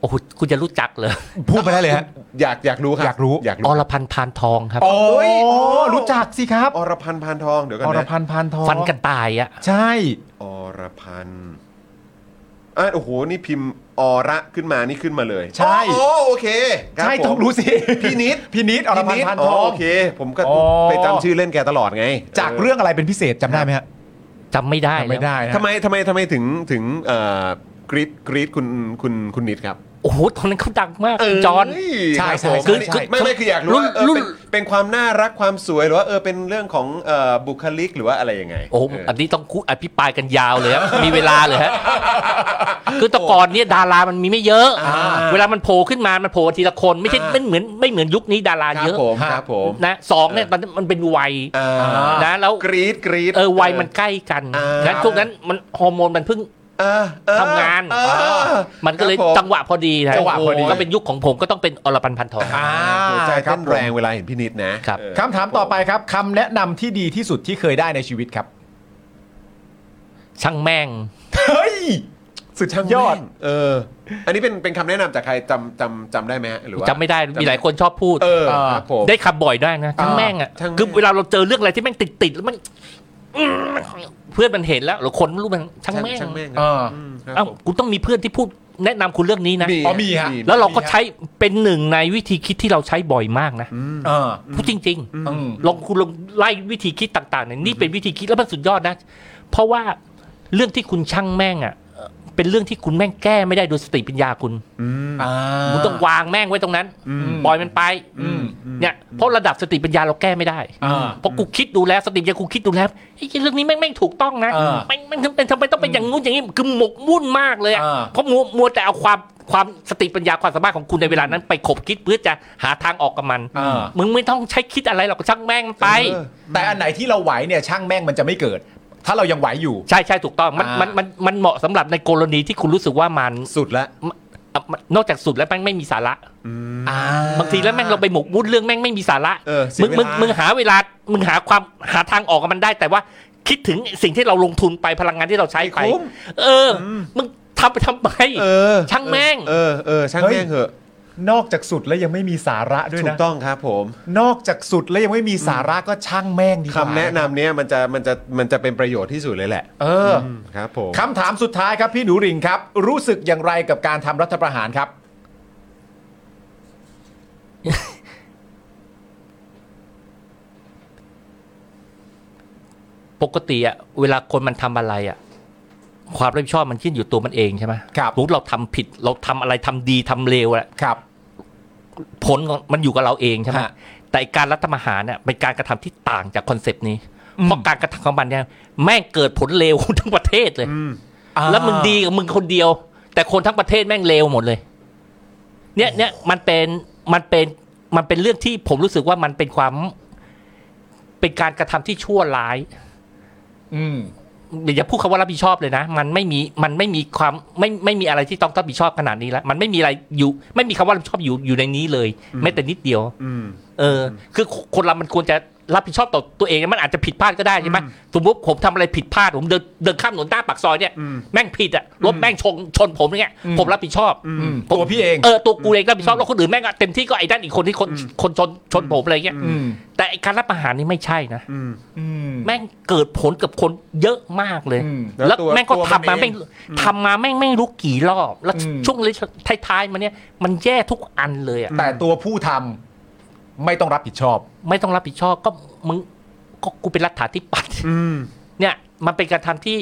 Speaker 5: โอ้โหคุณจะรู้จักเหรอ
Speaker 4: พูดไปได้เลยฮะ
Speaker 3: อยากอยากรู้ครับ
Speaker 4: อยากรู้
Speaker 3: อยากรู้
Speaker 5: อรพันธ์พานทองครับ
Speaker 4: โอ้ย
Speaker 3: โอ้
Speaker 4: รู้จักสิครับ
Speaker 3: อรพันธ์พานทองเดี๋ยวกัน
Speaker 4: อร
Speaker 3: นะ
Speaker 4: พันธ์พานทอง
Speaker 5: ฟันกันตายอ่ะ
Speaker 4: ใช่
Speaker 3: อรพันธ์อ่ะโอ้โห นี่พิมพ์ออระขึ้นมา นี่ขึ้นมาเลย
Speaker 4: ใช่
Speaker 3: โอ้โอเคคบ
Speaker 4: ใช่
Speaker 3: ผม
Speaker 4: ต้องรู้สิ
Speaker 3: พี่นิด
Speaker 4: พี่นิดอรพันธ์พานทอง
Speaker 3: โอเค ผมก็
Speaker 4: อ๋อ
Speaker 3: ไปจำชื่อเล่นแกตลอดไง
Speaker 4: จากเรื่องอะไรเป็นพิเศษจำได้ไหมฮะ
Speaker 5: จำไม่ได้
Speaker 4: จำไม่
Speaker 5: แล้ว
Speaker 4: ได้นะ
Speaker 3: ทำไมทำไมทำไมถึงถึงเอ่อกรีดกรีดคุณคุณคุณนิดครับ
Speaker 5: โอ้โหตอนนั้นเขาดังมากคุณจอห์น
Speaker 3: เย
Speaker 4: ใช่
Speaker 3: ครับ
Speaker 4: ใช่
Speaker 3: ผม
Speaker 5: คือ
Speaker 4: ใช่
Speaker 3: ไม่ไม่คืออยากรู้
Speaker 5: รุ่น
Speaker 3: ว่าเออ
Speaker 5: รุ่น
Speaker 3: เป็นเป็นความน่ารักความสวยหรือว่าเออเป็นเรื่องของเอ่อบุคลิกหรือว่าอะไรยังไง
Speaker 5: โอ้โห
Speaker 3: เออ
Speaker 5: อันนี้ต้องคุอภิปรายกันยาวเลย
Speaker 3: [laughs]
Speaker 5: ครับ มีเวลาเลยฮะ คือแต่ก่อนเนี่ยดารามันมีไม่เยอะ
Speaker 3: อ่า
Speaker 5: เวลามันโผล่ขึ้นมา มันโผล่ทีละคนไม่ใช่ไม่เหมือนไม่เหมือนยุคนี้ดารา
Speaker 3: ครั
Speaker 5: เย
Speaker 3: บ
Speaker 5: อะ
Speaker 3: ผมครับผม
Speaker 5: นะสองเนี่ยมันมันเป็นวัย
Speaker 3: อ่า
Speaker 5: นะแล้ว
Speaker 3: กรีดกรีด
Speaker 5: เออวัยมันใกล้กัน
Speaker 3: อ่างั้
Speaker 5: งั้นช่วงนั้นมันฮอร์โมนมันเพิ่ง
Speaker 3: เออเออ
Speaker 5: ทำงาน
Speaker 3: เออ
Speaker 5: มันก็เลย
Speaker 3: ครับผม
Speaker 5: จังหวะพอดีนะ
Speaker 4: จังหวะพอดี
Speaker 5: ก็เป็นยุคของผมก็ต้องเป็นอรพันธ์พันทอง
Speaker 4: อ่า
Speaker 3: หัวใจ
Speaker 4: ครั
Speaker 3: เต้
Speaker 4: บ
Speaker 3: น
Speaker 4: ผม
Speaker 3: แรงเวลาเห็นพี่นิดนะครับ เออ
Speaker 4: คำถามต่อไปครับคำแนะนำที่ดีที่สุดที่เคยได้ในชีวิตครับ
Speaker 5: ช่างแม่ง
Speaker 4: เฮ้ย สุดยอด
Speaker 3: เออ อันนี้เป็นเป็นคำแนะนำจากใครจำจำจำได้ไหมฮะหรือว่า
Speaker 5: จำไม่ได้มีหลายคนชอบพูด
Speaker 3: เออ
Speaker 4: เออ
Speaker 3: ครับผม
Speaker 5: ได้คำบ่อยได้นะทั้ง
Speaker 4: อ่า
Speaker 5: แม่งอ่ะ
Speaker 3: ทั้งแม่ง
Speaker 5: คือเวลาเราเจอเรื่องอะไรที่แม่งติดติดๆแล้วมันอื้อเพื่อนมันเห็นแล้วหรือคนไม่รู้มันทั้งแม่ง
Speaker 3: ช่างแม่ง
Speaker 4: เออ
Speaker 3: มครับ
Speaker 5: เอ้า
Speaker 3: ผม
Speaker 5: กูต้องมีเพื่อนที่พูดแนะนำคุณเรื่องนี้นะ
Speaker 4: อ๋อมีฮะ
Speaker 5: แล้วเราก็ใช้เป็นหนึ่งในวิธีคิดที่เราใช้บ่อยมากนะ
Speaker 3: อืม
Speaker 4: เออ
Speaker 5: พูดจริง
Speaker 4: อืม
Speaker 5: ๆ ลองคุณลองไล่วิธีคิดต่างๆเนี่ยนี่เป็นวิธีคิดแล้วมันสุดยอดนะ เพราะว่าเรื่องที่คุณช่างแม่งอ่ะเอ่อเป็นเรื่องที่คุณแม่งแก้ไม่ได้โดยสติปัญญาคุณ คุณต้องวางแม่งไว้ตรงนั้นปล่อยมันไป
Speaker 4: อืม
Speaker 5: เนี่ยเพราะระดับสติปัญญาเราแก้ไม่ได้
Speaker 4: อ่า
Speaker 5: เพราะกูคิดดูแล้วสติปัญญากูคิดดูแล้วไอ้เรื่องนี้แม่งไม่ถูกต้องนะ
Speaker 4: อ่า
Speaker 5: แม่งแม่งทำเป็นทำไมต้องเป็นอย่างงู้นอย่างนี้คือหมกมุ่นมากเลยอะ
Speaker 4: อ่า
Speaker 5: เพราะมัวมัวแต่เอาความความสติปัญญาความสามารถของคุณในเวลานั้น ไปขบคิดเพื่อจะหาทางออกกับมัน
Speaker 4: อ่า
Speaker 5: มึงไม่ต้องใช้คิดอะไรหรอกช่างแม่งมันไป
Speaker 3: เออ
Speaker 4: แต่อันไหนที่เราไหวเนี่ยช่างแม่งมันจะไม่เกิด ถ้าเรายังไหวอยู่
Speaker 5: ใช่ใช่ถูกต้องมัน
Speaker 4: อ่ามั
Speaker 5: มันมันมันเหมาะสำหรับในกรณีที่คุณรู้สึกว่ามัน
Speaker 3: สุดละ
Speaker 5: อ่ะมันนอกจากสุดแล้วแม่งไม่มีสาระ
Speaker 4: อ่า
Speaker 5: บางทีแล้วแม่งเราไปหมกมุ่นเรื่องแม่งไม่มีสาระ
Speaker 3: เออเสีย
Speaker 5: มึง
Speaker 3: เวลามึ
Speaker 5: มึงมึงหาเวลา มึงหาความหาทางออกกับมันได้ แต่ว่าคิดถึงสิ่งที่เราลงทุนไปพลังงานที่เราใช้ไป
Speaker 3: ไม่คุ้ม
Speaker 5: เอออ มึงทำไปทำไป
Speaker 3: เออ
Speaker 5: ช่างแม่ง
Speaker 3: เออเออช่างแม่งเหอะ
Speaker 4: นอกจากสุดแล้วยังไม่มีสาระด้วย
Speaker 3: ถู
Speaker 4: นะ
Speaker 3: กต้องครับผม
Speaker 4: นอกจากสุดแล้วยังไม่มีสาระก็ช่างแม่งดีกว่า
Speaker 3: คำแนะนำเนี้ยมันจะมันจะมันจะเป็นประโยชน์ที่สุดเลยแหละ
Speaker 4: เอออ
Speaker 3: มครับผม
Speaker 4: คำถามสุดท้ายครับพี่หนูหริงครับ รู้สึกอย่างไรกับการทำรัฐประหารครับ
Speaker 5: ปกติอะเวลาคนมันทำอะไรอะความรับผิดชอบมันขึ้นอยู่ตัวมันเองใช่ไหม
Speaker 4: ครับ
Speaker 5: สมมุติเราทำผิดเราทำอะไรทำดีทำเลวอะ
Speaker 4: ครับ
Speaker 5: ผลของมันอยู่กับเราเองใช่ไหม
Speaker 4: ฮะ
Speaker 5: แต่การรัฐประหารเนี่ยเป็นการกระทำที่ต่างจากคอนเซปต์นี้
Speaker 4: อืม
Speaker 5: เพราะการกระทำของมันเนี่ยแม่งเกิดผลเลว [laughs] ทั้งประเทศเลย แล้วมึงดีกับมึงคนเดียว แต่คนทั้งประเทศแม่งเลวหมดเลย เนี่ยเนี่ยมันเป็นมันเป็นมันเป็นเรื่องที่ผมรู้สึกว่ามันเป็นความ เป็นการกระทำที่ชั่วร้าย
Speaker 4: อืม
Speaker 5: อย่าพูดคำว่ารับผิดชอบเลยนะ มันไม่มีมันไม่มีความไม่ไม่มีอะไรที่ต้องรับผิดชอบขนาดนี้แล้ว มันไม่มีอะไรอยู่ ไม่มีคำว่ารับผิดชอบอยู่อยู่ในนี้เลยแม้แต่นิดเดียว
Speaker 3: อืม
Speaker 5: เออคือคนเรามันควรจะรับผิดชอบต่อตัวเองนะมันอาจจะผิดพลาดก็ได้ใช่ไหมสมมติผมทำอะไรผิดพลาดผมเดินเดินข้ามถนนใต้ปากซอยเนี่ยแม่งผิดอะรถแม่งชนชนผมเนี่ยผมรับผิดชอบผม
Speaker 4: ตัวพี่เอง
Speaker 5: เออตัวกูเองรับผิดชอบแล้วคนอื่นแม่งอะเต็มที่ก็ไอ้ด้านอีกคนที่คนคนชนชนผมอะไรเงี้ย
Speaker 4: อืม
Speaker 5: แต่ไอ้การรับประหารนี่ไม่ใช่นะ
Speaker 4: อืม
Speaker 5: แม่งเกิดผลกับคนเยอะมากเลย
Speaker 4: อืม
Speaker 3: แล้
Speaker 5: แล้ว ว
Speaker 3: ตัว
Speaker 5: แม่งก็
Speaker 3: ตัวมัน
Speaker 5: ทำมา
Speaker 3: เอง
Speaker 5: แม่งทำมาแม่งไม่รู้กี่รอบ แล้ว
Speaker 4: อืม
Speaker 5: ช่วงระยะท้ายๆมันเนี่ยมันแย่ทุกอันเลยอะ
Speaker 4: แต่ตัวผู้ทำไม่ต้องรับผิดชอบ
Speaker 5: ไม่ต้องรับผิดชอบก็มึงก็กูเป็นรัฐาธิปัตย์
Speaker 3: อืม
Speaker 5: เนี่ย มันเป็นการทำที่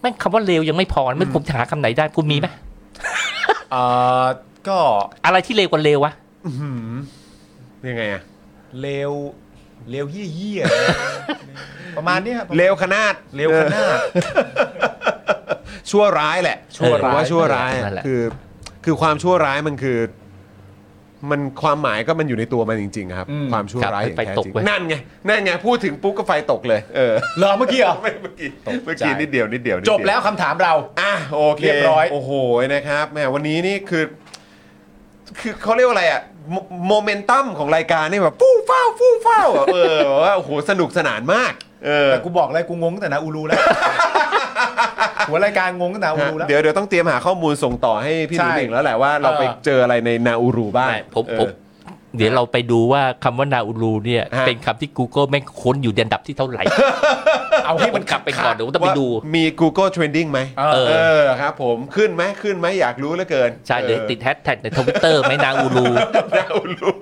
Speaker 5: แม่งคำว่าเลวยังไม่พอนะไม่ผมจะหาคำไหนได้คุณมีไหม
Speaker 4: เอ่อ ก็
Speaker 5: อะไรที่เลวกว่าเลววะ
Speaker 3: ยังไงอะ
Speaker 4: เลวเลวเยี่ยเยี่ยๆประมาณเนี้ยครับ
Speaker 3: เลวขนาด
Speaker 4: เลวขนาด
Speaker 3: ชั่วร้ายแหละ
Speaker 4: ชั่วร้าย
Speaker 3: ผมว่าชั่วร้าย
Speaker 5: นั่นแหละ
Speaker 3: คือ คือความชั่วร้ายมันคือ มันความหมายก็มันอยู่ในตัวมันจริงๆครับ
Speaker 4: อืม
Speaker 3: ความชั่วร้ายอย่าง
Speaker 5: ไป
Speaker 3: แท้
Speaker 5: ตก
Speaker 3: จริง
Speaker 5: เว้ย
Speaker 3: นั่นไงนั่นไงพูดถึงปุ๊บก็ไฟตกเลย เออ
Speaker 4: เหรอเมื่อกี้เหรอ
Speaker 3: ไม่เมื่อกี้
Speaker 4: ตกใจ
Speaker 3: เมื่อกี้นิดเดียวนิดเดียวนิด
Speaker 4: จ
Speaker 3: เดีย
Speaker 4: บแล้วคำถามเรา
Speaker 3: อ่ะโอเค
Speaker 4: เรียบร้อย
Speaker 3: โอ้โหนะครับแหมวันนี้นี่คือ คือเขาเรียกว่าอะไรอะโมโมเมนตัมของรายการนี่แบบฟู่ฟ้าวฟู่ฟ้าวอะเออแบบว่าโอ้โหสนุกสนานมาก เออ
Speaker 4: แต่กูบอกเลยกูงงตั้งแต่นาอูรูแล้ว หัวรายการงงตั้งแต่นาอูรูแล้ว
Speaker 3: เดี๋ยวเดี๋ยวต้องเตรียมหาข้อมูลส่งต่อให้พี่ห
Speaker 4: ใช่
Speaker 3: นุ่มหนิงแล้วแหละว่าเรา
Speaker 4: เออ
Speaker 3: ไปเจออะไรในนาอูรูบ้าง
Speaker 5: ไม่ผม
Speaker 3: เออ
Speaker 5: ผมเดี๋ยวเราไปดูว่าคำว่านาอูรูเนี่ย
Speaker 3: ฮะ
Speaker 5: เป็นคำที่ Google แม่งค้นอยู่ในอันดับที่เท่า
Speaker 3: [laughs]
Speaker 5: ไหร่
Speaker 4: เอาให้มัน
Speaker 5: กลับไปก่อนเดี๋ยวผมต้องไปดู
Speaker 3: ว่ามี Google Trending ไหม
Speaker 4: เออ
Speaker 5: เออ
Speaker 3: เออครับผมขึ้นไหมขึ้นไหมอยากรู้เหลือเกิน
Speaker 5: ใช่เดี๋ยว
Speaker 3: ออ
Speaker 5: ติดแฮชแท็กในทวิตเตอร์ไหมนาอูรู
Speaker 3: นาอูรู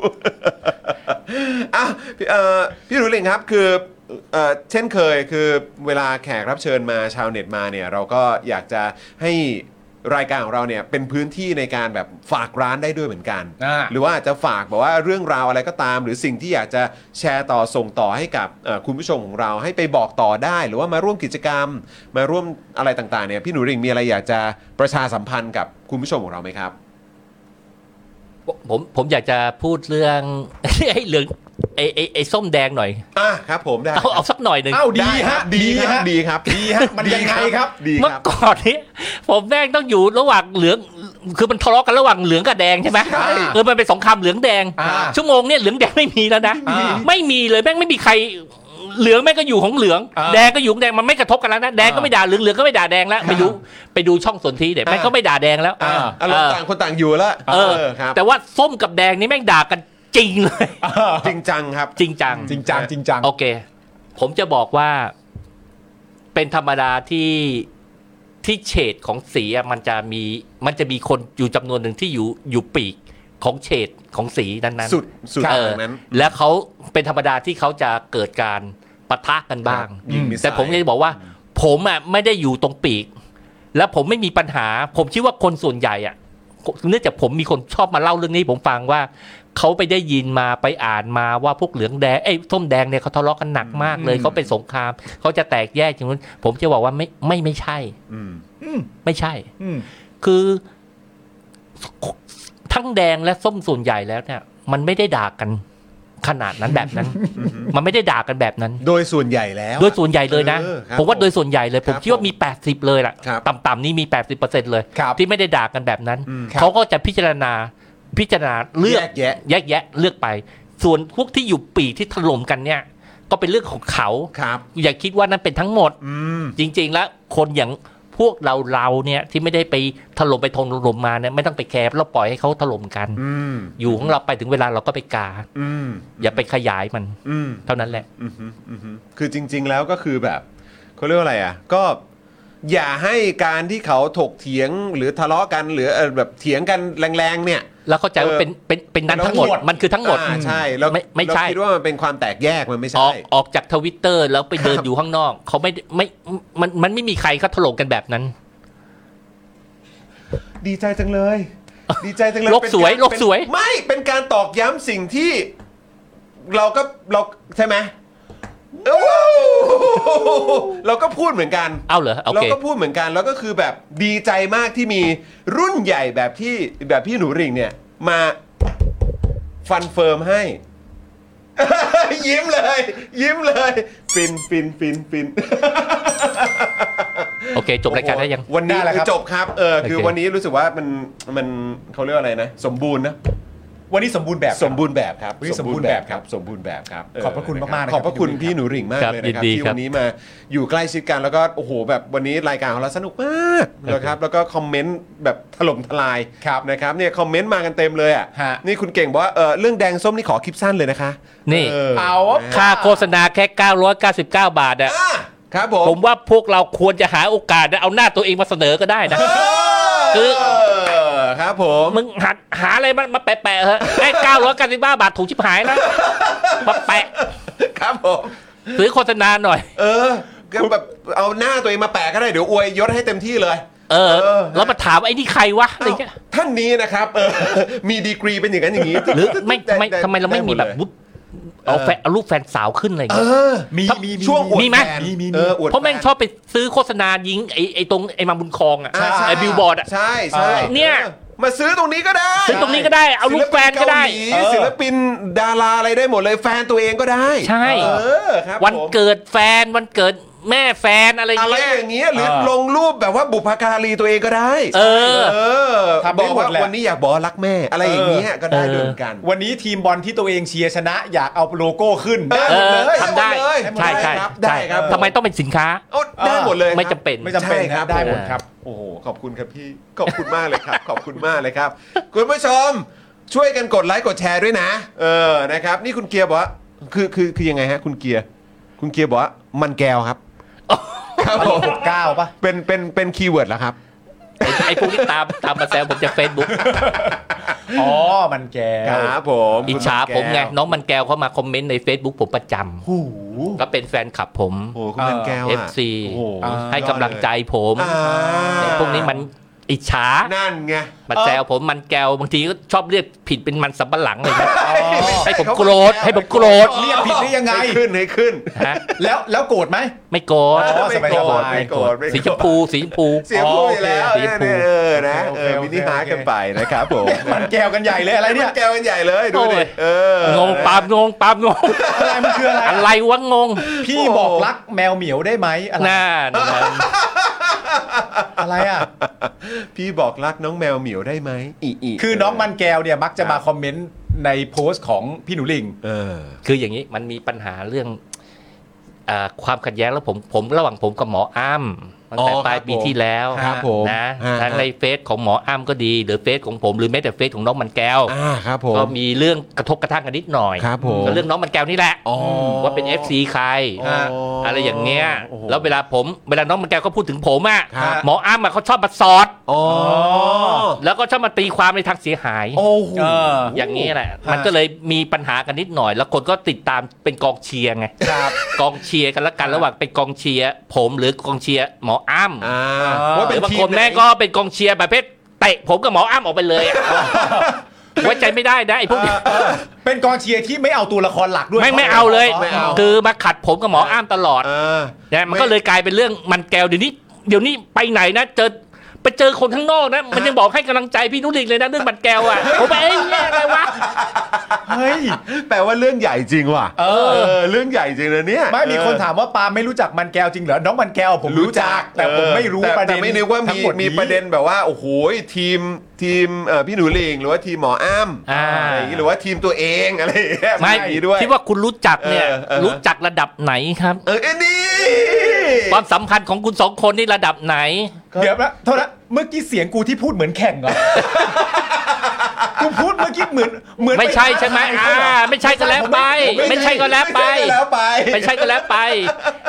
Speaker 3: อ่ะพี่เอ่อพี่หนุ่มหนิงครับคือเอ่อเช่นเคยคือเวลาแขกรับเชิญมาชาวเน็ตมาเนี่ยเราก็อยากจะให้รายการของเราเนี่ยเป็นพื้นที่ในการแบบฝากร้านได้ด้วยเหมือนกัน
Speaker 4: อ่า
Speaker 3: หรือว่าอาจจะฝากแบบว่าเรื่องราวอะไรก็ตาม หรือสิ่งที่อยากจะแชร์ต่อส่งต่อให้กับเอ่อคุณผู้ชมของเราให้ไปบอกต่อได้ หรือว่ามาร่วมกิจกรรม มาร่วมอะไรต่างๆเนี่ยพี่หนูริ่งมีอะไรอยากจะประชาสัมพันธ์กับคุณผู้ชมของเราไหมครับ
Speaker 5: ผมผมอยากจะพูดเรื่อง [laughs] ไอ้เหลืองไอ้ไอ้ไอ้ส้มแดงหน่อย
Speaker 3: อ่ะครับผมได้
Speaker 5: เอาเอาสักหน่อยหนึ่ง
Speaker 4: เอ้าดี
Speaker 3: ได้ครั
Speaker 4: ฮะ
Speaker 3: บดีฮะดีครับ
Speaker 4: ดีฮะมันยังไงครับ
Speaker 3: ดี
Speaker 5: เมื่อ
Speaker 3: ครับ
Speaker 5: ก่อนนี้ผมแม่งต้องอยู่ระหว่างเหลือง คือมันทะเลาะกันระหว่างเหลืองกับแดงใช่ไหม
Speaker 4: ใช่
Speaker 5: เออมันเป็นสงครามเหลืองแดง
Speaker 4: อ่า
Speaker 5: ชั่วโมงเนี่ยเหลืองแดงไม่มีแล้วนะ
Speaker 4: อ่า
Speaker 5: ไม่มีเลยแม่งไม่มีใครเหลืองแม่งก็อยู่ของเหลือง
Speaker 4: อ่า
Speaker 5: แดงก็อยู่ของแดงมันไม่กระทบกันแล้วนะแดงก็ไม่ด่าเหลืองเหลืองก็ไม่ด่าแดงแล้วไปดูไปดูช่องสนทีเดี๋ยวแม่งก็ไม่ด่าแดงแล้ว
Speaker 4: อ่า
Speaker 3: อารมณ์ต่างคนต่างอยู่แล้ว
Speaker 5: เออ
Speaker 3: ครับ
Speaker 5: แต่ว่าส้มกับแดงนี่แม่งด่ากันจริงเลย
Speaker 3: จริงจังครับ
Speaker 5: จริงจัง
Speaker 4: จริงจังจริงจัง
Speaker 5: โอเค ผมจะบอกว่าเป็นธรรมดาที่ที่เฉดของสีอะมันจะมีมันจะมีคนอยู่จำนวนหนึ่งที่อยู่อยู่ปีกของเฉดของสีนั้นๆ
Speaker 3: สุดสุด
Speaker 5: เออ
Speaker 3: ทางนั้น
Speaker 5: และเขาเป็นธรรมดาที่เขาจะเกิดการปะทะกันบ้าง
Speaker 3: ครับยิงสไซล์
Speaker 5: แต่ผมจะบอกว่า ผมอ่ะไม่ได้อยู่ตรงปีก และผมไม่มีปัญหา ผมคิดว่าคนส่วนใหญ่อ่ะเนื่องจากผมมีคนชอบมาเล่าเรื่องนี้ให้ผมฟังว่า เขาไปได้ยินมาไปอ่านมาว่าพวกเหลืองแดงไอ้ยส้มแดงเนี่ยเขาทะเลาะกันหนักมากเลย
Speaker 4: อืม
Speaker 5: เขาเป็นสงครามเขาจะแตกแยกอย่างนั้นผมจะบอกว่าไม่ไม่ไม่ใช่
Speaker 3: อืม
Speaker 4: อืม
Speaker 5: ไม่ใช่
Speaker 4: อืม
Speaker 5: คือทั้งแดงและส้มส่วนใหญ่แล้วเนี่ย มันไม่ได้ด่ากันขนาดนั้นแบบนั้น มันไม่ได้ด่ากันแบบนั้น
Speaker 3: โดยส่วนใหญ่แล้ว
Speaker 5: โดยส่วนใหญ่เลยนะ
Speaker 3: เออครับ
Speaker 5: ผมว่าโดยส่วนใหญ่เลย
Speaker 3: ค
Speaker 5: ผ
Speaker 3: รับ
Speaker 5: มคิดว่ามี 80 เลยล่ะ
Speaker 3: ครับ
Speaker 5: ต่ำๆนี่มี 80%เลย
Speaker 4: ครับ
Speaker 5: ที่ไม่ได้ด่ากันแบบนั้น
Speaker 4: อืมครับ
Speaker 5: เขาก็จะพิจารณาพิจารณาเลือก
Speaker 4: แยกแยะ
Speaker 5: แยกแยะเลือกไป ส่วนพวกที่อยู่ปีกที่ถล่มกันเนี่ย ก็เป็นเรื่องของเขา
Speaker 3: ครับ
Speaker 5: อย่าคิดว่านั้นเป็นทั้งหมด
Speaker 3: อืม
Speaker 5: จริง ๆ แล้วคนอย่างพวกเราเราเนี่ยที่ไม่ได้ไปถล่มไปทงถล่มมาเนี่ยไม่ต้องไปแคร์เราปล่อยให้เขาถล่มกัน
Speaker 3: อืม
Speaker 5: อยู่ของเราไปถึงเวลาเราก็ไปกา
Speaker 3: อืม
Speaker 5: อย่าไปขยายมัน
Speaker 3: อืม
Speaker 5: เท่านั้นแหละ
Speaker 3: อือฮึอือฮึคือจริง ๆ แล้วก็คือแบบเขาเรียกว่าอะไรอ่ะ ก็อย่าให้การที่เขาถกเถียงหรือทะเลาะกันหรือเอ่อแบบเถียงกันแรงๆ เนี่ย
Speaker 5: แล้วเข้าใจว่า
Speaker 3: เออ
Speaker 5: เป็นเป็นเป็นนั้นทั้งหมด มันคือทั้งหมด
Speaker 3: อ่าใช่แล้ว
Speaker 5: ไม่ไม่ใช่
Speaker 3: เราคิดว่ามันเป็นความแตกแยกมันไม่
Speaker 5: อ
Speaker 3: ใช่
Speaker 5: อกออกจากทวิตเตอร์แล้วไปเดินอยู่ข้างนอก เขาไม่ไม่มันมันไม่มีใครเขาถล่มกันแบบนั้น
Speaker 3: ดีใจจังเลย ดีใจจังเลย
Speaker 5: โลกสวย
Speaker 3: เป็นาร
Speaker 5: โลกสวย
Speaker 3: เป็นไม่เป็นการตอกย้ำสิ่งที่ เราก็เราใช่ไหมโอ้โหเราก็พูดเหมือนกัน
Speaker 5: เอาเหรอโอ
Speaker 3: เรา
Speaker 5: เค
Speaker 3: ก็พูดเหมือนกันแล้วก็คือแบบดีใจมากที่มีรุ่นใหญ่แบบที่แบบพี่หนูหริ่งเนี่ย มาฟันเฟิร์มให้ [laughs] ยิ้มเลย ยิ้มเลยฟินฟินฟินฟิน
Speaker 5: โอเค จบรายการได้ยัง
Speaker 3: วันนี้
Speaker 4: ได้แล้ว
Speaker 3: คื
Speaker 4: ครั
Speaker 3: อบ จบครับเออคือ
Speaker 5: โอเค
Speaker 3: วันนี้รู้สึกว่ามันมันเขาเรียกว่าอะไรนะ สมบูรณ์นะ
Speaker 4: วันนี้สมบูรณ์แบบ
Speaker 3: สมบูรณ์แบบครับ
Speaker 4: อุ๊ยสมบูรณ์แบบครับ
Speaker 3: สมบูรณ์แบบครับเ
Speaker 4: ขอบพระคุณมากๆนะครับ
Speaker 3: ขอบพระคุณ
Speaker 4: ยินดีครับ
Speaker 3: พี่หนูหริ่งมาก
Speaker 5: ครับ
Speaker 3: เลยนะครับ
Speaker 5: ยินดี
Speaker 3: ที่
Speaker 5: ครับ
Speaker 3: วันนี้มาอยู่ใกล้ชิดกันแล้วก็โอ้โหแบบวันนี้รายการของเราสนุกมากนะครับแล้วก็คอมเมนต์แบบถล่มทลาย
Speaker 4: ครับ
Speaker 3: นะครับเนี่ยคอมเมนต์มากันเต็มเลยอ่ะ
Speaker 4: ฮะ
Speaker 3: นี่คุณเก่งบอกว่าเออเรื่องแดงส้มนี่ขอคลิปสั้นเลยนะคะ
Speaker 5: นี่
Speaker 4: เอา
Speaker 3: นะฮะ
Speaker 5: ค่าโฆษณาแค่ 999 บาทอะ
Speaker 3: อ่ะครับผม
Speaker 5: ผมว่าพวกเราควรจะหาโอกาสนะเอาหน้าตัวเองมาเสนอก็ได้นะ คือ
Speaker 3: เออครับผม
Speaker 5: มึงหาหาอะไรมามาแปะแปะๆเถอะไอ้999 บาทถูกชิบหายนะมาแปะ
Speaker 3: ครับผม
Speaker 5: ซื้อโฆษณาหน่อย
Speaker 3: เออก็แบบเอาหน้าตัวเองมาแปะก็ได้เดี๋ยวอวยยศให้เต็มที่เลย
Speaker 5: เออ
Speaker 3: เออ
Speaker 5: แล้วมาถามไอ้นี่ใครวะอะไรเงี้ย
Speaker 3: อ้าวท่านนี้นะครับเออ [laughs] มีดีกรีเป็นอย่างนั้นอย่างนี้
Speaker 5: [laughs] หรือไม่
Speaker 3: ด้
Speaker 5: ทำไม
Speaker 3: ด้
Speaker 5: ทำไมเราไม่มีแบบ
Speaker 3: ด้หดลย
Speaker 5: บุ๊บเอาแฟนเอารูปแฟนสาวขึ้นอะไร
Speaker 3: เอ
Speaker 5: เงี้ย
Speaker 3: อ
Speaker 4: มี
Speaker 5: ถ้ามี
Speaker 4: มี
Speaker 3: ช่วงอวด
Speaker 5: มีไหม
Speaker 3: แฟน
Speaker 4: มีมี
Speaker 3: เอ
Speaker 4: มี
Speaker 3: ออวด
Speaker 5: เพราะแม่ง
Speaker 3: ฟน
Speaker 5: ชอบไปซื้อโฆษณายิงไอ้ไอ้ตรงไอ้มาบุญคลองอะ
Speaker 3: อ่าใช่
Speaker 5: ไอ้บิลบอร์ดอะ
Speaker 3: ใช่ใช่
Speaker 5: เนี่ย
Speaker 3: ออมาซื้อตรงนี้ก็ได้
Speaker 5: ซื้อตรงนี้ก็ได้เอารูปแฟนก็ได้
Speaker 3: ศิลปินเกาหลีศิลปินดาราอะไรได้หมดเลยแฟนตัวเองก็ได้
Speaker 5: ใช่
Speaker 3: เออครับ
Speaker 5: วัน
Speaker 3: ผม
Speaker 5: เกิดแฟนวันเกิดแม่แฟนอะไร
Speaker 3: อะไร
Speaker 5: เงี้ย
Speaker 3: อย่างเงี้ยหรือ
Speaker 4: เออ
Speaker 3: ลงรูปแบบว่าบุพการีตัวเองก็ได้
Speaker 5: เออ
Speaker 3: เออ
Speaker 4: ทำ
Speaker 3: บ
Speaker 4: ได้
Speaker 3: อก
Speaker 4: หมด
Speaker 3: ว่า
Speaker 4: แหละ
Speaker 3: วันนี้อยากบอกรักแม่ อะไรอย่างเงี้ยก็ได้
Speaker 5: เออ
Speaker 3: ด้วยเหมือนกัน
Speaker 4: วันนี้ทีมบอลที่ตัวเองเชียร์ชนะ อยากเอาโลโก้ขึ้น
Speaker 5: เออ
Speaker 3: หมเลย
Speaker 5: ทำได้
Speaker 3: หมดเลย
Speaker 5: ใช่ใช่
Speaker 3: ครับได้ครับ
Speaker 5: ทำไมต้องเป็นสินค้า
Speaker 3: เอาได้หมดเลย
Speaker 5: ไม่
Speaker 3: ครับ
Speaker 5: จำเป็น
Speaker 4: ไม่จำเป็น
Speaker 3: ใช่ครับ
Speaker 4: นะได้หมดครับ
Speaker 3: โอ้โห ขอบคุณครับพี่ ขอบคุณมากเลยครับ ขอบคุณมากเลยครับ คุณผู้ชม ช่วยกันกดไลค์กดแชร์ด้วยนะ เออ นะครับ นี่คุณเกียร์บอกว่า คือคือคือยังไงฮะ คุณเกียร์ คุณเกียร์บอกว่ามันแก้วครับ ครับผม
Speaker 4: เก้าป่ะ
Speaker 3: เป็นเป็นเป็นคีย์เวิร์ดแล้วครับ
Speaker 5: ไอ้ไอ้พวกที่ตามตามมาแซวผมจากเฟซบุ๊ก
Speaker 4: อ๋อ มันแกว
Speaker 3: ครับผม
Speaker 5: อิจฉา
Speaker 3: คุณ
Speaker 5: ผมไง
Speaker 3: แก้ว
Speaker 5: น้องมันแก้วเข้ามาคอมเมนต์ใน Facebook ผมประจ
Speaker 4: หู
Speaker 5: ำก็เป็นแฟนคลับผม
Speaker 3: โอ้โห คุณมันแก้วอะ
Speaker 5: FC
Speaker 3: โอ้โห
Speaker 4: อ่า
Speaker 5: ให้กำลังใจผม
Speaker 3: อ่า
Speaker 5: ไอ้พวกนี้มันอิจฉา
Speaker 3: นั่นไง
Speaker 5: มาแซวผมมันแก้วบางทีก็ชอบเรียกผิดเป็นมันสับปะหลังอะไรเงี้ยให้ผมโกรธให้ผมโกรธ
Speaker 4: เรียกผิดได้ยังไง
Speaker 3: ให้ขึ้นให้ขึ้น
Speaker 5: ฮะ
Speaker 4: แล้วแล้วโกรธไหม
Speaker 5: ไม่โกรธ
Speaker 4: อ๋อ
Speaker 5: ไม่โกรธ
Speaker 3: ไม่โกรธไม่โกรธ
Speaker 5: สีชมพูสีชมพู
Speaker 3: เสียงพูดอีกแล้ว
Speaker 5: อ๋อโอเค
Speaker 3: เนี่ยเนี่ยเออนะ
Speaker 4: โอ
Speaker 3: เอ
Speaker 4: เค
Speaker 3: อ
Speaker 4: โอเค
Speaker 3: มินิฮาร์ท
Speaker 4: โอเค
Speaker 3: กันไปนะครับผม
Speaker 4: มันแกวกันใหญ่เลยอะไรเนี่ย
Speaker 3: แกวกันใหญ่เลยดูดิ
Speaker 5: โอ้ย
Speaker 3: เออง
Speaker 5: งปามงงปามงง
Speaker 4: อะไรมันคืออะไร
Speaker 5: อะไรวะงง
Speaker 4: พี่บอกรักแมวเหมียวได้ไหมอะไร
Speaker 5: น่านะครับ
Speaker 4: อะไรอ่ะ
Speaker 3: พี่บอกรักน้องแมวเหมียวได้ไหมอีอี
Speaker 4: คือน้องมันแกวเนี่ยมักจะมาคอมเมนต์ในโพสต์ของพี่หนูลิง
Speaker 3: เออ
Speaker 5: คืออย่างนี้มันมีปัญหาเรื่องเออความขัดแย้งแล้วผมผมระหว่างผมกับหมออ้ำตั้งแต่
Speaker 3: อ๋อ
Speaker 5: ปลายปีที่แล้ว
Speaker 3: ครับผม
Speaker 5: นะ
Speaker 3: ฮะ
Speaker 5: ทั้งในเฟซของหมออ้ำก็ดี หรือเฟซของผมหรือแม้แต่เฟซของน้องมันแก้ว
Speaker 3: อ่าครับผม
Speaker 5: ก็มีเรื่องกระทบกระทั่งกันนิดหน่อย
Speaker 3: ครับผม
Speaker 5: ก็เรื่องน้องมันแก้วนี่แหละ
Speaker 3: อ๋อ
Speaker 5: ว่าเป็น FC ใคร
Speaker 3: อ๋ออ
Speaker 5: อะไรอย่างเงี้ย
Speaker 3: โอ้โห
Speaker 5: แล้วเวลาผมเวลาน้องมันแก้วก็พูดถึงผมอะ
Speaker 3: ครับ
Speaker 5: หมออ้ำอะเขาชอบมาสอด
Speaker 3: อ๋อ
Speaker 5: แล้วก็ชอบมาตีความในทางเสียหาย
Speaker 3: โอ้โห
Speaker 4: เออ
Speaker 5: อย่างนี้แหละ มันก็เลยมีปัญหากันนิดหน่อย แล้วคนก็ติดตามเป็นกองเชียร์ไง
Speaker 4: ครับ
Speaker 5: กองเชียร์กันละกันระหว่างเป็นกองเชียร์ผมหรือกองเชียร์หมออ้ำ
Speaker 3: อ่า
Speaker 4: ว่า
Speaker 5: ห
Speaker 4: เป็
Speaker 5: รื
Speaker 4: น
Speaker 5: อบางคนแม่ก็เป็นกองเชียร์ประเภทเตะผมกับหมออ้ำออกไปเลยอะไว้ใจไม่ได้นะไอ้พวกนี้
Speaker 4: เป็นกองเชียร์ที่ไม่เอาตัวละครหลักด้วย
Speaker 5: ไม่ไม่เอาเลย
Speaker 4: ไม่เอา
Speaker 5: คือมาขัดผมกับหมออ้ำตลอด
Speaker 3: เออ
Speaker 5: นะมันก็เลยกลายเป็นเรื่องมันแกวเดี๋ยวนี้ เดี๋ยวนี้ไปไหนนะเจอไปเจอคนข้างนอกนะ มันยังบอกให้กำลังใจพี่นุลิงเลยนะเรื่องบัตรแกวอ่ะผมไปเอ้ยแย่อะไรวะ
Speaker 4: เฮ้ย
Speaker 3: แปลว่าเรื่องใหญ่จริงว่ะ
Speaker 4: เออ
Speaker 3: เรื่องใหญ่จริงนะเนี่ย
Speaker 4: ไม่มีคนถามว่าปาล์มไม่รู้จักมันแก้วจริงเหรอ น้องมันแก้วผมรู้จัก แต่ผมไม่รู้
Speaker 3: แต่
Speaker 4: ประเด็น
Speaker 3: แต่ไม่นึกว่า
Speaker 4: ทั้
Speaker 3: มี
Speaker 4: งหด
Speaker 3: มีประเด็นแบบว่าโอ้โหทีมทีมเอ่อพี่หนูหลิงหรือว่าทีมหมออ้ำ
Speaker 5: อ่า
Speaker 3: อะไรอย่างงี้หรือว่าทีมตัวเองอะไรอย่างเงี้ย
Speaker 5: ไม่
Speaker 3: อย่างงี้ด้วย
Speaker 5: ที่ว่าคุณรู้จักเนี่ย
Speaker 3: เออเออ
Speaker 5: รู้จักระดับไหนครับ
Speaker 3: เออเอ็นนี่
Speaker 5: ความสัมพันธ์ของคุณสองคนนี่ระดับไหน
Speaker 4: เดี๋ยวนะโทษนะเมื่อกี้เสียงกูที่พูดเหมือนแข่งเหรอ กูพูดเมื่อกี้เหมือนเหมือน
Speaker 5: ไม่ใช่ใช่ไหมอ่าไม่ใช่ก็แล้วไป ไม่ใช่ก็แล้วไป
Speaker 7: แล้วไป
Speaker 5: ไม่ใช่ก็แล้วไป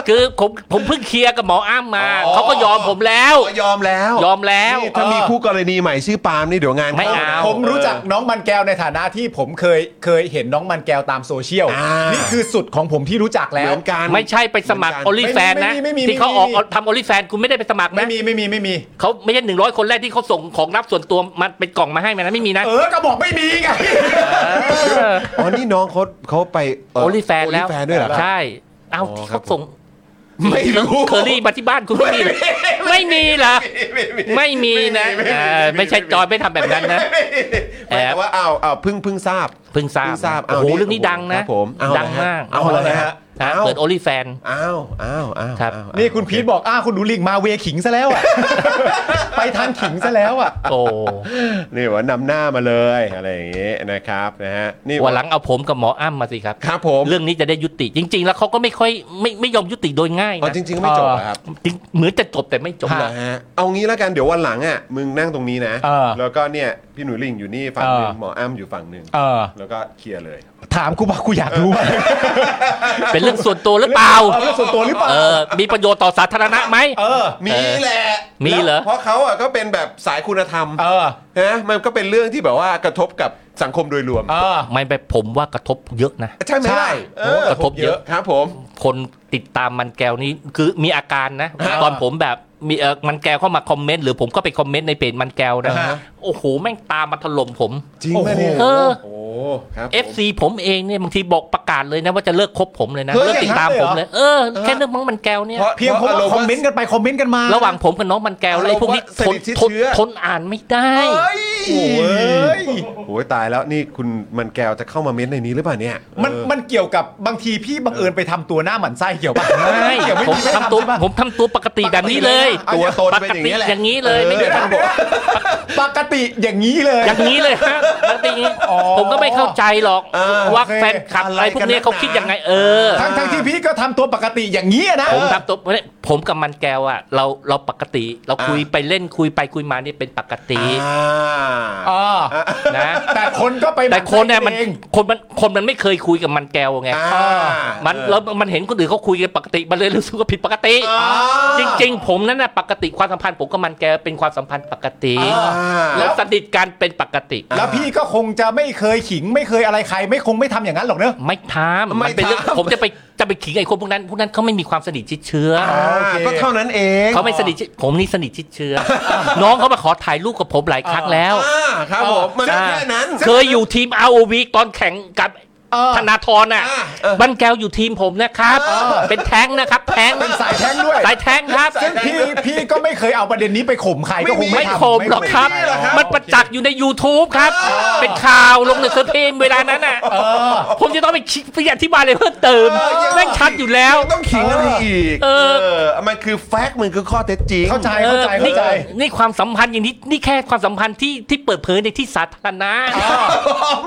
Speaker 5: คือผมผมเพิ่งเคลียร์กับหมออ้ามมา
Speaker 7: อ๋อ
Speaker 5: เขาก็ยอมผมแล้ว
Speaker 7: อ๋อยอมแล้ว
Speaker 5: ยอมแล้ว
Speaker 3: นี่ถ้ามีคู่กรณีใหม่ชื่อปาล์มนี่เดี๋ยวงาน
Speaker 5: ไม่
Speaker 3: เข้า
Speaker 5: เอา
Speaker 4: ผมรู้จักน้องมันแก้วในฐานะที่ผมเคยเคยเห็นน้องมันแก้วตามโซเชียล
Speaker 3: อ่านี่
Speaker 4: นี่คือสุดของผมที่รู้จักแล้ว
Speaker 3: เหมือนกัน
Speaker 5: ไม่ใช่ไปสมัคร
Speaker 3: เหมื
Speaker 5: โอ
Speaker 3: อนกัน
Speaker 5: ลิแฟนนะ
Speaker 4: ไม่มีไม่มีไม่มี
Speaker 5: ที่เขาออก
Speaker 4: ไม่มี
Speaker 5: ทำโอลิแฟนคุณไม่ได้ไปสมัคร
Speaker 4: ไม่
Speaker 5: นะ
Speaker 4: มีไม่มีไม่มี
Speaker 5: เขาไม่ใช่หนึ่งร้อยคนแรกที่เขาส่งของรับส่วนตัวมาเป็นกล่องมาให้มานะไม่มีนะ
Speaker 4: เออก็บอกไม่มีไง [laughs]
Speaker 5: เออ
Speaker 3: อ๋อนี่น้องเขาเขาไปเ
Speaker 5: โอลิแฟนแล้ว
Speaker 3: OnlyFans ด้วยเหรอครับ
Speaker 5: ใช่ เอา
Speaker 3: อ๋อ
Speaker 5: ที่
Speaker 3: ครับ
Speaker 5: เขา
Speaker 3: ผม
Speaker 5: ส่งไม่รู้เคอรี่มาที่บ้านคุณไม่มีเหรอไม่มีเหรอไม่มีนะเออไม่ใช่จอยไม่ทำแบบนั้นนะ แอ
Speaker 3: แอบ ว่าอ้าวอ้าวเพิ่งเพิ่งทราบ
Speaker 5: เพิ่งทราบ
Speaker 3: เพิ่งทราบ
Speaker 5: โอ้โห
Speaker 3: เอาดิ
Speaker 5: เรื่องนี้ดัง
Speaker 3: ค
Speaker 5: นะ
Speaker 3: รับผมเอา
Speaker 5: ดัง
Speaker 3: เลยฮะ
Speaker 5: มาก
Speaker 3: เอาเลยฮะ
Speaker 5: นะ
Speaker 3: เอา
Speaker 5: เปิดโอลิแฟน
Speaker 3: อ้าวอ้าวอ้าว
Speaker 5: ครับ
Speaker 3: อ้าว
Speaker 4: นี่คุณพีทบอกอ้าวคุณดูลิงมาเวขิงซะแล้ว [laughs] อ่ะ ไปทางขิงซะแล้วอ่ะ
Speaker 5: โอ้
Speaker 3: นี่ว่านำหน้ามาเลยอะไรอย่างงี้นะครับนะฮะนี่
Speaker 5: วันหลังเอาผมกับหมออ้ำมาสิครับ
Speaker 3: ครับผม
Speaker 5: เรื่องนี้จะได้ยุติจริง ๆ แล้วเขาก็ไม่ค่อยไม่ไม่ยอมยุติโดยง่าย
Speaker 3: อ๋อ
Speaker 5: นะ
Speaker 3: จริง ๆ ไม่จบเหรอครับ
Speaker 5: จริงเหมือนจะจบแต่ไม่จบ
Speaker 3: เหรอฮะเอางี้แล้วกันเดี๋ยววันหลังอ่ะมึงนั่งตรงนี้นะ
Speaker 4: เออ
Speaker 3: แล้วก็เนี่ยพี่หนุ่ยลิงอยู่นี่ฝั่งหนึ่ง
Speaker 4: เออ
Speaker 3: หมออ้ำอยู่ฝั่งหนึ่ง
Speaker 4: เออ
Speaker 3: แล้วก็เคลียร์เลย
Speaker 4: ถามกูว่ากูอยากรู้ว่า
Speaker 5: เป็นเรื่องส่วนตัวหรือเปล่า
Speaker 4: เรื่องส่วนตัวหรือเปล่า
Speaker 5: เออมีประโยชน์ต่อสาธารณะไหม
Speaker 4: เออ
Speaker 3: มีแหละ
Speaker 5: มีเหรอ
Speaker 3: แล้วเพราะเขาอ่ะก็เป็นแบบสายคุณธรรม
Speaker 4: เออ
Speaker 3: นะมันก็เป็นเรื่องที่แบบว่ากระทบกับสังคมโดยรวม
Speaker 4: เออ
Speaker 5: ไม่ไปผมว่ากระทบเยอะนะ
Speaker 3: ใช่ไหม
Speaker 4: ใช่
Speaker 3: ล่ะเออก
Speaker 5: ระทบเยอะ
Speaker 3: ครับผม
Speaker 5: คนติดตามมันแก้วนี้คือมีอาการนะ ตอนผมแบบมีเออมันแก้วเข้ามาคอมเมนต์หรือผมก็ไปคอมเมนต์ในเพจมันแก้วนะ
Speaker 4: อ่าฮะ
Speaker 5: โอ้โหแม่งตามมาถล่มผม
Speaker 3: จริงป่ะเนี่ย
Speaker 5: โอ้โห
Speaker 3: โอ้ครับผม
Speaker 5: FC ผมเองเนี่ยบางทีบอกประกาศเลยนะว่าจะเลิกคบผมเลยนะ
Speaker 4: เฮ้ย
Speaker 5: เลิกติดตาม
Speaker 4: อย่าง
Speaker 5: ผ
Speaker 4: นั้
Speaker 5: ม
Speaker 4: น
Speaker 5: เล
Speaker 4: เลย ย
Speaker 5: เออแค่เรื่องของมันแก้วเนี่ย
Speaker 3: เพราะ
Speaker 4: เพียงเพราะว่าคอมเมนต์กันไปคอมเมนต์กันมา
Speaker 5: ระหว่างผมกับน้องมันแก้วแล้วไอ้พวกนี้
Speaker 3: เพ
Speaker 5: ท
Speaker 3: ราะ
Speaker 5: น
Speaker 3: ว่าสนิทชิด
Speaker 5: ทน
Speaker 3: เชื้อ
Speaker 5: ทนอ่านไม่ได้
Speaker 3: เอ้ย
Speaker 4: โอ้ย
Speaker 3: โอ้ยตายแล้วนี่คุณมันแก้วจะเข้ามาเม้นในนี้หรือเปล่าเนี่ย
Speaker 4: มันมันเกี่ยวกับบางทีพี่บังเอิญไปทำตัวหน้าหมันไส้เกี่ยวป่ะ
Speaker 5: ไม่
Speaker 4: เกี่ยวไม่
Speaker 5: ผม
Speaker 4: มีใคร
Speaker 5: ทำตัว
Speaker 4: ใช่ปะ
Speaker 5: ผมทำตัวปกติแบบนี้เลย
Speaker 3: ตัวตน
Speaker 5: ป
Speaker 3: เป็นอ
Speaker 5: ก
Speaker 3: ย่าง
Speaker 5: ติ
Speaker 3: นี้ยแหละ
Speaker 5: อย่างนี้เลยไม่มีทางบอก
Speaker 4: ปกติอย่างนี้เลย
Speaker 5: อย่างนี้เลยฮะปกติอย่างนี้
Speaker 4: อ๋อ
Speaker 5: ผมก็ไม่เข้าใจหรอก
Speaker 4: เออ
Speaker 5: ว่า
Speaker 4: โอเค
Speaker 5: แฟนคลับอะไรพวกเนี้ยเขาคิดยังไงเออ
Speaker 4: ทั้งทั้งที่พี่ก็ทำตัวปกติอย่างนี้อะนะ
Speaker 5: ผมทำตัวผมกับมันแก้วอ่ะเราเราปกติ เราคุยไปเล่นคุยไปคุยมานี่เป็นปกติ
Speaker 3: อ่
Speaker 4: เอา อ
Speaker 5: นะ
Speaker 4: แต่คนก็ไปห
Speaker 5: แต่คนเนี่ยมัน
Speaker 4: เอง
Speaker 5: คนมันคนมันไม่เคยคุยกับมันแก้วไง
Speaker 3: อ่า
Speaker 5: มัน
Speaker 3: เออ
Speaker 5: แล้วมันเห็นคนอื่นเขาคุยกันปกติ มันเลยรู้สึกว่าผิดปกติ จริงๆ ผมนั้นน่ะปกติความสัมพันธ์ผมกับมันแกเป็นความสัมพันธ์ปกติ
Speaker 4: เออ
Speaker 5: แล้
Speaker 4: แล้ว ว
Speaker 5: สนิทกันเป็นปกติ
Speaker 4: แล้วพี่ก็คงจะไม่เคยขิงไม่เคยอะไรใคร ไม่คงไม่ทำอย่างนั้นหรอกเนอะ
Speaker 5: ไม่ทำ
Speaker 3: ไม่
Speaker 5: มันเป็นเรื่อง
Speaker 3: ทำ
Speaker 5: ผมจะไปจะไปขิงไอ้คนพวกนั้นพวกนั้นเขาไม่มีความสนิทชิดเชื้ออ
Speaker 3: อ่า
Speaker 4: โอเค
Speaker 3: ก็เท่านั้นเอง
Speaker 5: เขาไม่สนิทชิดผมนี่สนิทชิดเชื้ออน้องเขามาขอถ่ายรูปกับผมหลายครั้งแล้ว
Speaker 3: อ่าครับผมมันก็แค่นั้น
Speaker 5: เคยอยู่ทีม ROV ตอนแข่งกับ
Speaker 4: เออ
Speaker 5: ธนาธรน่ะ
Speaker 3: อ่าเออ
Speaker 5: บันแก้วอยู่ทีมผมนะครับ เป็นแท้งนะครับ แท้ง
Speaker 4: เป็นสายแท้งด้วย
Speaker 5: สายแท้งครับ
Speaker 4: ซึ่งพี่พี่ก็ไม่เคยเอาประเด็นนี้ไปข่มใครก็คง
Speaker 5: ไม่
Speaker 4: ไม่ทำ
Speaker 5: คมหรอกครับ
Speaker 4: ไม่มีหอก
Speaker 5: มันประจักษ์อยู่ใน YouTube ครับ เป็นข่าวลงในเซอร์เพมเวลานั้นน่ะผมจะต้องไปคิดไปอธิบายอะไรเพิ่มเติมแม่งชัดอยู่แล้ว
Speaker 3: ต้องขิงอะไรอีก
Speaker 5: เออ
Speaker 3: มันคือแฟกต์มันคือข้อเท็จจริง
Speaker 4: เข้าใจเข้าใจ
Speaker 5: นี่
Speaker 4: เข้าใจ
Speaker 5: นี่ความสัมพันธ์อย่างนี้ นี่แค่ความสัมพันธ์ที่ที่เปิดเผยในที่สาธารณะ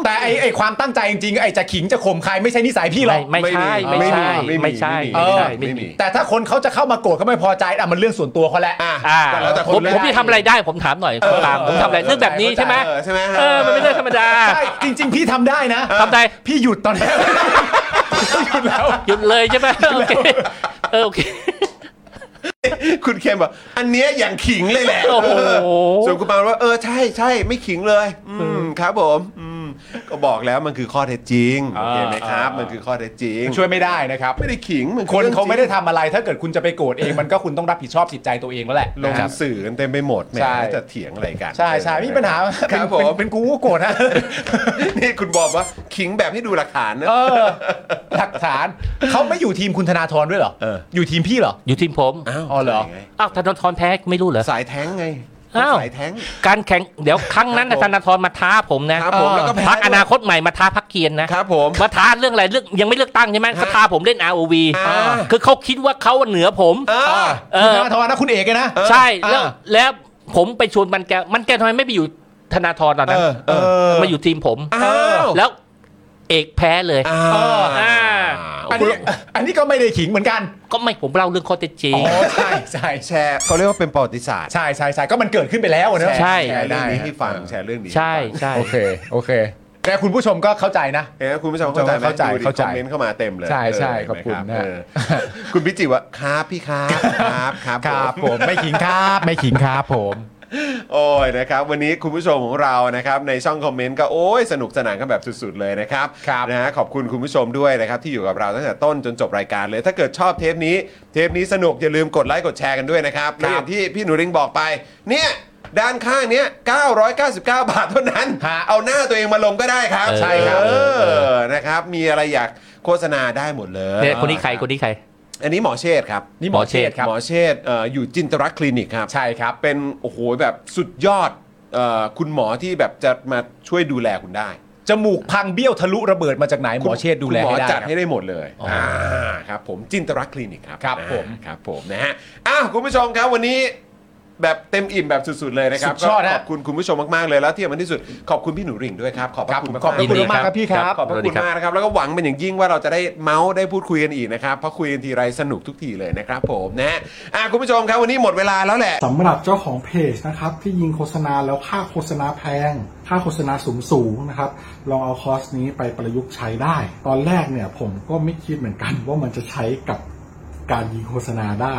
Speaker 4: แต่ไอไอความตั้งใจจริงๆไอจะขิงจะข่มใครไม่ใช่นิสัยพี่หรอ
Speaker 5: ไม่
Speaker 4: ก
Speaker 5: ไม่ใช่
Speaker 3: ไม่
Speaker 5: ไม่
Speaker 3: มี
Speaker 5: ใช่
Speaker 3: ไม่
Speaker 5: ไม่
Speaker 3: มี
Speaker 5: ใช่
Speaker 3: ไม่มี
Speaker 5: ไม่ใช่
Speaker 3: ไม่มี
Speaker 5: ไม่มี
Speaker 4: แต่ถ้าคนเขาจะเข้ามาโกรธเขาไม่พอใจอ่ะมันเรื่องส่วนตัวเขาแหละ
Speaker 3: อ่ะ
Speaker 5: อ่า
Speaker 3: ก็แล้วแต่ค
Speaker 5: ผม
Speaker 3: นเลย
Speaker 5: ผมจะทำอะไรได้ผมถามหน่อยคุณปาล์มผมทำอะไรเรื่องแบบนี้ใช่ไหม
Speaker 3: เออใช่ไหมฮะ
Speaker 5: เออมันเป็นเรื่องธรรมดา
Speaker 4: ใช่จริง ๆ พี่ทำได้นะ
Speaker 5: ทำได้
Speaker 4: พี่หยุดตอนนี้ พี่หยุดแล้ว
Speaker 5: หยุดเลยใช่ไหมโอเคเออโอเค
Speaker 3: คุณเคมบอกอันเนี้ยอย่างขิงเลยแหละ
Speaker 5: โอ้โห
Speaker 3: ส่วนคุณปาล์มว่าเออใช่ใช่ไม่ขิงเลย อืมครับผมอืมก็บอกแล้วมันคือข้อเท็จจริงโอเคไหมครับ มันคือข้อเท็จจริง
Speaker 4: ช่วยไม่ได้นะครับ
Speaker 3: ไม่ได้ขิงมันอ
Speaker 4: คนเขาไม่ได้
Speaker 3: รื่องจริ
Speaker 4: ทำอะไร ถ้าเกิดคุณจะไปโกรธเองมันก็คุณต้องรับผิดชอบจิตใจตัวเองแล้วแหละ
Speaker 3: งลงสื่อกันเต็มไปหมดแหม่
Speaker 4: ใช่
Speaker 3: จะเถียงอะไรกัน
Speaker 4: ใช่ใช่ไม่มีปัญหา
Speaker 3: ค
Speaker 4: เป็น
Speaker 3: รับผ
Speaker 4: เป็น
Speaker 3: ม
Speaker 4: เป็นกูก็โกรธนะ
Speaker 3: นี่คุณบอกว่าขิงแบบให้ดูหลักฐานนะ
Speaker 4: เออหลักฐานเขาไม่อยู่ทีมคุณธนาธรด้วยเหรอ
Speaker 3: เอออ
Speaker 4: อยู่ทีมพี่เหรอ
Speaker 5: อยู่ทีมผม
Speaker 3: อ้าว
Speaker 4: อ๋อเหรอ
Speaker 3: ใช่ไง
Speaker 5: อ้าวธนาธรแพ้ไม่รู้เหรอ
Speaker 3: สายแท้งไง
Speaker 5: อ้าว
Speaker 3: สายแท้ง
Speaker 5: การแข่งเดี๋ยวครั้งนั้น
Speaker 3: ครั
Speaker 5: นะ
Speaker 3: บผม
Speaker 5: ธนาธรมาท้าผมนะครับ
Speaker 3: ผมแล้วก็แพ้
Speaker 5: พัก
Speaker 3: ด้วย
Speaker 5: อนาคตใหม่มาท้าพักเกียนนะครับ
Speaker 3: ผม
Speaker 5: มาท้าเรื่องอะไรเรื่องยังไม่เลือกตั้งใช่ไหมสภาผมเล่น ROV
Speaker 3: อ่า
Speaker 5: คือเขาคิดว่าเขาเหนือผม
Speaker 3: อ่า
Speaker 5: เอ
Speaker 4: คุณธ
Speaker 5: อ
Speaker 4: นาธรนะคุณเอกไงนะ
Speaker 5: ใช่แล้ว
Speaker 4: อ่า
Speaker 5: แล้วผมไปชวนมันแกวมันแกวทำไมไม่ไปอยู่ธนาธรตอนนั้น
Speaker 3: เออเออ
Speaker 5: มาอยู่ทีมผม
Speaker 3: อ้าว
Speaker 5: แล้ว เอกแพ้เลย
Speaker 3: อ่า
Speaker 5: อ่า
Speaker 4: อันนี้อันนี้ก็ไม่ได้ขิงเหมือนกัน
Speaker 5: ก็ไม่ผมเล่าเรื่องข้อเท็จจริง
Speaker 4: อ๋อใช่ใช่
Speaker 3: แชร์เขาเรียกว่าเป็นประวัติศาสตร์
Speaker 4: ใช่ใช่ใช่ก็มันเกิดขึ้นไปแล้วอะเนอะ
Speaker 5: ใช่
Speaker 3: แชร์เรื่องนี้ให้ฟัง
Speaker 4: ได้
Speaker 3: แชร์เรื่องนี้
Speaker 5: ใช่ใช่
Speaker 4: โอเคโอเค แต่คุณผู้ชมก็เข้าใจนะ
Speaker 3: เห็นไหมคุณผู้ชมเข้าใจไหม
Speaker 4: เข้าใจ
Speaker 3: ดูดิ
Speaker 4: เข้าใจ
Speaker 3: คอมเมนต์เข้ามาเต็มเลย
Speaker 4: ใช่ใช่
Speaker 3: เห็นไหม
Speaker 4: ขอบคุณนะ
Speaker 3: เออคุณพิจิตรว่าครับพี่ครับครับครับ
Speaker 4: ค
Speaker 3: ผม
Speaker 4: รับผมไม่ขิงครับไม่ขิงครับผม
Speaker 3: โอ้ยนะครับวันนี้คุณผู้ชมของเรานะครับในช่องคอมเมนต์ก็โอ้ยสนุกสนานกันแบบสุดๆเลยนะครับ
Speaker 4: ครับ
Speaker 3: นะฮะขอบคุณคุณผู้ชมด้วยนะครับที่อยู่กับเราตั้งแต่ต้นจนจบรายการเลย ถ้าเกิดชอบเทปนี้ เทปนี้สนุกอย่าลืมกดไลค์กดแชร์กันด้วยนะครับและอย่างที่พี่หนูริงบอกไปเนี่ยด้านข้างเนี้ย999 บาทเท่านั้น
Speaker 4: ฮะ
Speaker 3: เอาหน้าตัวเองมาลงก็ได้ครับ
Speaker 5: เออ
Speaker 3: เออนะครับมีอะไรอยากโฆษณาได้หมดเลย
Speaker 5: เนี่ยคนนี้ใครคนนี้ใคร
Speaker 3: อันนี้หมอเชษฐ์ครับ
Speaker 4: นี่หมอเชษฐ์ครับ
Speaker 3: หมอเชษฐ์เอ่ออยู่จินตรักษณ์คลินิกครับ
Speaker 4: ใช่ครับ
Speaker 3: เป็นโอ้โหแบบสุดยอดเอ่อคุณหมอที่แบบจะมาช่วยดูแลคุณได้
Speaker 4: จมูกพังเบี้ยวทะลุระเบิดมาจากไหนหมอเชษฐ์ดูแล
Speaker 3: คุณหมอ
Speaker 4: ให้ได้
Speaker 3: จัด
Speaker 4: ครับ
Speaker 3: ให้ได้หมดเลยาครับผมจินตรักษณ์คลินิกครับ
Speaker 4: ครับ
Speaker 3: อ่า
Speaker 4: ผม
Speaker 3: ครับผมนะฮะอ้าวคุณผู้ชมครับวันนี้แบบเต็มอิ่มแบบสุดๆเลยนะครับ
Speaker 4: สุดยอด
Speaker 3: ก็
Speaker 4: ฮะ
Speaker 3: ขอบคุณคุณผู้ชมมากๆเลยแล้วที่สำคัญที่สุดขอบคุณพี่หนูริ่งด้วยครับขอบพ
Speaker 4: ค
Speaker 3: ระ
Speaker 4: รับ
Speaker 3: คุณมาก
Speaker 4: ขอบพระ
Speaker 5: ยิ
Speaker 4: คุณ
Speaker 5: นดี
Speaker 4: มาก
Speaker 5: ค
Speaker 4: ค
Speaker 5: รั
Speaker 4: รับบ พี่ครับ
Speaker 3: ขอบพระ
Speaker 5: สวัส
Speaker 3: คุ
Speaker 5: ดี
Speaker 3: ณ
Speaker 5: ครับ
Speaker 3: มากนะครับแล้วก็หวังเป็นอย่างยิ่งว่าเราจะได้เมาส์ได้พูดคุยกันอีกนะครับเพราะคุยกันทีไรสนุกทุกทีเลยนะครับผมนะฮะอ่ะคุณผู้ชมครับวันนี้หมดเวลาแล้วแหละ
Speaker 8: สำหรับเจ้าของเพจนะครับที่ยิงโฆษณาแล้วค่าโฆษณาแพง ค่าโฆษณาสูงสูงๆนะครับลองเอาคอร์สนี้ไปประยุกต์ใช้ได้ ตอนแรกเนี่ยผมก็ไม่คิดเหมือนกัน ว่ามันจะใช้กับการยิงโฆษณาได้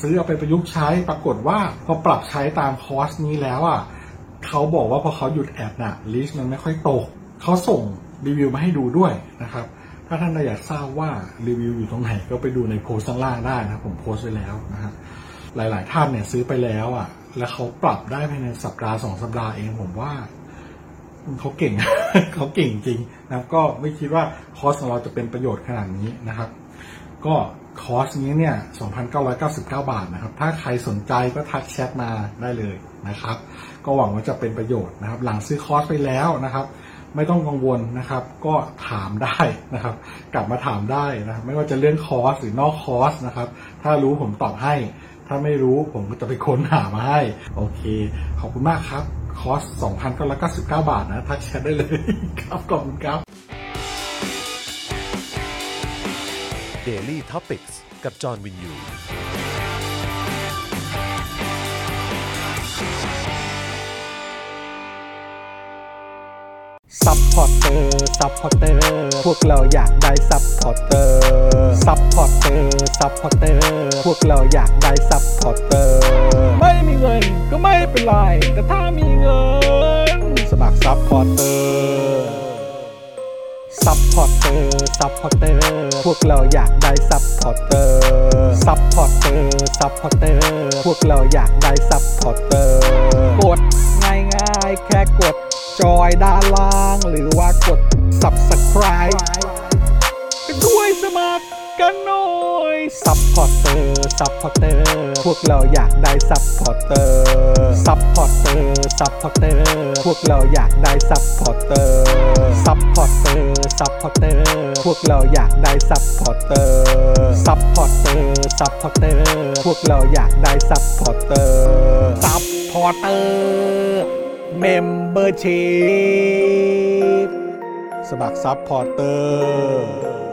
Speaker 8: ซื้อเอาไปประยุกต์ใช้ปรากฏว่าพอปรับใช้ตามคอร์สนี้แล้วอ่ะเขาบอกว่าพอเขาหยุดแอดน่ะลิสต์มันไม่ค่อยตกเขาส่งรีวิวมาให้ดูด้วยนะครับ ถ้าท่านอยากทราบว่ารีวิวอยู่ตรงไหนก็ไปดูในโพสต์ข้างล่างได้นะครับผมโพสต์ไว้แล้วนะครับ หลาย ๆ ท่านเนี่ยซื้อไปแล้วอ่ะ แล้วเขาปรับได้ภายในสัปดาห์สองสัปดาห์เองผมว่าเขาเก่ง [laughs] เขาเก่งจริงนะครับก็ไม่คิดว่าคอร์สของเราจะเป็นประโยชน์ขนาดนี้นะครับ ก็คอร์สนี้เนี่ย 2,999 บาทนะครับ ถ้าใครสนใจก็ทักแชทมาได้เลยนะครับ ก็หวังว่าจะเป็นประโยชน์นะครับ หลังซื้อคอร์สไปแล้วนะครับ ไม่ต้องกังวลนะครับ ก็ถามได้นะครับ กลับมาถามได้นะครับ ไม่ว่าจะเรื่องคอร์สหรือนอกคอร์สนะครับ ถ้ารู้ผมตอบให้ ถ้าไม่รู้ผมก็จะไปค้นหามาให้ โอเค ขอบคุณมากครับ คอร์ส 2,999 บาทนะ ทักแชทได้เลยครับ ขอบคุณครับ
Speaker 2: Daily Topics กับจอห์นวินยู
Speaker 1: ซัพพอร์เตอร์ซัพพอร์เตอร์ พวกเราอยากได้ซัพพอร์เตอร์ซัพพอร์เตอร์ซัพพอร์เตอร์ พวกเราอยากได้ซัพพอร์เตอร์ ไม่มีเงินก็ไม่เป็นไร แต่ถ้ามีเงิน สมัครซัพพอร์เตอร์ ซัพพอร์เตอร์ ซัพพอร์เตอร์ พวกเราอยากได้ซัพพอร์เตอร์ ซัพพอร์เตอร์ ซัพพอร์เตอร์ พวกเราอยากได้ซัพพอร์เตอร์ กดง่ายง่ายๆแค่กดจอยด้านล่าง หรือว่ากด subscribe ไปด้วยสมัครกันหน่อย ซัพพอร์เตอร์ ซัพพอร์เตอร์ พวกเราอยากได้ซัพพอร์เตอร์ ซัพพอร์เตอร์ ซัพพอร์เตอร์ พวกเราอยากได้ซัพพอร์เตอร์ ซัพพอร์เตอร์ ซัพพอร์เตอร์ พวกเราอยากได้ซัพพอร์เตอร์ ซัพพอร์เตอร์ ซัพพอร์เตอร์ พวกเราอยากได้ซัพพอร์เตอร์ ซัพพอร์เตอร์ เมมเบอร์ชีพสมัครซัพพอร์เตอร์